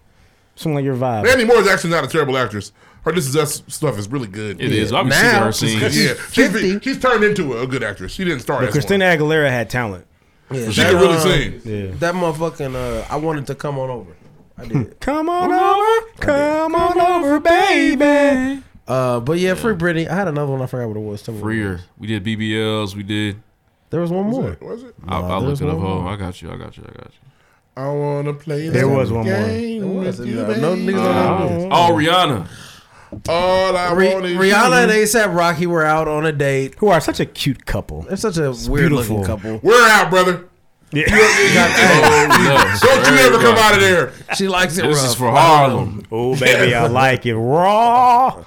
Speaker 16: Something like your vibe.
Speaker 5: Mandy Moore is actually not a terrible actress. Her This Is Us stuff is really good.
Speaker 2: It is. I've seen her scenes.
Speaker 5: Yeah, she's, been- she's turned into a good actress. She didn't start
Speaker 16: But
Speaker 5: as
Speaker 16: Christina Aguilera had talent.
Speaker 5: one. She can really sing.
Speaker 16: Yeah.
Speaker 7: um, That motherfucking uh, I wanted to come on over. I did.
Speaker 16: come on over, come on over, baby.
Speaker 7: Uh, but yeah, free Britney. I had another one. I forgot what it was. Tell me what it
Speaker 2: Freer.
Speaker 7: was.
Speaker 2: We did BBLs. We did.
Speaker 7: There was one more.
Speaker 5: Was it?
Speaker 2: I,
Speaker 7: Nah,
Speaker 2: I
Speaker 7: there's
Speaker 2: looked it up.
Speaker 7: one
Speaker 2: Oh,
Speaker 7: more.
Speaker 2: I got you. I got you. I got you.
Speaker 5: I wanna play.
Speaker 16: There was one more.
Speaker 5: more.
Speaker 7: No niggas don't know this.
Speaker 2: Oh, Rihanna.
Speaker 5: All I
Speaker 7: Ri-
Speaker 5: want is
Speaker 7: Rihanna and
Speaker 5: you.
Speaker 7: ASAP Rocky were out on a date.
Speaker 16: Who are such a cute couple.
Speaker 7: They're such a weird looking
Speaker 16: beautiful.
Speaker 7: couple.
Speaker 5: We're out, brother.
Speaker 16: Yeah.
Speaker 5: Don't you ever come out of there.
Speaker 7: She likes it
Speaker 2: This
Speaker 7: rough.
Speaker 2: is for Harlem.
Speaker 16: Oh baby, I like it raw.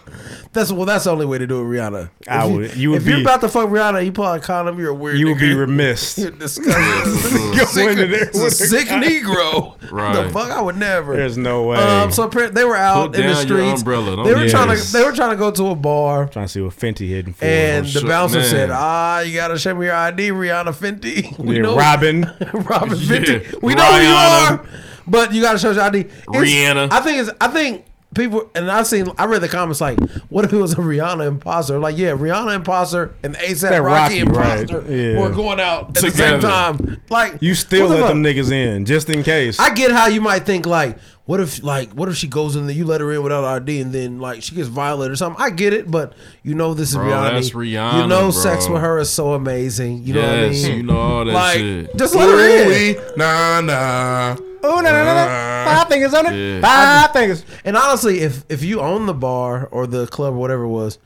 Speaker 7: That's well. That's the only way to do it, Rihanna.
Speaker 16: I
Speaker 7: If
Speaker 16: would- you would
Speaker 7: if you're
Speaker 16: be-
Speaker 7: about to fuck Rihanna, you pull out a condom. You're a weird.
Speaker 16: You would be
Speaker 7: nigga.
Speaker 16: remiss.
Speaker 7: You're disgusting. sick,
Speaker 16: into there with a
Speaker 7: sick
Speaker 16: condom.
Speaker 7: Negro. The
Speaker 2: Right.
Speaker 7: fuck, I would never.
Speaker 16: There's no way.
Speaker 7: Um, so pre- they were out
Speaker 2: Put
Speaker 7: in the
Speaker 2: down your
Speaker 7: streets.
Speaker 2: umbrella. Don't
Speaker 7: They were
Speaker 2: be
Speaker 7: trying
Speaker 2: nervous.
Speaker 7: to. They were trying to go to a bar,
Speaker 16: Trying to see what Fenty hidden for.
Speaker 7: and
Speaker 2: Oh,
Speaker 7: the
Speaker 2: shit,
Speaker 7: bouncer
Speaker 2: man.
Speaker 7: said, "Ah, you gotta show me your ID, Rihanna Fenty.
Speaker 16: yeah, Robin.
Speaker 7: Robin
Speaker 2: Yeah.
Speaker 7: Fenty. We know who you
Speaker 2: Rihanna.
Speaker 7: are, but you gotta show your ID. It's-
Speaker 2: Rihanna.
Speaker 7: I think it's. I think people, and I've seen. I read the comments like, "What if it was a Rihanna imposter?" I'm Like, yeah, Rihanna imposter and ASAP
Speaker 16: That
Speaker 7: Rocky,
Speaker 16: Rocky,
Speaker 7: imposter
Speaker 16: right. Yeah.
Speaker 7: were going out at the same
Speaker 2: Together.
Speaker 7: time. Like,
Speaker 16: You still
Speaker 7: what the
Speaker 16: let
Speaker 7: fuck?
Speaker 16: them niggas in just in case.
Speaker 7: I get how you might think like, what if like, what if she goes in there, you let her in without ID, and then like she gets violated or something. I get it, but you know this is
Speaker 2: Bro,
Speaker 7: Rihanna.
Speaker 2: that's Rihanna,
Speaker 7: You know,
Speaker 2: bro.
Speaker 7: sex with her is so amazing. You know
Speaker 2: yes,
Speaker 7: what I mean?
Speaker 2: you know all that
Speaker 7: like,
Speaker 2: shit.
Speaker 7: just let her in.
Speaker 5: Ooh-wee, Nah, nah.
Speaker 16: Oh no no no no! Five fingers on it.
Speaker 2: Yeah.
Speaker 16: Five fingers.
Speaker 7: And honestly, if if you own the bar or the club or whatever it was,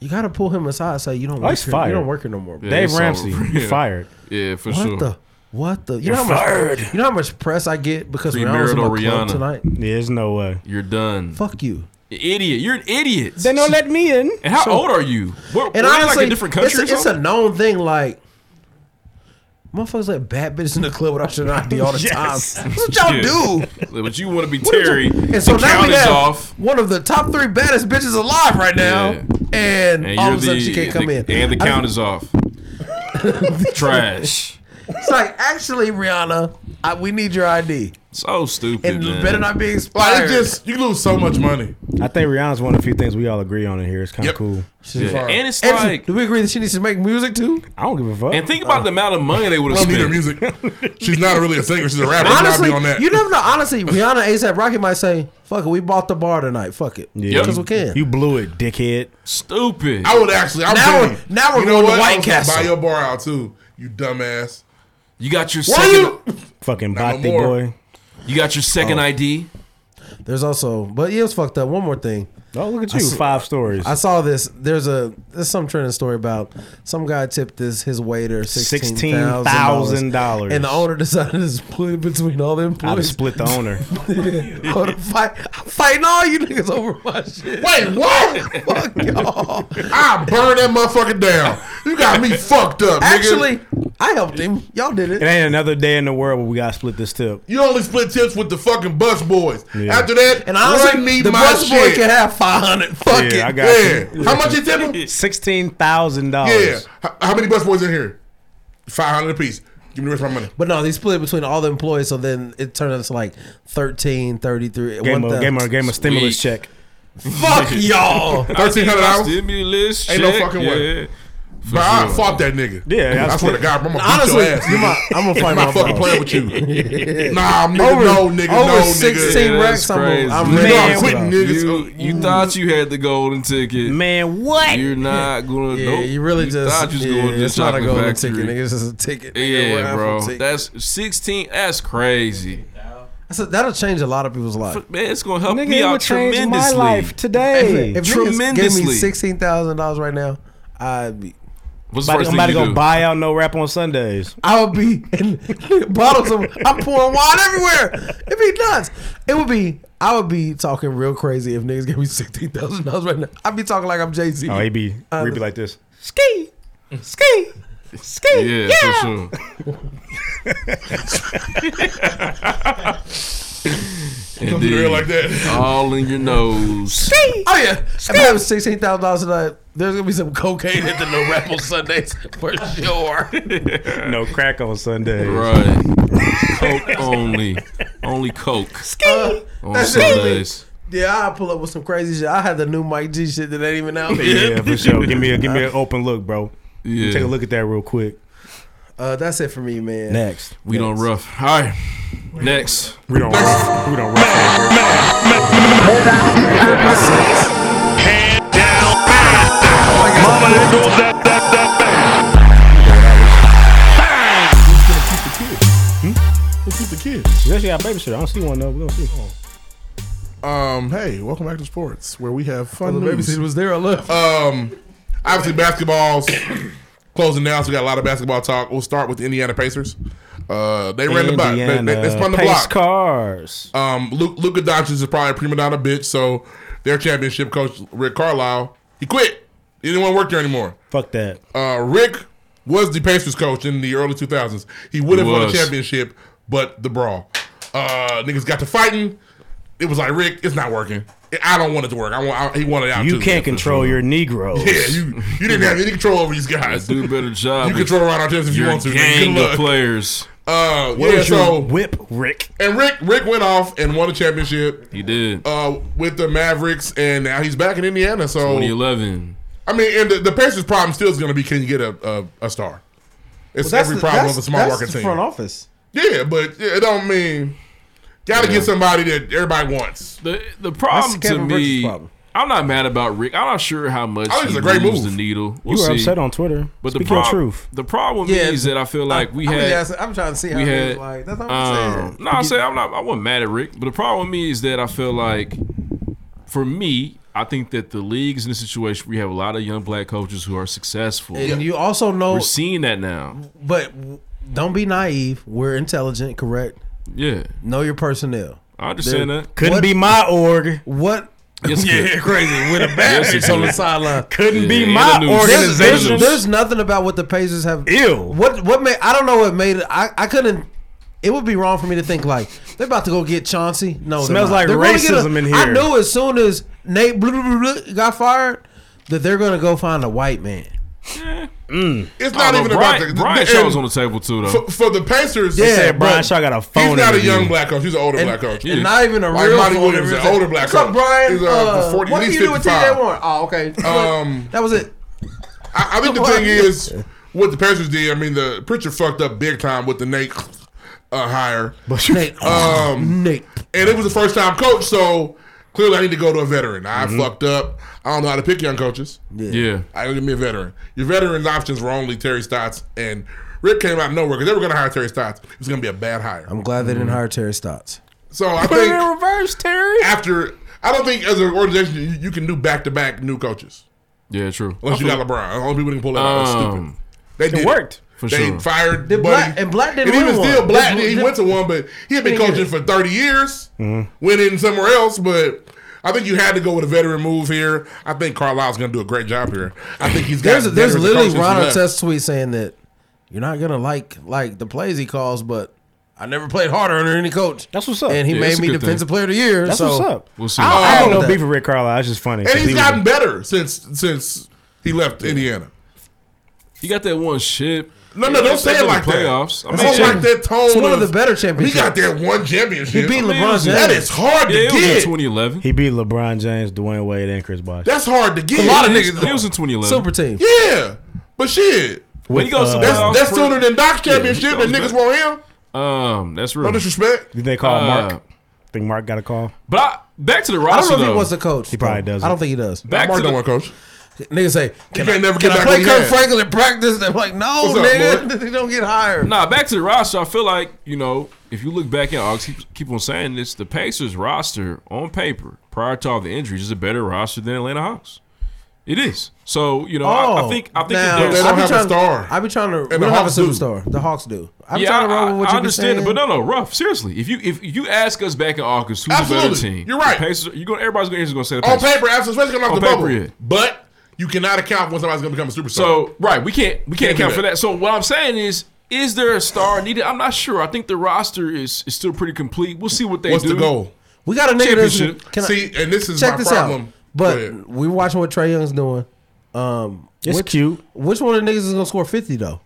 Speaker 7: you gotta pull him aside. and Say you don't
Speaker 16: Oh,
Speaker 7: work
Speaker 16: he's
Speaker 7: here.
Speaker 16: fired.
Speaker 7: You don't work here no more. bro."
Speaker 2: Yeah,
Speaker 16: Dave
Speaker 2: it's
Speaker 16: Ramsey,
Speaker 2: over.
Speaker 16: you
Speaker 2: Yeah.
Speaker 16: fired.
Speaker 2: Yeah, for
Speaker 7: what
Speaker 2: sure.
Speaker 7: the what the you know how much you know how much press I get because
Speaker 2: Free
Speaker 7: Rihanna was in the
Speaker 2: marital
Speaker 7: club
Speaker 2: Rihanna.
Speaker 7: tonight.
Speaker 16: Yeah, there's no way.
Speaker 2: You're done.
Speaker 7: Fuck you.
Speaker 2: Idiot. You're an idiot.
Speaker 16: They don't let me in.
Speaker 2: and how
Speaker 7: So-
Speaker 2: old are you? We're,
Speaker 7: And
Speaker 2: we're in,
Speaker 7: honestly,
Speaker 2: like a different country.
Speaker 7: it's, a,
Speaker 2: or
Speaker 7: it's a
Speaker 2: something?
Speaker 7: known thing. Like, motherfuckers let bad bitches in the club without your ID all the
Speaker 16: Yes.
Speaker 7: time. That's what y'all do.
Speaker 2: Yeah. But you want to be
Speaker 7: What did
Speaker 2: Terry.
Speaker 7: you- and so
Speaker 2: the
Speaker 7: now
Speaker 2: count
Speaker 7: we
Speaker 2: is
Speaker 7: have
Speaker 2: off.
Speaker 7: one of the top three baddest bitches alive right now,
Speaker 2: Yeah.
Speaker 7: and,
Speaker 2: And
Speaker 7: all
Speaker 2: you're
Speaker 7: of a sudden
Speaker 2: the,
Speaker 7: she can't come
Speaker 2: the-
Speaker 7: in.
Speaker 2: And the
Speaker 7: I
Speaker 2: count
Speaker 7: mean,
Speaker 2: is off. Trash.
Speaker 7: It's like actually, Rihanna, I, we need your ID,
Speaker 2: So stupid.
Speaker 7: and
Speaker 2: man.
Speaker 7: better not be
Speaker 5: Like
Speaker 7: expired.
Speaker 5: it just you lose so much money.
Speaker 16: I think Rihanna's one of the few things we all agree on in here. It's kind of
Speaker 5: Yep.
Speaker 16: cool.
Speaker 2: Yeah. And it's
Speaker 7: And
Speaker 2: like.
Speaker 7: do we agree that she needs to make music too? Oh.
Speaker 16: I don't give a fuck.
Speaker 2: And think about the
Speaker 7: Uh,
Speaker 2: amount of money they would have
Speaker 5: Love me their
Speaker 2: spent.
Speaker 5: music. She's not really a singer. She's a rapper.
Speaker 7: Honestly,
Speaker 5: I'll be on that.
Speaker 7: you never know. Honestly, Rihanna, ASAP Rocky might say, "Fuck it, we bought the bar tonight. Fuck it,
Speaker 16: Yeah.
Speaker 7: because we can."
Speaker 16: you blew it, dickhead.
Speaker 2: Stupid.
Speaker 5: I would actually. I'm
Speaker 7: Now
Speaker 5: telling
Speaker 7: we're-
Speaker 5: you.
Speaker 7: now we're
Speaker 5: You
Speaker 7: going to
Speaker 5: what?
Speaker 7: White
Speaker 5: I was
Speaker 7: Castle.
Speaker 5: Buy your bar out too, you dumbass.
Speaker 2: You got your
Speaker 5: Why
Speaker 2: second. You?
Speaker 5: you?
Speaker 16: Fucking
Speaker 5: Not no
Speaker 16: body
Speaker 5: more.
Speaker 16: boy.
Speaker 2: got your second
Speaker 7: Oh.
Speaker 2: ID.
Speaker 7: There's also, but yeah, it's fucked up. One more thing.
Speaker 16: Oh, look at you. Five stories.
Speaker 7: I saw this. There's a there's some trending story about some guy tipped his his waiter sixteen thousand
Speaker 16: $16,000.
Speaker 7: and the owner decided to split it between all the
Speaker 16: I'd have
Speaker 7: employees.
Speaker 16: split the owner.
Speaker 7: Oh, the fight, I'm fighting all you niggas over my shit.
Speaker 5: Wait, what?
Speaker 7: Fuck y'all.
Speaker 5: I burn that motherfucker down. You got me fucked up, nigga.
Speaker 7: Actually, I helped him. Y'all did
Speaker 16: it
Speaker 7: it.
Speaker 16: ain't another day in the world where we got to split this tip.
Speaker 5: you only split tips with the fucking bus boys.
Speaker 16: Yeah.
Speaker 5: After that,
Speaker 7: And honestly,
Speaker 5: run me
Speaker 7: the
Speaker 5: my
Speaker 7: bus boy
Speaker 5: shit.
Speaker 7: can have five hundred. Fuck
Speaker 16: Yeah, I
Speaker 7: it.
Speaker 16: got
Speaker 5: yeah.
Speaker 16: you.
Speaker 5: How much you tip him?
Speaker 16: $16,000.
Speaker 5: Yeah. How, how many bus boys in here? Five hundred apiece. Give me the rest of my money.
Speaker 7: But no, they split it between all the employees, so then it turned into like 13, 33.
Speaker 16: Gave him, a,
Speaker 7: one
Speaker 16: gave him a-
Speaker 7: thousand-
Speaker 16: gave him a stimulus
Speaker 2: Sweet.
Speaker 16: check.
Speaker 7: Fuck y'all.
Speaker 5: Thirteen hundred hours.
Speaker 2: Stimulus.
Speaker 5: Ain't no
Speaker 2: check,
Speaker 5: fucking way.
Speaker 2: yeah.
Speaker 5: But I fought that nigga.
Speaker 16: Yeah,
Speaker 5: I,
Speaker 16: I
Speaker 5: swear to
Speaker 16: played-
Speaker 5: God, I'm gonna beat
Speaker 16: Honestly,
Speaker 5: your ass.
Speaker 16: you might-
Speaker 5: nigga.
Speaker 16: I'ma fight
Speaker 5: I'm
Speaker 16: my
Speaker 5: not fucking
Speaker 16: boss.
Speaker 5: playing with you. nah, nigga,
Speaker 16: Over-
Speaker 5: no, nigga,
Speaker 16: over
Speaker 5: no, nigga.
Speaker 16: 16
Speaker 5: Yeah,
Speaker 16: racks,
Speaker 5: that's crazy.
Speaker 16: I'm-
Speaker 5: Nigga,
Speaker 16: Man,
Speaker 5: I'm quitting,
Speaker 16: you-
Speaker 5: nigga. So-
Speaker 2: You, you thought you had the golden ticket.
Speaker 16: Man, what?
Speaker 2: You're not gonna.
Speaker 7: Yeah,
Speaker 2: nope.
Speaker 7: you really just-
Speaker 2: thought you was
Speaker 7: yeah,
Speaker 2: going to the
Speaker 7: it's not a
Speaker 2: chocolate
Speaker 7: golden
Speaker 2: factory.
Speaker 7: ticket, nigga. It's just a ticket, nigga. We're
Speaker 2: Yeah,
Speaker 7: out
Speaker 2: bro.
Speaker 7: from ticket.
Speaker 2: That's 16. That's crazy.
Speaker 7: That's a, that'll change a lot of people's lives.
Speaker 2: F- Man, it's gonna help
Speaker 16: Nigga,
Speaker 2: me
Speaker 16: it
Speaker 2: out
Speaker 16: would change my
Speaker 2: tremendously.
Speaker 16: life today.
Speaker 7: If niggas gave me
Speaker 2: tremendously.
Speaker 7: sixteen thousand dollars right now, I'd be.
Speaker 2: What's the
Speaker 16: Somebody,
Speaker 2: first thing
Speaker 16: somebody
Speaker 2: you
Speaker 16: gonna
Speaker 2: do?
Speaker 16: buy out no rap on Sundays.
Speaker 7: I would be in bottles of. I'm pouring wine everywhere. It'd be nuts. It would be. I would be talking real crazy if niggas gave me sixteen thousand dollars right now. I'd be talking like I'm Jay Z.
Speaker 16: Oh, he be, he
Speaker 7: Uh,
Speaker 16: be like this.
Speaker 7: ski, ski, ski.
Speaker 2: Yeah,
Speaker 7: yeah.
Speaker 2: for sure.
Speaker 5: Don't be real like that.
Speaker 2: All in your nose.
Speaker 7: Oh yeah. If I have sixteen thousand dollars tonight, there's gonna be some cocaine at the No Rap on Sundays for sure.
Speaker 16: No crack on Sundays.
Speaker 2: Right. Coke only. Only Coke.
Speaker 7: Uh,
Speaker 2: On
Speaker 7: that's it.
Speaker 2: Sundays.
Speaker 7: Yeah, I pull up with some crazy shit. I had the new Mike G shit that ain't even out yet.
Speaker 16: Yeah, for sure. Give me a give me an open look, bro.
Speaker 2: Yeah.
Speaker 16: Take a look at that real quick.
Speaker 7: Uh, that's it for me, man.
Speaker 16: Next.
Speaker 2: We don't rough. All right. Next.
Speaker 16: We don't rough. We don't rough.
Speaker 5: Who's Hmm? the kids?
Speaker 16: She actually got babysitter. I don't see one though. We don't see.
Speaker 5: Um, hey, welcome back to sports, where we have fun.
Speaker 7: Well, the
Speaker 5: news.
Speaker 7: babysitter was there. I left.
Speaker 5: Um, obviously basketball's closing now, so we got a lot of basketball talk. We'll start with the Indiana Pacers. Uh, they ran the block. They, they, they spun the
Speaker 16: Pace
Speaker 5: block.
Speaker 16: cars.
Speaker 5: Um, Luke, Luka Doncic is probably a prima donna bitch. So their championship coach Rick Carlisle he quit. He didn't want to work there anymore.
Speaker 16: Fuck that.
Speaker 5: Uh, Rick was the Pacers coach in the early 2000s. He would have
Speaker 2: He
Speaker 5: won a
Speaker 2: was.
Speaker 5: championship, but the brawl. Uh, niggas got to fighting. It was like Rick, it's not working. I don't want it to work. I want. I, he wanted out.
Speaker 16: You
Speaker 5: too.
Speaker 16: can't control your Negroes.
Speaker 5: Yeah, you you didn't have any control over these guys.
Speaker 2: Do a better job.
Speaker 5: You
Speaker 2: with
Speaker 5: control Ron Artest if you
Speaker 2: your
Speaker 5: want to. nigga.
Speaker 2: Gang
Speaker 5: Good
Speaker 2: of
Speaker 5: luck.
Speaker 2: players.
Speaker 5: Uh,
Speaker 16: What
Speaker 5: yeah,
Speaker 16: was your
Speaker 5: so
Speaker 16: whip, Rick?
Speaker 5: and Rick Rick went off and won a championship
Speaker 2: He did.
Speaker 5: uh, with the Mavericks, and now he's back in Indiana. So
Speaker 2: 2011.
Speaker 5: I mean, and the, the Pacers' problem still is going to be can you get a a, a star? It's
Speaker 7: Well, that's
Speaker 5: every
Speaker 7: the-
Speaker 5: problem
Speaker 7: that's-
Speaker 5: of a small
Speaker 7: that's
Speaker 5: market
Speaker 7: the
Speaker 5: team.
Speaker 7: Front office.
Speaker 5: Yeah, but it don't mean got to get somebody that everybody wants.
Speaker 2: The the problem to
Speaker 7: Kevin Bridges'
Speaker 2: me,
Speaker 7: problem.
Speaker 2: I'm not mad about Rick. I'm not sure how much
Speaker 5: I
Speaker 16: Oh,
Speaker 5: think
Speaker 2: he
Speaker 5: it's a great
Speaker 2: moves
Speaker 5: move.
Speaker 2: the needle.
Speaker 16: You
Speaker 2: We'll
Speaker 16: were
Speaker 2: see.
Speaker 16: upset on Twitter.
Speaker 2: But the
Speaker 16: Speak your
Speaker 2: prob-
Speaker 16: truth.
Speaker 2: The problem
Speaker 7: Yeah,
Speaker 2: is that I feel like we
Speaker 7: I'm,
Speaker 2: had.
Speaker 7: really asking- I'm trying to see how
Speaker 2: we
Speaker 7: niggas
Speaker 2: had.
Speaker 7: like. That's all I'm
Speaker 2: Um,
Speaker 7: saying.
Speaker 2: no, I'm saying I'm not. I wasn't mad at Rick, but the problem with me is that I feel like, for me, I think that the league is in a situation where you have a lot of young black coaches who are successful.
Speaker 7: And you also know,
Speaker 2: We're seeing that now.
Speaker 7: but w- don't be naive. We're intelligent, correct?
Speaker 2: Yeah,
Speaker 7: Know your personnel.
Speaker 2: I understand
Speaker 7: Dude.
Speaker 2: that.
Speaker 16: Couldn't
Speaker 7: What-
Speaker 16: be my org.
Speaker 7: What?
Speaker 2: Yes, yeah.
Speaker 7: crazy with a
Speaker 2: Yes, it
Speaker 7: badge on the
Speaker 2: is.
Speaker 7: sideline.
Speaker 16: Couldn't
Speaker 2: Yeah,
Speaker 16: be
Speaker 2: and
Speaker 16: my
Speaker 2: the news.
Speaker 7: There's, there's,
Speaker 16: organization.
Speaker 7: there's nothing about what the Pacers have.
Speaker 16: Ew.
Speaker 7: What what made I don't know what made it. I, I couldn't. It would be wrong for me to think like they're about to go get Chauncey. No, they're
Speaker 16: Smells
Speaker 7: not.
Speaker 16: like
Speaker 7: They're gonna get
Speaker 16: racism in
Speaker 7: I
Speaker 16: here.
Speaker 7: knew as soon as Nate blah, blah, blah, blah got fired that they're gonna go find a white man.
Speaker 16: Mm.
Speaker 5: It's not
Speaker 2: Oh,
Speaker 5: even
Speaker 2: Brian,
Speaker 5: about the,
Speaker 2: Brian
Speaker 5: the,
Speaker 2: Shaw
Speaker 5: and
Speaker 2: was on the table too, though.
Speaker 5: for, for the Pacers.
Speaker 7: Yeah,
Speaker 16: Said Brian
Speaker 7: but
Speaker 16: Shaw got a phone.
Speaker 5: He's not a
Speaker 16: interview.
Speaker 5: young black coach. He's an older
Speaker 7: And,
Speaker 5: black coach.
Speaker 7: and not even a
Speaker 5: Like
Speaker 7: real
Speaker 5: Monty
Speaker 7: phone
Speaker 5: Williams,
Speaker 7: interview.
Speaker 5: an older black
Speaker 7: What's up,
Speaker 5: coach.
Speaker 7: Brian?
Speaker 5: He's, uh,
Speaker 7: Uh,
Speaker 5: 40
Speaker 7: what
Speaker 5: he's
Speaker 7: do you do with
Speaker 5: 55.
Speaker 7: TJ Warren? Oh, okay.
Speaker 5: Um,
Speaker 7: that was it.
Speaker 5: I, I think the
Speaker 7: What?
Speaker 5: thing is what the Pacers did. I mean, the Pritchard fucked up big time with the Nate uh, hire,
Speaker 7: Nate.
Speaker 5: um,
Speaker 7: Nate.
Speaker 5: and it was a first time coach. So clearly, I need to go to a veteran. I
Speaker 7: Mm-hmm.
Speaker 5: fucked up. I don't know how to pick young coaches.
Speaker 2: yeah,
Speaker 5: I gotta give me a veteran. Your veterans options were only Terry Stotts and Rick came out of nowhere because they were gonna hire Terry Stotts. It was gonna be a bad hire.
Speaker 7: I'm glad they didn't hire Terry Stotts.
Speaker 5: So I think
Speaker 16: reverse, Terry.
Speaker 5: after I don't think as an organization you, you can do back to back new coaches
Speaker 2: yeah, true.
Speaker 5: unless you got LeBron. Only people that can pull that off. That's
Speaker 2: Um,
Speaker 5: stupid. They did
Speaker 16: It worked.
Speaker 2: For
Speaker 5: they
Speaker 2: sure.
Speaker 5: fired
Speaker 7: Did
Speaker 5: Buddy.
Speaker 7: Black- and Black didn't
Speaker 5: even
Speaker 7: win
Speaker 5: still
Speaker 7: one.
Speaker 5: Black
Speaker 7: Did-
Speaker 5: he
Speaker 7: did-
Speaker 5: went to one, but he had been
Speaker 7: Didn't get
Speaker 5: coaching
Speaker 7: it.
Speaker 5: for thirty years. Went in somewhere else, but. I think you had to go with a veteran move here. I think Carlisle's going to do a great job here. I think he's got
Speaker 7: There's there's
Speaker 5: veterans
Speaker 7: literally
Speaker 5: coaches
Speaker 7: Ron
Speaker 5: left.
Speaker 7: Artest tweet saying that you're not gonna like like the plays he calls, but I never played harder under any coach.
Speaker 16: That's what's up.
Speaker 7: And he
Speaker 2: Yeah,
Speaker 7: made
Speaker 2: it's a
Speaker 7: me
Speaker 2: good
Speaker 7: defensive
Speaker 2: thing.
Speaker 7: player of the year.
Speaker 16: That's
Speaker 7: so
Speaker 16: what's up.
Speaker 2: We'll see.
Speaker 16: I, I have
Speaker 7: Oh,
Speaker 16: no
Speaker 7: that-
Speaker 16: beef with Rick Carlisle. It's just funny.
Speaker 5: And
Speaker 16: 'cause
Speaker 5: he's
Speaker 16: he was
Speaker 5: gotten
Speaker 16: a-
Speaker 5: better since since he left Indiana.
Speaker 2: You got that one ship.
Speaker 5: No, no, don't say it like that.
Speaker 2: playoffs.
Speaker 5: I don't like that tone.
Speaker 7: It's one of the better
Speaker 5: He
Speaker 7: championships.
Speaker 5: got that one championship.
Speaker 7: He beat
Speaker 2: mean,
Speaker 7: LeBron James.
Speaker 2: that
Speaker 5: that is hard
Speaker 2: Yeah, it
Speaker 5: to
Speaker 2: was in
Speaker 5: get.
Speaker 2: 2011.
Speaker 16: He beat LeBron James, Dwayne Wade, and Chris Bosh.
Speaker 5: That's hard to get.
Speaker 7: A lot of
Speaker 2: It
Speaker 7: niggas
Speaker 2: was- It was in 2011.
Speaker 7: super team. uh,
Speaker 5: Yeah, But shit,
Speaker 2: When he goes to playoffs
Speaker 5: that's, that's
Speaker 2: for-
Speaker 5: sooner than Doc's
Speaker 2: Yeah, he
Speaker 5: championship
Speaker 2: goes
Speaker 5: and niggas
Speaker 2: back.
Speaker 5: want him.
Speaker 2: Um, that's real.
Speaker 5: No disrespect.
Speaker 16: Did they call
Speaker 2: Uh,
Speaker 16: Mark? Think Mark got a call?
Speaker 2: But I, back to the
Speaker 7: I don't
Speaker 2: roster.
Speaker 7: know if he
Speaker 2: though.
Speaker 7: wants to coach.
Speaker 16: He probably
Speaker 7: bro.
Speaker 16: doesn't.
Speaker 7: I don't think he does.
Speaker 2: Back to the,
Speaker 5: coach.
Speaker 7: Niggas say, can I,
Speaker 5: can't never
Speaker 7: can
Speaker 5: get
Speaker 7: I
Speaker 5: back
Speaker 7: play
Speaker 5: what he
Speaker 7: Kirk
Speaker 5: had.
Speaker 7: Franklin and practice? They're like, no,
Speaker 5: What's up,
Speaker 7: nigga, they don't get hired.
Speaker 2: Nah, back to the roster. I feel like you know if you look back in, I keep, keep on saying this: the Pacers roster on paper, prior to all the injuries, is a better roster than Atlanta Hawks. It is. So you know,
Speaker 5: Oh,
Speaker 2: I, I think I think
Speaker 7: now,
Speaker 2: that there's,
Speaker 7: I be
Speaker 5: have a
Speaker 7: trying-
Speaker 5: star.
Speaker 7: I be trying to.
Speaker 5: the
Speaker 7: we don't have a
Speaker 5: Hawks do.
Speaker 7: superstar. The Hawks do. I'm
Speaker 2: yeah,
Speaker 7: trying to
Speaker 2: I,
Speaker 7: roll with what
Speaker 2: I
Speaker 7: you
Speaker 2: understand it,
Speaker 7: saying.
Speaker 2: but no, no, rough. Seriously, if you if you ask us back in August who's the better
Speaker 5: Absolutely.
Speaker 2: team,
Speaker 5: You're right.
Speaker 2: The Pacers, you going everybody's going to say the
Speaker 5: On
Speaker 2: Pacers.
Speaker 5: paper, absolutely, especially coming off
Speaker 2: On
Speaker 5: the bubble.
Speaker 2: paper, yeah.
Speaker 5: But you cannot account for when somebody's gonna become a superstar.
Speaker 2: So right, we can't we can't
Speaker 5: Can't do
Speaker 2: account for
Speaker 5: that.
Speaker 2: that. So what I'm saying is, is there a star needed? I'm not sure. I think the roster is is still pretty complete. We'll see what they
Speaker 5: What's
Speaker 2: do.
Speaker 5: the goal?
Speaker 7: We got a nigga that's
Speaker 2: Championship.
Speaker 7: can I-
Speaker 5: See, and this is
Speaker 7: check
Speaker 5: my
Speaker 7: this out.
Speaker 5: problem. Go ahead.
Speaker 7: But we watching what Trey Young's doing. Um,
Speaker 16: It's
Speaker 7: which,
Speaker 16: cute.
Speaker 7: Which one of the niggas is gonna score fifty though?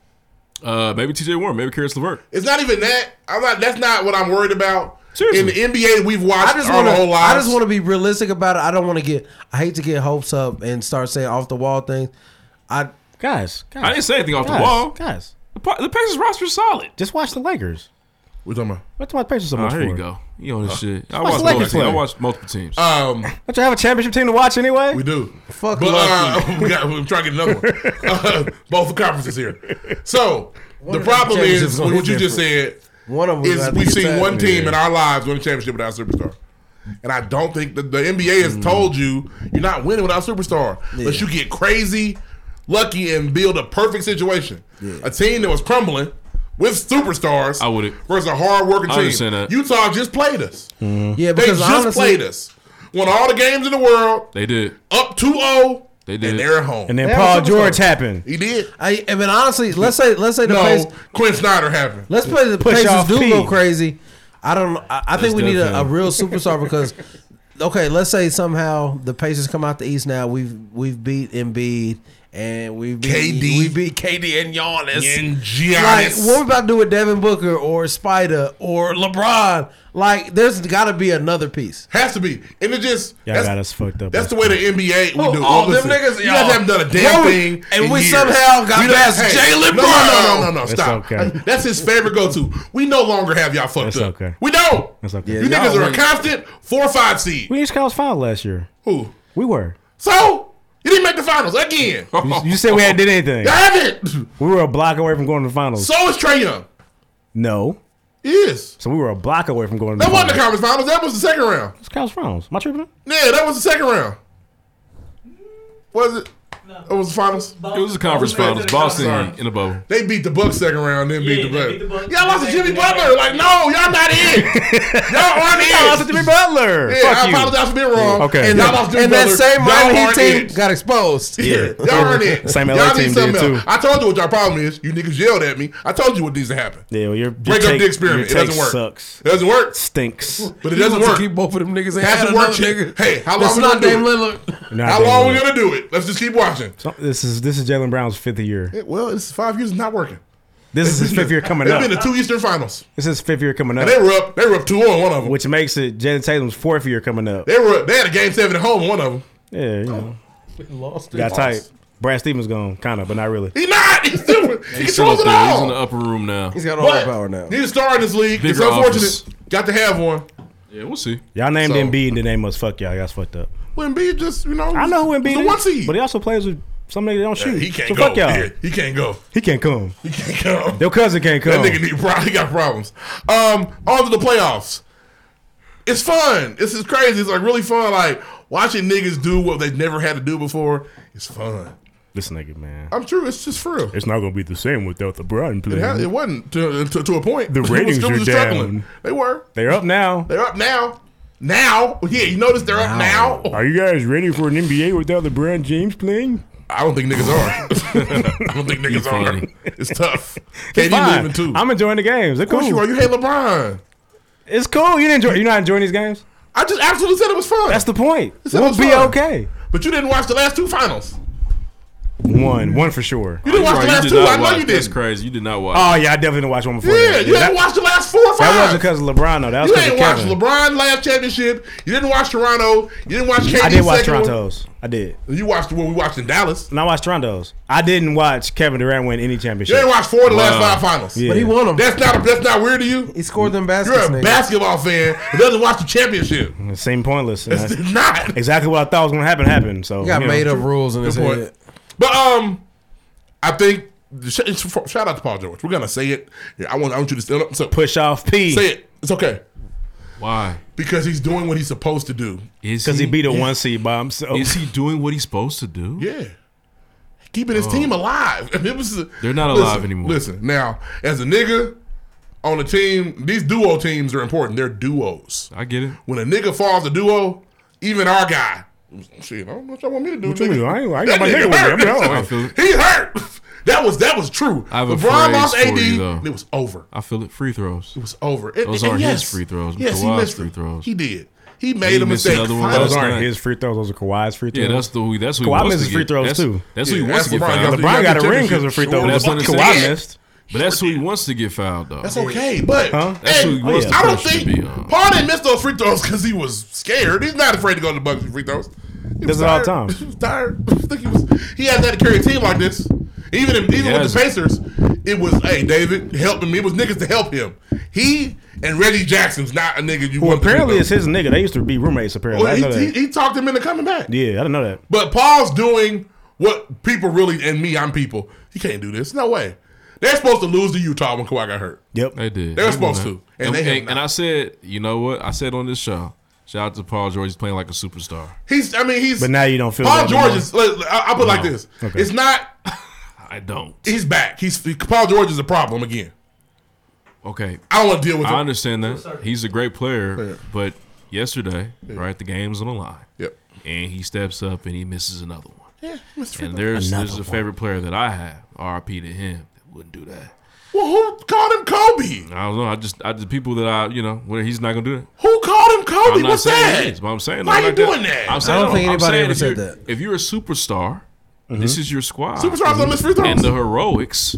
Speaker 2: Uh, maybe T.J. Warren, maybe Karis LeVert.
Speaker 5: It's not even that. I'm not. That's not what I'm worried about.
Speaker 2: Seriously.
Speaker 5: In the NBA, we've watched
Speaker 7: I just
Speaker 5: our
Speaker 7: want to.
Speaker 5: whole
Speaker 7: I
Speaker 5: lives.
Speaker 7: just want to be realistic about it. I don't want to get. I hate to get hopes up and start saying off the wall things. I
Speaker 16: Guys, guys,
Speaker 2: I didn't say anything off the
Speaker 16: guys,
Speaker 2: wall.
Speaker 16: Guys,
Speaker 2: The, Pa- the Pacers roster is solid.
Speaker 16: just watch the Lakers.
Speaker 5: We're talking about.
Speaker 16: What's my Pacers so
Speaker 2: Oh,
Speaker 16: much
Speaker 2: here
Speaker 16: for?
Speaker 2: you go. You on this shit? I
Speaker 16: watch
Speaker 2: watched
Speaker 16: the Lakers
Speaker 2: multiple teams. I
Speaker 16: play.
Speaker 2: watched multiple teams.
Speaker 5: Uh, Um,
Speaker 16: Don't you have a championship team to watch anyway?
Speaker 5: we do.
Speaker 7: fuck
Speaker 5: But
Speaker 7: lucky.
Speaker 5: uh, we got, we're trying to get another one. Uh, both conferences here. So the
Speaker 7: of the
Speaker 5: problem
Speaker 7: championships
Speaker 5: is
Speaker 7: is gonna
Speaker 5: what
Speaker 7: be
Speaker 5: you just said.
Speaker 7: One of them
Speaker 5: Is
Speaker 7: gotta
Speaker 5: we've
Speaker 7: get
Speaker 5: seen
Speaker 7: that.
Speaker 5: one team in our lives win a championship without a superstar. And I don't think that the NBA
Speaker 7: Mm.
Speaker 5: has told you you're not winning without a superstar. Unless you get crazy, lucky, and build a perfect situation. A team that was crumbling with superstars
Speaker 2: I would've-
Speaker 5: versus a hard working
Speaker 2: I
Speaker 5: team.
Speaker 2: understand that.
Speaker 5: Utah just played us.
Speaker 7: Yeah,
Speaker 5: They
Speaker 7: because
Speaker 5: just
Speaker 7: honestly,
Speaker 5: played us. Won all the games in the world,
Speaker 2: They did.
Speaker 5: up oh, 2-0,
Speaker 2: They did.
Speaker 5: and they're at home.
Speaker 16: And then
Speaker 7: They have
Speaker 16: Paul
Speaker 7: a superstar.
Speaker 16: George happened.
Speaker 5: He did.
Speaker 7: I, I mean, honestly, let's say let's say the
Speaker 5: no,
Speaker 7: place.
Speaker 5: Quinn Snyder happened.
Speaker 7: Let's play the
Speaker 16: Push
Speaker 7: Pacers
Speaker 16: off
Speaker 7: do
Speaker 16: P.
Speaker 7: go crazy. I don't. I, I think we need a, a real superstar because, okay, let's say somehow the Pacers come out the East now. We've we've beat Embiid and we beat
Speaker 5: KD.
Speaker 7: We beat KD and Giannis.
Speaker 5: And
Speaker 7: Like,
Speaker 5: Giannis.
Speaker 7: what we about to do with Devin Booker or Spider or LeBron? Like, there's got to be another piece.
Speaker 5: Has to be. And it just
Speaker 16: Y'all
Speaker 5: that's,
Speaker 16: got us fucked up.
Speaker 5: that's the way the NBA we
Speaker 7: Oh,
Speaker 5: do.
Speaker 7: all
Speaker 5: Oh,
Speaker 7: them niggas,
Speaker 5: you guys
Speaker 7: y'all.
Speaker 5: haven't done a damn
Speaker 7: Bro,
Speaker 5: thing,
Speaker 7: and
Speaker 5: in
Speaker 7: we
Speaker 5: years.
Speaker 7: somehow got
Speaker 5: We done-
Speaker 7: past Jalen
Speaker 5: no, No, no,
Speaker 7: Brown.
Speaker 5: no, no, no,
Speaker 16: It's
Speaker 5: stop.
Speaker 16: okay.
Speaker 5: That's his favorite go-to. We no longer have y'all fucked
Speaker 16: It's
Speaker 5: up.
Speaker 16: okay.
Speaker 5: We don't.
Speaker 16: That's okay.
Speaker 5: You
Speaker 7: y'all
Speaker 5: niggas are a
Speaker 7: win.
Speaker 5: constant four or five seed.
Speaker 16: We reached college final last year.
Speaker 5: Who?
Speaker 16: We were.
Speaker 5: So you didn't make the finals again. Y'all
Speaker 16: You, you said we hadn't did anything.
Speaker 5: haven't.
Speaker 16: We were a block away from going to the finals.
Speaker 5: So is Trey Young.
Speaker 16: no.
Speaker 5: Yes.
Speaker 16: So we were a block away from going to
Speaker 5: That
Speaker 16: the
Speaker 5: wasn't the
Speaker 16: finals.
Speaker 5: conference finals. That was the second round.
Speaker 16: It's college finals. Am I tripping?
Speaker 5: Yeah, that was the second round. Was it? It was the finals.
Speaker 2: It was the conference finals. Boston in the bubble.
Speaker 5: They beat the Bucks second round, then beat, the
Speaker 24: they
Speaker 5: Bucks.
Speaker 24: beat the Bucks.
Speaker 5: Y'all lost to
Speaker 24: They
Speaker 5: Jimmy
Speaker 24: beat the Bucks.
Speaker 5: Butler. Like, no, y'all not in. y'all aren't in.
Speaker 16: I lost to Jimmy Butler.
Speaker 5: Yeah,
Speaker 16: Fuck
Speaker 5: I
Speaker 16: you.
Speaker 5: apologize for being wrong.
Speaker 16: Okay.
Speaker 5: And y'all lost to Jimmy
Speaker 7: And that
Speaker 5: Butler.
Speaker 7: same
Speaker 5: Y'all
Speaker 7: Miami Heat
Speaker 5: aren't
Speaker 7: team
Speaker 5: in.
Speaker 7: got exposed.
Speaker 5: Yeah, y'all aren't in.
Speaker 16: Same
Speaker 5: y'all
Speaker 16: LA
Speaker 5: need
Speaker 16: team
Speaker 5: something
Speaker 16: did,
Speaker 5: else.
Speaker 16: too.
Speaker 5: I told you what your problem is. You niggas yelled at me. I told you what needs to happen.
Speaker 16: Yeah, well, your,
Speaker 5: Break up the experiment. It
Speaker 16: your take
Speaker 5: doesn't work.
Speaker 16: Sucks.
Speaker 5: It doesn't work.
Speaker 16: Stinks.
Speaker 5: But it doesn't work.
Speaker 7: Keep both of them niggas. and add
Speaker 5: Hasn't
Speaker 7: another
Speaker 5: worked yet.
Speaker 7: nigga.
Speaker 5: Hey, how long
Speaker 7: That's
Speaker 5: we
Speaker 7: not
Speaker 5: gonna
Speaker 7: Dame
Speaker 5: do it?
Speaker 7: Lillard.
Speaker 16: Not
Speaker 5: How
Speaker 16: that
Speaker 5: long
Speaker 16: good.
Speaker 5: we gonna do it? Let's just keep watching.
Speaker 16: So, this is this is Jalen Brown's fifth year.
Speaker 5: Well, it's five years of not working.
Speaker 16: This is his fifth year coming
Speaker 5: They've
Speaker 16: up.
Speaker 5: been to two Eastern Finals.
Speaker 16: This is his fifth year coming up,
Speaker 5: And they were up. They were up two on one of them.
Speaker 16: which makes it Jalen Tatum's fourth year coming up.
Speaker 5: They Oh, were. They had a game seven at home. in One of them.
Speaker 16: Yeah, you know,
Speaker 7: Lost
Speaker 16: got tight. Brad Stevens gone, kind of, but not really.
Speaker 5: He not. He's still. He
Speaker 2: He's still
Speaker 5: controls
Speaker 2: up
Speaker 5: it
Speaker 2: there. He's in the
Speaker 5: all.
Speaker 2: upper room now.
Speaker 7: He's got all the
Speaker 5: But
Speaker 7: power now.
Speaker 5: He's a star in this league. It's
Speaker 2: Bigger
Speaker 5: unfortunate.
Speaker 2: office.
Speaker 5: Got to have one.
Speaker 2: Yeah, we'll see.
Speaker 16: Y'all named
Speaker 5: So-
Speaker 16: Embiid and they name us. Fuck y'all. Y'all's fucked up.
Speaker 5: When B just you know.
Speaker 16: I know who
Speaker 5: he's
Speaker 16: Embiid
Speaker 5: the
Speaker 16: is,
Speaker 5: one seed.
Speaker 16: but he also plays with some nigga that don't shoot.
Speaker 5: he can't
Speaker 16: so
Speaker 5: go.
Speaker 16: fuck y'all.
Speaker 5: Yeah, he can't go.
Speaker 16: He can't come.
Speaker 5: He can't go.
Speaker 16: Your cousin can't
Speaker 5: That
Speaker 16: come.
Speaker 5: nigga need pro- he got problems. Um, on to the playoffs. It's fun. This is crazy. It's like really fun. Like watching niggas do what they've never had to do before. It's fun.
Speaker 16: this nigga, man.
Speaker 5: I'm true. It's just for real.
Speaker 16: It's not gonna be the same without the Brown
Speaker 5: It, ha- it
Speaker 16: playing.
Speaker 5: wasn't to, to, to a point.
Speaker 16: The
Speaker 5: It was
Speaker 16: ratings
Speaker 5: still
Speaker 16: are
Speaker 5: just
Speaker 16: down.
Speaker 5: They were.
Speaker 16: They're up now.
Speaker 5: They're up now. Now, yeah, you notice they're up now.
Speaker 16: Are you guys ready for an NBA without LeBron James playing?
Speaker 5: I don't think niggas are. I don't think niggas are.
Speaker 2: funny.
Speaker 5: It's tough.
Speaker 16: It's
Speaker 5: KD
Speaker 16: fine.
Speaker 5: leaving too.
Speaker 16: I'm enjoying the games. They're
Speaker 5: of course
Speaker 16: cool.
Speaker 5: you are. You hate LeBron.
Speaker 16: It's cool. You didn't enjoy. You're not enjoying these games.
Speaker 5: I just absolutely said it was fun.
Speaker 16: That's the point.
Speaker 5: said it
Speaker 16: We'll
Speaker 5: was
Speaker 16: be
Speaker 5: fun.
Speaker 16: okay.
Speaker 5: but you didn't watch the last two finals.
Speaker 16: One, one for sure.
Speaker 5: You didn't watch the
Speaker 2: Right,
Speaker 5: last
Speaker 2: you
Speaker 5: two.
Speaker 2: did not
Speaker 5: I know
Speaker 2: watch-
Speaker 5: you
Speaker 2: That's
Speaker 5: didn't.
Speaker 2: crazy. You did not watch.
Speaker 16: Oh yeah, I definitely didn't watch one before.
Speaker 5: Yeah, you
Speaker 16: that,
Speaker 5: didn't watch the last four or five.
Speaker 16: that wasn't because of LeBron though. That was
Speaker 5: you
Speaker 16: because of
Speaker 5: didn't watch
Speaker 16: Kevin.
Speaker 5: LeBron last championship. You didn't watch Toronto. You didn't watch KD.
Speaker 16: I did watch
Speaker 5: second one.
Speaker 16: Toronto's. I did.
Speaker 5: You watched what we watched in Dallas.
Speaker 16: And I watched Toronto's. I didn't watch Kevin Durant win any championship.
Speaker 5: You didn't watch four of the last five finals.
Speaker 16: Yeah. But he won 'em.
Speaker 5: That's not that's not weird to you. He
Speaker 7: scored them baskets.
Speaker 5: You're a
Speaker 16: nigga.
Speaker 5: basketball fan who doesn't watch the championship.
Speaker 16: It seemed pointless.
Speaker 5: It's
Speaker 16: That's
Speaker 5: not.
Speaker 16: exactly what I thought was going to happen. Happened. So
Speaker 7: He got
Speaker 16: you know.
Speaker 7: made up rules in
Speaker 5: Oh, Good
Speaker 7: his
Speaker 5: point.
Speaker 7: head.
Speaker 5: But um, I think sh- sh- shout out to Paul George. We're gonna say it. Yeah, I want I want you to stand up. So
Speaker 16: push off P.
Speaker 5: Say it. It's okay
Speaker 2: Why?
Speaker 5: because he's doing what he's supposed to do.
Speaker 2: Is
Speaker 16: Because he beat a one seed by himself.
Speaker 2: Is he doing what he's supposed to do?
Speaker 5: Yeah. Keeping his
Speaker 2: Oh.
Speaker 5: team alive. It was
Speaker 2: They're not
Speaker 5: Listen,
Speaker 2: alive anymore.
Speaker 5: Listen, now, as a nigga on a team, these duo teams are important. They're duos.
Speaker 2: I get it.
Speaker 5: When a nigga falls a duo, even our guy, shit, I don't know what y'all want me to do.
Speaker 16: What you do? I ain't- I ain't
Speaker 5: That
Speaker 16: got my nigga with me. I'm
Speaker 5: hurt.
Speaker 16: down.
Speaker 2: I feel it.
Speaker 5: He hurt. That was that was true.
Speaker 2: I have a
Speaker 5: LeBron
Speaker 2: phrase
Speaker 5: lost
Speaker 2: for
Speaker 5: AD.
Speaker 2: you, though.
Speaker 5: it was over.
Speaker 2: I feel it. Free throws.
Speaker 5: It was over. It-
Speaker 2: Those
Speaker 5: and
Speaker 2: are
Speaker 5: yes.
Speaker 2: his free throws.
Speaker 5: Yes, he
Speaker 2: Kawhi's
Speaker 5: missed
Speaker 2: free throws.
Speaker 5: He did. He
Speaker 2: And he
Speaker 5: made a
Speaker 2: missed
Speaker 5: mistake.
Speaker 2: another one
Speaker 5: Finals
Speaker 2: last
Speaker 5: aren't
Speaker 2: night.
Speaker 5: his.
Speaker 16: his free throws. Those are Kawhi's free throws.
Speaker 2: Yeah, that's the who. That's who.
Speaker 16: Kawhi
Speaker 2: he wants
Speaker 16: misses
Speaker 2: to
Speaker 16: free
Speaker 2: get.
Speaker 16: throws,
Speaker 2: that's,
Speaker 16: too.
Speaker 2: That's who
Speaker 5: Yeah,
Speaker 2: he wants
Speaker 5: that's
Speaker 2: to get
Speaker 5: LeBron. You gotta-
Speaker 2: fouled.
Speaker 5: you
Speaker 16: LeBron got
Speaker 5: gotta
Speaker 16: a ring because
Speaker 5: championship.
Speaker 16: of free
Speaker 5: Sure,
Speaker 16: throws.
Speaker 2: that's
Speaker 16: That's what
Speaker 2: understood.
Speaker 16: Kawhi missed.
Speaker 2: But that's who he wants to get fouled, though.
Speaker 5: That's okay, but
Speaker 2: That's
Speaker 5: hey,
Speaker 2: who he wants
Speaker 5: I
Speaker 2: the
Speaker 5: don't
Speaker 2: pressure to
Speaker 5: think
Speaker 2: be uh, on.
Speaker 5: Paul didn't miss those free throws because he was scared. He's not afraid to go to the bucket for free throws. He was
Speaker 16: Does it all the
Speaker 5: tired.
Speaker 16: time.
Speaker 5: He was tired. I think he was. He hasn't had to carry a team like this. Even in, even with the
Speaker 2: hasn't.
Speaker 5: Pacers, it was hey David helping me. It was niggas to help him. He and Reggie Jackson's not a nigga you
Speaker 16: Well,
Speaker 5: want. to
Speaker 16: apparently
Speaker 5: be
Speaker 16: it's his nigga. They used to be roommates.
Speaker 5: though.
Speaker 16: Apparently, I didn't
Speaker 5: Well,
Speaker 16: know
Speaker 5: he, he,
Speaker 16: that.
Speaker 5: he talked him into coming back.
Speaker 16: Yeah, I didn't know that.
Speaker 5: But Paul's doing what people really and me, I'm people. He can't do this. No way. They're supposed to lose to Utah when Kawhi got hurt.
Speaker 16: Yep.
Speaker 2: They did.
Speaker 5: They were supposed
Speaker 2: won.
Speaker 5: to, and they have
Speaker 2: and, I said, you know what? I said on this show, shout out to Paul George. He's playing like a superstar.
Speaker 5: He's. I mean, he's.
Speaker 16: But now you don't feel
Speaker 5: Paul
Speaker 16: that no
Speaker 5: George
Speaker 16: more.
Speaker 5: is. I'll put it like
Speaker 2: No.
Speaker 5: this:
Speaker 16: Okay.
Speaker 5: It's not.
Speaker 2: I don't.
Speaker 5: He's back. He's Paul George is a problem again.
Speaker 2: Okay.
Speaker 5: I don't want to deal with
Speaker 2: I
Speaker 5: him.
Speaker 2: understand that. He's a great player, but yesterday, right, the game's on the line.
Speaker 5: Yep.
Speaker 2: And he steps up and he misses another one.
Speaker 5: Yeah, Mr.
Speaker 2: And there's
Speaker 16: Another
Speaker 2: there's a favorite player that I have, RP to him, that wouldn't do that.
Speaker 5: Well, who called him Kobe?
Speaker 2: I don't know. I just I just people that I you know where he's not gonna do that.
Speaker 5: Who called him Kobe?
Speaker 2: I'm not
Speaker 5: What's
Speaker 2: saying he
Speaker 5: that?
Speaker 2: is, but I'm saying
Speaker 5: Why
Speaker 2: like
Speaker 5: you doing that?
Speaker 2: I'm saying,
Speaker 7: I don't think
Speaker 2: I'm
Speaker 7: anybody
Speaker 2: saying
Speaker 7: ever
Speaker 2: if
Speaker 7: said
Speaker 2: you're-
Speaker 7: that.
Speaker 2: If you're a superstar,
Speaker 5: Mm-hmm.
Speaker 2: this is your squad.
Speaker 5: Superstars don't miss free
Speaker 2: and the
Speaker 5: throws.
Speaker 2: heroics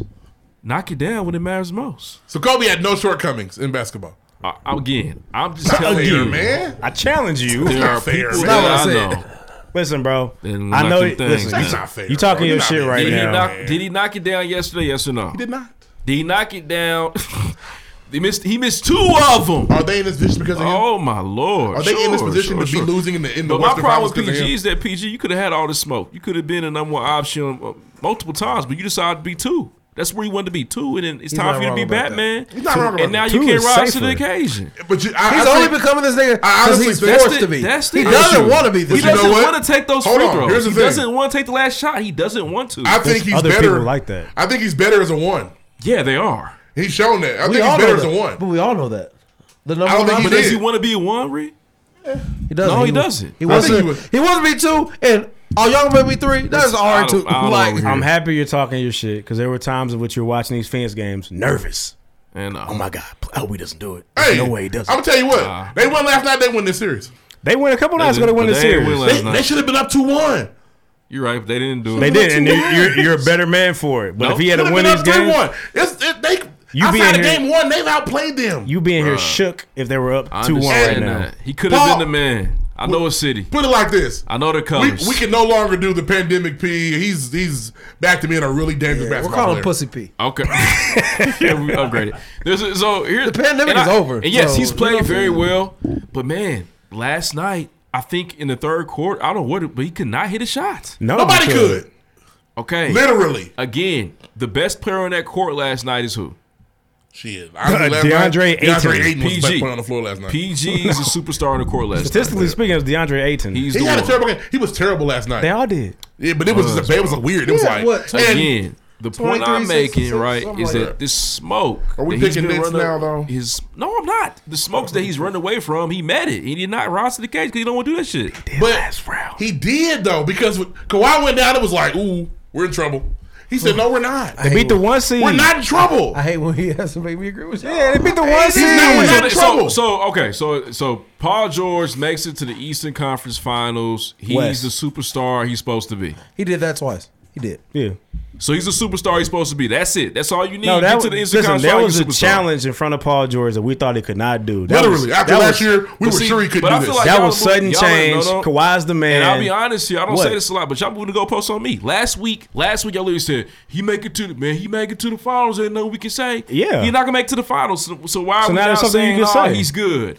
Speaker 2: knock it down when it matters most.
Speaker 5: So Kobe had no shortcomings in basketball.
Speaker 2: I, again, I'm just
Speaker 5: Not
Speaker 2: telling
Speaker 5: fair,
Speaker 2: you,
Speaker 5: man.
Speaker 16: I challenge you.
Speaker 2: There are
Speaker 5: fair,
Speaker 2: people
Speaker 5: man.
Speaker 2: that I
Speaker 7: That's
Speaker 2: know.
Speaker 7: not
Speaker 16: Listen, bro.
Speaker 2: Then
Speaker 16: I
Speaker 2: knock
Speaker 16: know.
Speaker 2: them things
Speaker 16: Listen,
Speaker 2: down.
Speaker 5: That's not fair.
Speaker 16: you talking
Speaker 5: bro.
Speaker 16: your
Speaker 5: You're
Speaker 16: shit
Speaker 5: not
Speaker 16: right
Speaker 5: being
Speaker 2: Did he,
Speaker 16: now.
Speaker 2: knock, did he knock it down yesterday? Yes or no?
Speaker 5: He did not.
Speaker 2: Did he knock it down? he missed. He missed two of them.
Speaker 5: Are they in this position because of him?
Speaker 2: Oh my lord!
Speaker 5: Are they in this
Speaker 2: Sure,
Speaker 5: position
Speaker 2: sure,
Speaker 5: to
Speaker 2: sure.
Speaker 5: be losing in the in the
Speaker 2: But my
Speaker 5: Western
Speaker 2: problem
Speaker 5: Finals?
Speaker 2: with
Speaker 5: 'cause of
Speaker 2: PG
Speaker 5: him?
Speaker 2: is that PG, you could have had all the smoke. You could have been a number one option uh, multiple times, but you decided to be two. That's where you wanted to be two, and then it's
Speaker 7: not
Speaker 2: time for you to
Speaker 7: wrong
Speaker 2: be
Speaker 7: about that.
Speaker 2: Batman.
Speaker 5: He's not wrong about
Speaker 2: And now
Speaker 5: that.
Speaker 2: you
Speaker 16: Two
Speaker 2: can't
Speaker 16: is
Speaker 2: rise to
Speaker 16: safer.
Speaker 2: the occasion.
Speaker 5: But you, I,
Speaker 7: He's
Speaker 5: I
Speaker 7: only
Speaker 5: think-
Speaker 7: becoming this nigga
Speaker 5: I
Speaker 7: because
Speaker 5: honestly
Speaker 7: he's
Speaker 5: think-
Speaker 7: forced to be.
Speaker 2: That's the
Speaker 7: He
Speaker 2: issue.
Speaker 7: doesn't want to be
Speaker 2: He
Speaker 7: this
Speaker 5: you know
Speaker 2: doesn't
Speaker 7: nigga.
Speaker 5: what?
Speaker 2: want to take those
Speaker 5: Hold
Speaker 2: free
Speaker 5: on,
Speaker 2: throws.
Speaker 5: here's the
Speaker 2: he
Speaker 5: thing.
Speaker 2: doesn't want to take the last shot. He doesn't want to.
Speaker 5: I think
Speaker 16: There's
Speaker 5: he's
Speaker 16: other
Speaker 5: better
Speaker 16: people like that.
Speaker 5: I think he's better as a one.
Speaker 2: yeah, they are.
Speaker 5: He's shown that. I
Speaker 7: We
Speaker 5: think
Speaker 7: all
Speaker 5: he's
Speaker 7: know
Speaker 5: better as a
Speaker 7: that.
Speaker 5: one.
Speaker 7: But we all know that. The number
Speaker 5: I don't
Speaker 7: one
Speaker 5: think
Speaker 7: option-
Speaker 2: But
Speaker 5: he
Speaker 2: does he
Speaker 5: did.
Speaker 2: want to be a one, Reed?
Speaker 7: He doesn't.
Speaker 2: No, he
Speaker 7: was-
Speaker 2: doesn't.
Speaker 5: I
Speaker 7: He
Speaker 5: think
Speaker 7: wasn't.
Speaker 5: he
Speaker 7: He,
Speaker 5: was-
Speaker 7: wasn't be two, and all y'all gonna be three. That's
Speaker 2: I
Speaker 7: R
Speaker 2: don't-
Speaker 7: two.
Speaker 2: I don't
Speaker 7: Like
Speaker 2: know.
Speaker 16: I'm happy you're talking your shit because there were times in which you're watching these fans games nervous.
Speaker 2: And uh,
Speaker 16: Oh my god, I hope he doesn't do it.
Speaker 5: Hey,
Speaker 16: no way he does.
Speaker 5: I'm
Speaker 16: not
Speaker 5: gonna tell you what.
Speaker 2: Nah.
Speaker 5: They won last night. They win this series.
Speaker 16: They win a couple nights ago. They win
Speaker 2: but
Speaker 16: the
Speaker 2: they didn't
Speaker 16: series.
Speaker 2: win
Speaker 5: They,
Speaker 2: last night.
Speaker 5: they should have been up two one.
Speaker 2: You're right. They didn't do it.
Speaker 16: They did, and
Speaker 5: two
Speaker 16: you-
Speaker 5: wins.
Speaker 16: you're you're a better man for it. But
Speaker 2: Nope.
Speaker 16: if he had to
Speaker 5: Should've
Speaker 16: win
Speaker 5: been
Speaker 16: these
Speaker 5: up 3-1.
Speaker 16: games,
Speaker 5: It's, it, they
Speaker 16: You
Speaker 5: outside
Speaker 16: being
Speaker 5: of
Speaker 16: here-
Speaker 5: game one, they've outplayed them.
Speaker 16: you being here
Speaker 2: Bruh.
Speaker 16: shook if they were up
Speaker 2: I
Speaker 16: two one right
Speaker 2: understand
Speaker 16: now.
Speaker 2: that. He could have been
Speaker 5: Paul-
Speaker 2: the man. I know a city.
Speaker 5: Put it like this:
Speaker 2: I know the
Speaker 5: we,
Speaker 2: colors.
Speaker 5: we can no longer do the pandemic P. He's he's back to being a really dangerous
Speaker 7: we're
Speaker 5: basketball
Speaker 7: calling him
Speaker 5: player.
Speaker 7: pussy p.
Speaker 2: Okay. yeah, we upgraded. There's a, so here the
Speaker 7: pandemic is over,
Speaker 2: And yes,
Speaker 7: so
Speaker 2: he's
Speaker 7: we
Speaker 2: playing
Speaker 7: don't-
Speaker 2: very well. But man, last night I think in the third quarter, I don't know what, it- but he could not hit a shot.
Speaker 16: No,
Speaker 5: Nobody
Speaker 16: because-
Speaker 5: could.
Speaker 2: Okay.
Speaker 5: Literally,
Speaker 2: Again, the best player on that court last night is who?
Speaker 5: shit. honestly, last night,
Speaker 16: DeAndre
Speaker 5: DeAndre Ayton
Speaker 16: Ayton.
Speaker 5: was the best
Speaker 2: PG.
Speaker 5: player on the floor last night.
Speaker 2: PG is a superstar on the court last night.
Speaker 16: Statistically speaking, it was DeAndre Ayton.
Speaker 2: He's
Speaker 5: He
Speaker 2: the
Speaker 5: had a
Speaker 2: one.
Speaker 5: terrible game. He was terrible last night.
Speaker 16: they all did.
Speaker 5: Yeah, but it was just a, it was a weird. It was
Speaker 7: Yeah,
Speaker 5: like
Speaker 7: what?
Speaker 5: and-
Speaker 2: Again, the point I'm
Speaker 7: 23,
Speaker 2: making,
Speaker 7: 66,
Speaker 2: right,
Speaker 7: something
Speaker 2: is
Speaker 7: like
Speaker 2: that,
Speaker 5: that.
Speaker 2: this smoke.
Speaker 5: Are we
Speaker 2: that he's
Speaker 5: picking
Speaker 2: been
Speaker 5: Knicks
Speaker 2: running-
Speaker 5: now, though?
Speaker 2: His no, I'm not. The smokes that he's run away from, he met it. He did not rise to the cage because he don't want to do that shit.
Speaker 5: But
Speaker 16: last round.
Speaker 5: he did though because when Kawhi went down, it was like, ooh, we're in trouble. He said, no, we're not.
Speaker 16: They beat the one seed.
Speaker 5: We're not in trouble.
Speaker 7: I hate when he has to make me agree with you.
Speaker 16: Yeah, they beat the one
Speaker 5: He's not
Speaker 16: seed.
Speaker 5: winning.
Speaker 2: So,
Speaker 5: in
Speaker 2: they- so-
Speaker 5: trouble.
Speaker 2: so, okay, so so Paul George makes it to the Eastern Conference Finals. He's
Speaker 7: West.
Speaker 2: the superstar he's supposed to be.
Speaker 7: He did that twice. He did.
Speaker 16: Yeah.
Speaker 2: So he's a superstar. He's supposed to be. That's it. That's all you need.
Speaker 16: No,
Speaker 2: Get
Speaker 16: that
Speaker 2: to
Speaker 16: was,
Speaker 2: the
Speaker 16: listen, that
Speaker 2: Instagram star,
Speaker 16: was
Speaker 2: you
Speaker 16: a
Speaker 2: superstar.
Speaker 16: challenge in front of Paul George that we thought he could not do. That
Speaker 5: Literally,
Speaker 16: was-
Speaker 5: after
Speaker 16: that
Speaker 5: last year, we
Speaker 16: but
Speaker 5: were sure he couldn't
Speaker 16: but
Speaker 5: do
Speaker 16: I
Speaker 5: this.
Speaker 16: feel like
Speaker 5: That
Speaker 16: y'all
Speaker 5: was
Speaker 16: are
Speaker 5: sudden
Speaker 16: moving- y'all ain't know
Speaker 2: change.
Speaker 16: no- Kawhi's the man.
Speaker 2: And I'll be honest here. I don't
Speaker 16: What?
Speaker 2: say this a lot, but y'all moving the goalposts on me. Last week, last week y'all literally said he make it to the man. He make it to the finals. Ain't nothing we can say.
Speaker 16: Yeah.
Speaker 2: he not gonna make it to the finals. So, so why
Speaker 16: So
Speaker 2: are we
Speaker 16: now
Speaker 2: now
Speaker 16: there's something
Speaker 2: saying
Speaker 16: you can
Speaker 2: "Oh,
Speaker 16: say."
Speaker 2: he's good?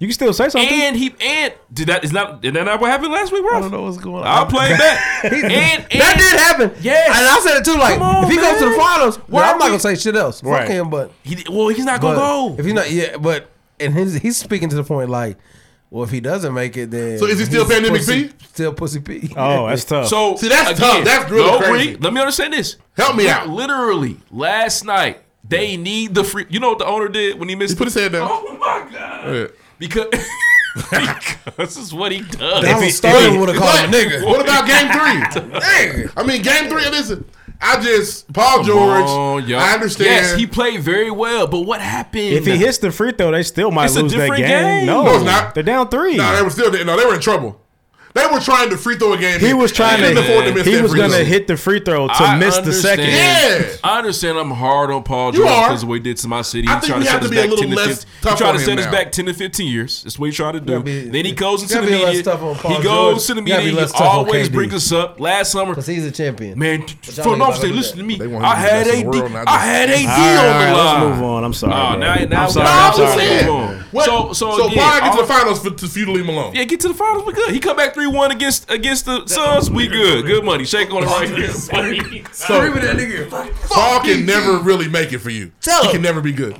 Speaker 16: You can still say something.
Speaker 2: And he and did that is not did that not what happened last week, bro? I don't know what's going on. I'll play back. and, and
Speaker 7: that did happen.
Speaker 2: Yes.
Speaker 7: And I said it too. Like,
Speaker 2: Come on,
Speaker 7: if he goes to the
Speaker 2: man.
Speaker 7: finals, well,
Speaker 2: Why
Speaker 7: I'm not
Speaker 2: we-
Speaker 7: gonna say shit else. Fuck
Speaker 2: Right.
Speaker 7: him. But
Speaker 2: He, well, he's not gonna
Speaker 7: but
Speaker 2: go.
Speaker 7: If he's not, yeah. But and he's, he's speaking to the point like, well, if he doesn't make it, then
Speaker 5: So is he still
Speaker 7: he's
Speaker 5: Pandemic
Speaker 7: pussy,
Speaker 5: P?
Speaker 7: Still pussy P.
Speaker 2: So
Speaker 5: See, Oh, that's tough. That's really
Speaker 2: no,
Speaker 5: crazy.
Speaker 2: Reed, let me understand this.
Speaker 5: Help me
Speaker 2: Li-
Speaker 5: out.
Speaker 2: Literally last night, they need the free. You know what the owner did when he missed? He
Speaker 5: put his head down.
Speaker 2: Oh my god! Because. because this is what he does.
Speaker 5: Donald
Speaker 7: Sterling would've called him a
Speaker 5: But
Speaker 7: nigga.
Speaker 5: What about game three? Dang. I mean, game three. Listen, I just Paul George.
Speaker 2: Oh, yeah.
Speaker 5: I understand.
Speaker 2: Yes, he played very well, but what happened?
Speaker 16: If he hits the free throw, they still might
Speaker 2: It's a
Speaker 16: lose that
Speaker 2: different
Speaker 16: game.
Speaker 2: game.
Speaker 16: No,
Speaker 5: No, it's not.
Speaker 16: They're down three.
Speaker 5: no, they were still no, they were in trouble. They were trying to free throw a game.
Speaker 16: he was trying
Speaker 5: They couldn't afford
Speaker 16: to.
Speaker 5: miss
Speaker 16: He
Speaker 5: that
Speaker 16: was
Speaker 5: free
Speaker 16: going to
Speaker 5: throw.
Speaker 16: hit the free throw to
Speaker 2: I
Speaker 16: miss the
Speaker 2: understand.
Speaker 16: second.
Speaker 5: Yeah.
Speaker 2: I understand. I'm hard on Paul
Speaker 5: You
Speaker 2: George
Speaker 5: are.
Speaker 2: because of what he did to my city.
Speaker 5: I
Speaker 2: He
Speaker 5: think
Speaker 2: tried
Speaker 5: we
Speaker 2: to
Speaker 5: have
Speaker 2: send
Speaker 5: to
Speaker 2: us
Speaker 5: be a
Speaker 2: back
Speaker 5: little
Speaker 2: 10 to
Speaker 5: less
Speaker 2: 15. He
Speaker 5: tough
Speaker 2: tried
Speaker 5: on
Speaker 2: to
Speaker 5: him
Speaker 2: send us
Speaker 5: now.
Speaker 2: back 10 to 15 years. That's what he tried to do.
Speaker 7: Gotta be-
Speaker 2: then he goes into
Speaker 7: gotta
Speaker 2: the
Speaker 7: be less
Speaker 2: media.
Speaker 7: tough on Paul
Speaker 2: He goes
Speaker 7: George.
Speaker 2: to the
Speaker 7: Gotta be
Speaker 2: media.
Speaker 7: less
Speaker 2: He
Speaker 7: tough on
Speaker 2: always
Speaker 7: KD.
Speaker 2: brings us up. Last summer,
Speaker 7: because he's a champion.
Speaker 2: man,
Speaker 7: y'all
Speaker 2: front
Speaker 7: ain't
Speaker 2: office,
Speaker 7: about
Speaker 2: they
Speaker 7: to
Speaker 2: listen to me.
Speaker 5: They want
Speaker 2: I
Speaker 5: to be
Speaker 2: had
Speaker 5: best
Speaker 2: a
Speaker 5: in the
Speaker 2: D.
Speaker 5: world, not
Speaker 2: I
Speaker 5: just-
Speaker 2: had a
Speaker 16: All
Speaker 2: D
Speaker 16: right,
Speaker 2: on
Speaker 16: all
Speaker 2: the
Speaker 16: right,
Speaker 2: line.
Speaker 16: let's move on. I'm sorry.
Speaker 2: Oh,
Speaker 16: bro.
Speaker 2: now, now,
Speaker 16: I'm sorry.
Speaker 2: now
Speaker 16: I'm
Speaker 2: we
Speaker 16: sorry.
Speaker 2: saying.
Speaker 16: Move on.
Speaker 5: What?
Speaker 2: So, so,
Speaker 5: So
Speaker 2: again,
Speaker 5: Paul gets to the
Speaker 2: all-
Speaker 5: finals for, to feudally Malone.
Speaker 2: Yeah, get to the finals. We good. He come back three one against against the Suns. We good. Good money. Shake on it right here. buddy.
Speaker 5: So Paul can never really make it for you.
Speaker 7: Tell
Speaker 5: he
Speaker 7: him.
Speaker 5: can never be good.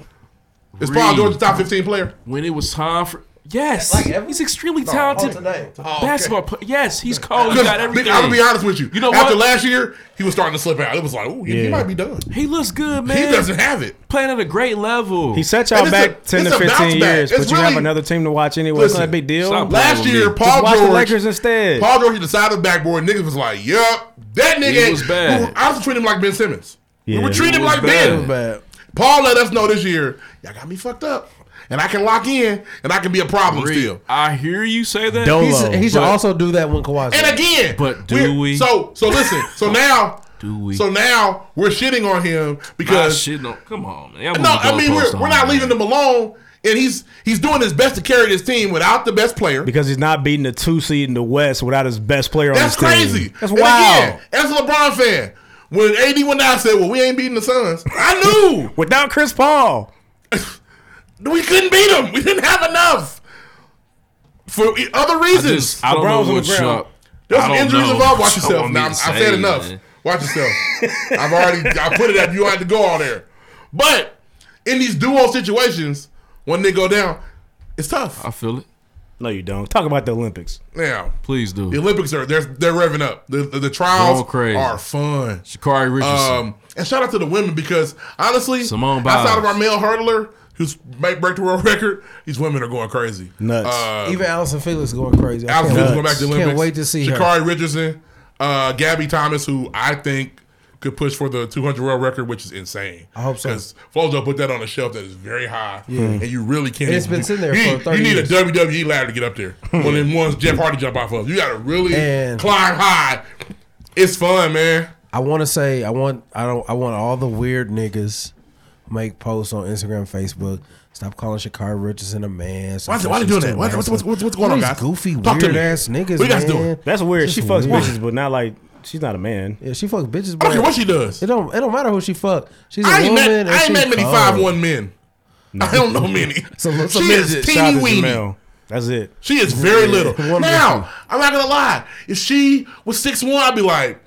Speaker 5: Is Paul
Speaker 2: Reed.
Speaker 5: George a top fifteen player?
Speaker 2: when it was time for yes, he's extremely talented
Speaker 7: tonight.
Speaker 2: basketball player. Yes, he's cold. He
Speaker 5: Oh, Because
Speaker 2: got
Speaker 5: I'm
Speaker 2: everything.
Speaker 5: gonna be honest with you.
Speaker 2: You know
Speaker 5: after
Speaker 2: what?
Speaker 5: last year, he was starting to slip out. It was like, oh, he, he
Speaker 16: Yeah.
Speaker 5: might be done.
Speaker 2: He looks good, man.
Speaker 5: He doesn't have it.
Speaker 2: playing at a great level.
Speaker 16: He set y'all
Speaker 5: And it's a-
Speaker 16: back ten
Speaker 5: it's
Speaker 16: to
Speaker 5: a bounce
Speaker 16: fifteen
Speaker 5: back.
Speaker 16: years,
Speaker 5: It's
Speaker 16: but you have
Speaker 5: really-
Speaker 16: another team to watch anyway. it's
Speaker 5: Listen,
Speaker 16: not a big deal.
Speaker 2: stop playing
Speaker 5: Last
Speaker 2: with
Speaker 5: year,
Speaker 2: me.
Speaker 5: Paul
Speaker 16: Just watch the
Speaker 5: George,
Speaker 16: Lakers instead.
Speaker 5: Paul George, he decided backboard. Niggas was like, "Yup, that nigga."
Speaker 2: He was bad.
Speaker 5: We were- I was treating him like Ben Simmons.
Speaker 16: Yeah.
Speaker 5: we were treating him
Speaker 2: He was
Speaker 5: like
Speaker 2: bad.
Speaker 5: Ben. Paul let us know this year, y'all got me fucked up, and I can lock in, and I can be a problem
Speaker 2: Reed,
Speaker 5: still.
Speaker 2: I hear you say that.
Speaker 16: Dolo.
Speaker 7: He's- he should
Speaker 2: But-
Speaker 7: also do that when Kawhi's.
Speaker 5: And
Speaker 7: there.
Speaker 5: again,
Speaker 2: But do
Speaker 5: we're-
Speaker 2: we?
Speaker 5: So so listen. So now,
Speaker 2: Do we?
Speaker 5: So now we're shitting on him
Speaker 2: Nah,
Speaker 5: because
Speaker 2: shit, no. Come on, man. Y'all
Speaker 5: no,
Speaker 2: moving
Speaker 5: I mean
Speaker 2: goalposts
Speaker 5: we're,
Speaker 2: on,
Speaker 5: we're not
Speaker 2: man.
Speaker 5: leaving him alone, and he's he's doing his best to carry this team without the best player.
Speaker 16: because he's not beating the two seed in the West without his best player
Speaker 5: That's
Speaker 16: on his
Speaker 5: crazy.
Speaker 16: team. That's
Speaker 5: And
Speaker 16: wild.
Speaker 5: again, as a LeBron fan, when AD went down, I said, "Well, we ain't beating the Suns." I knew
Speaker 16: Without Chris Paul,
Speaker 5: we couldn't beat them. We didn't have enough for e, other
Speaker 2: I,
Speaker 5: reasons.
Speaker 2: just, I don't
Speaker 5: LeBron
Speaker 2: know
Speaker 5: was on the
Speaker 2: what's
Speaker 5: ground.
Speaker 2: up.
Speaker 5: There's
Speaker 2: I
Speaker 5: some
Speaker 2: don't
Speaker 5: injuries
Speaker 2: know.
Speaker 5: involved. Watch
Speaker 2: I don't
Speaker 5: yourself.
Speaker 2: mean
Speaker 5: Now,
Speaker 2: to
Speaker 5: I've
Speaker 2: say,
Speaker 5: said enough.
Speaker 2: man.
Speaker 5: Watch yourself. I've already I put it out. You don't have to go all there. But in these duo situations, when they go down, it's tough.
Speaker 2: I feel it.
Speaker 16: no, you don't. Talk about the Olympics.
Speaker 5: Now
Speaker 2: Please do.
Speaker 5: the Olympics are they're they're revving up. The the, the trials
Speaker 2: Going crazy.
Speaker 5: are fun.
Speaker 2: Shakari Richardson.
Speaker 5: Um, and shout out to the women because honestly,
Speaker 2: Simone Biles.
Speaker 5: outside of our male hurdler who's make break the world record, these women are going crazy.
Speaker 16: Nuts.
Speaker 5: Uh,
Speaker 7: Even Allison Felix going crazy. I
Speaker 5: Alex
Speaker 7: can't
Speaker 5: Smith
Speaker 7: wait.
Speaker 5: going back to the Olympics.
Speaker 7: Can't wait to see her.
Speaker 5: Shakari Richardson, uh, Gabby Thomas, who I think could push for the 200 world record, which is insane. I
Speaker 7: hope so.
Speaker 5: Because Flojo put that on a shelf that is very high,
Speaker 7: Yeah.
Speaker 5: and you really can't.
Speaker 7: And it's
Speaker 5: even
Speaker 7: been
Speaker 5: do-
Speaker 7: sitting there
Speaker 5: you,
Speaker 7: for 30
Speaker 5: You need
Speaker 7: years.
Speaker 5: a WWE ladder to get up there. One of them ones Jeff Hardy jump off of. You got to really
Speaker 7: And-
Speaker 5: climb high. It's fun, man.
Speaker 7: I want to say I want I don't I want all the weird niggas who make posts on Instagram, Facebook. Stop calling Shakari Richardson a man. Stop
Speaker 5: Why, why are they doing that? What's, what's, what's, what's going on,
Speaker 7: These
Speaker 5: guys?
Speaker 7: Goofy,
Speaker 5: Talk to
Speaker 7: weird
Speaker 5: me.
Speaker 7: ass niggas.
Speaker 5: What you guys
Speaker 7: man.
Speaker 5: doing?
Speaker 16: That's weird.
Speaker 7: It's
Speaker 16: She
Speaker 7: just
Speaker 16: fucks
Speaker 7: weird.
Speaker 16: bitches, but not like she's not a man.
Speaker 7: Yeah, she fucks bitches.
Speaker 5: I don't care
Speaker 7: but
Speaker 5: what she does.
Speaker 7: It don't. It don't matter who she fuck. She's a
Speaker 5: I ain't
Speaker 7: woman.
Speaker 5: met,
Speaker 7: and
Speaker 5: I ain't
Speaker 7: she
Speaker 5: met many
Speaker 7: cold.
Speaker 5: five one men. I don't know many.
Speaker 7: So let's
Speaker 5: she is
Speaker 16: Shout out
Speaker 5: teeny
Speaker 16: to
Speaker 5: weeny.
Speaker 16: Jamel. That's it.
Speaker 5: She is very little.
Speaker 7: One
Speaker 5: Now, I'm not gonna lie. If she was six one, I'd be like,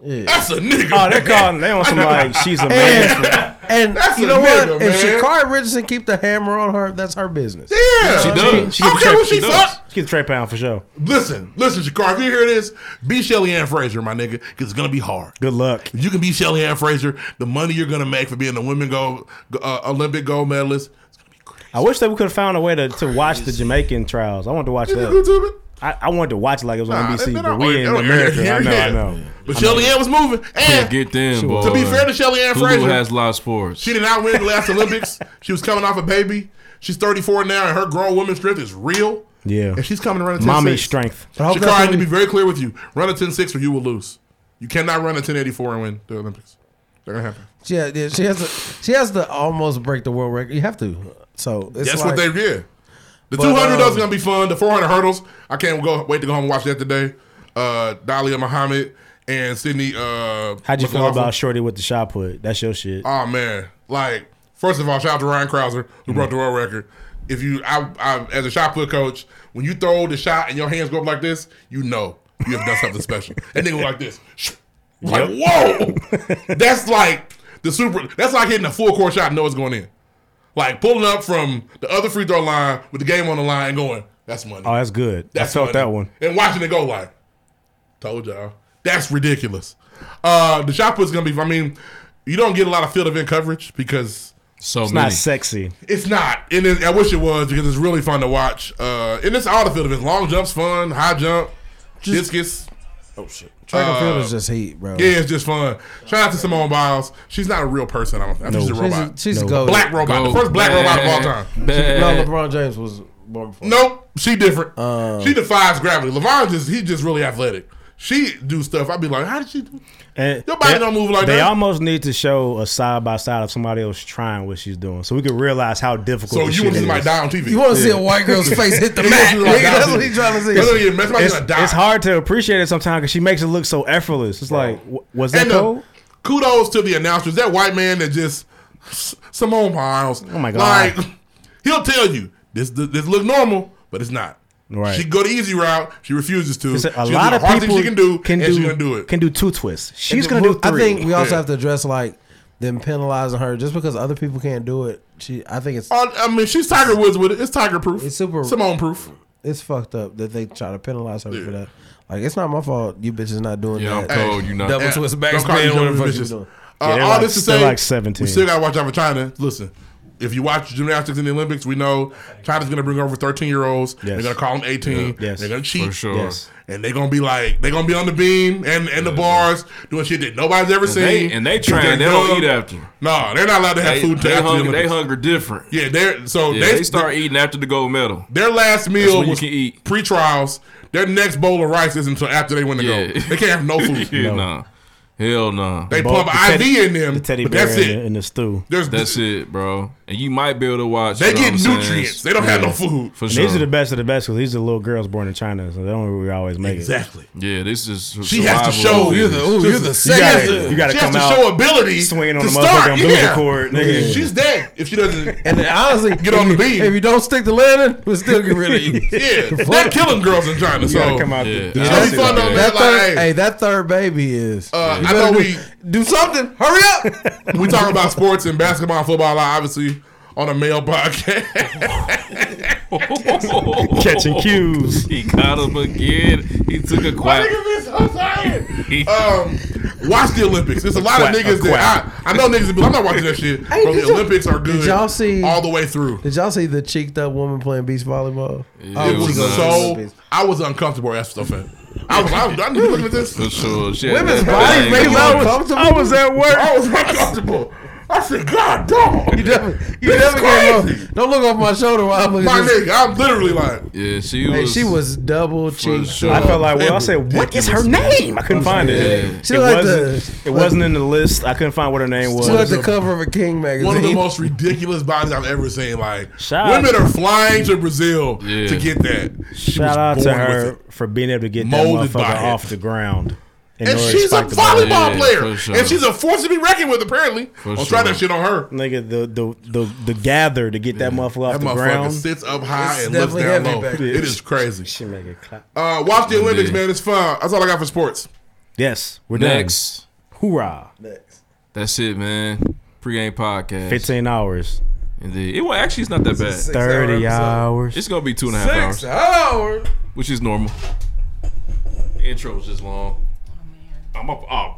Speaker 5: that's a nigga.
Speaker 16: Oh, they're
Speaker 5: man."
Speaker 16: calling. They on some like she's a man.
Speaker 7: And
Speaker 5: That's
Speaker 7: you
Speaker 5: a
Speaker 7: know what?
Speaker 5: nigga,
Speaker 7: if
Speaker 5: man.
Speaker 7: Shakari Richardson keep the hammer on her, that's her business.
Speaker 5: Yeah,
Speaker 2: She does.
Speaker 5: I don't care what she
Speaker 16: does.
Speaker 5: thought.
Speaker 16: She gets Trey Pound for sure.
Speaker 5: Listen, listen, Shakar. If you hear this, be Shelly Ann Fraser, my nigga, because it's gonna be hard.
Speaker 16: Good luck.
Speaker 5: If you can be Shelly Ann Fraser, the money you're gonna make for being a women gold uh, Olympic gold medalist. It's gonna be crazy.
Speaker 16: I wish that we could have found a way to, to watch the Jamaican trials. I wanted to watch
Speaker 5: Did you
Speaker 16: that.
Speaker 5: YouTube it?
Speaker 16: I, I wanted to watch like it was on
Speaker 5: Nah,
Speaker 16: NBC,
Speaker 5: they- they
Speaker 16: but
Speaker 5: don't-
Speaker 16: we
Speaker 5: they
Speaker 16: in
Speaker 5: don't-
Speaker 16: America.
Speaker 5: yeah,
Speaker 16: I know,
Speaker 5: yeah.
Speaker 16: I know.
Speaker 5: But Shelly Ann was moving,
Speaker 2: Yeah,
Speaker 5: and
Speaker 2: get them, boy.
Speaker 5: to be fair to Shelly Ann
Speaker 2: Hulu
Speaker 5: Fraser,
Speaker 2: has live sports.
Speaker 5: She did not win the last Olympics. She was coming off a baby. She's 34 now, and her grown woman strength is real.
Speaker 16: Yeah.
Speaker 5: And she's coming around a 10
Speaker 16: Mommy
Speaker 5: 6.
Speaker 16: strength.
Speaker 7: I hope that's
Speaker 5: Shakari, to
Speaker 7: what
Speaker 5: be
Speaker 7: we-
Speaker 5: very clear with you, run a 10 6 or you will lose. You cannot run a 1084 and win the Olympics. They're gonna happen.
Speaker 7: Yeah, yeah, she has to, she has to almost break the world record. You have to. So it's
Speaker 5: That's
Speaker 7: like,
Speaker 5: what they did. The
Speaker 7: But,
Speaker 5: 200 though is
Speaker 7: um,
Speaker 5: gonna be fun. The 400 hurdles, I can't go wait to go home and watch that today. Uh, Dahlia Muhammad and Sydney. Uh,
Speaker 16: How'd you feel
Speaker 5: McLaughlin.
Speaker 16: about Shorty with the shot put? That's your shit.
Speaker 5: Oh man, like first of all, shout out to Ryan Krauser
Speaker 16: Mm-hmm.
Speaker 5: who broke the world record. If you, I, I, as a shot put coach, when you throw the shot and your hands go up like this, you know you have done something special. And they go like this, like whoa, that's like the super. That's like hitting a full court shot and know it's going in. Like pulling up from the other free throw line with the game on the line, and going that's money.
Speaker 16: Oh, that's good.
Speaker 5: That's
Speaker 16: I felt
Speaker 5: funny.
Speaker 16: that one.
Speaker 5: And watching it go like, told y'all. That's ridiculous. Uh The shot put's gonna be. I mean, you don't get a lot of field event coverage because
Speaker 2: so
Speaker 16: It's not sexy.
Speaker 5: It's not, and it, I wish it was because it's really fun to watch. Uh And it's all the field events. Long jumps fun, high jump, discus. Oh shit!
Speaker 7: track and field is just heat, bro.
Speaker 5: Yeah, it's just fun. Shout out to Simone Biles. She's not a real person. I don't think
Speaker 7: No.
Speaker 5: she's a
Speaker 7: She's
Speaker 5: robot.
Speaker 7: a- she's a
Speaker 5: a
Speaker 7: goat.
Speaker 5: black robot.
Speaker 7: Goat.
Speaker 5: The first black
Speaker 7: Bad.
Speaker 5: robot of all time.
Speaker 7: No, LeBron James was born before.
Speaker 5: Nope, she different.
Speaker 16: Um,
Speaker 5: she defies gravity. LeVon just he just really athletic. She do stuff. I'd be like, how did she do?
Speaker 16: And
Speaker 5: Your body
Speaker 16: they-
Speaker 5: don't move like
Speaker 16: they
Speaker 5: that.
Speaker 16: almost need to show a side by side of somebody else trying what she's doing, so we can realize how difficult.
Speaker 5: So
Speaker 16: this
Speaker 5: you
Speaker 16: shit
Speaker 5: want to see
Speaker 16: is.
Speaker 5: my die on TV?
Speaker 7: You wanna see a white girl's face hit the
Speaker 5: You wanna see
Speaker 7: mat,
Speaker 5: my
Speaker 7: nigga,
Speaker 5: die on
Speaker 7: that's
Speaker 5: TV.
Speaker 7: what he tryna see.
Speaker 5: That's what he- that's why he
Speaker 16: It's,
Speaker 5: gonna die.
Speaker 16: it's hard to appreciate it sometimes because she makes it look so effortless. It's like, w- was that
Speaker 5: And the-
Speaker 16: cold?
Speaker 5: kudos to the announcers. That white man that just S- Simone Biles. Oh
Speaker 16: my God.
Speaker 5: Like he'll tell you this this, this look normal, but it's not.
Speaker 16: Right.
Speaker 5: She go the easy route. She refuses to.
Speaker 16: It's
Speaker 5: She's
Speaker 16: like a
Speaker 5: gonna
Speaker 16: lot
Speaker 5: do
Speaker 16: of
Speaker 5: the hardest thing
Speaker 16: people
Speaker 5: she can do,
Speaker 16: can
Speaker 5: and
Speaker 16: do
Speaker 5: she's gonna do it.
Speaker 16: Can do two twists. She's
Speaker 7: And
Speaker 16: gonna do
Speaker 7: we-
Speaker 16: three.
Speaker 7: I think we also
Speaker 5: Yeah.
Speaker 7: have to address like them penalizing her just because other people can't do it. She, I think it's
Speaker 5: I I mean, she's Tiger Woods with it. It's Tiger proof. It's
Speaker 7: super
Speaker 5: Simone proof.
Speaker 7: it's fucked up that they try to penalize her for that. Like it's not my fault. You bitches not doing
Speaker 2: Yeah, I'm
Speaker 7: that.
Speaker 2: cold, you not-
Speaker 7: double
Speaker 2: Yeah,
Speaker 7: twist
Speaker 2: don't
Speaker 7: back
Speaker 5: call
Speaker 7: spin.
Speaker 5: each other
Speaker 7: whatever the fuck you
Speaker 5: bitches.
Speaker 7: doing.
Speaker 5: Uh,
Speaker 16: Yeah, they're
Speaker 5: all
Speaker 16: like-
Speaker 5: this to
Speaker 16: they're
Speaker 5: say,
Speaker 16: like 17.
Speaker 5: We still gotta watch out for China. Listen, if you watch gymnastics in the Olympics, we know China's gonna bring over thirteen year olds. They're gonna call them eighteen.
Speaker 16: Yeah. Yes.
Speaker 5: They're gonna cheat.
Speaker 2: For sure. Yes.
Speaker 5: And they're gonna be like, they're gonna be on the beam and, and the bars doing shit that nobody's ever
Speaker 2: And
Speaker 5: seen.
Speaker 2: they, and they train.
Speaker 5: They're
Speaker 2: They don't
Speaker 5: drunk.
Speaker 2: eat after.
Speaker 5: No, they're not allowed to have
Speaker 2: They-
Speaker 5: food. until
Speaker 2: They
Speaker 5: after the
Speaker 2: hunger. They
Speaker 5: Olympics.
Speaker 2: hunger different.
Speaker 5: Yeah, they're so
Speaker 2: Yeah,
Speaker 5: they,
Speaker 2: they, start eating after the gold medal.
Speaker 5: their last
Speaker 2: That's
Speaker 5: meal
Speaker 2: when you
Speaker 5: was
Speaker 2: can eat.
Speaker 5: pre-trials. Their next bowl of rice isn't until after they win the
Speaker 2: Yeah.
Speaker 5: gold. They can't have no food.
Speaker 2: yeah, nah. Hell nah.
Speaker 5: They
Speaker 16: Both
Speaker 5: pump
Speaker 16: the
Speaker 5: IV
Speaker 16: teddy-
Speaker 5: in them,
Speaker 16: the teddy
Speaker 5: but
Speaker 16: bear
Speaker 5: that's
Speaker 16: in
Speaker 5: it.
Speaker 16: The, in the stew.
Speaker 5: There's
Speaker 2: That's it, bro. And you might be able to watch.
Speaker 5: They
Speaker 2: you know
Speaker 5: get
Speaker 2: what I'm saying?
Speaker 5: nutrients. They don't have no food.
Speaker 2: For
Speaker 16: And
Speaker 2: sure.
Speaker 16: These are the best of the best because these are little girls born in China, so they don't really always make
Speaker 5: exactly.
Speaker 2: yeah, this is.
Speaker 5: She has to
Speaker 2: survival
Speaker 5: show
Speaker 2: of
Speaker 5: you the
Speaker 2: fitness.
Speaker 5: ooh, you're the
Speaker 16: gotta-
Speaker 5: sexiest.
Speaker 16: you gotta
Speaker 5: she
Speaker 16: come
Speaker 5: has
Speaker 16: out
Speaker 5: to show ability
Speaker 16: swinging on
Speaker 5: to
Speaker 16: the
Speaker 5: start.
Speaker 16: motherfucking umbilical
Speaker 5: yeah.
Speaker 16: cord, nigga.
Speaker 5: Yeah. She's dead if she doesn't.
Speaker 7: And then, honestly,
Speaker 5: Get on
Speaker 7: if
Speaker 5: the
Speaker 7: you-
Speaker 5: beam.
Speaker 7: If you don't stick the landing, we'll still get rid of you.
Speaker 5: yeah, they're killing girls in China.
Speaker 16: You gotta
Speaker 5: So
Speaker 16: come out the-
Speaker 5: it's
Speaker 16: the
Speaker 5: gonna be
Speaker 16: opposite
Speaker 5: fun
Speaker 16: way.
Speaker 5: though.
Speaker 7: That
Speaker 5: That
Speaker 7: third,
Speaker 5: like,
Speaker 7: hey.
Speaker 5: hey,
Speaker 7: that third baby is.
Speaker 5: uh,
Speaker 7: You
Speaker 5: I know
Speaker 7: better do-
Speaker 5: we
Speaker 7: do something. Hurry up.
Speaker 5: we talking about sports and basketball and football. Like, obviously, on a male podcast.
Speaker 16: catching cues.
Speaker 2: He caught him again. He took
Speaker 5: My
Speaker 2: a quack.
Speaker 5: niggas is so tired. um, watch the Olympics. There's a lot
Speaker 16: Quack,
Speaker 5: of niggas
Speaker 16: a
Speaker 5: that I, I know niggas. But I'm not watching that shit. Bro,
Speaker 7: did
Speaker 5: the
Speaker 7: y'all-
Speaker 5: Olympics are good.
Speaker 7: Did y'all see?
Speaker 5: all the way through?
Speaker 7: Did y'all see the cheeked up woman playing beach volleyball? Oh,
Speaker 5: It
Speaker 7: she
Speaker 5: was
Speaker 7: goes to the
Speaker 5: so.
Speaker 7: Olympics.
Speaker 5: I was uncomfortable after stuff. man. I was. I was. I need to be looking at this.
Speaker 2: For sure. Shit.
Speaker 5: Women's
Speaker 2: That
Speaker 5: bodies
Speaker 2: thing
Speaker 5: make
Speaker 2: going-
Speaker 5: love
Speaker 16: I was at work.
Speaker 5: I was uncomfortable. I said, God dog.
Speaker 7: You definitely, you
Speaker 5: This is
Speaker 7: definitely can't
Speaker 5: crazy.
Speaker 7: look- Don't look off my shoulder while I'm looking.
Speaker 5: My
Speaker 7: at this.
Speaker 5: nigga, I'm literally like,
Speaker 2: Yeah, she was.
Speaker 7: Hey, she was double cheeked.
Speaker 2: sure.
Speaker 16: I felt like, well, I
Speaker 5: Every-
Speaker 16: said, what is her name? I couldn't find
Speaker 2: Yeah.
Speaker 16: it.
Speaker 7: She
Speaker 16: it,
Speaker 7: like
Speaker 16: wasn't,
Speaker 7: the-
Speaker 16: it wasn't in the list. I couldn't find what her name was.
Speaker 7: She like the cover of a King magazine.
Speaker 5: one of the most ridiculous bodies I've ever seen. Like
Speaker 16: Shout
Speaker 5: women
Speaker 16: out-
Speaker 5: are flying to Brazil
Speaker 2: Yeah.
Speaker 5: to get that. She was
Speaker 16: Shout out to
Speaker 5: born with
Speaker 16: her
Speaker 5: it.
Speaker 16: for being able to get
Speaker 5: Molded
Speaker 16: that
Speaker 5: by
Speaker 16: motherfucker
Speaker 5: it.
Speaker 16: off the ground. in
Speaker 5: And
Speaker 16: order to
Speaker 5: she's a
Speaker 16: spike the ball.
Speaker 5: volleyball
Speaker 2: Yeah,
Speaker 5: player,
Speaker 2: for sure.
Speaker 5: and she's a force to be reckoned with. Apparently,
Speaker 2: For
Speaker 5: I'll try
Speaker 2: sure.
Speaker 5: that shit on her.
Speaker 16: Nigga, the the the, the gather to get that motherfucker off
Speaker 5: That
Speaker 16: the
Speaker 5: motherfucker
Speaker 16: ground.
Speaker 5: sits up high
Speaker 7: It's
Speaker 5: and looks
Speaker 7: definitely
Speaker 5: down
Speaker 7: heavy
Speaker 5: low.
Speaker 7: back
Speaker 5: It
Speaker 7: there.
Speaker 5: is crazy.
Speaker 16: She make it clap.
Speaker 5: Uh, watch the Olympics,
Speaker 2: Indeed.
Speaker 5: man. It's fun. That's all I got for sports.
Speaker 16: Yes, we're
Speaker 2: Next.
Speaker 16: done. Hoorah!
Speaker 2: That's it, man. Pre-game podcast.
Speaker 16: Fifteen hours,
Speaker 2: Indeed. It, well, actually, it's not that bad.
Speaker 16: thirty hours.
Speaker 2: It's going to be two and a half hours,
Speaker 7: hours.
Speaker 2: which is normal. The intro was just long. I'm up. Oh.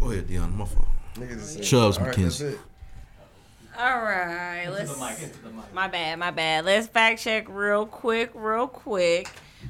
Speaker 2: Go ahead, Dion. My fault. Chubbs McKenzie.
Speaker 25: All right, let's. My bad, my bad. Let's fact check real quick, real quick.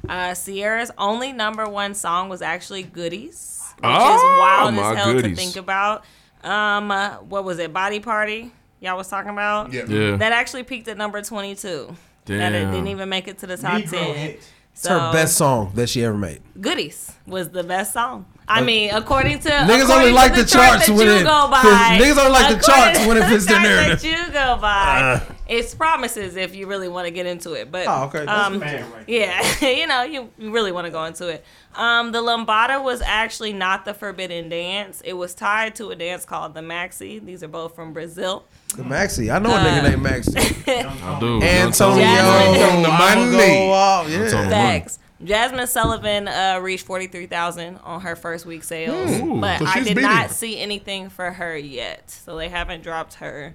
Speaker 25: Uh, Sierra's only number one song was actually "Goodies," which
Speaker 2: Oh,
Speaker 25: is wild
Speaker 2: my
Speaker 25: as hell to
Speaker 2: goodies.
Speaker 25: think about. Um, uh, what was it? Body party. Y'all was talking about.
Speaker 5: Yeah.
Speaker 2: Yeah.
Speaker 25: That actually peaked at number twenty-two. That it
Speaker 2: Damn.
Speaker 25: didn't even make it to the top ten.
Speaker 7: It's her
Speaker 25: So-
Speaker 7: best song that she ever made.
Speaker 25: Goodies was the best song. I
Speaker 7: Uh,
Speaker 25: mean, according to according
Speaker 7: niggas only
Speaker 25: to
Speaker 7: like the
Speaker 25: chart
Speaker 7: charts
Speaker 25: that
Speaker 7: when
Speaker 25: you
Speaker 7: it-
Speaker 25: go by.
Speaker 7: niggas only like the
Speaker 25: according
Speaker 7: charts when it
Speaker 25: to
Speaker 7: fits
Speaker 25: the
Speaker 7: their
Speaker 25: charts
Speaker 7: narrative.
Speaker 25: That you go by.
Speaker 7: Uh.
Speaker 25: it's promises if you really want to get into it, but
Speaker 7: Oh, okay. That's
Speaker 25: um,
Speaker 7: fair right
Speaker 25: yeah, you know, you, you really want to go into it. Um, the lambada was actually not the forbidden dance; it was tied to a dance called the maxi. These are both from Brazil.
Speaker 7: The Maxi. I know a nigga named Maxi.
Speaker 25: I
Speaker 1: do.
Speaker 7: Antonio.
Speaker 25: Uh. Jasmine.
Speaker 7: I'ma go off, yeah.
Speaker 25: Facts. Jasmine Sullivan uh, reached 43,000 on her first week sales,
Speaker 7: Hmm.
Speaker 25: but
Speaker 7: So
Speaker 25: I
Speaker 7: she's
Speaker 25: did
Speaker 7: beating
Speaker 25: not
Speaker 7: it.
Speaker 25: see anything for her yet. So they haven't dropped her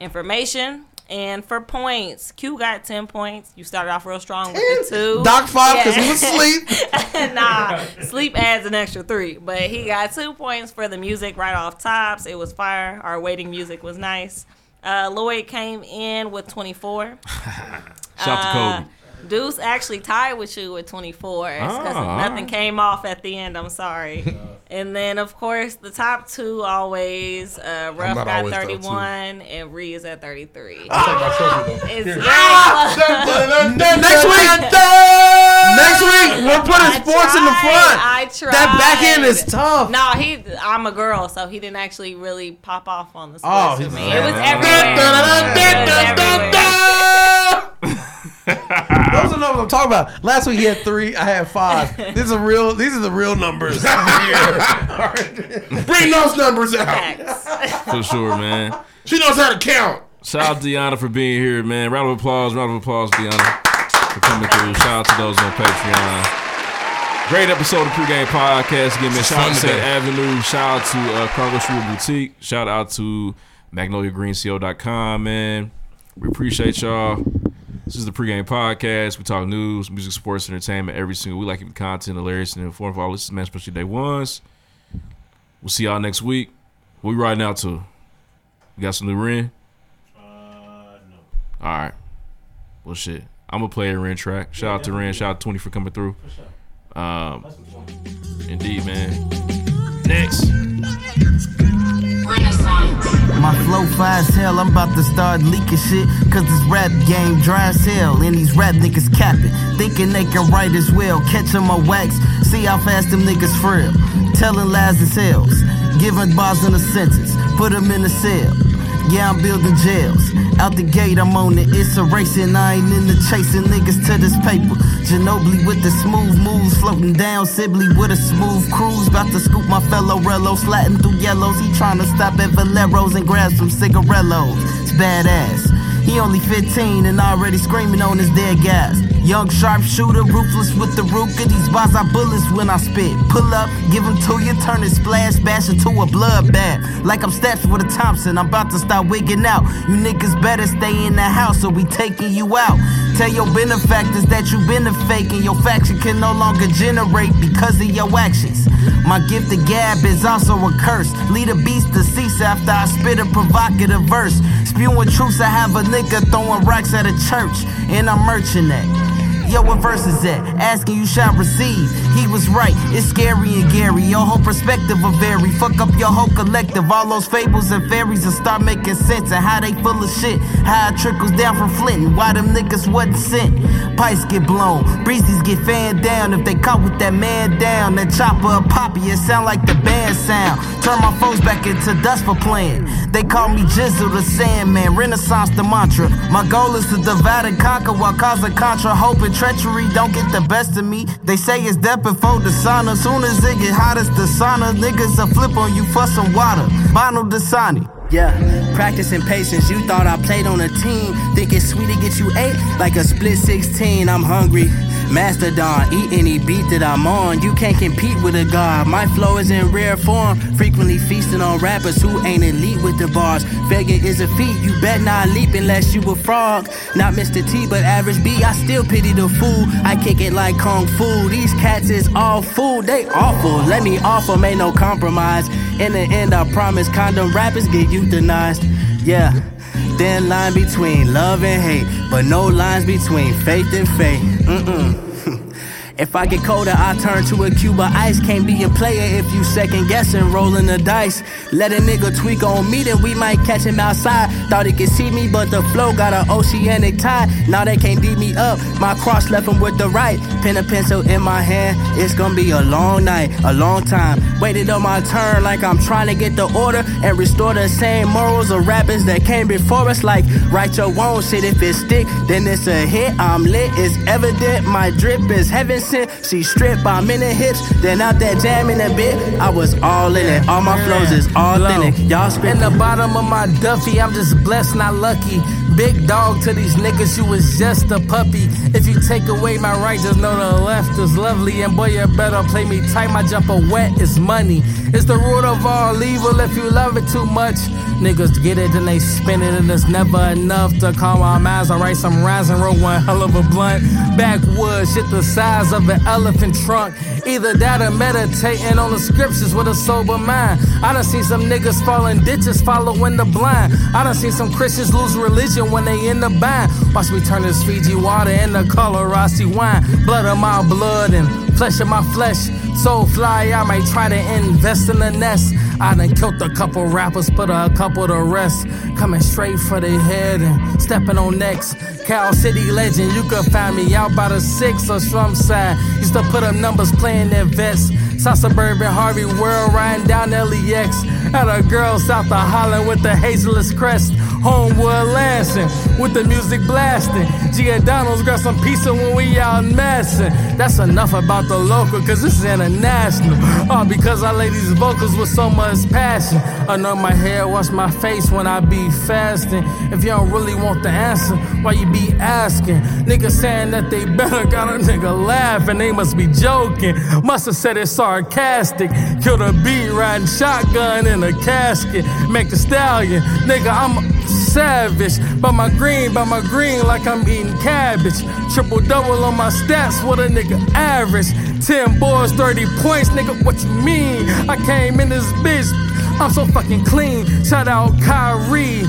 Speaker 25: information. And for points, Q got 10 points. You started off real strong with the two.
Speaker 7: Doc five 'cause he was asleep.
Speaker 25: nah, sleep adds an extra three. But he got two points for the music right off tops. It was fire. Our waiting music was nice. Uh, Lloyd came in with 24.
Speaker 2: Shout to Kobe.
Speaker 25: Uh, Deuce actually tied with you with 24 because
Speaker 2: Ah,
Speaker 25: nothing
Speaker 2: alright.
Speaker 25: came off at the end. I'm sorry. and then, of course, the top two always. Uh, Ruff
Speaker 5: not
Speaker 25: got
Speaker 5: always top two.
Speaker 25: 31 and Ree is at 33. It's very close.
Speaker 7: Ah! Next week. Next week, we're putting sports in the front.
Speaker 25: I tried.
Speaker 7: That back end is tough.
Speaker 25: No, he. I'm a girl, so he didn't actually really pop off on the sports
Speaker 7: Oh,
Speaker 25: with
Speaker 7: he's-
Speaker 25: me. It was
Speaker 7: Yeah.
Speaker 25: everywhere. It was
Speaker 7: Those are numbers I'm talking about. Last week he had three, I had five. These are real. These are the real numbers.
Speaker 5: Bring those numbers out.
Speaker 2: For sure, man.
Speaker 5: She knows how to count.
Speaker 2: Shout out to Deanna for being here, man. Round of applause, round of applause, Deanna, for coming through. Shout out to those on Patreon. Great episode of Pregame Podcast. Again, man,
Speaker 5: It's
Speaker 2: shout out
Speaker 5: fun
Speaker 2: to
Speaker 5: today.
Speaker 2: Sunset Avenue. Shout out to uh, Cargo Shoe Boutique. Shout out to MagnoliaGreenCO.com, man. We appreciate y'all. This is the pregame podcast. We talk news, music, sports, entertainment every single week. Like it with content, hilarious, and informative. All this is man, especially day ones. We'll see y'all next week. What we riding out to? We got some new Ren? Uh, no. All right. Well, shit. I'm going to play a Ren track. Shout out to Ren. Shout out to 20 for coming through. Um, indeed, man. Next.
Speaker 12: My flow fly as hell, I'm about to start leaking shit. Cause this rap game dry as hell, and these rap niggas capping. Thinking they can write as well, catching my wax. See how fast them niggas frill. Telling lies as hells, giving bars in a sentence, put them in a cell. Yeah, I'm building jails. Out the gate, I'm on it. It's a racing. I ain't into chasing niggas to this paper. Ginobili with the smooth moves, floating down. Sibley with a smooth cruise. About to scoop my fellow Rello, sliding through yellows. He tryna stop at Valero's and grab some cigarellos. It's badass. He only 15 and already screaming on his dead guys. Young sharpshooter, ruthless with the Ruger. These bars are bullets when I spit. Pull up, give 'em to you, turn his splash bash into a bloodbath. Like I'm steps with a Thompson, I'm about to start wigging out. You niggas better stay in the house or we taking you out. Tell your benefactors that you been a fake and your faction can no longer generate because of your actions. My gift to gab is also a curse. Lead a beast to cease after I spit a provocative verse. Spewing truths, I have a nigga throwing rocks at a church, and I'm merching that. Yo, what verse is that? Asking you shall receive. He was right, it's scary and Gary. Your whole perspective will vary. Fuck up your whole collective. All those fables and fairies will start making sense. And how they full of shit. How it trickles down from Flint. And why them niggas wasn't sent. Pipes get blown. Breezes get fanned down. If they caught with that man down, that chopper a poppy. It sound like the band sound. Turn my foes back into dust for playing. They call me Jizzle the Sandman. Renaissance the mantra. My goal is to divide and conquer while causing contra. Hope and treachery don't get the best of me. They say it's death before dishonor. Soon as it get hot as the sauna, niggas will flip on you for some water. Bono Dasani. Yeah, practicing patience. You thought I played on a team. Think it's sweet to get you eight like a split 16. I'm hungry. Mastodon, eat any beat that I'm on. You can't compete with a god. My flow is in rare form. Frequently feasting on rappers who ain't elite with the bars. Failure is a feat. You bet not leap unless you a frog. Not Mr. T, but average B. I still pity the fool. I kick it like kung fu. These cats is all fool. They awful. Let me offer, made no compromise. In the end, I promise condom rappers get euthanized. Yeah. Thin line between love and hate, but no lines between faith and faith. Mm-mm.
Speaker 14: If I get colder, I turn to a Cuba ice. Can't be a player if you second guessing, rolling the dice. Let a nigga tweak on me, then we might catch him outside. Thought he could see me, but the flow got an oceanic tide. Now they can't beat me up. My cross left him with the right. Pen and pencil in my hand. It's gonna be a long night, a long time. Waited on my turn like I'm trying to get the order and restore the same morals of rappers that came before us. Like, write your own shit if it stick, then it's a hit. I'm lit, it's evident. My drip is heaven sent. She stripped by many hips, then out that jam in a bit. I was all in it. All my flows is authentic. Y'all spit
Speaker 27: In the bottom of my Duffy, I'm just blessed, not lucky. Big dog to these niggas, you was just a puppy. If you take away my right, just know the left is lovely. And boy, you better play me tight, my jumper wet is money. It's the root of all evil if you love it too much. Niggas get it and they spin it, and it's never enough to calm our minds. I write some rhymes and roll one hell of a blunt. Backwoods, shit the size of an elephant trunk. Either that or meditating on the scriptures with a sober mind. I done seen some niggas fall in ditches following the blind. I done seen some Christians lose religion when they in the bind. Watch me turn this Fiji water into Colorasi wine. Blood of my blood and flesh of my flesh. So fly, I might try to invest in the nest. I done killed a couple rappers, put a couple to rest. Coming straight for the head and stepping on next. Cal City legend, you could find me out by the six or slum side. Used to put up numbers playing their vets. South suburban Harvey World riding down LEX. E Had a girl south of Holland with the hazelist crest. Homewood Lansing with the music blasting. Giordano's got some pizza when we out messing. That's enough about the local, cause this is international. All because I lay these vocals with so much passion. I know my hair, wash my face when I be fasting. If you don't really want the answer, why you be asking? Niggas saying that they better got a nigga laughing, they must be joking. Must have said it sarcastic. Kill the beat riding shotgun in a casket. Make the stallion, nigga, I'm savage. But my green, by my green, like I'm eating cabbage. Triple double on my stats, what a nigga average. 10 boards, 30 points, nigga, what you mean? I came in this bitch, I'm so fucking clean. Shout out Kyrie,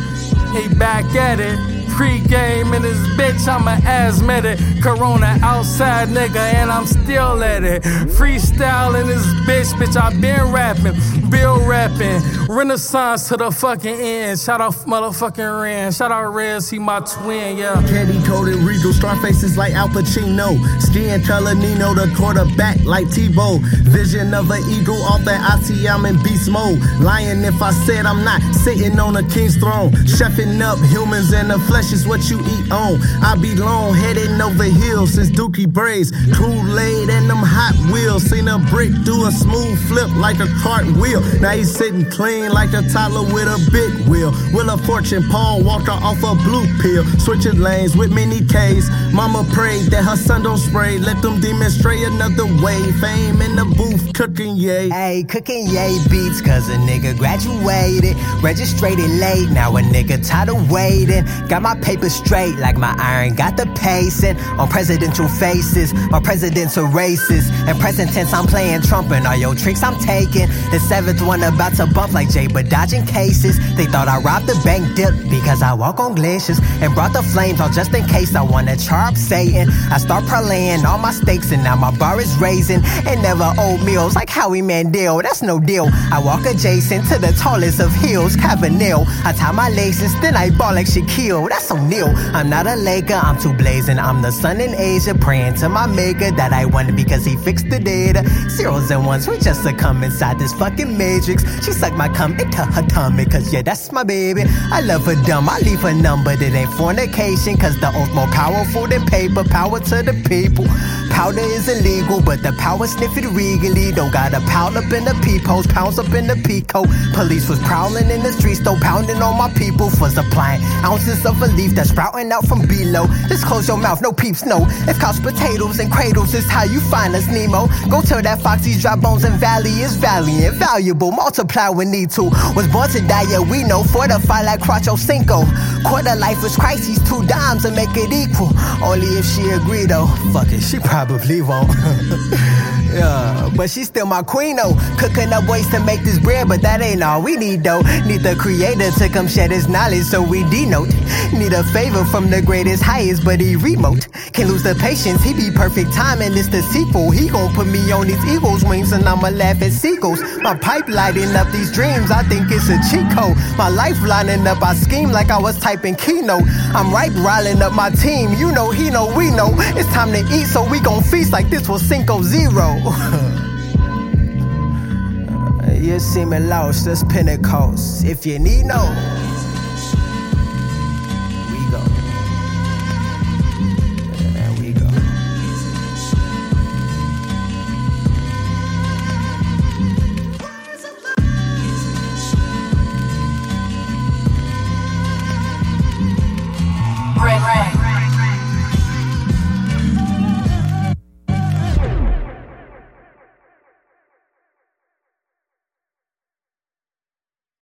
Speaker 27: he back at it pre-game in this bitch, I'm an asthmatic. Corona outside, nigga, and I'm still at it. Freestyle in this bitch, bitch, I been rapping, bill rapping. Renaissance to the fucking end. Shout out motherfucking Ren. Shout out Rez, he my twin, yeah.
Speaker 14: Candy coated regal, star faces like Al Pacino. Skin color Nino, the quarterback like Tebow. Vision of an eagle off that I see I'm in beast mode. Lying if I said I'm not sitting on a king's throne. Chefing up humans and the flesh is what you eat on. I be long heading over hills since Dookie braids. Kool-Aid and them hot wheels. Seen a brick do a smooth flip like a cartwheel. Now he's sitting clean like a toddler with a big wheel. Will of Fortune, Paul Walker off a blue pill. Switching lanes with many K's. Mama prayed that her son don't spray. Let them demons stray another way. Fame in the booth, cooking yay.
Speaker 28: Hey, cooking yay beats, cause a nigga graduated. Registrated late, now a nigga tired of waiting. Got my paper straight, like my iron got the pacing. On presidential faces, my presidents are racist. In present tense, I'm playing Trump and all your tricks I'm taking. The seventh one about to bump like Jay, but dodging cases. They thought I robbed the bank dip because I walk on glaciers and brought the flames on just in case I wanna char up Satan. I start parlaying all my stakes and now my bar is raising and never old meals like Howie Mandel. That's no deal. I walk adjacent to the tallest of hills, Cavanel. I tie my laces, then I ball like Shaquille. That's O'Neal. I'm not a Laker, I'm too blazing. I'm the sun in Asia, praying to my maker that I won because he fixed the data. Zeros and ones, we just succumb inside this fucking matrix. She sucked my cum into her tummy, cause yeah, that's my baby. I love her dumb, I leave her numb, but it ain't fornication, cause the oath more powerful than paper. Power to the people. Powder is illegal, but the power sniff it regally. Don't gotta pound up in the peepholes, pounds up in the peacoat. Police was prowling in the streets, though pounding on my people for supplying ounces of a leaf that's sprouting out from below. Just close your mouth, no peeps, no. If couch potatoes and cradles is how you find us, Nemo. Go tell that fox these dry bones and valley is valiant, valuable. Multiply when need to. Was born to die, yeah, we know. Fortify like Cracho Cinco. Quarter life is crises, two dimes and make it equal. Only if she agree though. Fuck it, she probably won't. Yeah, but she's still my queen though. Cooking up ways to make this bread, but that ain't all we need though. Need the creator to come share his knowledge so we denote. Need a favor from the greatest highest, but he remote. Can lose the patience, he be perfect timing. It's the sequel. He gon' put me on these eagle's wings and I'ma laugh at seagulls. My pipe lighting up these dreams, I think it's a cheat code. My life lining up, I scheme like I was typing keynote. I'm right riling up my team, you know, he know, we know. It's time to eat, so we gon' feast like this was Cinco Zero. you seeming lost, that's Pentecost. If you need no.